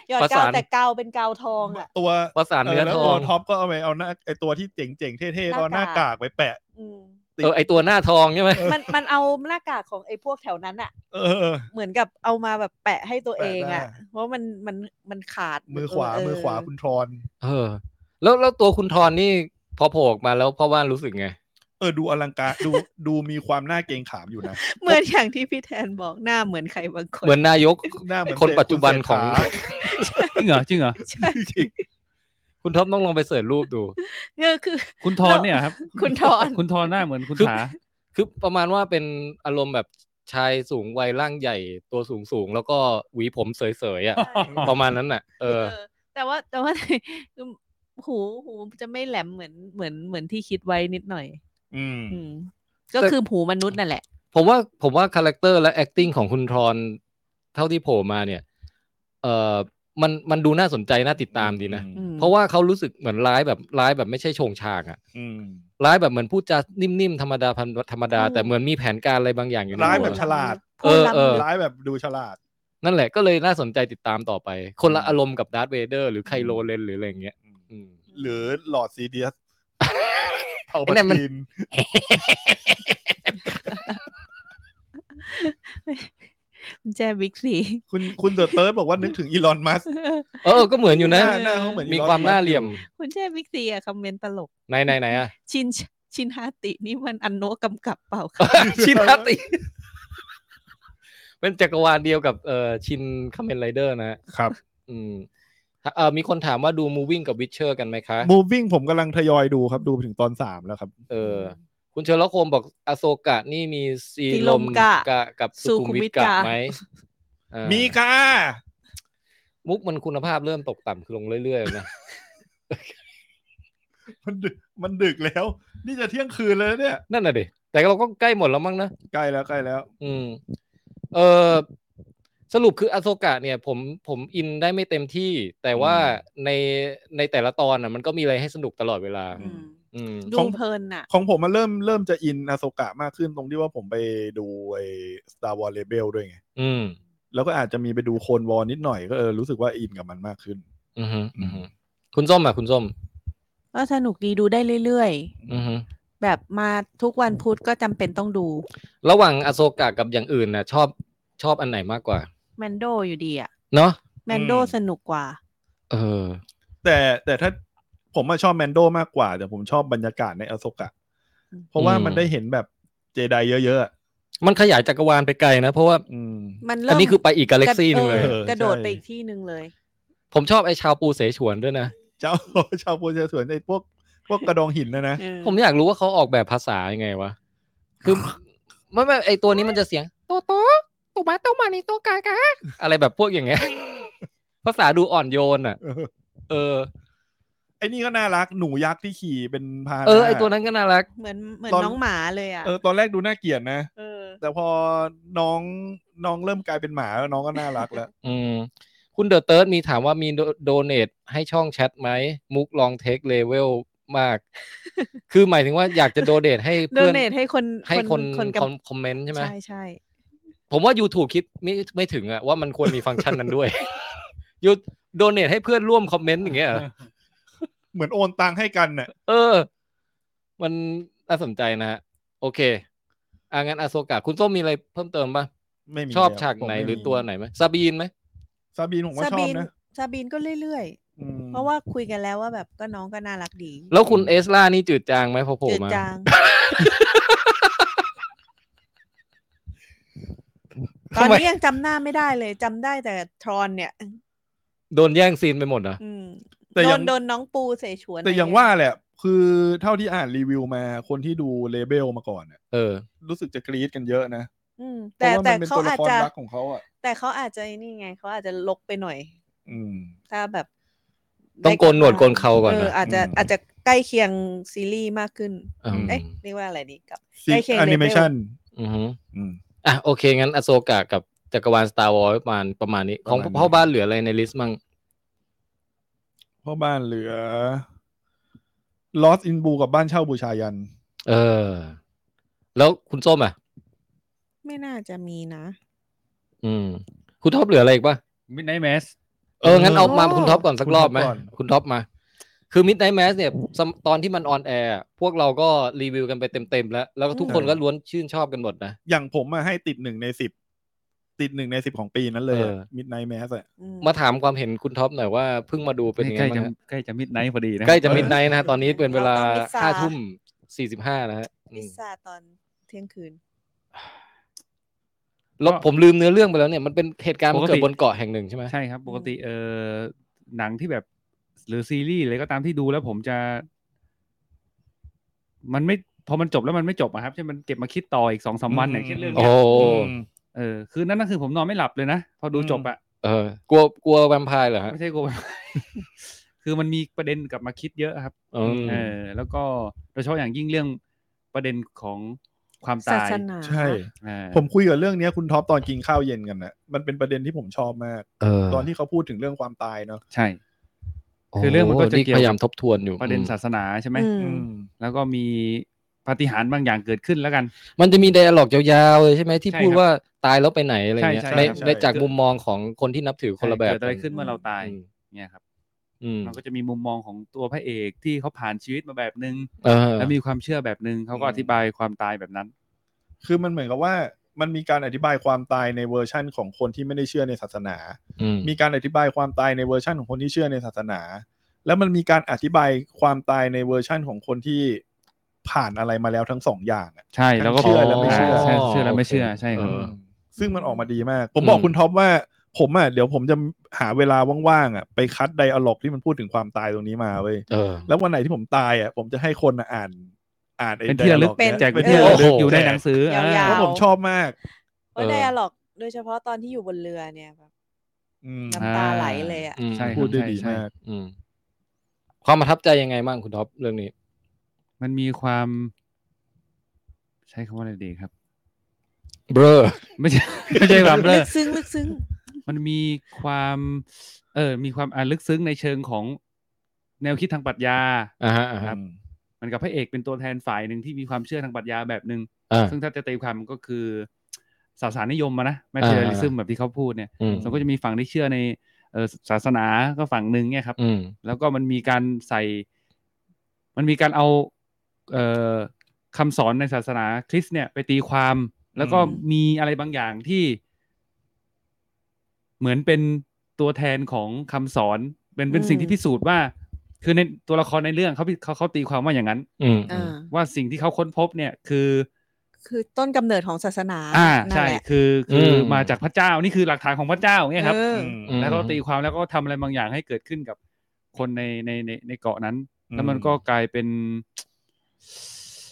G: หยอด
B: ประ
G: กา
B: สาว น
G: แต่กาวเป็นกาวทองอ่ะ
C: ตัว
B: ประสานเนื้อ
C: แล้ว
B: ท
C: ตั
B: อ
C: ว
B: ง
C: ท็อปก็เอาไปเอาหน้าไอตัวที่เจ๋งๆเท่ๆก็เอาห
G: หน้า
C: น้าาก
G: กาก ก
C: ไปแปะ
G: อืม
C: ติด
B: เออไอตัวหน้าทองใช่ไหม
G: มันมันเอาหน้ากากของไอ้พวกแถวนั้นอ่ะ
C: เออ
D: เหมือนกับเอามาแบบแปะให้ตัวเองอ่ะ
C: แปะได้
D: เพราะมันมันมันขาด
C: มือขวา
D: เ
C: มือขวาคุณทรอน
B: เออ แล้วแล้วตัวคุณทอนนี่พอโผล่ออกมาแล้วพ่อว่านรู้สึกไง
C: เออดูอลังการดูดูมีความน่าเกรงขามอยู่นะ
D: เหมือนอย่างที่พี่แทนบอกหน้าเหมือนใครบางคน
B: เหมือนนายก
C: หน้าเหมือน
B: คนปัจจุบัน
C: คุณเศ
B: ข
C: ร
B: อ
C: ษ
B: ง
C: ฐา
E: จริงเหรอจริงเหรอ
D: ใช่
B: คุณท็อปต้องลองไปเสิร์ชรูปดู
D: เออคือ
E: คุณทอนเนี่ยครับ
D: คุณทอน
E: คุณทอนหน้าเหมือนคุณ
B: คือ
E: ถา
B: คือประมาณว่าเป็นอารมณ์แบบชายสูงวัยร่างใหญ่ตัวสูงสูงๆแล้วก็หวีผมเสยๆอ่ะ ประมาณนั้นน่ะ เออ
D: เออแต่ว่าแต่ว่า คือหูหูจะไม่แหลมเหมือนเหมือนเหมือนที่คิดไว้นิดหน่อย
C: อืม
D: อืม ก็
B: แต่
D: คือหูมนุษย์นั่นแหละ
B: ผมว่าผมว่าคาแรคเตอร์และ acting ของคุณทรเท่าที่โผล่มาเนี่ย เออมันมันดูน่าสนใจน่าติดตามดีนะ
D: อืม
B: เพราะว่าเขารู้สึกเหมือนร้ายแบบร้ายแบบไม่ใช่โชงชางอ่ะ
C: อืม
B: ร้ายแบบเหมือนพูดจานิ่มๆธรรมดาพันธรรมดา
D: อืม
B: แต่เหมือนมีแผนการอะไรบางอย่างอยู่ใน
C: ร้าย
B: หั
C: แบ
B: ว
C: บฉลาด
B: เออเออ
C: ร้ายแบบดูฉลาด
B: นั่นแหละก็เลยน่าสนใจติดตามต่อไป คนละ
C: อืม
B: อารมณ์กับดาร์ธเวเดอร์หรือไคโลเลนหรืออะไรอย่างเงี้ยอืม
C: หรือหลอดซีเดียส เอา
B: ไอ้นั่นมัน
C: กิน
D: แจบิ๊กซี
C: คุณคุณเดอะเติร์ดบอกว่านึกถึงอีลอนมัส
B: เออก็เหมือนอยู่นะ
C: หน้าหน้าเขาเหมือน
B: มีความ
C: อีลอ
B: ห
C: นมัส
B: น้าเหลี่ยม
D: คุณแจบิ๊กซีอะคอมเมนต์ตลก
B: ไหนไหนไหนอะ
D: ชินชินฮาตินี่มันอันโนะกำกับเปล่าครับ
B: ชินฮาติ เป็นจักรวาลเดียวกับเอ่อชินคาเมนไรเดอร์นะฮะ
C: ครับ
B: อืมเอ่อมีคนถามว่าดู moving กับ witcher กันไหมคะ
C: Moving ผมกำลังทยอยดูครับ ดูไปถึงตอนสามแล้วครับ
B: เออ คุณเชอร์ล็อกโคมบอกอโซกะนี่มีซี
D: ซี
B: ล
D: ล
B: ม
D: ม
B: ก
D: กะ
B: ะกับสุขุมวิท
D: สุขุมวิทกะ
B: กะไหมเอ่อ
C: มีค่ะ
B: มุกมันคุณภาพเริ่มตกต่ำลงเรื่อยๆนะ
C: มันดึกมันดึกแล้ว นี่จะเที่ยงคืนแล้วเนี่ย
B: นั่นน่ะดิ แต่เราก็ใกล้หมดแล้วมั้งนะ
C: ใกล้แล้วใกล้แล้ว
B: อืม เออสรุปคืออโซกะเนี่ย ผมผมอินได้ไม่เต็มที่ แต่ว่าในในแต่ละตอนอ่ะ มันก็มีอะไรให้สนุกตลอดเวลา
C: อืม
B: อืม
D: ดู
C: ของ
D: เพลินอ่ะ
C: ของผมมันเริ่มเริ่มจะอินอาโซกะมากขึ้นตรงที่ว่าผมไปดูไอ้ Star Wars Rebel ด้วยไง
B: อืม
C: แล้วก็อาจจะมีไปดูโคนวอลนิดหน่อยก็เออรู้สึกว่าอินกับมันมากขึ้น
B: อือฮึอือฮึคุณส้มอ่ะคุณส้ม
D: ก็สนุกดีดูได้เรื่อย
B: อือฮึ
D: ๆ แบบมาทุกวันพุธก็จำเป็นต้องดู
B: ระหว่างอโซกะกับอย่างอื่นน่ะ ชอบชอบอันไหนมากกว่า
D: แมนโดอยู่ดีอ่ะ
B: เนาะ
D: แมนโด
C: อืม
D: สนุกกว่า
B: เออ
C: แต่แต่ถ้าผมอะชอบแมนโดมากกว่า แต่ผมชอบบรรยากาศในอาโซกะ เพราะว่ามันได้เห็นแบบเจไดเยอะๆอะ
B: มันขยายจักรวาลไปไกลนะ เพราะว่า
C: อืม
D: มันเริ่
B: อัน
D: ม
B: นี้คือไปอีกกาแล็กซี่หนึงเลย
D: ออ
C: เออ
D: กระโดดไปอีกที่หนึ่งเลย
B: ผมชอบไอ้ชาวปูเสฉวนด้วยนะ
C: เจ้า ชาวโพเชสวนในพวกพวกกระดองหินนะนะ
B: ผมอยากรู้ว่าเขาออกแบบภาษายังไงวะ คือ ไม่ไม่ไอตัวนี้มันจะเสียงโตโตโตมาโตมานี่โตกากะอะไรแบบพวกอย่างเงี้ ย ภาษาดูอ่อนโยนอ่ะ
C: เออ
B: เออ
C: ไอ้นี่ก็น่ารักหนูยักษ์ที่ขี่เป็นพาหนะ
B: เออ ไอตัวนั้นก็น่ารัก
D: เหมือนเหมือน
C: ตอน
D: น้องหมาเลยอ่ะ
C: เออตอนแรกดูน่าเกลียดนะ
D: เออ
C: แต่พอน้องน้องเริ่มกลายเป็นหมาแล้วน้องก็น่ารักแล้ว
B: อืม คุณเดอะเติร์ดมีถามว่ามีโดเนทให้ช่องแชทไหม มุกลองเทคเลเวลมาก คือหมายถึงว่าอยากจะโดเนทให้
D: โด
B: เพื่ อน
D: เนทให้คน
B: ให้คน
D: คนกำ
B: คอมเมนต์ใช่ไหม
D: ใช่ใช่
B: ผมว่า YouTube คิดไม่ไม่ถึงอะว่ามันควรมีฟังก์ชันนั้นด้วย ยูโดเนทให้เพื่อนร่วมคอมเมนต์อย่างเงี้ยเหรอ
C: เหมือนโอนตังให้กันน่ะ
B: เออ มันน่าสนใจนะฮะโอเคอ่ะงั้นอาโซกะคุณส้มมีอะไรเพิ่มเติมป่ะ
C: ไม่มี
B: ชอบ
C: แล้ว
B: ฉากไหน
C: ผมม่
B: หรือ
C: มี
B: ตัวไหนไหมซาบีนไหม
C: ซาบีนผมก็
D: ซา
C: ชอบ
D: บีน
C: นะ
D: ซาบีนก็เรื่อย
C: อืม
D: ๆ เพราะว่าคุยกันแล้วว่าแบบก็น้องก็น่ารักดี
B: แล้วคุณเอสล่านี่จืดจางไหมพอโผล่
D: จืด
B: มา
D: จางตอ
B: ทำ
D: น
B: ไม
D: นี้ยังจำหน้าไม่ได้เลยจำได้แต่ทรอนเนี่ย
B: โดนแย่งซีนไปหมดเหรอ่ะ
D: อืม
C: แต่
D: โด
C: ยัง
D: นโดนน้องปูเสฉวน
C: แต่อย่างว่าแหละ คือเท่าที่อ่านรีวิวมาคนที่ดูเลเบลมาก่อนน่ะ
B: เออ
C: รู้สึกจะกรี๊ดกันเยอะนะ
D: อืม
C: เพ
D: แต่
C: ราะว่า
D: แต่
C: มันเป็น
D: เขา
C: ตัวละ
D: อาจ
C: คร
D: จะ
C: รักของเขาอ่ะ
D: แต่เขาอาจจะนี่ไงเขาอาจจะลกไปหน่อย
C: อืม
D: ถ้าแบบ
B: ต้องโกนหนวดโกนเขาก่อนนะ
D: เอออาจจะ
C: อืม
D: อาจจะใกล้เคียงซีรีส์มากขึ้น
B: อืม
D: เอ๊ะเรียกว่าอะไรดีกับ
C: ซิ
D: ใกล้
C: ก
D: เคียง
C: แอนิเมชัน
D: Rebel
B: อือฮึ
C: อืม
B: อ่ะโอเค งั้นอโซกะกับจักรวาลสตาร์วอลประมาณประมาณนี้ ของ
C: ประมาณนี้
B: พ่อบ้านเหลืออะไรในลิสต์มั่ง
C: พ่อบ้านเหลือ Lost in Blue กับบ้านเช่าบูชายัน
B: เออ แล้วคุณส้มอ่ะ
D: ไม่น่าจะมีนะ
B: อืม คุณท็อปเหลืออะไรอีกป่ะ
E: มิดไนท์แมส
B: เออ งั้นเอามา
C: โอ้
B: คุณท็อปก่อนสักรอบไหม
C: คุณท็อปก่อน
B: คุณท็อปมา คือ Midnight Mass เนี่ยสมตอนที่มันออนแอร์พวกเราก็รีวิวกันไปเต็มๆแล้ว แล้วก็ทุกคนก็ล้วนชื่นชอบกันหมดนะ
C: อย่างผมมาให้ติดหนึ่งในสิบติดหนึ่งในสิบของปีนั้นเลย
B: เออ
C: มิดไนแมสอะ
D: อื
B: มาถามความเห็นคุณท็อปหน่อยว่าเพิ่งมาดูเป็นยัง
E: ใก
B: ไง
E: ล้จะ
B: บ้างฮะ
E: ใกล้จะมิดไนท์พอดีนะ
B: ใกล้จะ Midnight นะฮะตอนนี้เป็นเวลา
D: รต้องมิสซ
B: ห้าทุ่มสี่สิบห้านะฮะอื
D: มิ
B: ม
D: สซาตอนเที่ยงคืน
B: แล้วผมลืมเนื้อเรื่องไปแล้วเนี่ยมันเป็นเหตุการณ์มันเกิดบนเกาะแห่งหนึ่งใช่ไหม
E: ใช่ครับปกติเออหนังที่แบบ หรือซีรีส์อะไรก็ตามที่ดูแล้วผมจะ มันไม่พอมันจบแล้วมันไม่จบอะครับใช่มันเก็บมาคิดต่ออีกสองสามวันอย่างเช่นเรื่อง
B: โอ้
E: เนี้ย
B: โห
C: อืม
E: เออคือนั่นนั่นคือผมนอนไม่หลับเลยนะ พอดูจบอะ
B: เออกลัวกลัวแวมไพร์เหรอฮะ
E: ไม่ใช่โกลัว คือมันมีประเด็นกลับมาคิดเยอะครับ
B: อืม
E: เออ แล้วก็โดยเฉพาะอย่างยิ่งเรื่องประเด็นของความ
D: ศา
E: ตาย
D: สนา
C: ใช่
E: อ่า
C: ผมคุยกับเรื่องเนี้ยคุณท็อปตอนกินข้าวเย็นกันนะมันเป็นประเด็นที่ผมชอบมาก
B: เออ
C: ตอนที่เขาพูดถึงเรื่องความตายเนาะ
E: ใช่ คือเรื่องมันก็จะเกี่
B: โโห
E: ยว
B: พยายามทบทวนอยู่
E: ประเด็น
B: อืม
E: ศาสนาใช่ไหม
D: อืม
C: อืม
E: แล้วก็มีปาฏิหารย์บางอย่างเกิดขึ้นแล้วกัน
B: มันจะมีไดอะล็อกยาวๆเลยใช่ไหมที่
E: ใช่
B: พูด
E: ครับ
B: ว่าตายแล้วไปไหนอะไรเงี้ย
E: ใช่
B: ใน
E: ครับใช่
B: ในจากมุมมองของคนที่นับถือคนละแบบ
E: เกิดอะไรขึ้นเมื่อเราตาย
B: อืม
E: เนี่ยครับ
B: อืม
E: มันก็จะมีมุมมองของตัวพระเอกที่เขาผ่านชีวิตมาแบบนึง
B: เออ
E: แล้วมีความเชื่อแบบนึงเขาก็
C: อืม
E: อธิบายความตายแบบนั้น
C: คือมันเหมือนกับว่ามันมีการอธิบายความตายในเวอร์ชั่นของคนที่ไม่ได้เชื่อในศาสนา
B: อืม
C: มีการอธิบายความตายในเวอร์ชั่นของคนที่เชื่อในศาสนา แล้วมันมีการอธิบายความตายในเวอร์ชั่นของคนที่ผ่านอะไรมาแล้วทั้งสองอย่างอะ
E: ใช่แล้วก็
C: ทั้งเชื่อและไม่เชื่อ
E: าใเชื่อและไม่เชื่อใช่ครับ
B: เออ
C: ซึ่งมันออกมาดีมาก ผมบอก
B: อืม
C: คุณท็อปว่า ผมอ่ะเดี๋ยวผมจะหาเวลาว่างๆอ่ะไปคัดไดอะล็อกที่มันพูดถึงความตายตรงนี้มาเว้ย
B: เออ
C: แล้ววันไหนที่ผมตายอ่ะผมจะให้คนอะอ่านอ่านไอ้
E: เป็นที่ระลึก
C: dialogue เนี่ย
E: แจกเป็น
C: เป็น
E: ที่
C: ที่
E: ระ
C: ระ
E: ลึ
C: ลึ
E: ก
C: ก
E: อ
C: อยู่ยู่
E: ใน
C: ใน
E: ห
C: ห
E: นั
C: นั
E: ง
C: ง
E: สือ
D: แจก
E: อ่า
D: ยาว
C: เพราะผมชอบมาก
D: เพราะ
B: เออ
D: ไดอะล็อกโดยเฉพาะตอนที่อยู่บนเรือเนี่ยแบบ
C: อืม
D: น้ำตาไหลเลยอ่ะ
B: อืม
E: ใช่ครับ
C: พูดได้ดีมาก
B: อืมความประทับใจยังไงบ้างคุณท็อปเรื่องนี้
E: มันมีความ ใช้คำว่าอะไรดีครับ
B: เบลอ
E: ไม่ใช่ ไม่ใช่ความเลิ
D: ลึ
E: ก
D: กซึ้งลึกซึ้ง
E: มันมีความ เออ มีความอ่าลึกซึ้งในเชิงของแนวคิดทางปรัชญา
B: อ่าฮะอ่าฮะ
E: มันกับพระเอกเป็นตัวแทนฝ่ายหนึ่งที่มีความเชื่อทางปรัชญาแบบหนึ่ง
B: อ่า
E: ซึ่งถ้าจะตีความก็คือศาสนานิยมอะนะแมทเทอริซึมแบบที่เขาพูดเนี่ย
B: อืม
E: มันก็จะมีฝั่งที่เชื่อในเอ่อศาสนาก็ฝั่งหนึ่งเนี่ยครับ
B: อืม
E: แล้วก็มันมีการใส่ มันมีการเอาเอ่อคำสอนในศาสนาคริสต์เนี่ย ไปตีความ แล้วก็
C: อืม
E: มีอะไรบางอย่างที่ เหมือนเป็นตัวแทนของคำสอน เป็นเป็น
D: อืม
E: สิ่งที่พิสูจน์ว่า คือในตัวละครในเรื่องเขาพิเขาเขาตีความว่าอย่างนั้น
B: อืม
D: อ่า
E: ว่าสิ่งที่เขาค้นพบเนี่ยคือ
D: คือต้นกำเนิดของศาสนา
E: อ่า
D: นั่น
E: ใช่
D: แหละ
E: คือคืออ
B: ม
E: มาจากพระเจ้านี่คือหลักฐานของพระเจ้าเนี่ยครั
D: เอ
E: บ
D: อ
B: อืม
E: แล้วก็ตีความแล้วก็ทำอะไรบางอย่างให้เกิดขึ้นกับคนในในในในเกาะนั้น แล้วมันก็กลายเป็น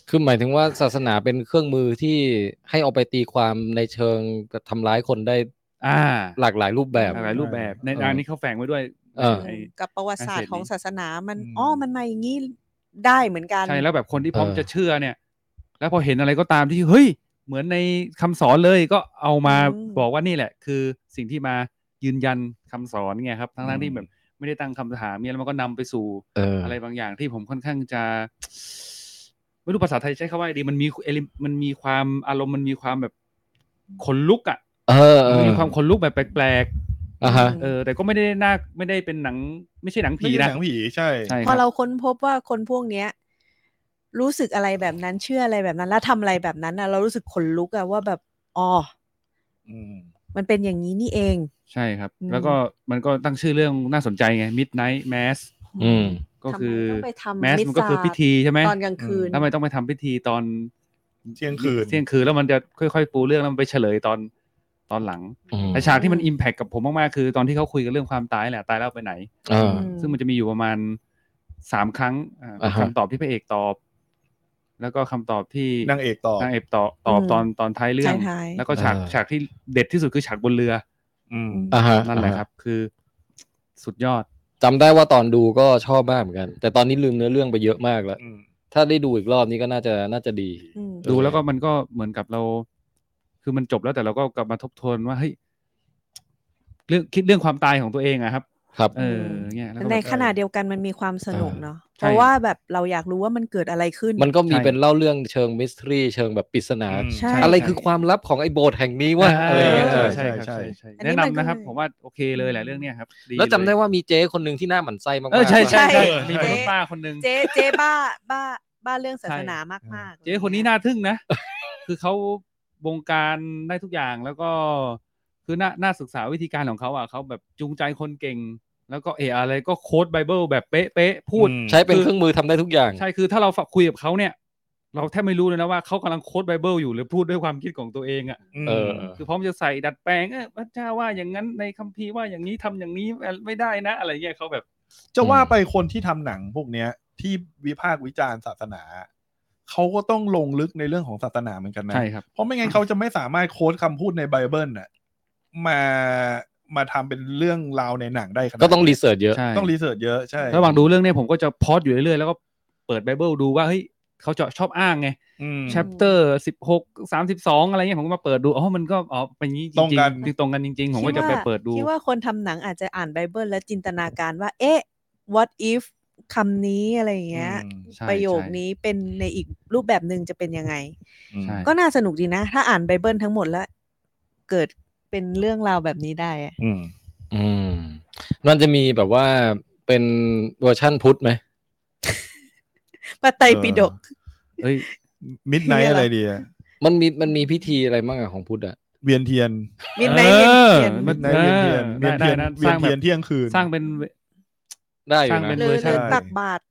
B: คือหมายถึงว่าศาสนาเป็นเครื่องมือที่ให้เอาไปตีความในเชิงทำร้ายคนได้
E: อ่า
B: หลากหลายรูปแบบ
E: หลากหลายรูปแบบใน
B: เออ
E: อันนี้เขาแฝงไว้ด้วย
B: เออ
E: ใน
D: กับประวัติศาสตร์ของศาสนามัน
C: อืม
D: อ๋อมันมาอย่างนี้ได้เหมือนกัน
E: ใช่แล้วแบบคนที่พร้อม
B: เออ
E: จะเชื่อเนี่ย แล้วพอเห็นอะไรก็ตามที่เฮ้ย เหมือนในคำสอนเลยก็เอามา
D: อืม
E: บอกว่านี่แหละ คือสิ่งที่มายืนยันคำสอนไงครับทั้ง
C: อื
E: ทั้
C: ม
E: งที่แบบไม่ได้ตั้งคำถามเนี่ยแล้วมันก็นำไปสู่
B: เอออ
E: อะไรบางอย่างที่ผมค่อนข้างจะ ไม่รู้ภาษาไทยใช้คำว่าอะไรดีมันมีเอลิมันมีความอารมณ์มันมีความแบบขนลุกอ่ะ
B: เออเอ
E: มัน
B: อ
E: มีความขนลุกแบบแปลก
B: อ่าฮะ
E: ๆเออแต่ก็ไม่ได้น่าไม่ได้เป็นหนัง ไม่ใช่หนัง
C: ผี
E: ผี
C: นะ
E: นะ
C: หนังผีใช่
E: ใช่
D: พ
E: ค
D: อ
E: รับ
D: เราค้นพบว่าคนพวกเนี้ย รู้สึกอะไรแบบนั้นเชื่ออะไรแบบนั้น แล้วทำอะไรแบบนั้นอะเรารู้สึกขนลุกอะว่าแบบอ๋อ
C: อืม
D: มันเป็นอย่างนี้นี่เอง
E: ใช่ครับ
D: อืม
E: แล้วก็มันก็ตั้งชื่อเรื่องน่าสนใจไง Midnight Mass
B: อืม
E: ก็คือ
D: ทำไมต้องไปทำ
E: Mass
D: Missa
E: มันก็คือพิธีใช่ไหม
D: ตอนกลางคืน
E: ทำไมต้องไปทำพิธีตอน
C: เที่ยงคืน
E: เที่ยงคืนแล้วมันจะค่อยๆ ปูเรื่องแล้วมันไปเฉลยตอนตอนหลัง
B: อืม
E: แต่ฉากที่มันอิมแพคกับผมมากๆ คือ ตอนที่เขาคุยกันเรื่องความตายแหละตายแล้วไปไหน
B: เออ
D: ม
E: ซึ่งมันจะมีอยู่ประมาณสามครั้งอ่า
B: อ่าฮะ
E: คำตอบที่พระเอกตอบ แล้วก็คำตอบที่
C: นางเอกตอบ
E: นางเอกตอบตอบ
D: อืม
E: ตอนตอนท้ายเรื่อง
D: ท้ายๆ
E: แล้วก็ฉาก
B: เออ
E: ฉากที่เด็ดที่สุดคือฉากบนเรือ
C: อืม
B: อ่าฮะ
E: นั่นแหละครับ คือสุดยอด
B: จำได้ว่าตอนดูก็ชอบมากเหมือนกัน แต่ตอนนี้ลืมเนื้อเรื่องไปเยอะมากแล้ว
C: อืม
B: ถ้าได้ดูอีกรอบนี้ก็น่าจะน่าจะดี
D: อืม
E: ดูแล้วก็มันก็เหมือนกับเรา คือมันจบแล้วแต่เราก็กลับมาทบทวนว่าเฮ้ยเรื่องคิดเรื่องความตายของตัวเองอะครับ
B: ครับ
E: เออเนี่ยแล้วก็
D: ใน
E: แบบ
D: ขณะเดียวกันมันมีความสนุกเนาะ
E: ใช่
D: เพราะว่าแบบเราอยากรู้ว่ามันเกิดอะไรขึ้น
B: มันก็มี
E: ใช่
B: เป็นเล่าเรื่องเชิงมิสทรีเชิงแบบปริศนา
C: อืม
D: ใช่
B: อะไรคือความลับของไอ้โบสถ์แห่งนี้วะอะไรอย่างเงี้ย
E: ใช่
B: เออ
E: ใช่ครับ
C: ใช่
E: ใช่ใช่
D: อันนี้
E: แนะ
D: มัน
E: นำ
D: ก็
E: นะครับ
D: เลย
E: ผมว่าโอเคเลยแหละเรื่องเนี้ยครับ
B: แล้วจำได้
E: เย
B: ว่ามีเจ๊คนหนึ่งที่หน้าหมันไส้มากๆ
E: เออใช่ใช่
D: ใช่
E: ใช่มี
C: เจ๊
E: คุณป้าคนหนึง
D: เจ๊เจ๊บ้าบ้าบ้าเรื่องศาสนามากมากๆ
E: เจ๊คนนี้น่าทึ่งนะ คือเขาบงการได้ทุกอย่างแล้วก็คือน่าน่าศึกษาวิธีการของเขาอ่ะเขาแบบจูงใจคนเก่ง แล้วก็เอออะไรก็โค้ดไบเบิลแบบเป๊ะๆพูด
C: อืม
B: ใช้เป็นเครื่องมือทำได้ทุกอย่าง
E: ใช่คือถ้าเราคุยกับเขาเนี่ย เราแทบไม่รู้เลยนะว่าเขากำลังโค้ดไบเบิลอยู่หรือพูดด้วยความคิดของตัวเองอ่ะ
B: เออ
E: คือพร้อมจะใส่ดัดแปลงเออพระเจ้าว่าอย่างนั้นในคัมภีร์ว่าอย่างนี้ทำอย่างนี้ไม่ได้นะ อะไรเงี้ยเขาแบบ
C: จะว่าไปคนที่ทำหนังพวกเนี้ย ที่วิพากษ์วิจารณ์ศาสนา เขาก็ต้องลงลึกในเรื่องของศาสนาเหมือนกันนะ
E: ใช่ครับ
C: เพราะไม่งั้นเขาจะไม่สามารถโค้ดคำพูดในไบเบิลน่ะมามาทำเป็นเรื่องราวในหนังได้ขนาดนั้น
B: ก็ต้องรีเสิร์ชเยอะ
E: ใช่
C: ต้องรีเสิร์ชเยอะใช่
E: ระหว่างดูเรื่องเนี้ยผมก็จะพอดอยู่เรื่อยๆแล้วก็เปิดไบเบิลดูว่าเฮ้ยเขาจะชอบอ้างไง
C: อืม
E: แชปเตอร์สิบหกสามสิบสองอะไรเงี้ยผมก็มาเปิดดูอ๋อมันก็อ๋อเป็นอย่างนี้จ
C: ตรง
E: ริง
C: กัน
E: ๆจริงตรงกันจริง ๆ ผมก็
D: คิ
E: จะ
D: ว่า
E: ไปเปิดดู
D: คิดว่าคนทำหนังอาจจะอ่านไบเบิลแล้วจินตนาการว่า เอ๊ะ what if คำนี้อะไรอย่างเงี้ย
E: ใช่
D: ประโยค
E: ใช่
D: นี้เป็นในอีกรูปแบบหนึ่งจะเป็นยังไง
C: อืม
E: ใช่
D: ก็น่าสนุกดีนะ ถ้าอ่านไบเบิลทั้งหมดแล้ว เกิดเป็นเรื่องราวแบบนี้ได้อะ
C: อืม
B: อืมมันจะมีแบบว่าเป็นเวอร์ชั่นพุทธไหม
D: ปาไตรปิฎก
E: เอ้ย
C: มิดไน
D: มี
C: ท์
D: อะ
C: อะไร ไรดีอะ
B: มันมีมันมีพิธีอะไรบ้างอะของพุทธอะ
C: เวียนเทียน
D: มิดไนท์เขียน
E: มั
C: Midnight เวียนเทียน
E: ได้ได้นะ
C: เวียนเทียน
E: สร้างแบบ
C: เที่ยงคืน
E: สร้างเป็น
B: ได้อยู่
E: สร้าง
B: นะ
E: เป็น
D: หรือ
E: วอ
D: ห
E: ชั
D: รือ
C: ใช่
D: ตักบาตร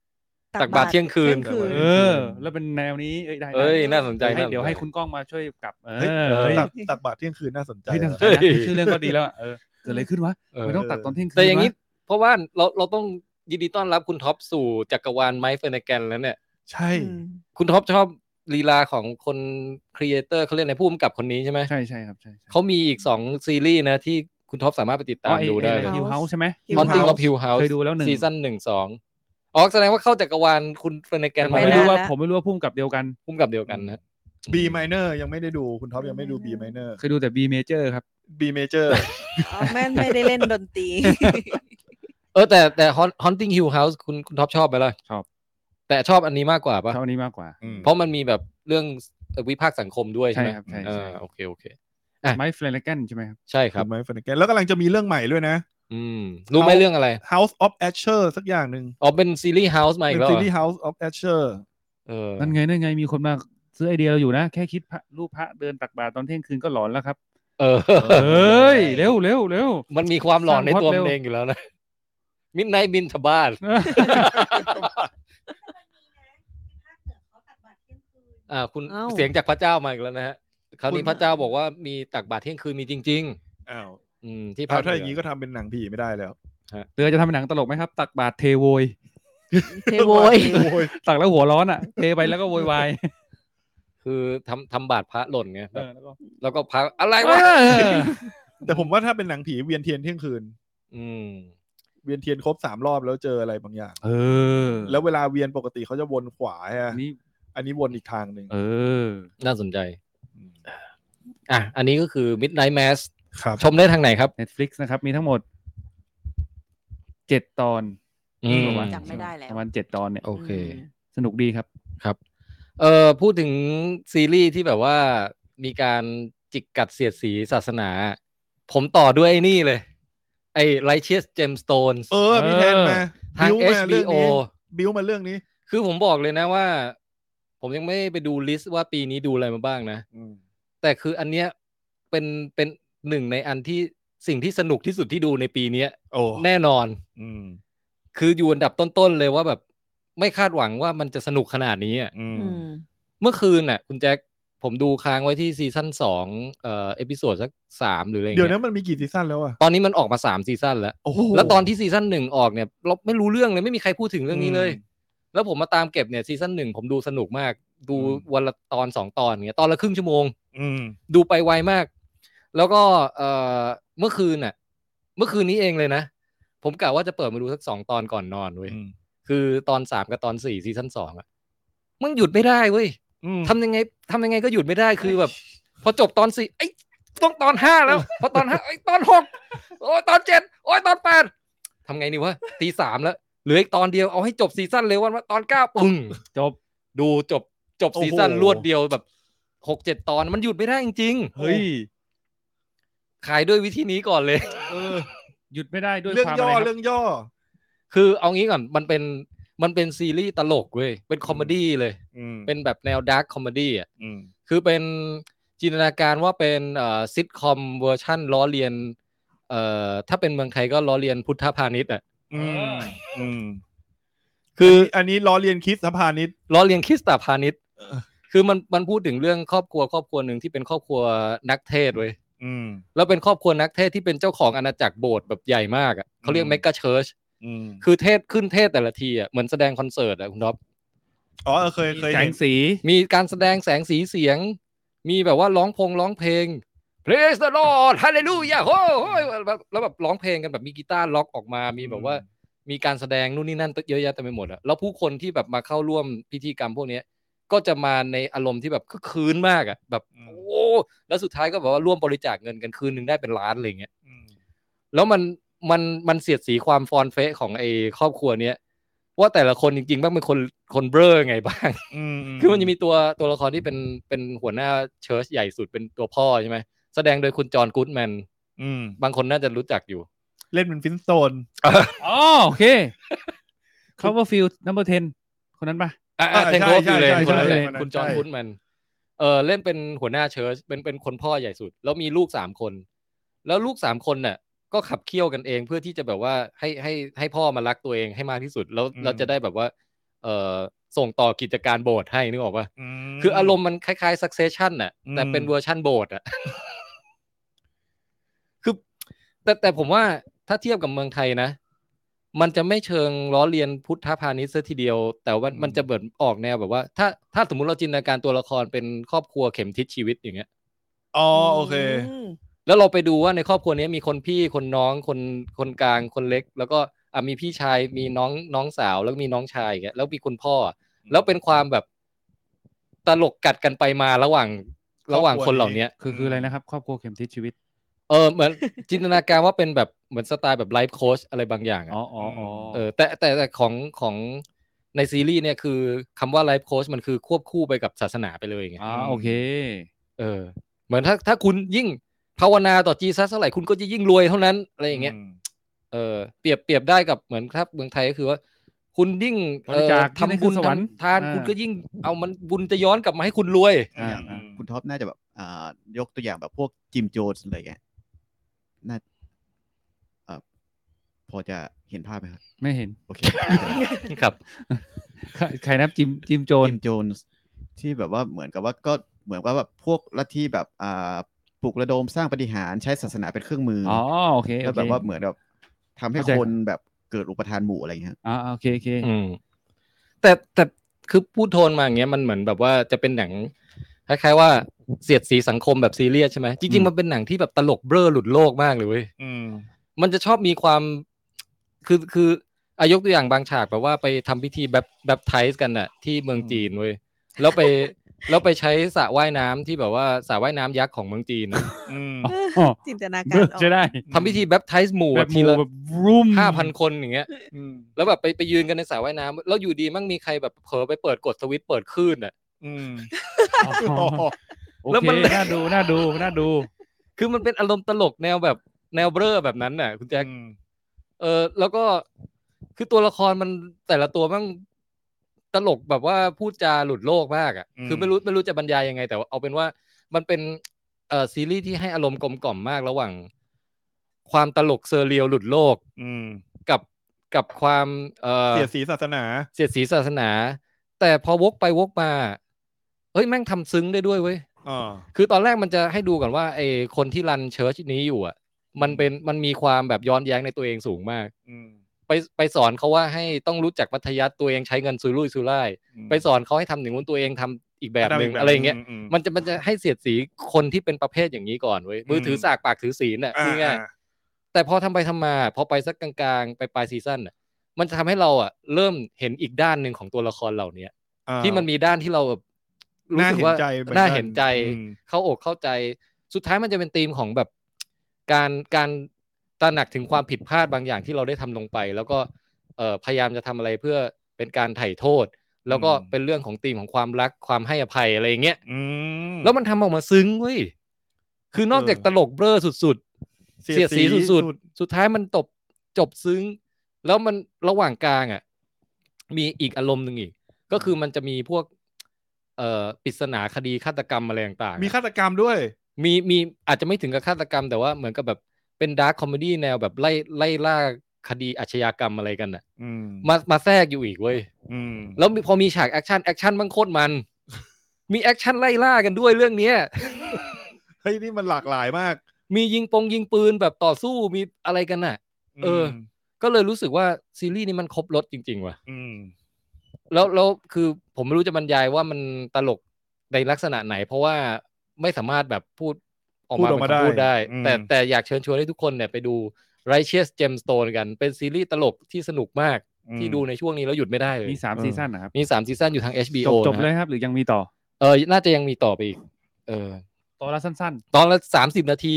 B: ตักบาตรเที่ยงคืน
D: เที่ยงคืน
E: เออ แล้วเป็นแนวนี้เอ้ยได้
B: เอ้ยน่าสนใจ
E: ให้
B: น่าสนใจ
E: เดี๋ยวให้คุณก้องมาช่วยกลับเออ
C: เฮ้ย
E: เฮ้ย
C: ตักตักบาตรเที่ยงคืนน่าสนใจ
E: เฮ้ยน่าสนใจ
C: นะ
E: นะชื่อเรื่องก็ดีแล้วอะเออเกิดอะไรขึ้นวะ
B: เออ
E: ไม่ต้องตัดตอนเที่ยงคืน
B: แต่อย่างนี้
E: นี้
B: เพราะว่าเราเราต้องยินดีต้อนรับคุณท็อปสู่จักรวาลไมค์เฟอร์นแกนแล้วเนี่ย
C: ใช่
D: อืม
B: คุณท็อปชอบลีลาของคนครีเอเตอร์เขาเรียกในผู้กำกับคนนี้ใช่ไหม
E: ใช่ใช่ครับใช่ใช่
B: เขามีอีกสองซีรีส์นะที่คุณท็อปสามารถไปติดตามดูได้
E: ฮิวเฮาส์ใช่ไหม
B: ฮอนติงออฟฮิวเฮาส์
E: เคยดูแล้วหนึ่ง
B: ซีซั่นหนึ่งสองอ๋อแสดงว่าเข้าจักรวาลคุณเฟอร์นแกน
E: ผ
B: มา
E: ไม่
B: แล้
E: รู้
B: ว
E: ว่าผมไม่รู้ว่าพุ่มกับเดียวกัน
B: ผู้กำกับเดียวกันนะ
C: บีมเนอร์ยังไม่ได้ดูคุณท็อปยังไม่ดูบีมเนอร์
E: เคยดูแต่ B major ครับ
C: บีเมเจอร์
D: อ๋อแม่ไม่ได้เล่นดน ตรี
B: เออแต่แต่ Haunt- Haunting Hill House คุณคุณท็อปชอบไหมล่ะ
E: ชอบ
B: แต่ชอบอันนี้มากกว่าปะ
E: เท่านี้มากกว่า
B: เพราะมันมีแบบเรื่องเอ่อวิพากษ์สังคมด้วยใช่ไหม
E: ใช่ครับใช่ใช่
B: เออโอเคโอเค อ่ะ
E: ไมค์แฟลนแกนใช่ไหมครับ
B: ใช่ค
C: ครั
B: รั
C: บบ ไมค์ฟนแกนแล้วกำลังจะมีเรื่องใหม่ด้วยนะ
B: อืม รู้ไหม
C: เอา
B: เรื่องอะไร
C: House of Asher สักอย่างหนึ่ง
B: อ๋อเป็นซีรีส์ House มาอี
C: เป็
B: ก
C: น
B: แล้ว
C: ซี
B: เหรอ
C: รีส์ House of Asher
B: เออ
E: นั่นไงนั่นไงมีคนมาซื้อไอเดียเราอยู่นะ แค่คิดพระรูปพระเดินตักบาตรตอนเที่ยงคืนก็หลอนแล้วครับ
B: เออ
E: เอ้ย เร็วเร็วเร็ว
B: มันมีความหลอนในตัว
E: สร้างพล็อต
B: มัน
E: เร็ว
B: เองอยู่แล้วนะ มิดไนท์บินทบาทอ่า คุณ
D: เอ้า
B: เสียงจากพระเจ้ามาอีกแล้วนะฮะคราวนี้พระเจ้าบอกว่ามีตักบาตรเที่ยงคืนมีจริง
C: อ้าว
B: ๆ อืม ที่ภค
C: ถ้า
B: เห
C: ถ้า
B: นื
C: อย่างนี้ก็ทำเป็นหนังผีไม่ได้แล้ว
E: เตือจะทำเป็นหนังตลกไหมครับ ตักบาตรเทโวย
D: เทโวย
C: เทโวย
E: ตักแล้วหัวร้อน อ่ะ เทไปแล้วก็โวยวาย
B: คือทำทำบาดพระหล่นไง
E: เอ
B: แบบ
E: อแล้วก็
B: แล้วก็พระอะไรวะ
C: แต่ผมว่าถ้าเป็นหนังผีเวียนเทียนเที่ยงคืน
B: อืม
C: เวียนเทียนครบสามรอบแล้วเจออะไรบางอย่าง
E: เออ
C: แล้วเวลาเวียนปกติเขาจะวนขวาฮะ
E: นี่
C: อันนี้วนอีกทางหนึ่ง
E: เออ
B: น่าสนใจ อ่ะ อันนี้ก็คือ Midnight Mass
C: ครับ
B: ชมได้ทางไหนครับ
E: Netflix นะครับ มีทั้งหมดเจ็ดตอน
B: อืม
E: ประาณ
D: จำไม่ได้แล้ว
E: ประมาณเจ็ดตอนเนี่ย
B: โอเค
E: สนุกดีครับ
B: ครับ เอ่อ พูดถึงซีรีส์ที่แบบว่ามีการจิกกัดเสียดสีศาสนา ผมต่อด้วยไอ้นี่เลย ไอ้ Righteous Gemstones
C: เออ มีแทนมา
B: ทาง
C: บิ้วมเรื่อง
B: HBO
C: นี้บิวมาเรื่องนี้
B: คือผมบอกเลยนะว่า ผมยังไม่ได้ไปดูลิสต์ว่าปีนี้ดูอะไรมาบ้างนะ
C: อืม
B: แต่คืออันเนี้ยเป็นเป็นหนึ่งในอันที่สิ่งที่สนุกที่สุดที่ดูในปีเนี้ย
C: โอ้
B: แน่นอน
C: อืม
B: คืออยู่อันดับต้นๆเลยว่าแบบไม่คาดหวังว่ามันจะสนุกขนาดนี้อะ
C: อืม
D: อืม
B: เมื่อคืนน่ะ คุณแจ็คผมดูค้างไว้ที่ซีซั่นสองเอ่อเอพิโซดสักสามหรืออะไร
C: เดี๋ยว
B: เงี้
C: นี้
B: ย
C: มันมีกี่ซีซั่นแล้วอะ
B: ตอนนี้มันออกมาสามซีซั่นแล้ว
C: โอ้โห
B: แล้วตอนที่ซีซั่นหนึ่งออกเนี่ยเราไม่รู้เรื่องเลยไม่มีใครพูดถึงเรื่องนี้เลย
C: อืม
B: แล้วผมมาตามเก็บเนี่ยซีซั่นหนึ่งผมดูสนุกมาก ดู
C: อืม
B: วันละตอนสองตอนเนี่ยตอนละครึ่งชั่วโมง
C: อืม
B: ดูไปไวมาก แล้วก็เอ่อเมื่อคืนน่ะ เมื่อคืนนี้เองเลยนะ ผมกะว่าจะเปิดมาดูสักสองตอนก่อนนอนเว้ย คือตอนสามกับตอนสี่ซีซั่นสองอะมึงหยุดไม่ได้เว้ย
C: อืม
B: ทำยังไงทำยังไงก็หยุดไม่ได้คือแบบ พอจบตอนสี่ไอ้ยต้องตอนห้าแล้ว พอตอนห้าไอ้ยตอนหกโอ้ยตอนเจ็ดโอ้ยตอนแปด ทำไงนี่วะตีสามแล้วเหลืออีกตอนเดียวเอาให้จบซีซั่นเลยวันว่าตอนเก้าปึ้ง
E: จบ
B: ดูจบจบซีซั่น
C: โอ้โห
B: รวดเดียวแบบหกเจ็ดตอนมันหยุดไม่ได้จริงๆ
E: เฮ้ย
B: ขายด้วยวิธีนี้ก่อนเลย
C: เออ
E: หยุดไม่ได้ด้วย
C: เรื่อง
E: ความ
C: ย่อ
E: อะไรค
C: เรื่
E: รับ
C: องย่อ
B: คือเอางี้ก่อนมันเป็นมันเป็นซีรีส์ตลกเว้ยเป็นคอมเมดี้เลย
C: อืม
B: เป็นแบบแนวดาร์คคอมเมดี้อ่ะ
C: อืม
B: คือเป็นจินตนาการว่าเป็นเอ่อซิทคอมเวอร์ชั่นล้อเลียนเอ่อถ้าเป็นเมืองไทยก็ล้อเลียนพุทธพาณิชย์อ่ะ
C: อืมอืม
B: คือ
C: อันนี้ล้อเรียนคิดสะพานิชย์
B: ล้อเลียนคริสตาพาณิชย์
C: เออ
B: คือมันมันพูดถึงเรื่องครอบครัวครอบครัวหนึ่งที่เป็นครอบครัวนักเทศน์เว้ย
C: อืม
B: แล้วเป็นครอบครัวนักเทศน์ที่เป็นเจ้าของอาณาจักรโบสถ์แบบใหญ่มากอ่ะเขาเรียก
C: อืม
B: เมก a เชิร์ช
C: อืม
B: คือเทศน์ขึ้นเทศน์แต่ละทีอ่ะเหมือนแสดงคอนเสิร์ตอ่ะคุณท็อป
C: อ๋อเออเคยเคย
E: แส
C: เห็
E: ง
C: น
E: สี
B: มีการแสดงแสงสีเสียง มีแบบว่าร้องพงร้องเพลง praise the lord hallelujah โอ้โหแบบแล้วแบบร้องเพลงกันแบบมีกีตาร์ล็อกออกมามีแบบว่า มีการแสดงนู่นนี่นั่นเยอะแยะเต็มไปหมดอะแล้วผู้คนที่แบบมาเข้าร่วมพิธีกรรมพวกเนี้ย ก็จะมาในอารมณ์ที่แบบคึกคืนมากอะแบบโอ้แล้วสุดท้ายก็แบบว่าร่วมบริจาคเงินกันคืนหนึงได้เป็นล้านอะไรเงี้ย
C: อืม
B: แล้วมันมันมันเสียดสีความฟอนเฟะของไอ้ครอบครัวเนี้ยว่าแต่ละคนจริงๆบ้างเป็นคนคนเบ้อไงบ้าง
C: อืม
B: คือมันจะมีตัวตัวละครที่เป็นเป็นหัวหน้าเชิร์ชใหญ่สุดเป็นตัวพ่อใช่ไหมแสดงโดยคุณจอห์นกู๊ดแมน
C: อืม
B: บางคนน่าจะรู้จักอยู่
C: เล่นเป็นฟินสโตน
E: อ๋อโอเค Coverfield number 10 คนนั้นปะ
B: อ่าเทนโกฟิลเลนคนนั้น
E: ใช่
B: แหละคุณจอห์นพุทมัน เออเล่นเป็นหัวหน้าเชิร์ชเป็นเป็นคนพ่อใหญ่สุด แล้วมีลูกสามคน แล้วลูกสามคนน่ะ ก็ขับเคี่ยวกันเองเพื่อที่จะแบบว่าให้ให้ให้พ่อมารักตัวเองให้มากที่สุด แล้วเราจะได้แบบว่า เออส่งต่อกิจการโบสถ์ให้นึกออกปะ
C: ม
B: คืออารมณ์มันคล้ายๆ Succession น่ะ
C: อืม
B: แต่เป็นเวอร์ชั่นโบสถ์อ่ะ คือ แต่แต่ผมว่าถ้าเทียบกับเมืองไทยนะ มันจะไม่เชิงล้อเลียนพุทธพาณิชย์ซะทีเดียว แต่ว่ามันจะเบิดออกแนวแบบว่า ถ้าถ้าสมมุติเราจินตนาการตัวละครเป็นครอบครัวเข็มทิศชีวิตอย่างเงี้ย
C: อ๋อโอเค
D: ม
B: แล้วเราไปดูว่าในครอบครัวเนี้ยมีคนพี่คนน้องคนคนกลางคนเล็ก แล้วก็อ่ะมีพี่ชายมีน้องน้องสาวแล้วก็มีน้องชายอย่างเงี้ยแล้วมีคุณพ่อ แล้วเป็นความแบบตลกกัดกันไปมาระหว่างระหว่างคนเหล่าเนี้ย
E: คือคืออะไรนะครับ ครอบครัวเข็มทิศชีวิต
B: เออเหมือน จินตนาการว่าเป็นแบบเหมือนสไตล์แบบไลฟ์โค้ชอะไรบางอย่างอะ
E: อ๋ออ๋ออ๋อ
B: เออแต่แต่แต่ของของในซีรีส์เนี่ยคือคำว่าไลฟ์โค้ชมันคือควบคู่ไปกับศาสนาไปเลยไง
E: อ๋อโอเค
B: เออเหมือนถ้าถ้าคุณยิ่งภาวนาต่อจีซัสเท่าไหร่คุณก็จะยิ่งรวยเท่านั้นอะไรอย่างเงี้ยเออเปรียบเปรียบได้กับเหมือนครับเมืองไทยก็คือว่า คุณยิ่งเอบ
E: ริ
B: อ
E: จาคยิ่งได้
B: ทำบุญ
E: ขึ้นสวรรค์
B: ทำทาน
E: อ่า
B: คุณก็ยิ่งเอามันบุญจะย้อนกลับมาให้คุณรวย
E: อ่าอ่า
J: คุณท็อปน่าจะแบบอ่ายกตัวอย่างแบบพวกจิมโจนส์เลยไงน่าเอ่อพอจะเห็นภาพไหมครับ
E: ไม่เห็น
J: โอเค
B: ครับ
E: ใครใครนับจิมจิมโจน
J: จิมโจนส์ที่แบบว่าเหมือนกับว่าก็เหมือนกับว่าแบบพวกลัทธิแบบอ่าปลุกระดมสร้างปาฏิหารย์ใช้ศาสนาเป็นเครื่องมืออ
E: อ๋อโอเค
J: แล้
E: โอ
J: ว
E: เค
J: แบบว่าเหมือนแบบทำให้
E: เข้าใจ
J: คนแบบเกิดอุปทานหมู่อะไรอย่างเงี้ยครับ
E: อ่าโอเคโอเค
B: อื มแต่แต่คือพูดโทนมาอย่างเงี้ยมันเหมือนแบบว่าจะเป็นหนังคล้ายๆว่าเสียดสีสังคมแบบซีเรียสใช่ไหมจริงๆมันเป็นหนังที่แบบตลกเบ้อหลุดโลกมากเลยเว้ย
C: อืม
B: มันจะชอบมีความคือคืออายกตัวอย่างบางฉากแบบว่าไปทำพิธีแบบแบบไทส์กันน่ะ ที่เมืองจีนเว้ยแล้วไป แล้วไปใช้สระว่ายน้ำที่แบบว่าสระว่ายน้ำยักษ์ของเมืองจีนน่ะ
C: อืม
E: อ๋อ
D: จินตนาการ
E: เบิก
D: ออก
E: จะได้
B: ทำพิธีแบปไทส์หมู่
E: แบ
B: แบบ บ
E: ห
B: ที
E: มู
B: ละ
E: แบบรุ่ม
B: ห้าพันคนอย่างเงี้ย
C: อืม
B: แล้วแบบไปไปยืนกันในสระว่ายน้ำแล้วอยู่ดีมั่งมีใครแบบเผลอไปเปิดกดสวิตช์เปิดคลื่นอ่ะ
C: อืม
E: อ๋
C: อ๋
E: อ
C: อ
E: โอ
B: แล้ว
E: เค
B: มัน
E: น่าดูน่าดูน่าดู
B: คือมันเป็นอารมณ์ตลกแนวแบบแนวเบ้อแบบนั้นน่ะ คุณแจ็ค
C: อืม
B: เออแล้วก็คือตัวละครมันแต่ละตัวมันตลกแบบว่าพูดจาหลุดโลกมากอ่ะคือไม่รู้ไม่รู้จะบรรยายยังไง แต่ว่าเอาเป็นว่ามันเป็นเอ่อซีรีส์ที่ให้อารมณ์กลมกล่อมมากระหว่าง ความตลกเซอร์เรียลหลุดโลก
C: อืม
B: กับกับความเอ่อ
C: เสียดสีศาสนา
B: เสียดสีศาสนา แต่พอวกไปวกมาเอ้ยแม่งทำซึ้งได้ด้วยเว้ย
C: อ่า
B: คือตอนแรกมันจะให้ดูก่อนว่าไอ้คนที่รันเชิร์ชนี้อยู่อ่ะ มันเป็นมันมีความแบบย้อนแย้งในตัวเองสูงมาก
C: อืม
B: ไปไปสอนเขาว่าให้ต้องรู้จักมัธยัติตัวเองใช้เงินซุรุ่ยซุร่าย ไปสอนเขาให้ทำหนึ่างนู้นตัวเองทำอีกแบบหนึ่งอะไรอย่างเงี้ย
C: ม
B: มันจะมันจะให้เสียดสีคนที่เป็นประเภทอย่างนี้ก่อนเว้ย มือถือสากปากถือศีลน่ะ
C: อ่า
B: พูดง่าย
C: อ่า
B: ๆแต่พอทำไปทำมา พอไปสักกลางๆ ไปปลายซีซั่นน่ะ มันจะทำให้เราอ่ะเริ่มเห็นอีกด้านหนึ่งของตัวละครเหล่าเนี้ย
C: อ่า
B: ที่มันมีด้านที่เราแบบรู้
C: น่า
B: สึก
C: เห็น
B: ว่า
C: ใจเหมือนกัน
B: น่าเห็นใจ
C: อืม
B: เข้าอกเข้าใจ สุดท้ายมันจะเป็นธีมของแบบการการ ตระหนักถึงความผิดพลาดบางอย่างที่เราได้ทำลงไป แล้วก็เอ่อพยายามจะทำอะไรเพื่อเป็นการไถ่โทษ แล้วก็
C: อืม
B: เป็นเรื่องของธีมของความรักความให้อภัยอะไรอย่างเงี้ย
C: อืม
B: แล้วมันทำออกมาซึ้งเว้ย คือนอกจาก
C: เออ
B: ตลกเบ้อสุดๆ
C: เสียด
B: เสียดสี
C: สีสุ
B: สุ
C: ด
B: ดๆ สุดท้ายมันตบจบซึ้ง แล้วมันระหว่างกลางอ่ะ มีอีกอารมณ์หนึ่งอีก ก็คือมันจะมีพวก เอ่อปริศนาคดีฆาตกรรมอะไรต่างๆ
C: มี
B: อะ
C: ฆาตกรรมด้วย
B: มีมีอาจจะไม่ถึงกับฆาตกรรม แต่ว่าเหมือนกับแบบเป็นดาร์คคอมเมดี้แนวแบบไล่ไล่ล่าคดีอาชญากรรมอะไรกันน่ะ
C: อืม
B: มามาแทรกอยู่อีกเว้ย
C: อืม
B: แล้วมีพอมีฉากแอคชั่นแอคชั่นมันโคตรมัน มีแอคชั่นไล่ล่ากันด้วยเรื่องเนี้ย
C: เฮ้ยนี่มันหลากหลายมาก
B: มียิงปงยิงปืนแบบต่อสู้มีอะไรกันน่ะ เออ
C: ม
B: ก็เลยรู้สึกว่าซีรีส์นี้มันครบรถจริง ๆ ว่ะ
C: อืม
B: แล้วแล้วคือผมไม่รู้จะบรรยายว่ามันตลกในลักษณะไหน เพราะว่าไม่สามารถแบบพูดออกมา
C: พูดออกมาได้
B: เป็นคำพูดได้
C: อืม
B: แต่แต่อยากเชิญชวนให้ทุกคนเนี่ยไปดู Righteous Gemstone กัน เป็นซีรีส์ตลกที่สนุกมากที่ดูในช่วงนี้แล้วหยุดไม่ได้เลย
E: มีสามซีซั่นนะครับ
B: มีสามซีซั่นอยู่ทาง HBO
E: จบจบ
B: นะฮะ
E: เลยครับ หรือยังมีต่อ
B: เออน่าจะยังมีต่อไปอีก เออ
E: ตอนละสั้น
B: ตอนละสามสิบนาที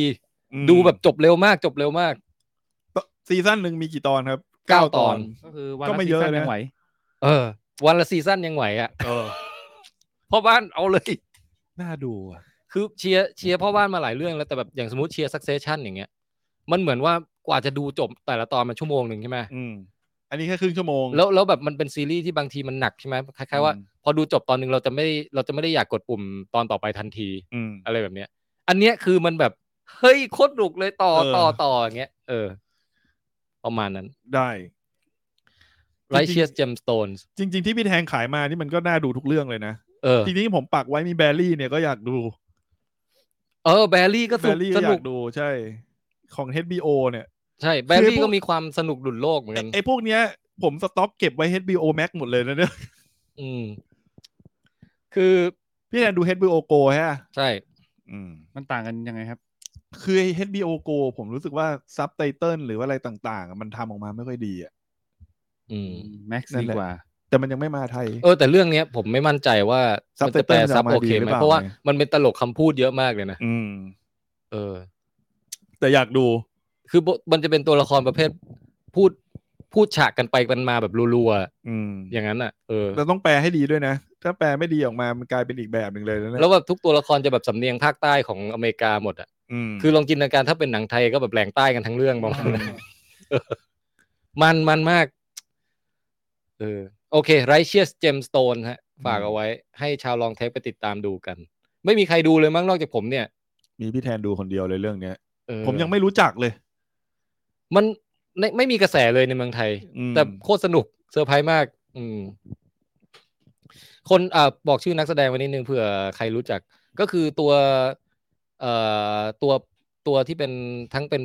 C: อืม
B: ดูแบบจบเร็วมากจบเร็วมาก
C: ซีซั่นหนึ่งมีกี่ตอนครับ
B: เก้าตอน
E: ๆ ก็คือวัน
C: ก็
E: ละ
C: ไม่
E: ซี
C: เยอะ
E: ซั่น
C: นะ
E: ยังไหว
B: เออ วันละซีซั่นยังไหวอ่ะ
C: เออ
B: พ่อบ้านเอาเลย
C: น่าดูอะ
B: คือเชียร์เชียร์พ่อบ้านมาหลายเรื่องแล้วแต่แบบอย่างสมมติเชียร์ซักเซชันอย่างเงี้ย มันเหมือนว่ากว่าจะดูจบแต่ละตอนมันชั่วโมงหนึ่งใช่ไหม
C: อืม อันนี้แค่ครึ่งชั่วโมง
B: แล้วแล้วแบบมันเป็นซีรีส์ที่บางทีมันหนักใช่ไหมคล้ายๆว่า
C: อืม
B: พอดูจบตอนหนึ่งเราจะไม่เราจะไม่ได้อยากกดปุ่มตอนต่อไปทันที
C: อืม
B: อะไรแบบเนี้ย อันเนี้ยคือมันแบบเฮ้ยโคตรหนุกเลยต่อ
C: เออ
B: ต่อต่ออย่างเงี้ยเออ ประมาณนั้น
C: ได้ จริงๆ
B: Righteous Gemstones
C: จริง ๆ ที่พี่แทงขายมานี่มันก็น่าดูทุกเรื่องเลยนะ
B: เออ
C: จริงๆผมปักไว้มีแบรี่เนี่ยก็อยากดู
B: เออแบรี่ก็
C: แบ
B: สนุก
C: รี่
B: ส
C: ก็อ
B: นุ
C: ยาก กดูใช่ ของ HBO เนี่ย
B: ใช่แบ
C: คือไอ้
B: รี่
C: พวก
B: ก็มีความสนุกดุดโลกเหมือน
C: ไอ้
B: กัน
C: ไอ้พวกเนี้ย ผมสต็อกเก็บไว้ HBO Max หมดเลยนะเนี่ย
B: อืม คือ
C: พี่แทนดู HBO Go ฮะ
B: ใช่
C: อืม
E: มันต่างกันยังไงครับ
C: คือไอ้ HBO Go ผมรู้สึกว่าซับไตเติลหรือว่าอะไรต่างๆอะมันทำออกมาไม่ค่อยดีอ่ะ
B: อืม
E: แม็กซ์
C: นั่นแห
E: ดี
C: ละ
E: กว่า
C: แต่มันยังไม่มาไทย
B: เออแต่เรื่องเนี้ยผมไม่มั่นใจว่า
C: ซับ
B: มันจะแปล
C: subtitle
B: ซับโอเค
C: จะออกมาดีหรื
B: ไหม
C: อเปล่า
B: เพราะว่า
C: ไง
B: มันเป็นตลกคำพูดเยอะมากเลยนะ
C: อืม
B: เออ
C: แต่อยากดู
B: คือมันจะเป็นตัวละครประเภทพูดพูดฉากกันไปกันมาแบบรัว
C: อืม
B: ๆอย่างนั้นอ่ะเออ
C: เราต้องแปลให้ดีด้วยนะ ถ้าแปลไม่ดีออกมามันกลายเป็นอีกแบบหนึ่งเลยนะเนี่ย
B: แล้วแบบทุกตัวละครจะแบบสำเนียงภาคใต้ของอเมริกาหมดอ่ะ
C: ม
B: คือลองจินตนาการถ้าเป็นหนังไทยก็แบบแหลงใต้กันทั้งเรื่องประมาณนั้นเออมันมันมากเออโอเค Righteous Gemstone ฮะ ฝากเอาไว้ ให้ชาวลองเทปไปติดตามดูกัน ไม่มีใครดูเลยมั้งนอกจากผมเนี่ย
C: มีพี่แทนดูคนเดียวเลยเรื่องเนี้ย
B: เออ
C: ผมยังไม่รู้จักเลย
B: มันไม่ไม่มีกระแสเลยในเมืองไทย
C: อืม
B: แต่โคตรสนุกเซอร์ไพรส์มาก อืม คนอ่าบอกชื่อนักแสดงไว้นิดนึงเผื่อใครรู้จัก ก็คือตัวเอ่อตัวตัวที่เป็นทั้งเป็น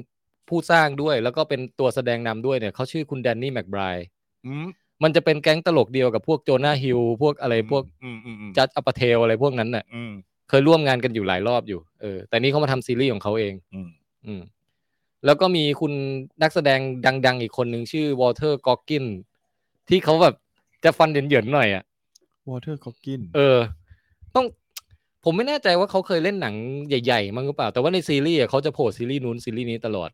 B: ผู้สร้างด้วย แล้วก็เป็นตัวแสดงนำด้วยเนี่ยเขาชื่อคุณแดนนี่แม็กไบรด์
C: อืม
B: มันจะเป็นแก๊งตลกเดียวกับพวกโจนาฮิลพวกอะไรพวก
C: อืมอืมอืม
B: จัดอัปเทลอะไรพวกนั้นน่ะ
C: อืม
B: เคยร่วมงานกันอยู่หลายรอบอยู่ เออ แต่นี่เขามาทำซีรีส์ของเขาเอง
C: อืม
B: อืม แล้วก็มีคุณนักแสดงดัง ๆ อีกคนหนึ่งชื่อวอเตอร์กอกกิน ที่เขาแบบจะฟันเหยินๆหน่อยอ่ะ
C: วอเตอร์คอกกิน
B: เออ ต้อง ผมไม่แน่ใจว่าเขาเคยเล่นหนังใหญ่ๆมั้งหรือเปล่า แต่ว่าในซีรีส์อะเขาจะโผล่ซีรีส์นู้นซีรีส์นี้ตลอด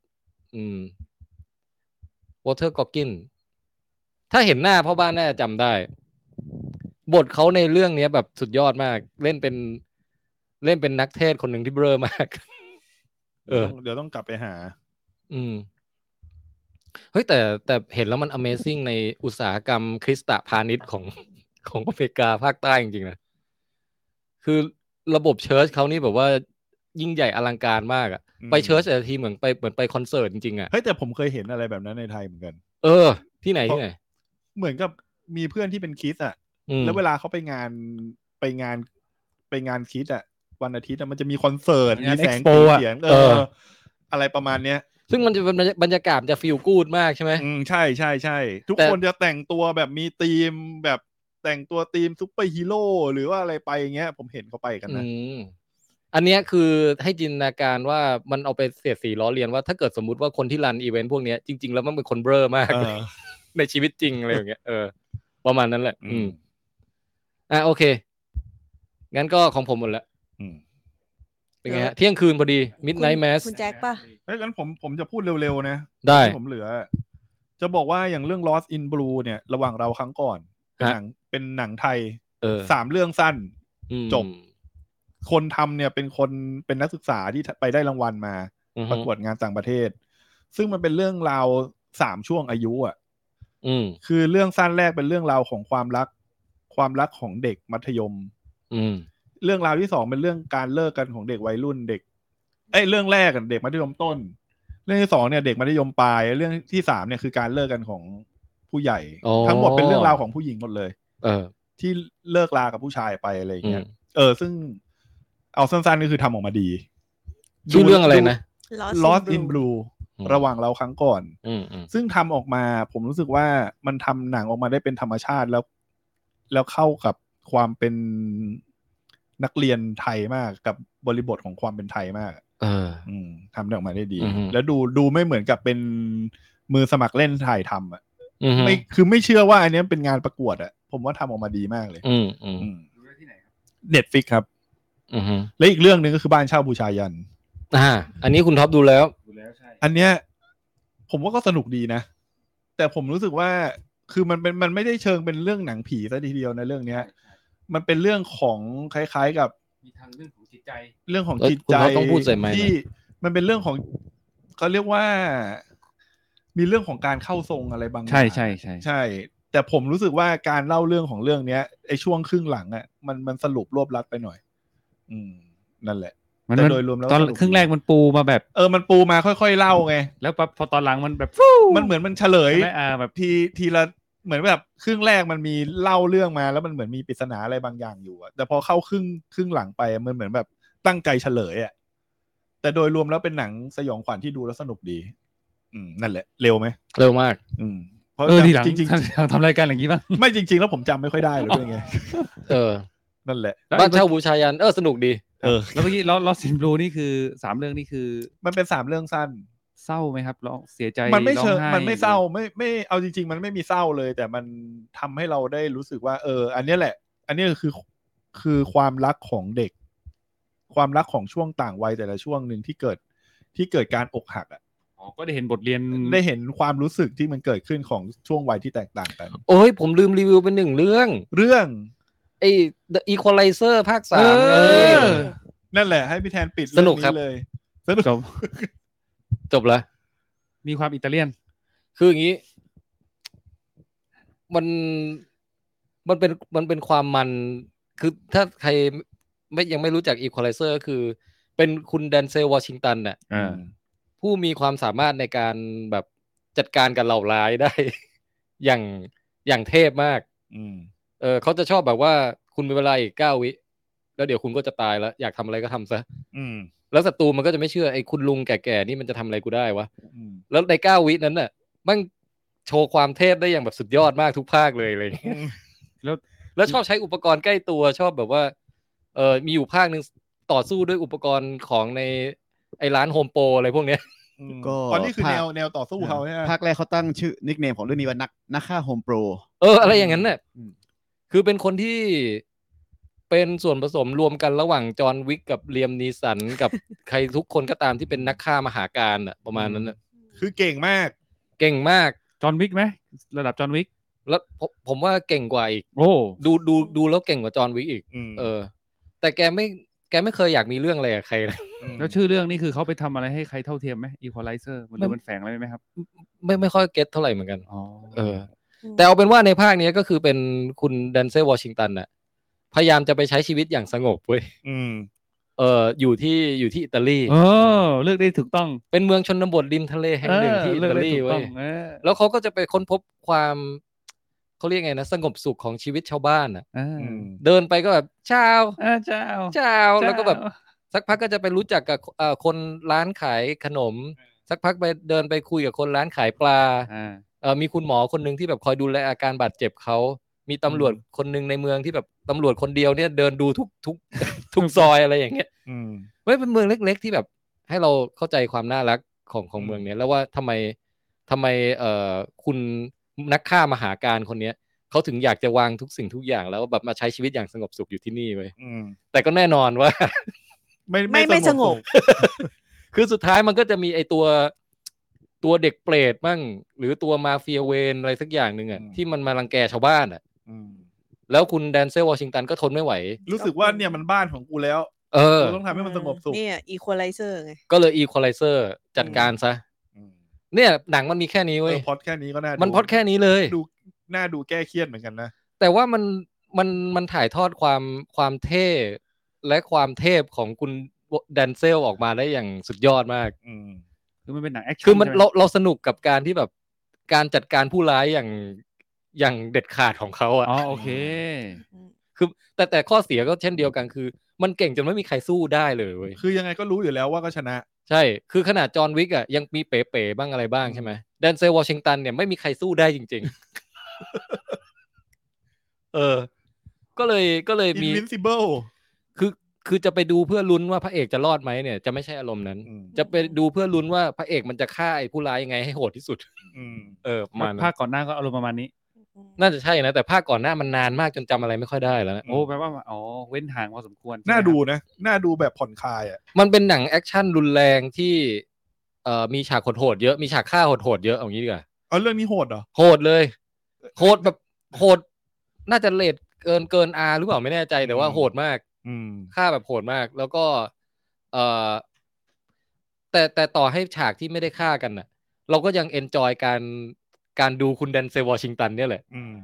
B: อืมวอเตอร์กอกกิน ถ้าเห็นหน้าพ่อบ้านน่าจะจำได้ บทเขาในเรื่องเนี้ยแบบสุดยอดมาก เล่นเป็นเล่นเป็นนักเทศคนหนึ่งที่เบลอมาก เออ
C: เดี๋ยวต้องกลับไปหา
B: อืม เฮ้ยแต่แต่เห็นแล้วมัน Amazing ในอุตสาหกรรมคริสตพาณิชย์ของ ของอเมริกาภาคใต้จริงๆนะ คือระบบเชิร์ชเขานี่แบบว่ายิ่งใหญ่อลังการมากอะ
C: อืม
B: ไปเชิร์ชแต่ละทีเหมือนไปเหมือนไปคอนเสิร์ตจริงๆอะ
C: เฮ้ยแต่ผมเคยเห็นอะไรแบบนั้นในไทยเหมือนกัน
B: เออ ที่ไหนที่ไหน
C: เหมือนกับมีเพื่อนที่เป็นคริสอ่ะ
B: อืม
C: แล้วเวลาเขาไปงานไปงานไปงานคริสอ่ะ วันอาทิตย์อะมันจะมีคอนเสิร์ต
E: งา
C: มี
E: น
C: แสง
E: Expo อะ
C: เสียงเอ
B: เออ
C: อ อะไรประมาณเนี้ย
B: ซึ่งมันจะเป็นบรรยาบรรยากาศมันจะฟีลกูดมากใช่ไหม
C: อืมใช่ใช่ใช่ทุก
B: แต่
C: คนจะแต่งตัวแบบมีธีมแบบแต่งตัวธีมซุปเปอร์ฮีโร่หรือว่าอะไรไปอย่างเงี้ย ผมเห็นเขาไปกันนะ
B: อืมอันเนี้ยคือให้จินตนาการว่ามันเอาไปเสียดสีล้อเลียนว่าถ้าเกิดสมมติว่าคนที่รันอีเวนต์พวกเนี้ยจริงๆแล้วมันเป็นคนเบลอมาก
C: เออ
B: ในชีวิตจริงอะไรอย่างเงี้ยเออประมาณนั้นแหละ
C: อืม
B: อืมอ่ะโอเค งั้นก็ของผมหมดละ
C: อืม
B: เป็นไงฮะเที่ยงคืนพอดี
D: คุณ
B: Midnight Mass
D: คุณแจ็คปะ
C: เอ้ยงั้นผมผมจะพูดเร็วๆนะ
B: ได้
C: ที่ผมเหลือ จะบอกว่าอย่างเรื่อง Lost in Blue เนี่ย ระหว่างเราครั้งก่อน เป็นห
B: ฮะ
C: นังเป็นหนังไทย
B: เออ
C: สามเรื่องสั้น
B: อืม
C: จบ คนทำเนี่ยเป็นคนเป็นนักศึกษาที่ไปได้รางวัลมา
B: อือฮึ
C: ประกวดงานต่างประเทศ ซึ่งมันเป็นเรื่องราวสามช่วงอายุอ่ะ
B: อืม
C: คือเรื่องสั้นแรกเป็นเรื่องราวของความรัก ความรักของเด็กมัธยม
B: อืม
C: เรื่องราวที่สองเป็นเรื่องการเลิกกันของเด็กวัยรุ่นเด็ก เอ้ยเรื่องแรกอะเด็กมัธยมต้น เรื่องที่สองเนี่ยเด็กมัธยมปลาย เรื่องที่สามเนี่ยคือการเลิกกันของผู้ใหญ่
B: อ๋อ
C: ทั้งหมดเป็นเรื่องราวของผู้หญิงหมดเลย
B: เออ
C: ที่เลิกลากับผู้ชายไปอะไรอย่าง
B: อื
C: เงี้
B: ม
C: ย เออ ซึ่งเอาสั้นๆก็คือทำออกมาดี
B: ชื่อเรื่องอะไรนะ
D: ลอ
C: Lost in Blue
B: อืม
C: ระหว่างเราครั้งก่อน
B: อืมอืม
C: ซึ่งทำออกมาผมรู้สึกว่ามันทำหนังออกมาได้เป็นธรรมชาติแล้ว แล้วเข้ากับความเป็นนักเรียนไทยมากกับบริบทของความเป็นไทยมาก
B: เออ
C: อืมทำได้ออกมาได้ดี
B: อือฮึ
C: แล้วดูดูไม่เหมือนกับเป็นมือสมัครเล่นถ่ายทำอ่ะ
B: อืม
C: ไม่คือไม่เชื่อว่าอันเนี้ยเป็นงานประกวดอ่ะผมว่าทำออกมาดีมากเลย
B: อืมอืม
C: เน็ตฟิกครับ
B: อืมอืม
C: และอีกเรื่องหนึ่งก็คือบ้านเช่าบูชายัน
B: อ่า อันนี้คุณท็อปดูแล้ว
C: อันเนี้ยผมว่าก็สนุกดีนะ แต่ผมรู้สึกว่าคือมันเป็นมันไม่ได้เชิงเป็นเรื่องหนังผีซะทีเดียวนะเรื่องเนี้ย มันเป็นเรื่องของคล้ายๆกับ
E: มีทางเรื่องของจิตใจ
C: เรื่องของ
B: เอ้ย
C: จิต
B: คุณ
C: ใจ
B: เขาต้องพูดใส่ไมค์หน่อย
C: ที่มันเป็นเรื่องของเขาเรียกว่า มีเรื่องของการเข้าทรงอะไรบางอย่าง
E: ใช่ใช่ใช่
C: ใช่ แต่ผมรู้สึกว่าการเล่าเรื่องของเรื่องเนี้ยไอ้ช่วงครึ่งหลังอ่ะมันมันสรุปรวบรัดไปหน่อย อืม นั่นแหละ
E: มัน
C: แต่
E: มัน
C: โดยรวมแล้ว
E: ตอน
C: สนุกดี
E: ครึ่งแรกมันปูมาแบบ
C: เออมันปูมาค่อยๆเล่าไง
E: แล้วปั๊บพอตอนหลังมันแบบ
C: มันเหมือนมันเฉลย
E: ใช่ไหมอ่าแบบ
C: ทีทีละเหมือนแบบครึ่งแรกมันมีเล่าเรื่องมาแล้วมันเหมือนมีปริศนาอะไรบางอย่างอยู่อะแต่พอเข้าครึ่งครึ่งหลังไปอะมันเหมือนแบบตั้งใจเฉลยอะแต่โดยรวมแล้วเป็นหนังสยองขวัญที่ดูแล้วสนุกดี อืมนั่นแหละเร็วไหม
B: เร็วมาก
C: อืมเพราะ
E: เออทีหลัง
C: จริงจริง
E: ทำทำรายการอย่างนี้ป่ะ
C: ๆไม่จริง ๆ แล้วผมจำไม่ค่อยได้หรือเป็นไง
B: เออ
C: นั่นแหละ
B: บ้านเช่าบูชายัน เออ สนุกดี
C: เออ
E: แล้วเมื่อกี้ลอสซินบลูนี่คือสามเรื่องนี่คือ
C: มันเป็นสามเรื่องสั้น
E: เศร้าไหมครับร้องเสียใจ
C: มันไม่เชิง
E: ร้อห้
C: มันไม่เศร้าไม่ไม่เอาจริง ๆ มันไม่มีเศร้าเลย แต่มันทำให้เราได้รู้สึกว่า เออ อันเนี้ยแหละ อันเนี้ยคือคือความรักของเด็ก ความรักของช่วงต่างวัยแต่ละช่วงหนึ่งที่เกิดที่เกิดการอกหักอะ
E: อ๋อก็ได้เห็นบทเรียน
C: ได้เห็นความรู้สึกที่มันเกิดขึ้นของช่วงวัยที่แตกต่างกัน
B: โอ้ย ผมลืมรีวิวเป็นหนึ่งเรื่อง
C: เรื่อง
B: ไอ้ The Equalizer ภาคสา
E: เอ
B: มเออ
E: อ
C: นั่นแหละ ให้พี่แทนปิด
B: สนุกครับ
C: เองเลยสนุก
E: จบ
B: จบละ
E: มีความอิตาเลียน
B: คืออย่างนี้ มันมันเป็นมันเป็นความมัน คือถ้าใครไม่ยังไม่รู้จัก Equalizer ก็คือ เป็นคุณแดนเซลวอชิงตันน่ะ
E: อ่า
B: ผู้มีความสามารถในการแบบจัดการกับเหล่าร้ายได้ อย่างอย่างเทพมาก
C: อืม
B: เออเขาจะชอบแบบว่าคุณมีเวลาอีกเก้าวิ แล้วเดี๋ยวคุณก็จะตายแล้ว อยากทำอะไรก็ทำซะ
C: อืม
B: แล้วศัตรูมันก็จะไม่เชื่อไอ้คุณลุงแก่ๆนี่มันจะทำอะไรกูได้วะ
C: อืม
B: แล้วในเก้าวินั้นน่ะมันโชว์ความเทพได้อย่างแบบสุดยอดมากทุกภาคเลยอะไรอย่างเลย
E: แล้ว
B: แล้วชอบใช้อุปกรณ์ใกล้ตัวชอบแบบว่า เออมีอยู่ภาคหนึ่งต่อสู้ด้วยอุปกรณ์ของในไอ้ร้านโฮมโปรอะไรพวกเนี้ย
C: อืม
J: ก็
C: ตอนนี้คือแนวแนวต่อสู้เขาใช่ไหม
J: ภาคแรกเขาตั้งชื่อนิกเนมของเรื่องนี้ว่านักนักฆ่าโฮมโปร
B: เอออะไรอย่างนั้นน่ะ
J: อืม
B: คือเป็นคนที่เป็นส่วนผสมรวมกันระหว่างจอห์นวิกกับเลียมนีสันกับใครทุกคนก็ตามที่เป็นนักฆ่ามหาการอ่ะประมาณนั้นน่ะ
C: คือเก่งมาก
B: เก่งมาก
E: จอห์นวิกไหมระดับจอห์นวิก
B: แล้วผมผมว่าเก่งกว่าอีก
E: โอ้
B: ดูดูดูแล้วเก่งกว่าจอห์นวิกอีก
C: อืม
B: เออ แต่แกไม่แกไม่เคยอยากมีเรื่องอะไรกับใครนะ
C: ม
E: แล้วชื่อเรื่องนี่คือเขาไปทำอะไรให้ใครเท่าเทียมไหมอีควอไลเซอร์มันหรือ
B: มัน
E: มันแฝงอะไรไหมครับ
B: ไม่ไม่ค่อยเก็ตเท่าไหร่เหมือนกัน
E: อ๋อ
B: เออ แต่เอาเป็นว่าในภาคเนี้ยก็คือเป็นคุณแดนเซลวอชิงตันน่ะพยายามจะไปใช้ชีวิตอย่างสงบเว้ย
C: อืม
B: เอออยู่ที่อยู่ที่อิตาลี
E: เออเลือกได้ถูกต้อง
B: เป็นเมืองชนบทริมทะเลแห่งหนึ่งที่อิ
E: เลือก
B: ตา
E: ได้
B: ลี
E: ถูก
B: เว้
E: ต้อย งเออ
B: แล้วเขาก็จะไปค้นพบความเขาเรียกไงนะ สงบสุขของชีวิตชาวบ้านอ่ะ
E: อ่า
C: อืม
B: เดินไปก็แบบเช้า
E: อ่าเจ้า
B: เช้า
E: เจ้า
B: แล้วก็แบบ สักพักก็จะไปรู้จักกับเอ่อคนร้านขายขนม สักพักไปเดินไปคุยกับคนร้านขายปลา
E: อ่า
B: เออมีคุณหมอคนหนึ่งที่แบบคอยดูแลอาการบาดเจ็บเขา มีตำรวจคนหนึ่งในเมืองที่แบบตำรวจคนเดียวเนี่ยเดินดูทุก ทุก ทุกซอยอะไรอย่างเงี้ย
C: อืม
B: เว้ยเป็นเมืองเล็ก ๆ ที่แบบให้เราเข้าใจความน่ารักของของ
C: อืม
B: เมืองเนี้ยแล้วว่าทำไมทำไมเอ่อคุณนักฆ่ามหาการคนเนี้ยเขาถึงอยากจะวางทุกสิ่งทุกอย่างแล้วแบบมาใช้ชีวิตอย่างสงบสุขอยู่ที่นี่เว้ย
C: อืม
B: แต่ก็แน่นอนว่า
C: ไม่
D: ไม่ไม่สงบ
C: เลย
B: คือสุดท้ายมันก็จะมีไอตัวตัวเด็กเปรตมั่งหรือตัวมาเฟียเวนอะไรสักอย่างหนึ่งอ่ะที่มันมารังแกชาวบ้านอ่ะ
C: อืม
B: แล้วคุณแดนเซลวอชิงตันก็ทนไม่ไหว
C: รู้สึกว่าเนี่ยมันบ้านของกูแล้ว
B: เออ
C: กูต้องทำให้มันสงบสุข
D: เนี่ยอีควอไลเซอร์ไง
B: ก็เลยอีควอไลเซอร์จัดการซะ
C: อืม
B: เนี่ยหนังมันมีแค่นี้
C: เอ
B: เว้ย
C: อพอดแค่นี้ก็น่า
B: มั
C: มัน
B: พล็อดแค่นี้เลย
C: ดูน่าดูแก้เครียดเหมือนกันนะ
B: แต่ว่ามันมันมันถ่ายทอดความความเท่และความเทพของคุณแดนเซลออกมาได้อย่างสุดยอดมาก
C: อืม
E: คือมันเป็นหนังแอคชั่น
B: คือมัน
E: ใช่ไห
B: เราเราสนุกกับการที่แบบการจัดการผู้ร้ายอย่างอย่างเด็ดขาดของเขาอ่ะ
E: อ๋อโอเค
B: คือแต่แต่ข้อเสียก็เช่นเดียวกันคือ มันเก่งจนไม่มีใครสู้ได้เลยเว้ย
C: คือยังไงก็รู้อยู่แล้วว่าก็ชนะ
B: ใช่ คือขนาดจอห์นวิกอ่ะยังมีเป๋ๆบ้างอะไรบ้างใช่ไหมแดนเซลวอชิงตันเนี่ยไม่มีใครสู้ได้จริง ๆ เออ ก็เลยก็เลยมี
C: invincible
B: คือคือจะไปดูเพื่อลุ้นว่าพระเอกจะรอดไหมเนี่ยจะไม่ใช่อารมณ์นั้น
C: อืม
B: จะไปดูเพื่อลุ้นว่าพระเอกมันจะฆ่าไอ้ผู้ร้ายยังไงให้โหดที่สุด
C: อืม
B: เออประมาณนั้น
E: ภาคก่อนหน้าก็อารมณ์ประมาณนี้
B: น่าจะใช่นะ แต่ภาคก่อนหน้ามันนานมากจนจำอะไรไม่ค่อยได้แล้วนะ
E: โอ้แปลว่าอ๋อเว้นห่างพอสมควร
C: น่าดู
E: ใช่ไหม
C: นะ น่าดูแบบผ่อนคลายอ่ะ
B: มันเป็นหนังแอคชั่นรุนแรงที่เอ่อมีฉากโหดๆเยอะมีฉากฆ่าโหดๆเยอะเอางี้ดีกว่า
C: เอาเรื่องนี้โหดเหรอ
B: โหดเลย โหดแบบโหด น่าจะเลทเกินเกินอาหรือเปล่าไม่แน่ใจแต่ว่า
C: อืม
B: โหดมาก
C: อืม
B: ฆ่าแบบโหดมาก แล้วก็ เอ่อแต่แต่ต่อให้ฉากที่ไม่ได้ฆ่ากันน่ะ เราก็ยังเอนจอยการการดูคุณแดนเซลวอชิงตันเนี่ยแหละ
C: อืม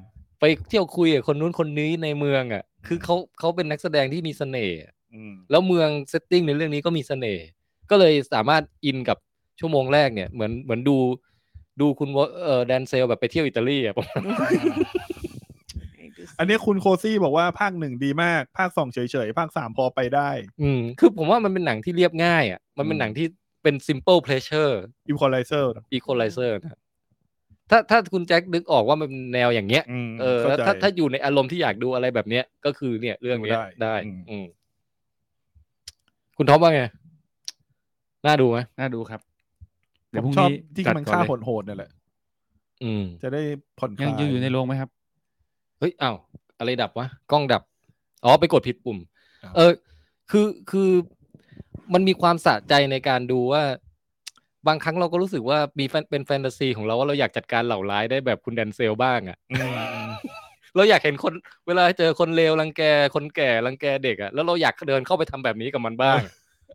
B: ไปเที่ยวคุยกับคนนู้นคนนี้ในเมืองอ่ะ คือเขาเขาเป็นนักแสดงที่มีเสน่ห์
C: อื ม
B: แล้วเมืองเซตติ้งในเรื่องนี้ก็มีเสน่ห์ ก็เลยสามารถอินกับชั่วโมงแรกเนี่ย เหมือนเหมือนดูดูคุณวอเออแดนเซลแบบไปเที่ยวอิตาลีอ่ะ ผม
C: อันนี้คุณโคซี่บอกว่าภาคหนึ่งดีมาก ภาคสองเฉยๆ ภาคสามพอไปได้
B: อืม คือผมว่ามันเป็นหนังที่เรียบง่ายอ่ะ มันเป็นหนังที่เป็น simple pleasure
C: equalizer นะ
B: equalizer นะถ้าถ้าคุณแจ็คนึกออกว่ามันเป็นแนวอย่างเงี้ย
C: อืม
B: เออ
C: ข้
B: แล้ว
C: ใจ
B: ถ้าถ้าอยู่ในอารมณ์ที่อยากดูอะไรแบบเนี้ย ก็คือเนี่ยเรื่องเนี้ย
C: ดูได้
B: ได้
C: อืม
B: อืมคุณท็อปว่าไง น่าดูไหม
E: น่าดูครับ เดี๋ยว
C: ผ
E: พ
C: ม
E: รุ่
C: ช
E: ง
C: อบ
E: นี้
C: ที่
E: จัด
C: มัน
E: ก่อ
C: ฆ่าน
E: เลย
C: โหดๆเนี่ยแหละ
B: อืม
C: จะได้ผ่อนค
E: ยัง
C: ลาย
E: ยังอยู่ในโรงไหมครับ
B: เฮ้ยอ้าวอะไรดับวะ กล้องดับ อ๋อ ไปกดผิดปุ่ม เออ คือ คือ มันมีความสะใจในการดูว่า บางครั้งเราก็รู้สึกว่ามีแฟนเป็นแฟนตาซีของเราว่าเราอยากจัดการเหล่าร้ายได้แบบคุณแดนเซลบ้างอะ่ะ
C: อืม
B: เราอยากเห็นคน เวลาเจอคนเลวรังแก คนแก่ รังแกเด็กอะ่ะ แล้วเราอยากเดินเข้าไปทำแบบนี้กับมันบ้าง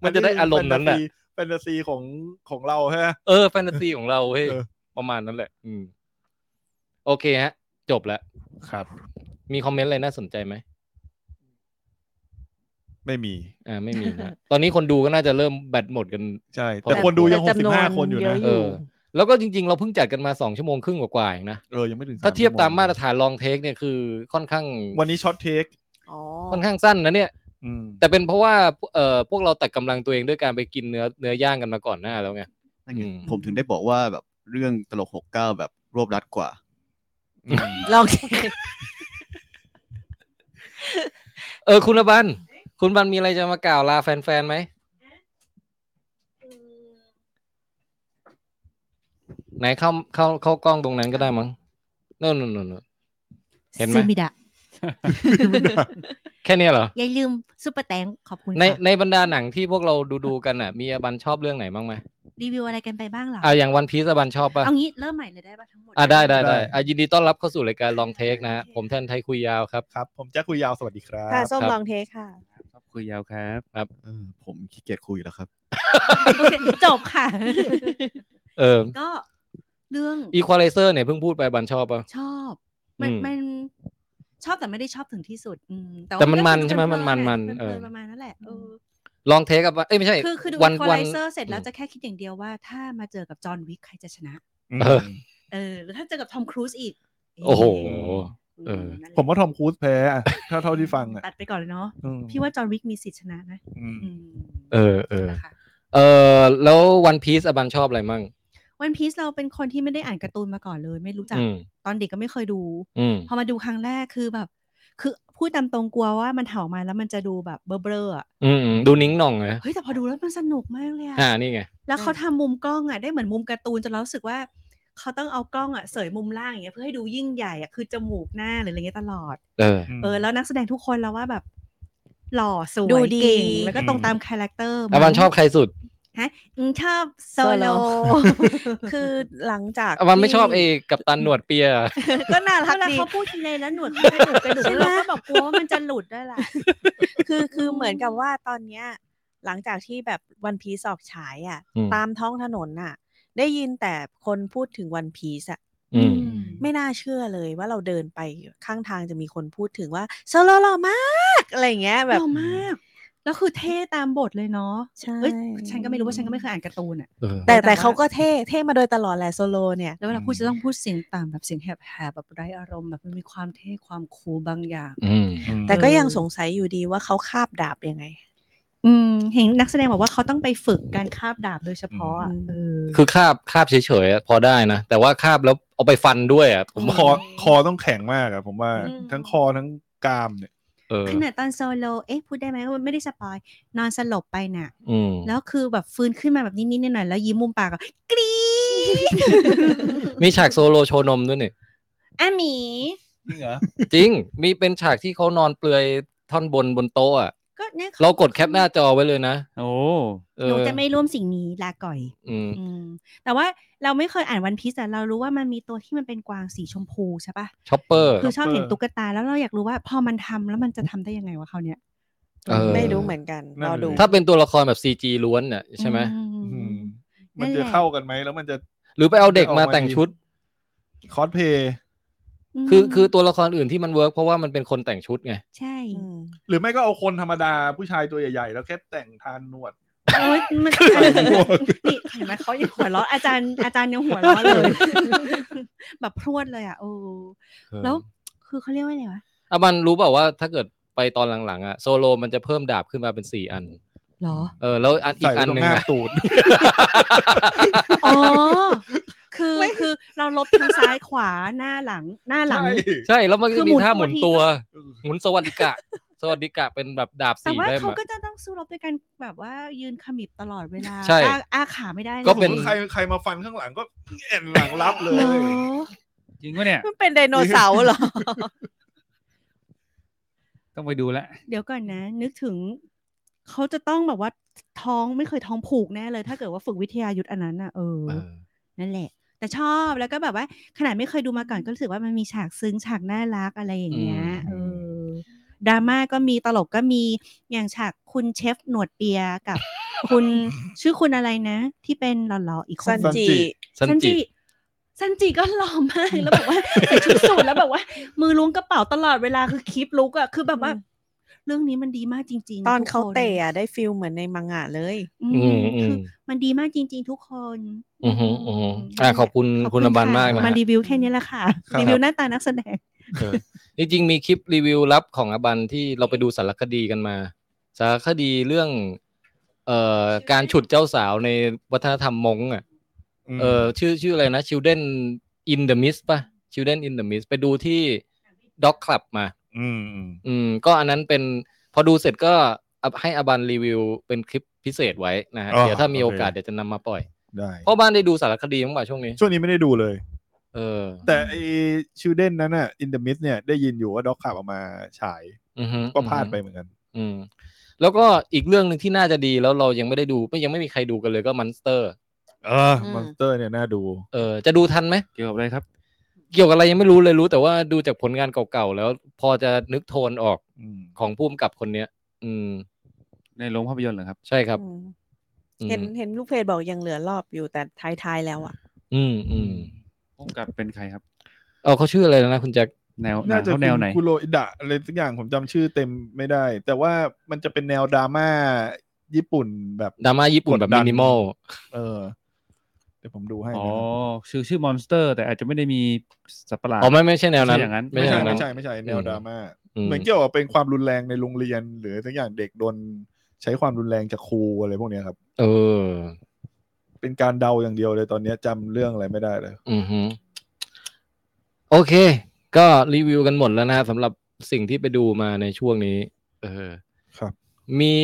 B: มันจะได้อารมณ์นั้น
C: แห
B: น่ะ
C: ละแฟนตาซีของของเราใช่ไหม
B: เออ แฟนตาซีของเราเฮ้ย
C: เออ
B: ประมาณนั้นแหละ อืม โอเคฮะ จบแล้ว
C: ครับ
B: มีคอมเมนต์อะไรน่าสนใจไหม
C: ไม่มี
B: อ่าไม่มี นะ ตอนนี้คนดูก็น่าจะเริ่มแบตหมดกัน
C: ใช่
B: พอ
C: แต่คนดูยังห
D: แต่
C: กสิบห้า
D: จำน
C: ค
D: วน
C: นอยู่นะ
D: เย
B: เออ
D: อะยู่
B: แล้วก็จริง ๆ เราเพิ่งจัดกันมาสองชั่วโมงครึ่งกว่าๆเองนะ
C: เออ ยังไม่ถึง
B: ถ้าเทียบตามมาตร
C: น
B: ฐานลองเทคเนี่ยคือค่อนข้าง
C: วันนี้ช็อตเทค
D: อ๋อ
B: ค่อนข้างสั้นนะเนี่ย
C: อืม
B: แต่เป็นเพราะว่าเอ่อพวกเราตัดกำลังตัวเองด้วยการไปกินเนื้อเนื้อย่างกันมาก่อนหน้าแล้วไง อืม
J: ผมถึงได้บอกว่าแบบเรื่องตลกหกเก้าแบบรวบรัดกว่า
D: ลอง
B: เออคุณบัน คุณบันมีอะไรจะมากล่าวลาแฟนๆไหมไหนเข้าเข้าเข้ากล้องตรงนั้นก็ได้มั้งนู่นนู่นนู่น เห็นไหม
H: ซึมิ ดะ
B: แค่เนี้ยเหรอ
H: อย่าลืมซุปเปอร์แตงขอบคุณ
B: ใน
H: ค่ะ
B: ในบรรดาหนังที่พวกเราดูดูๆกันอ่ะ มีอบันชอบเรื่องไหนบ้างไหม
H: รีวิวอะไรกันไปบ้างเหรอ
B: อ่าอย่างวันพีซอบันชอบป่ะ
H: เอางี้เริ่มใหม่เลยได้ป่ะทั้งหมด
B: อ่าได้ได้
C: ได้
B: ได้อ่ะยินดีต้อนรับเข้าสู่รายการลองเทคนะฮะผมแทนไทยคุยยาวครับ
C: ครับ ผมแจ็คคุยยาว สวัสดีครับ
D: ค่ะส้ม
B: ครับ
D: ลองเทคค่ะ
E: ครับ คุยยาวครับ
J: เออผมขี้เกียจคุยแล้วครับ
H: โอเคจบ ค่ะ
B: เออ
H: ก็เรื่อง
B: อีควอไลเซอร์เนี่ยเพิ่งพูดไปบันชอบป่ะ
H: ชอบ มัน
B: อืม
H: มันชอบแต่ไม่ได้ชอบถึงที่สุด อืม
B: แต่
H: แต่
B: มันมัน
H: ก็คือ
B: ใช่ไหม
H: เพลิๆ
B: มันมัน
H: แหละ
B: เออ
H: เพลินๆประมาณนั้นแหละเออ
B: ลองเทคกับเอ้ยไม่ใช่
H: คือคือดู
B: วัน
H: คอ
B: วั
H: ไล
B: น
H: เซอร์เสร็จแล้ว
B: อืม
H: จะแค่คิดอย่างเดียวว่า ถ้ามาเจอกับจอห์นวิกใครจะชนะ
B: เออ
H: เออหรือถ้าเจอกับทอมครูซอีก
B: โอ้โห
H: ม
B: เออ
H: นั่นแหละ
C: ผมว่าทอมครูซแพ้อะ ถ้าเท่าที่ฟังอ่ะ
H: ตัดไปก่อนเลยเนาะ
C: อืม
H: พี่ว่าจอห์นวิกมีสิทธิชนะนะ
C: อืม
H: อืม
B: เออเออ
H: นะคะ
B: เออแล้ววันพีซอบันชอบอะไรมั่ง
H: วันพีซเราเป็นคนที่ไม่ได้อ่านการ์ตูนมาก่อนเลย ไม่รู้จัก
B: อืม
H: ตอนเด็กก็ไม่เคยดู
B: อืม
H: พอมาดูครั้งแรกคือแบบ คือพูดตามตรงกลัวว่ามันเห่ามาแล้วมันจะดูแบบเบลอๆอะ
B: อืมอืมดูนิ้งหน่องนะ
H: เฮ้ยแต่พอดูแล้วมันสนุกมากเลยอะ
B: อ่านี่ไง
H: แล้วเขาทำมุมกล้องอะได้เหมือนมุมการ์ตูนจนเรารู้สึกว่า เขาต้องเอากล้องอะเสยมุมล่างอย่างเงี้ยเพื่อให้ดูยิ่งใหญ่อะคือจมูกหน้าหรืออะไรเงี้ยตลอด
B: เออ
H: เออแล้วนักแสดงทุกคนแล้วว่าแบบ หล่อสวย
D: ดูดี
H: เก่งแล้วก็ตรงตามคาแรคเตอร์
B: อาวันชอบใครสุด
H: อืมชอบโซโล
D: Solo คือหลังจาก
B: อาวันไม่
D: ที่
B: ชอบเอกับตันหนวดเปีย
D: ก็น่ารัก
H: เวลา
D: ดี
H: เขาพูดทีไรแล้วหนวดมันกระดุกกระดุก
D: ใช่
H: แล้ว
D: ไหม
H: เราก็บอกกลัวว่ามันจะหลุดด้วยล่ะ
D: คือคือเหมือนกับว่าตอนเนี้ย หลังจากที่แบบวันพีซออกฉายอ่ะ
B: อืม
D: ตามท้องถนนอ่ะ ได้ยินแต่คนพูดถึงวันพีซอ่ะ
B: อืม
D: ไม่น่าเชื่อเลยว่าเราเดินไปข้างทางจะมีคนพูดถึงว่าโซโลหล่อมากอะไรอย่างเงี้ย แบบ
H: หล่อมาก แล้วคือเท่ตามบทเลยเนาะ
D: ใช่
H: เอ้ยฉันก็ไม่รู้ว่าฉันก็ไม่เคยอ่านการ์ตูนอะ
B: เออ
D: แต่
H: แต่
D: แต่
H: ว่า
D: เขาก็เท่เท่มาโดยตลอดแหละโซโลเนี่ย
H: แล้วเวลาพูดจะต้องพูดเสียงต่ำแบบเสียงแหบๆแบบไร้อารมณ์แบบมันมีความเท่ความคูลบางอย่าง
B: อืม
D: แต่ก็
H: เออ
D: ยังสงสัยอยู่ดีว่าเขาคาบดาบยังไง
H: อืมเห็นนักแสดงบอกว่าเขาต้องไปฝึกการคาบดาบโดยเฉพาะอะ
D: อืม
H: เออ
B: คือคาบคาบเฉยๆอะพอได้นะ แต่ว่าคาบแล้วเอาไปฟันด้วยอ่ะผม
C: คอคอต้องแข็งมากอะผมว่า
H: อืม
C: ทั้งคอทั้งกรามเนี่ย
B: เออ
H: ขนาดตอนโซโลเอ๊ะพูดได้ไหมว่าไม่ได้สปอยนอนสลบไปน่ะ
B: อืม
H: แล้วคือแบบฟื้นขึ้นมาแบบนิดๆหน่อยๆแล้วยิ้มมุมปากอะกรี๊ด
B: มีฉากโซโลโชว์นมด้วยเนี่ย
H: อาหมี
C: จริงเหรอ
B: จริง มีเป็นฉากที่เขานอนเปลือยท่อนบนบนโต๊ะอะ
H: ก็เนี่ยข
B: เรากดแคปหน้าจอไว้เลยนะ
E: โอ้
B: เอ
H: หนู
B: อ
H: จะไม่ร่วมสิ่งนี้ลาก่อย
B: อืม
H: อืม แต่ว่าเราไม่เคยอ่านวันพีซแต่เรารู้ว่ามันมีตัวที่มันเป็นกวางสีชมพูใช่ปะ
B: ช็อปเปอร์
H: คือชอบเห็นตุ๊กตาแล้วเราอยากรู้ว่าพอมันทำแล้วมันจะทำได้ยังไงวะเขาวเนี้ย
B: เออ
D: ไม่รู้เหมือนกันรอดู
B: ถ้าเป็นตัวละครแบบ CG ล้วนน่ะใช่ไหม
H: อื
C: อื
H: ม
C: มมัน
H: นั่นแห
C: จะ
H: ละ
C: เข้ากันไหมแล้วมันจะ
B: หรือไปเอาเด็กมาแต่งชุด
C: คอสเพลย์
B: คือคือตัวละครอื่นที่มันเวิร์กเพราะว่ามันเป็นคนแต่งชุดไง
H: ใช่
D: อืม
C: หรือไม่ก็เอาคนธรรมดาผู้ชายตัวใหญ่ๆ แล้วแค่แต่งทานหนวด
H: โอ๊ยมัน นี่เห็นไหมเขายังหัวเราะอาจารย์อาจารย์ยังหัวเราะเลย แบบพรวดเลยอ่ะโอ้แล้วคือเขาเรียกว่าอะไรวะ
B: อามันรู้เปล่าว่าถ้าเกิดไปตอนหลังๆอะโซโลมันจะเพิ่มดาบขึ้นมาเป็นสี่อัน
H: หรอ
B: เออแล้วอันอี
C: ใส่
B: ก
C: ไว้
B: อัน
C: ตร
B: หนึ่
C: ง
B: ง
C: หน้า
B: อะ
C: ตูด
H: อ๋อ คือคือเราลบทั้งซ้ายขวาหน้าหลังหน้าหลัง
C: ใช่
B: ใช่แล้วมันก็
H: คือ
B: มี
H: หมุน
B: ท่าหมุน
H: ตัว
B: ตัว
H: ที
B: หมุนสวัสดิกะ สวัสดิกะเป็นแบบดาบ
H: แต่
B: สี่
H: ว่า
B: เล่ม
H: เขา
B: อะ
H: ก็จะต้องสู้รบด้วยกันแบบว่ายืนขมิบตลอดเวลา
B: ใช่
H: อ้าอ้าขาไม่ได้ะ
B: ก็เป็น
C: ใครใครมาฟันข้างหลังก็แอนหลังรับเล
H: เหร
C: ย
H: อ
E: จริงปะเนี่ย
D: มันเป็นไดโนเสาร์เหรอ
E: ต้องไปดูแล้ว
H: เดี๋ยวก่อนนะ นึกถึง เขาจะต้องแบบว่าท้องไม่เคยท้องผูกแน่เลย ถ้าเกิดว่าฝึกวิทยายุทธอันนั้นอ่ะเออ
B: เออ
H: นั่นแหละ แต่ชอบแล้วก็แบบว่า ขนาดไม่เคยดูมาก่อนก็รู้สึกว่ามันมีฉากซึ้งฉากน่ารักอะไรอย่างเงี้ยเออดราม่าก็มีตลกก็มีอย่างฉากคุณเชฟหนวดเปียกับ คุณชื่อคุณอะไรนะ ที่เป็นหล่อๆอีกค
D: ซั
H: น
D: น
C: ซันจิ
D: จิ
B: สันจิ
H: ซันจิก็หล่อมากแล้วแบบว่าใส่ชุดสูทแล้วแบบว่า มือล้วงกระเป๋าตลอดเวลาคือคลิปลุกอะคือแบบว่า
D: อืม
H: เรื่องนี้มันดีมากจริงๆ
D: ตอน
H: ทุก
D: เขา
H: ค
D: เตะอะได้ฟิลเหมือนในมังงะเลย
H: อื
B: อื
H: ม
B: มอื
H: คื
B: ม
H: อมันดีมากจริง ๆ ทุกคน
B: อือหืออือหืออ่ะ
H: นั่นแหละ
B: ขอบคุณคุณอบันมากนะ
H: มา
B: ฮะ
H: รีวิวแค่นี้แหละค่ะ
C: ครับ
H: รีวิวหน้าตานักแสดง
B: เออจริงๆมีคลิปรีวิวลับของอบันที่เราไปดูสารคดีกันมา สารคดีเรื่อง เอ่อการฉุดเจ้าสาวในวัฒนธรรมมงค์อ่ะเออชื่อชื่ออะไรนะ Children in the Mist ป่ะ Children in the Mist ไปดูที่ Dog Club มา
C: อืมอืม
B: อืม ก็อันนั้นเป็นพอดูเสร็จก็เอาให้อบันรีวิวเป็นคลิปพิเศษไว้นะฮะเดี๋ยวถ้ามีโอกาสเดี๋ยวจะนำมาปล่อย
C: ได้
B: พ่อบ้านได้ดูสารคดีมั้งป่ะช่วงนี้
C: ช่วงนี้ไม่ได้ดูเลย
B: เออ
C: แต่ไอชิลเด้นนั้นน่ะอินเดอะมิสเนี่ยได้ยินอยู่ว่าด็อกขับออกมาฉาย
B: อือฮึ
C: ก็พลาดไปเหมือนกัน
B: อืมแล้วก็อีกเรื่องหนึ่งที่น่าจะดีแล้วเรายังไม่ได้ดูไม่ยังไม่มีใครดูกันเลยก็มันสเตอร์
C: เออ
D: อืม
C: มอนสเตอร์เนี่ยน่าดู
B: เออจะดูทันไหม
E: เกี่ยวกับอะไรครับ
B: เกี่ยวกับอะไรยังไม่รู้เลยรู้แต่ว่าดูจากผลงานเก่าๆ แล้วพอจะนึกโทนออก
C: อืม
B: ของผู้กำกับคนเนี้ย อืม
E: ในโรงภาพยนตร์เหรอครับ
B: ใช่ครับ
D: อืม
B: อืม
D: เห็นเห็นลูกเพจบอกยังเหลือรอบอยู่แต่ท้ายๆแล้วอ่ะ
B: อืมอืม
E: พุ่มกับเป็นใครครับ
B: เออเขาชื่ออะไรนะคุณแจ็ค
E: แนวหนั
C: น่าง จะ
E: เขาแนวไหน
C: คุโรอิดะอะไรสักอย่างผมจำชื่อเต็มไม่ได้ แต่ว่ามันจะเป็นแนวดราม่าญี่ปุ่นแบบ
B: ดราม่าญี่ปุ่นแบบ
C: กดดั
B: มินิมอล
C: เออเดี๋ยวผมดูให้
E: อ๋อ
C: นะครับ
E: ชื่อชื่อมอนสเตอร์ แต่อาจจะไม่ได้มีสัตว์ประหลาด
B: อ๋อไม่ไม่ใช่แนวนั้น
E: ไม่ใช่อย่างนั้น
B: ใช่
C: ไม่
B: แน
C: ใช่
B: วนั้น
C: ไม่ใช่ไม่ใช่แนว
B: อืม
C: ดราม่า
B: อืม
C: เหมือนเกี่ยวกับเป็นความรุนแรงในโรงเรียน หรือสักอย่างเด็กโดนใช้ความรุนแรงจากครูอะไรพวกเนี้ยครับ
B: เออ
C: เป็นการเดาอย่างเดียวเลยตอนเนี้ยจำเรื่องอะไรไม่ได้เลย
B: อือฮึโอเค ก็รีวิวกันหมดแล้วนะฮะสำหรับสิ่งที่ไปดูมาในช่วงนี้ เออ
C: ครับ
B: มี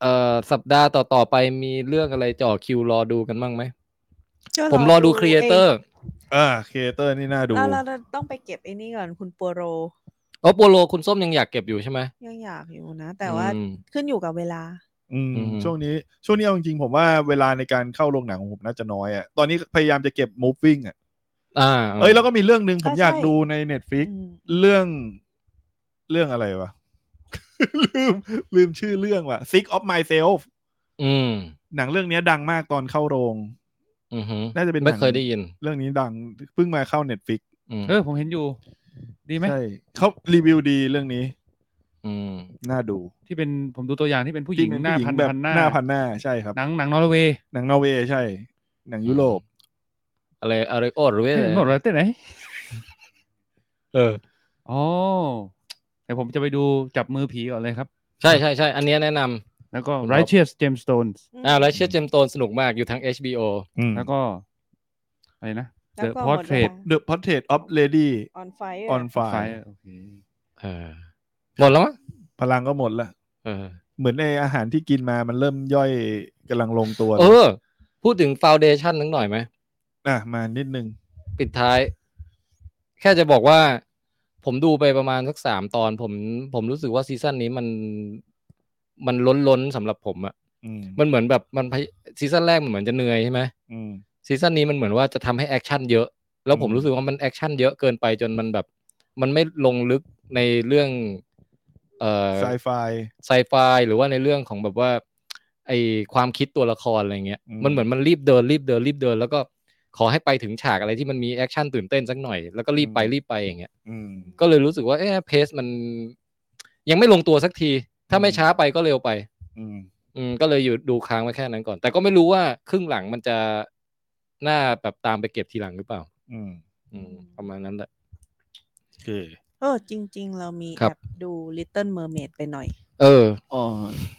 B: เอ่อสัปดาห์ต่อ ๆ ไปมีเรื่องอะไรจ่อคิวรอดูกันบ้างไหม ผมรอดูครีเอเตอร์
C: อ่าครีเอเตอร์นี่น่าดู
D: เราเราต้องไปเก็บไอ้นี่ก่อนคุณปัวโร
B: อ อ๋อโปโลคุณส้มยังอยากเก็บอยู่ใช่ไหม
D: ยังอยากอยู่นะ แต่ว่า
B: อืม
D: ขึ้นอยู่กับเวลา
C: อืม
B: อืม
C: ช่วงนี้ช่วงนี้เอาจริงๆผมว่าเวลาในการเข้าโรงหนังของผมน่าจะน้อยอ่ะตอนนี้พยายามจะเก็บ moving อ่ะ
B: อ่า
C: เอ้ยแล้วก็มีเรื่องหนึ่งผม
D: อ่า
C: อยาก
D: ใช่
C: ดูใน Netflix
D: อืม
C: เรื่องเรื่องอะไรวะ ลืมลืมชื่อเรื่องว่ะ Sick of Myself
B: อืม
C: หนังเรื่องนี้ดังมากตอนเข้าโรง
B: อือหือ
C: น่าจะเป็นหนั
B: ไม่
C: ง
B: เคยได้ยิน
C: เรื่องนี้ดังเพิ่งมาเข้า Netflix
B: อืม
E: เออผมเห็นอยู่ ดีไหม
C: ใช่เขารีวิวดีเรื่องนี้
B: อืม
C: น่าดู
E: ที่เป็นผมดูตัวอย่างที่เป็นผู้หญิ
C: ที่
E: ง
C: เป็
E: หน้า
C: ผู้ญิ
E: พัน
C: แบบ
E: พันหน้า
C: หน้าพันหน้าใช่ครับ
E: หนังหนังนอร์เวย์
C: หนังนอร์เวย์ใช่ หนังยุโรป
B: อะไรอะไรโอ้หรือว่า
E: เห็นหมดเลยเต้นไหน
B: เออ
E: อ๋อแต่ผมจะไปดูจับมือผีก่อนเลยครับ
B: ใช่ใช่ใช่อันเนี้ยแนะนำ
E: แล้วก็
B: ครับ
E: Righteous Gemstones
B: อ่าแล้วเชื่อเจมโตนสนุกมากอยู่ทั้ง HBO
E: แล้วก็อะไรนะ
D: แล้ว
E: The
D: ก็หมดเว
E: Portrait
D: ลา
C: The Portrait of Lady
D: on fire
C: on Fire
E: โอเค
B: เออหมดแล้วมั้ง
C: พลังก็หมดละ
B: เออ
C: เหมือนในอาหารที่กินมามันเริ่มย่อยกำลังลงตัว
B: เออ พูดถึงฟาวเดชันนิดหน่อยไหม
C: อ่ะมานิดนึง
B: ปิดท้าย แค่จะบอกว่า ผมดูไปประมาณสักสามตอน ผมผมรู้สึกว่าซีซั่นนี้มันมันล้นล้นๆสำหรับผมอะ
C: อืม
B: มันเหมือนแบบมันพยซีซั่นแรกมันเหมือนจะเหนื่อยใช่ไหม
C: อืม
B: ซีซั่นนี้มันเหมือนว่าจะทำให้แอคชั่นเยอะ แล้วผม
C: อืม
B: รู้สึกว่ามันแอคชั่นเยอะเกินไปจนมันแบบ มันไม่ลงลึกในเรื่อง เอ่อ
C: ไซไฟ
B: ไซไฟหรือว่าในเรื่องของแบบว่า ไอความคิดตัวละครอะไรเงี้ย
C: อืม
B: มันเหมือนมันรีบเดินรีบเดินรีบเดิน แล้วก็ขอให้ไปถึงฉากอะไรที่มันมีแอคชั่นตื่นเต้นสักหน่อยแล้วก็รีบไปรีบไปอย่างเงี้ย
C: อืม
B: ก็เลยรู้สึกว่าเออเพสมัน ยังไม่ลงตัวสักที ถ้าไม่
C: อืม
B: ช้าไปก็เร็วไป
C: อืม
B: อืมก็เลยอยู่ดูค้างไว้แค่นั้นก่อน แต่ก็ไม่รู้ว่าครึ่งหลังมันจะหน้าแบบตามไปเก็บทีหลังหรือเปล่า
C: อืม
B: อืม ประมาณนั้นแหละ
D: เออจริง ๆ เรามี
B: ครั
D: แอบ บดู Little Mermaid ไปหน่อย
B: เออ
J: อ๋อ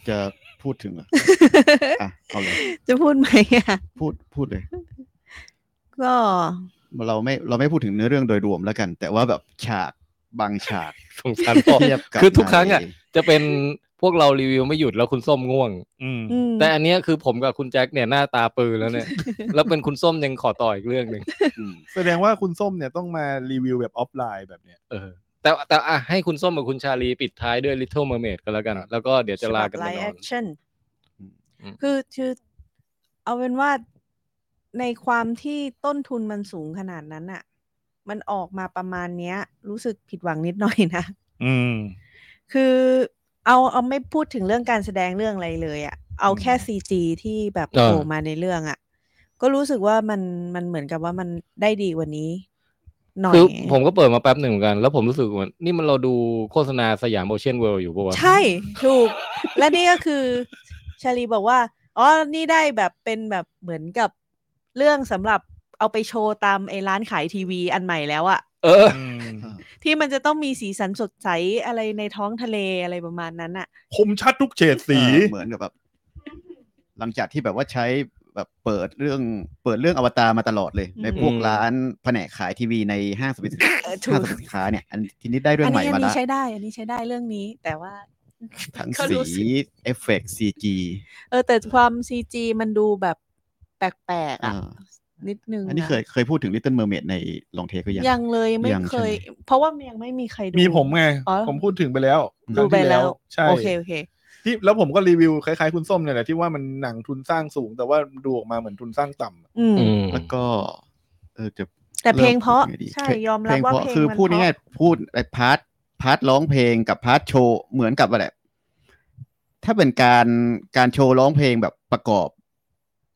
J: จะพูดถึงเหรออ่ะเอาเลย
D: จะพูดไหมอ่ะ
J: พูดพูดเลย
D: ก็
J: เราไม่เราไม่พูดถึงเนื้อเรื่องโดยรวมแล้วกัน แต่ว่าแบบฉากบางฉาก
B: สงสารพ่อ
J: เทียบกับ
B: คือทุกครั้งอ่ะ
J: ใน
B: จะเป็นพวกเรารีวิวไม่หยุดแล้วคุณส้มง่วง
C: อืม
D: อืม
B: แต่อันเนี้ยคือผมกับคุณแจ็คเนี่ยหน้าตาปือแล้วเนี่ย แล้วเป็นคุณส้มยังขอต่ออีกเรื่องหนึ่ง
J: อืม
C: แสดงว่าคุณส้มเนี่ยต้องมารีวิวแบบออฟไลน์แบบเนี้ย
B: เออ แต่แต่อ่ะให้คุณส้มกับคุณชาลีปิดท้ายด้วย Little Mermaid ก็แล้วกัน แล้วก็เดี๋ยวจะลากัน
D: ไล
B: ไปน
D: ฟ์แอ
B: อน
D: คชั่น
B: อืม
D: คือคือเอาเป็นว่าในความที่ต้นทุนมันสูงขนาดนั้นอ่ะ มันออกมาประมาณเนี้ย รู้สึกผิดหวังนิดหน่อยนะ
C: อืม
D: คือเอาเอาไม่พูดถึงเรื่องการแสดงเรื่องอะไรเลยอะ่ะ เอาแค่ซีจีที่แบบ
B: อ่า
D: โผล่มาในเรื่องอะ่ะ ก็รู้สึกว่ามันมันเหมือนกับว่ามันได้ดีกว่านี้ หน่อย
B: คือผมก็เปิดมาแป๊บหนึ่งเหมือนกัน แล้วผมรู้สึกว่านี่มันเราดูโฆษณาสยามโอเชียนเวิลด์อยู่ปะวะ
D: ใช่ถูก และนี่ก็คือชาลีบอกว่า อ๋อ นี่ได้แบบเป็นแบบเหมือนกับเรื่องสำหรับเอาไปโชว์ตามไอ้ร้านขายทีวีอันใหม่แล้วอะ
B: เออ
C: อืม
D: ที่มันจะต้องมีสีสันสดใสอะไรในท้องทะเลอะไรประมาณนั้นอะ
C: คมชัดทุกเฉดสี
J: เออเหมือนกับแบบ หลังจากที่แบบว่าใช้แบบเปิดเรื่องเปิดเรื่องอวตารมาตลอดเลย
D: อืม
J: ในพวกร้านแผนกขายทีวีในห้างสรรพสินค้า
D: เออถู
J: ห้าง
D: ก
J: สรรพสินค้าเนี่ย อันทีนี้ได้เรื่อ
D: อั
J: ง
D: น
J: ใหม่
D: นี้อัน
J: มา
D: นี้
J: ละ
D: ใช้ได้ อันนี้ใช้ได้เรื่องนี้แต่ว่า
J: ทั้ง
D: ก็รู้สึ
J: สี
D: ก
J: เอฟเฟกต์ซีจี
D: เออแต่ความซีจีมันดูแบบแปลกๆอ่ะ นิดนึง
J: อันนี้
D: ะ
J: เคยเคยพูดถึง Little Mermaid ในลองเทคก็ยัง
D: ยังเลยไม่
J: ยัง
D: เคย
J: ใช่ไหม
D: เพราะว่ายังไม่มีใครดู
C: มีผมไง
D: อ๋อ
C: ผมพูดถึงไปแล้ว
D: ดูไปแล้ว
C: ใช่
D: โอเคโอเค
C: ที่แล้วผมก็รีวิวคล้ายๆคุณส้มเนี่ยแหละที่ว่ามันหนังทุนสร้างสูง แต่ว่าดูออกมาเหมือนทุนสร้างต่ำอะ
D: อืม
B: อืม
J: แล้วก็ เออจะ
D: แต่เพลงเพราะ
J: ริ่มพูดไงดี
D: ใช่ยอมรับว่าเพลง
J: คือ
D: มัน
J: พูดง่าย
D: เพราะ
J: ๆพูดไอ้พาร์ทพาร์ทร้องเพลงกับพาร์ทโชว์เหมือนกับอะไรถ้าเป็นการการโชว์ร้องเพลงแบบประกอบ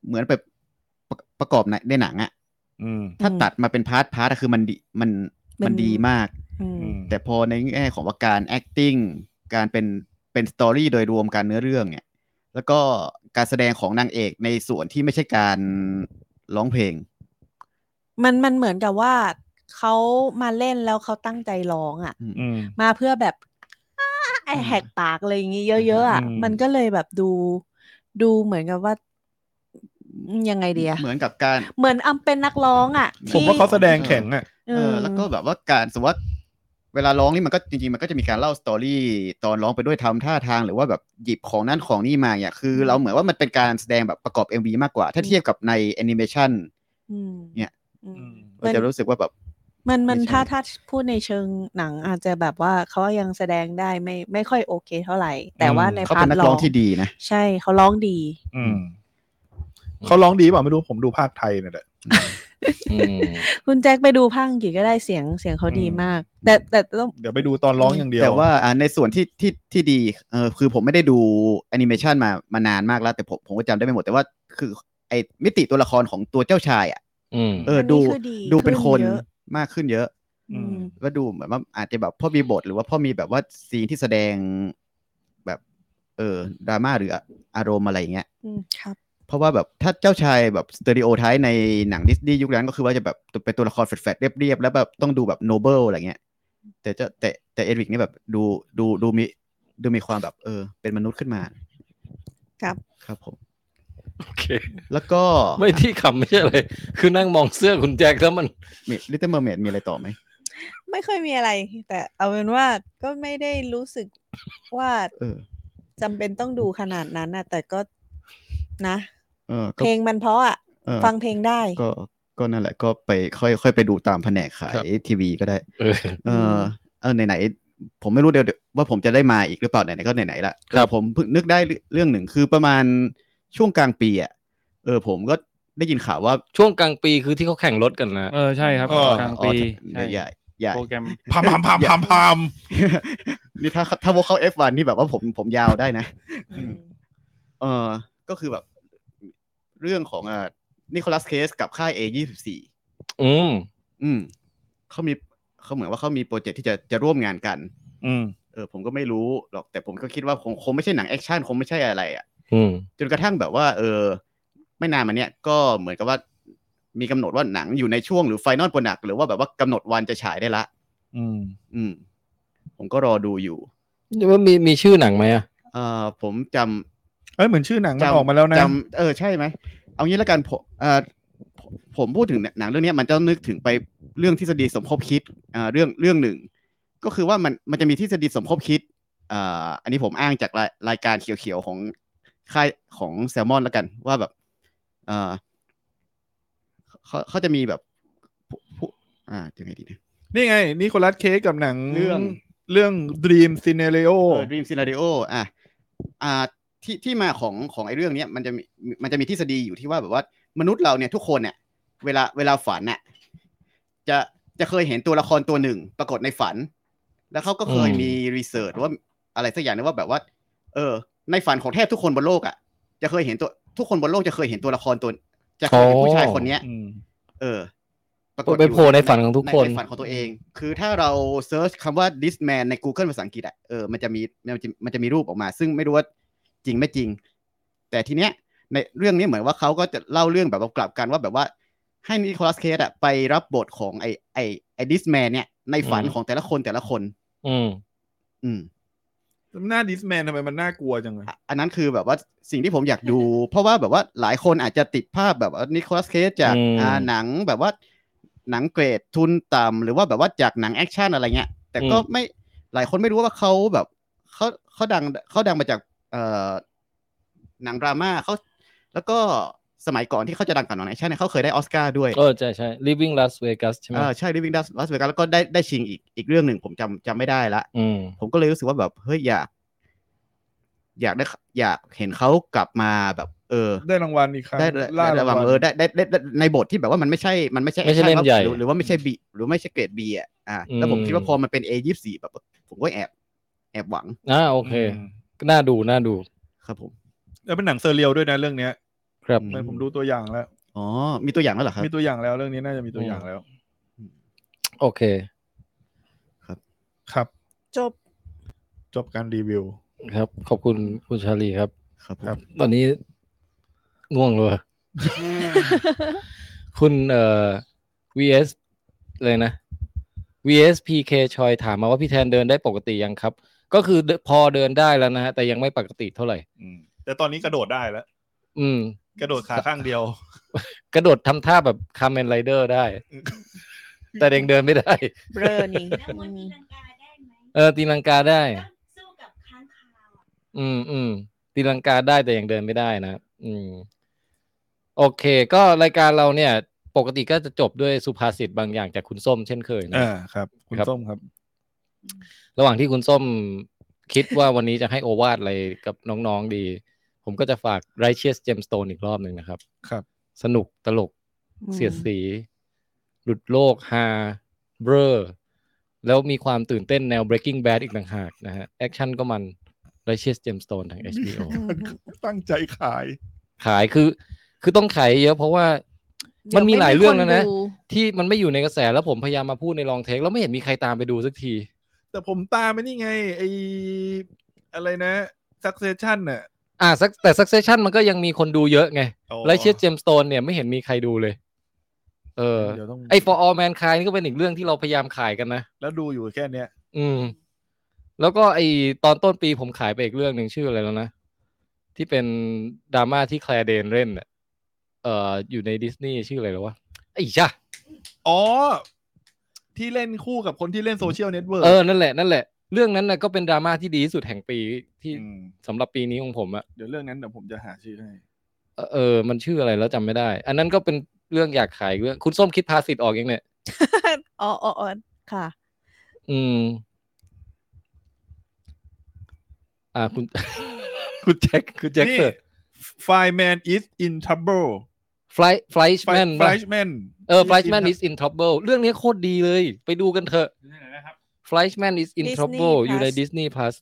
J: เหมือนแบบประประกอบในในหนังอะ
C: อืม
J: ถ้าตัดมาเป็นพาร์ทพาร์ทอะคือมันดีมันมันดีมาก
D: อืม
J: แต่พอในแง่ของว่าการ acting การเป็นเป็นสตอรี่โดยรวมการเนื้อเรื่องเนี่ย แล้วก็การแสดงของนางเอกในส่วนที่ไม่ใช่การร้องเพลง
D: มันมันเหมือนกับว่าเขามาเล่นแล้วเขาตั้งใจร้องอ่ะ
C: อืม
D: มาเพื่อแบบอ้าไอแหกปากอะไรอย่างงี้เยอะๆอ่ะ
C: อืม
D: มันก็เลยแบบดู ดูเหมือนกับว่ายังไงดีอะ
J: เหมือนกับการ
D: เหมือนอำเป็นนักร้องอ่ะ
C: ผมว่า
D: ที่
C: เขาแสดงแข็งอ่ะ
J: เออแล้วก็แบบว่าการสมมติว่าเวลาร้องนี่มันก็จริงๆ มันก็จะมีการเล่าสตอรี่ตอนร้องไปด้วยทำท่าทางหรือว่าแบบหยิบของนั่นของนี่มาเนี่ยคือเราเหมือนว่ามันเป็นการแสดงแบบประกอบ MV มากกว่า ถ้าเทียบกับในแอนิเมชัน เนี่ย
D: อืม
J: เราจะรู้สึกว่าแบบ
D: มันมัน
J: ไม่ใช่
D: ถ้าถ้าพูดในเชิงหนังอาจจะแบบว่าเขายังแสดงได้ไม่ไม่ค่อยโอเคเท่าไหร่ แต่ว่าใน
J: เขา
D: พา
J: เป็
D: ร์
J: น
D: ท
J: นัก
D: ร้
J: ร้
D: อ
J: อง
D: ง
J: ที่ดีนะ
D: ใช่เขาร้องดี
C: อืมเขาร้องดีเปล่าไม่รู้ผมดูภาคไทยเนี่ยแหละ
B: อืม
D: คุณแจ็คไปดูภาคอังกฤษก็ได้เสียงเสียงเขาดี
C: อืม
D: มาก แต่แต่ต้อง
C: เดี๋ยวไปดูตอนร้องอย่างเดียว
J: แต่ว่าอ่าในส่วนที่ที่ที่ดีเออคือผมไม่ได้ดูแอนิเมชันมามานานมากแล้ว แต่ผมผมก็จำได้ไม่หมดแต่ว่าคือไอมิติตัวละครของตัวเจ้าชายอ่ะ
B: อืม
J: เออ
D: อันนี้
J: ดู
D: คือดี
J: ดูเป็นคน
D: ขึ้นเยอะ
J: มากขึ้นเยอะ
C: อืม
J: ก็ดูเหมือนว่าอาจจะแบบพ่อมีบทหรือว่าพ่อมีแบบว่าซีนที่แสดงแบบ เออดราม่าหรืออารมณ์อะไรอย่างเงี้ย
D: อืมครับ
J: เพราะว่าแบบถ้าเจ้าชายแบบสเตอริโอไทป์ในหนังดิสนีย์ยุคนั้นก็คือว่าจะแบบเป็นตัวละครแฟดๆเรียบๆ แล้วแบบต้องดูแบบโนเบิลอะไรเงี้ย แต่เจ้าแต่แต่เอริกนี่แบบดูดูดูมีดูมีความแบบเออ เป็นมนุษย์ขึ้นมา
D: ครับ
J: ครับผม
B: โอเค
J: แล้วก็
B: ไม่ที่ขำไม่ใช่เลย คือนั่งมองเสื้อคุณแจ็คแล้วมัน
J: ลิตเติ้ลเมอร์เมดมีอะไรต่อไหม
D: ไม่ค่อยมีอะไร แต่เอาเป็นว่าก็ไม่ได้รู้สึกว่า
J: เออ
D: จำเป็นต้องดูขนาดนั้นนะแต่ก็นะ
J: เออก็
D: เพลงมันเพราะอ่ะ
J: เออ
D: ฟังเพลงได้
J: ก็ก็นั่นแหละก็ไปค่อยค่อยไปดูตามแผนกขา
B: ครับ
J: ยทีวีก็ได้
B: เออ
J: เออเออไหนๆผมไม่รู้เดี๋ยวเดี๋ยวว่าผมจะได้มาอีกหรือเปล่าไหนๆก็ไหนๆละ
B: ครับ
J: แต่ผมเพิ่งนึกได้เรื่องหนึ่งคือประมาณช่วงกลางปีอ่ะเออผมก็ได้ยินข่าวว่า
B: ช่วงกลางปีคือที่เขาแข่งรถกันนะ
E: เออใช่ครับ
C: เออ
E: กลาง
J: อ๋อ
E: ปี
J: เดี๋ยว
E: ใช่
J: ใหญ่ใหญ่
E: โปรแกรม
C: พามพามพามพามพาม
J: นี่ถ้าถ้าพวกเขา F1 นี่แบบว่าผมผมยาวได้นะ เออก็คือแบบ เรื่องของอ่านิโคลัสเคสกับค่าย A24
B: อืม
J: อืมเขามีเขาเหมือนว่าเขามีโปรเจกต์ที่จะจะร่วมงานกัน
C: อืม
J: เออผมก็ไม่รู้หรอกแต่ผมก็คิดว่าคงคงไม่ใช่หนังแอคชั่นคงไม่ใช่อะไรอ่ะ
B: อืม
J: จนกระทั่งแบบว่า เออ ไม่นานมาเนี้ยก็เหมือนกับว่า มีกำหนดว่าหนังอยู่ในช่วงหรือไฟนอลโปรดักหรือว่าแบบว่ากำหนดวันจะฉายได้ละ
C: อืม
J: อืม ผมก็รอดูอยู่
B: ว่ามีมีชื่อหนังไหมอ่ะ
J: เอ่อผมจำ
C: เอ้ยเหมือนชื่อหนังมัน
J: จำ
C: ออกมาแล้วนะ
J: จำเออใช่ไหมเอางี้แล้วกันผมเอ่อผมผมพูดถึงหนังเรื่องเนี้ยมันจะนึกถึงไปเรื่องทฤษฎีสมคบคิดอ่าเรื่องเรื่องหนึ่ง ก็คือว่ามันมันจะมีทฤษฎีสมคบคิดอ่าอันนี้ผมอ้างจากรายรายการเขียวๆของค่ายของแซลมอนแล้วกันว่าแบบเอ่อ เขาเขาจะมีแบบผู้ผู้อ่ายังไงดีนะ
C: นี่ไง นี่คนรัดเค้กกับหนัง
J: เรื่อง
C: เรื่อง Dream Scenario
J: เออ dream scenario อ่ะอ่าที่ที่มาของของไอ้เรื่องเนี้ยมันจะมีมันจะมีทฤษฎีอยู่ที่ว่าแบบว่ามนุษย์เราเนี่ยทุกคนเนี่ย เวลาเวลาฝันน่ะจะจะเคยเห็นตัวละครตัวหนึ่งปรากฏในฝัน แล้วเขาก็เคย
B: อืม
J: มีรีเสิร์ชว่าอะไรสักอย่างนะว่าแบบว่า เออ ในฝันของแทบทุกคนบนโลกอ่ะจะเคยเห็นตัวทุกคนบนโลกจะเคยเห็นตัวละครตัว จะเคยเห็นผู้ชายคนเนี้ย
C: อืม
J: เออ
B: ไปโผล่ในฝันของทุกคน
J: ใในฝันของตัวเอง คือถ้าเราเซิร์ชคำว่า this man ใน Google ภาษาอังกฤษอ่ะเออมันจะมีมันจะมันจะมีรูปออกมา ซึ่งไม่รู้ว่าจริงไม่จริง แต่ทีเนี้ยในเรื่องนี้เหมือนว่าเขาก็จะเล่าเรื่องแบบว่ากลับกันว่าแบบว่าให้นิโคลัสเคสอ่ะไปรับบทของไอไอไอ this man เนี่ยในฝัน
B: อืม
J: ของแต่ละคนแต่ละคน
B: อืม
J: อืม
C: หน้าดิสแมนทำไมมันน่ากลัวจังอะ
J: อ่ะอันนั้นคือแบบว่าสิ่งที่ผมอยากดู เพราะว่าแบบว่าหลายคนอาจจะติดภาพแบบนิโคลัสเคสจาก
B: อืม
J: อ่าหนังแบบว่าหนังเกรดทุนต่ำหรือว่าแบบว่าจากหนังแอคชั่นอะไรเงี้ย แต่ก็ไม่หลายคนไม่รู้ว่าเขาแบบเขาเขาดังเขาดังมาจากเอ่อหนังดราม่าเขาแล้วก็สมัยก่อนที่เขาจะดังกับหนังแอคชั่นเนี่ยเขาเคยได้ออสการ์ด้วย
B: เออใช่ใช่ Living Las Vegas ใช่ไหม
J: เออใช่ได้วิ่งดัสลาสเวกัสแล้วก็ได้ได้ชิงอีกอีกเรื่องหนึ่งผมจำจำไม่ได้ละ
B: อืม
J: ผมก็เลยรู้สึกว่าแบบเฮ้ยอยาก อยากได้อยากเห็นเขากลับมาแบบ เออ
C: ได้รางวัลอีกครั้ง
J: ได้ได้ระวังเออได้ได้ได้ได้ในบทที่แบบว่ามันไม่ใช่มันไม่ใช่
B: ไม่ใช่
J: action
B: เล่มใหญ่
J: หรือหรือว่าไม่ใช่บีหรือไม่ใช่เกรดบีอ่ะอ่ะแล้วผม
B: อืม
J: คิดว่าพอมันเป็น A ยี่สี่แบบ ผมก็แอบแอบหวัง
B: อ่าโอเค
C: ม
B: ก็น่าดูน่าดู
J: ครับผม
C: แล้วเป็นหนังเซอร์เรียลด้วยนะเรื่องเนี้ย
B: ครับ
J: อื
C: เหมันผมดูตัวอย่างแล้ว
J: อ๋อ มีตัวอย่างแล้วเหรอครับ
C: มีตัวอย่างแล้วเรื่องนี้น่าจะมีตัวอย่างแล้ว
B: โอเค
C: ครับ
D: จบ
C: จบการรีวิว
B: ครับ ขอบคุณคุณชาลีครับ
J: ครับ ผม
C: ครับ
B: ตอนนี้ง่วงเลย คุณเอ่อ vs เลยนะ vs pk ชอยถามมาว่าพี่แทนเดินได้ปกติยังครับ ก็คือเดินพอเดินได้แล้วนะฮะ แต่ยังไม่ปกติเท่าไหร่
C: อืมแต่ตอนนี้กระโดดได้แล้ว
B: อืม
C: กระโดดขาข้างเดียว
B: กระโดดทำท่าแบบคา m เมนไรเดอร์ได้ แต่ยังเดินไม่ได้
D: เบลอนี่
H: แล้วมดตีลังกาได้ไหม
B: เออ ตีลังกาได้
H: ต้องสู้กับค้างคาวอะ
B: อืมอืมตีลังกาได้แต่ยังเดินไม่ได้นะ อืม โอเค ก็รายการเราเนี่ย ปกติก็จะจบด้วยสุภาษิตบางอย่างจากคุณส้มเช่นเคยนะ
C: อ่าครับ คุณ
B: ครับ
C: ส้มครับ
B: ระหว่างที่คุณส้มคิดว่าวันนี้จะให้โอวาทอะไรกับน้องๆดี ผมก็จะฝาก Righteous Gemstone อีกรอบหนึ่งนะครับ
C: ครับ
B: สนุกตลก
D: อืม
B: เสียดสี หลุดโลกฮาเบลอแล้วมีความตื่นเต้นแนว Breaking Bad อีกต่างหากนะฮะ แอคชั่นก็มัน Righteous Gemstone ทาง HBO
C: ตั้งใจขาย
B: ขายคือ คือต้องขายเยอะเพราะว่า
D: เดี๋ยว
B: มันมีหลายเรื่องแล้วนะ
D: ไม่มีคนดู
B: ที่มันไม่อยู่ในกระแสแล้วผมพยายามมาพูดในลองเทคแล้วไม่เห็นมีใครตามไปดูสักที
C: แต่ผมตามไปนี่ไง ไออะไรนะ succession น่ะ
B: อ่า Suc- แต่ Succession มันก็ยังมีคนดูเยอะไง
C: อ๋อ
B: ไลเชียเจมสโตนเนี่ยไม่เห็นมีใครดูเลย เออ
C: เดี๋ยวต้อง
B: ไอ for all mankind นี่ก็เป็นอีกเรื่องที่เราพยายามขายกันนะ
C: แล้วดูอยู่แค่เนี้ย
B: อืม แล้วก็ไอตอนต้นปีผมขายไปอีกเรื่องหนึ่งชื่ออะไรแล้วนะ ที่เป็นดราม่าที่แคลเดนเล่นน่ะเอ่ออยู่ในดิสนีย์ชื่ออะไรแล้ววะไอ้จ้า
C: อ๋อ ที่เล่นคู่กับคนที่เล่นโซเชียลเน็ตเวิร์ก
B: เออ นั่นแหละ นั่นแหละ เรื่องนั้นนะก็เป็นดราม่าที่ดีที่สุดแห่งปีที่
C: ม
B: สำหรับปีนี้ของผมอะ
C: เดี๋ยวเรื่องนั้นเดี๋ยวผมจะหาชื่อให้
B: เอ่อเออ มันชื่ออะไรแล้วจำไม่ได้ อันนั้นก็เป็นเรื่องอยากขายอีกเรื่อง คุณส้มคิดภาษิตออกเองเนี่ย
D: อ๋ออ๋ออ๋อค่ะ
B: อืม อ่าคุณ คุณแจ็ค คุณแจ็ค
C: นี่
B: เตอร์
C: Fireman is in trouble
B: fly flashman ป่ะ
C: Flashman
B: เออ flashman is in trouble เรื่องนี้โคตรดีเลย ไปดูกันเถอะ flashman is in
D: Disney
B: trouble
D: Plus
B: อยู่ใน Disney Plus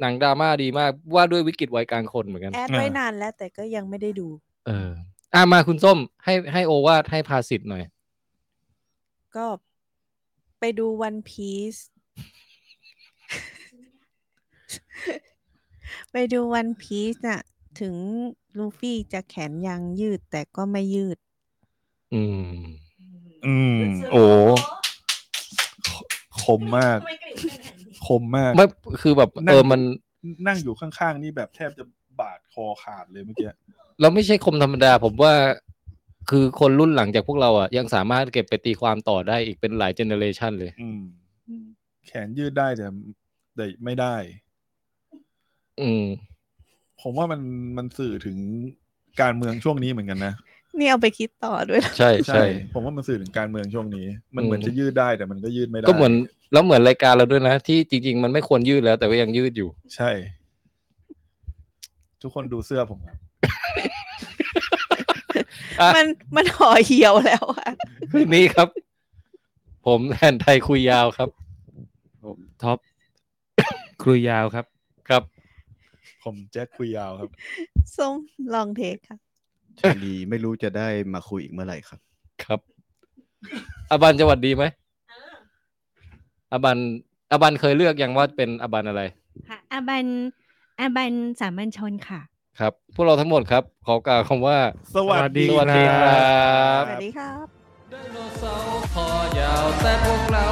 B: หนังดราม่าดีมาก ว่าด้วยวิกฤตวัยกลางคนเหมือนกัน
D: แอดไว้นานแล้วแต่ก็ยังไม่ได้ดู
B: เออ อ่ามาคุณส้ม ให้ให้โอวาทให้ภาษิตหน่อย
D: ก็ไปดู One Piece ไปดู One Piece น่ะ ถึงลูฟี่จะแขนยังยืดแต่ก็ไม่ยืด
B: อืม
C: อืม โอ้คมมาก คมมาก
B: ไม่คือแบบ
C: นั่
B: เอน อมัน
C: นั่งอยู่ข้างๆ นี่แบบแทบจะบาดคอขาดเลยเมื่อกี้
B: เราไม่ใช่คมธรรมดา ผมว่าคือคนรุ่นหลังจากพวกเราอ่ะยังสามารถเก็บไปตีความต่อได้อีกเป็นหลายเจเนอเรชันเลย
C: อืม แขนยืดได้แต่แต่ไม่ได้
B: อืม
C: ผมว่ามันมันสื่อถึงการเมืองช่วงนี้เหมือนกันนะ
D: นี่เอาไปคิดต่อด้วยนะ
B: ใช่ใช่
C: ผมว่ามันสื่อถึงการเมืองช่วงนี้ มันเหมือน
B: อืม
C: จะยืดได้แต่มันก็ยืดไม่ได้
B: ก็เหมือนแล้วเหมือนรายการเราด้วยนะ ที่จริง ๆ มันไม่ควรยืดแล้วแต่ก็ยังยืดอยู่
C: ใช่ ทุกคนดูเสื้อผมครับ
B: อ่ะ
D: มันมันห่อเหี่ยวแล้วอะ
B: นี่ครับ ผมแทนไทยคุยยาวครับ
F: ท็ อป ครุยยาวครับ
B: ครับ
C: ผมแจ็คคุยยาวครับ
D: ส้มลองเทคค่ะ
J: ชาลีไม่รู้จะได้มาคุยอีกเมื่อไหร่ครับ
B: ครับอาบันจังหวัดดีไหมอาบันอาบันเคยเลือกยังว่าเป็นอาบันอะไร
H: ค่ะอาบันอาบันสามัญชนค่ะ
B: ครับ พวกเราทั้งหมดครับ ขอกล่าวคำว่า
C: สวัสดี
B: สวัสดีครับ
D: สวัสดีครับ
A: ไดโนเสาร์คอยาวแต่พวกเรา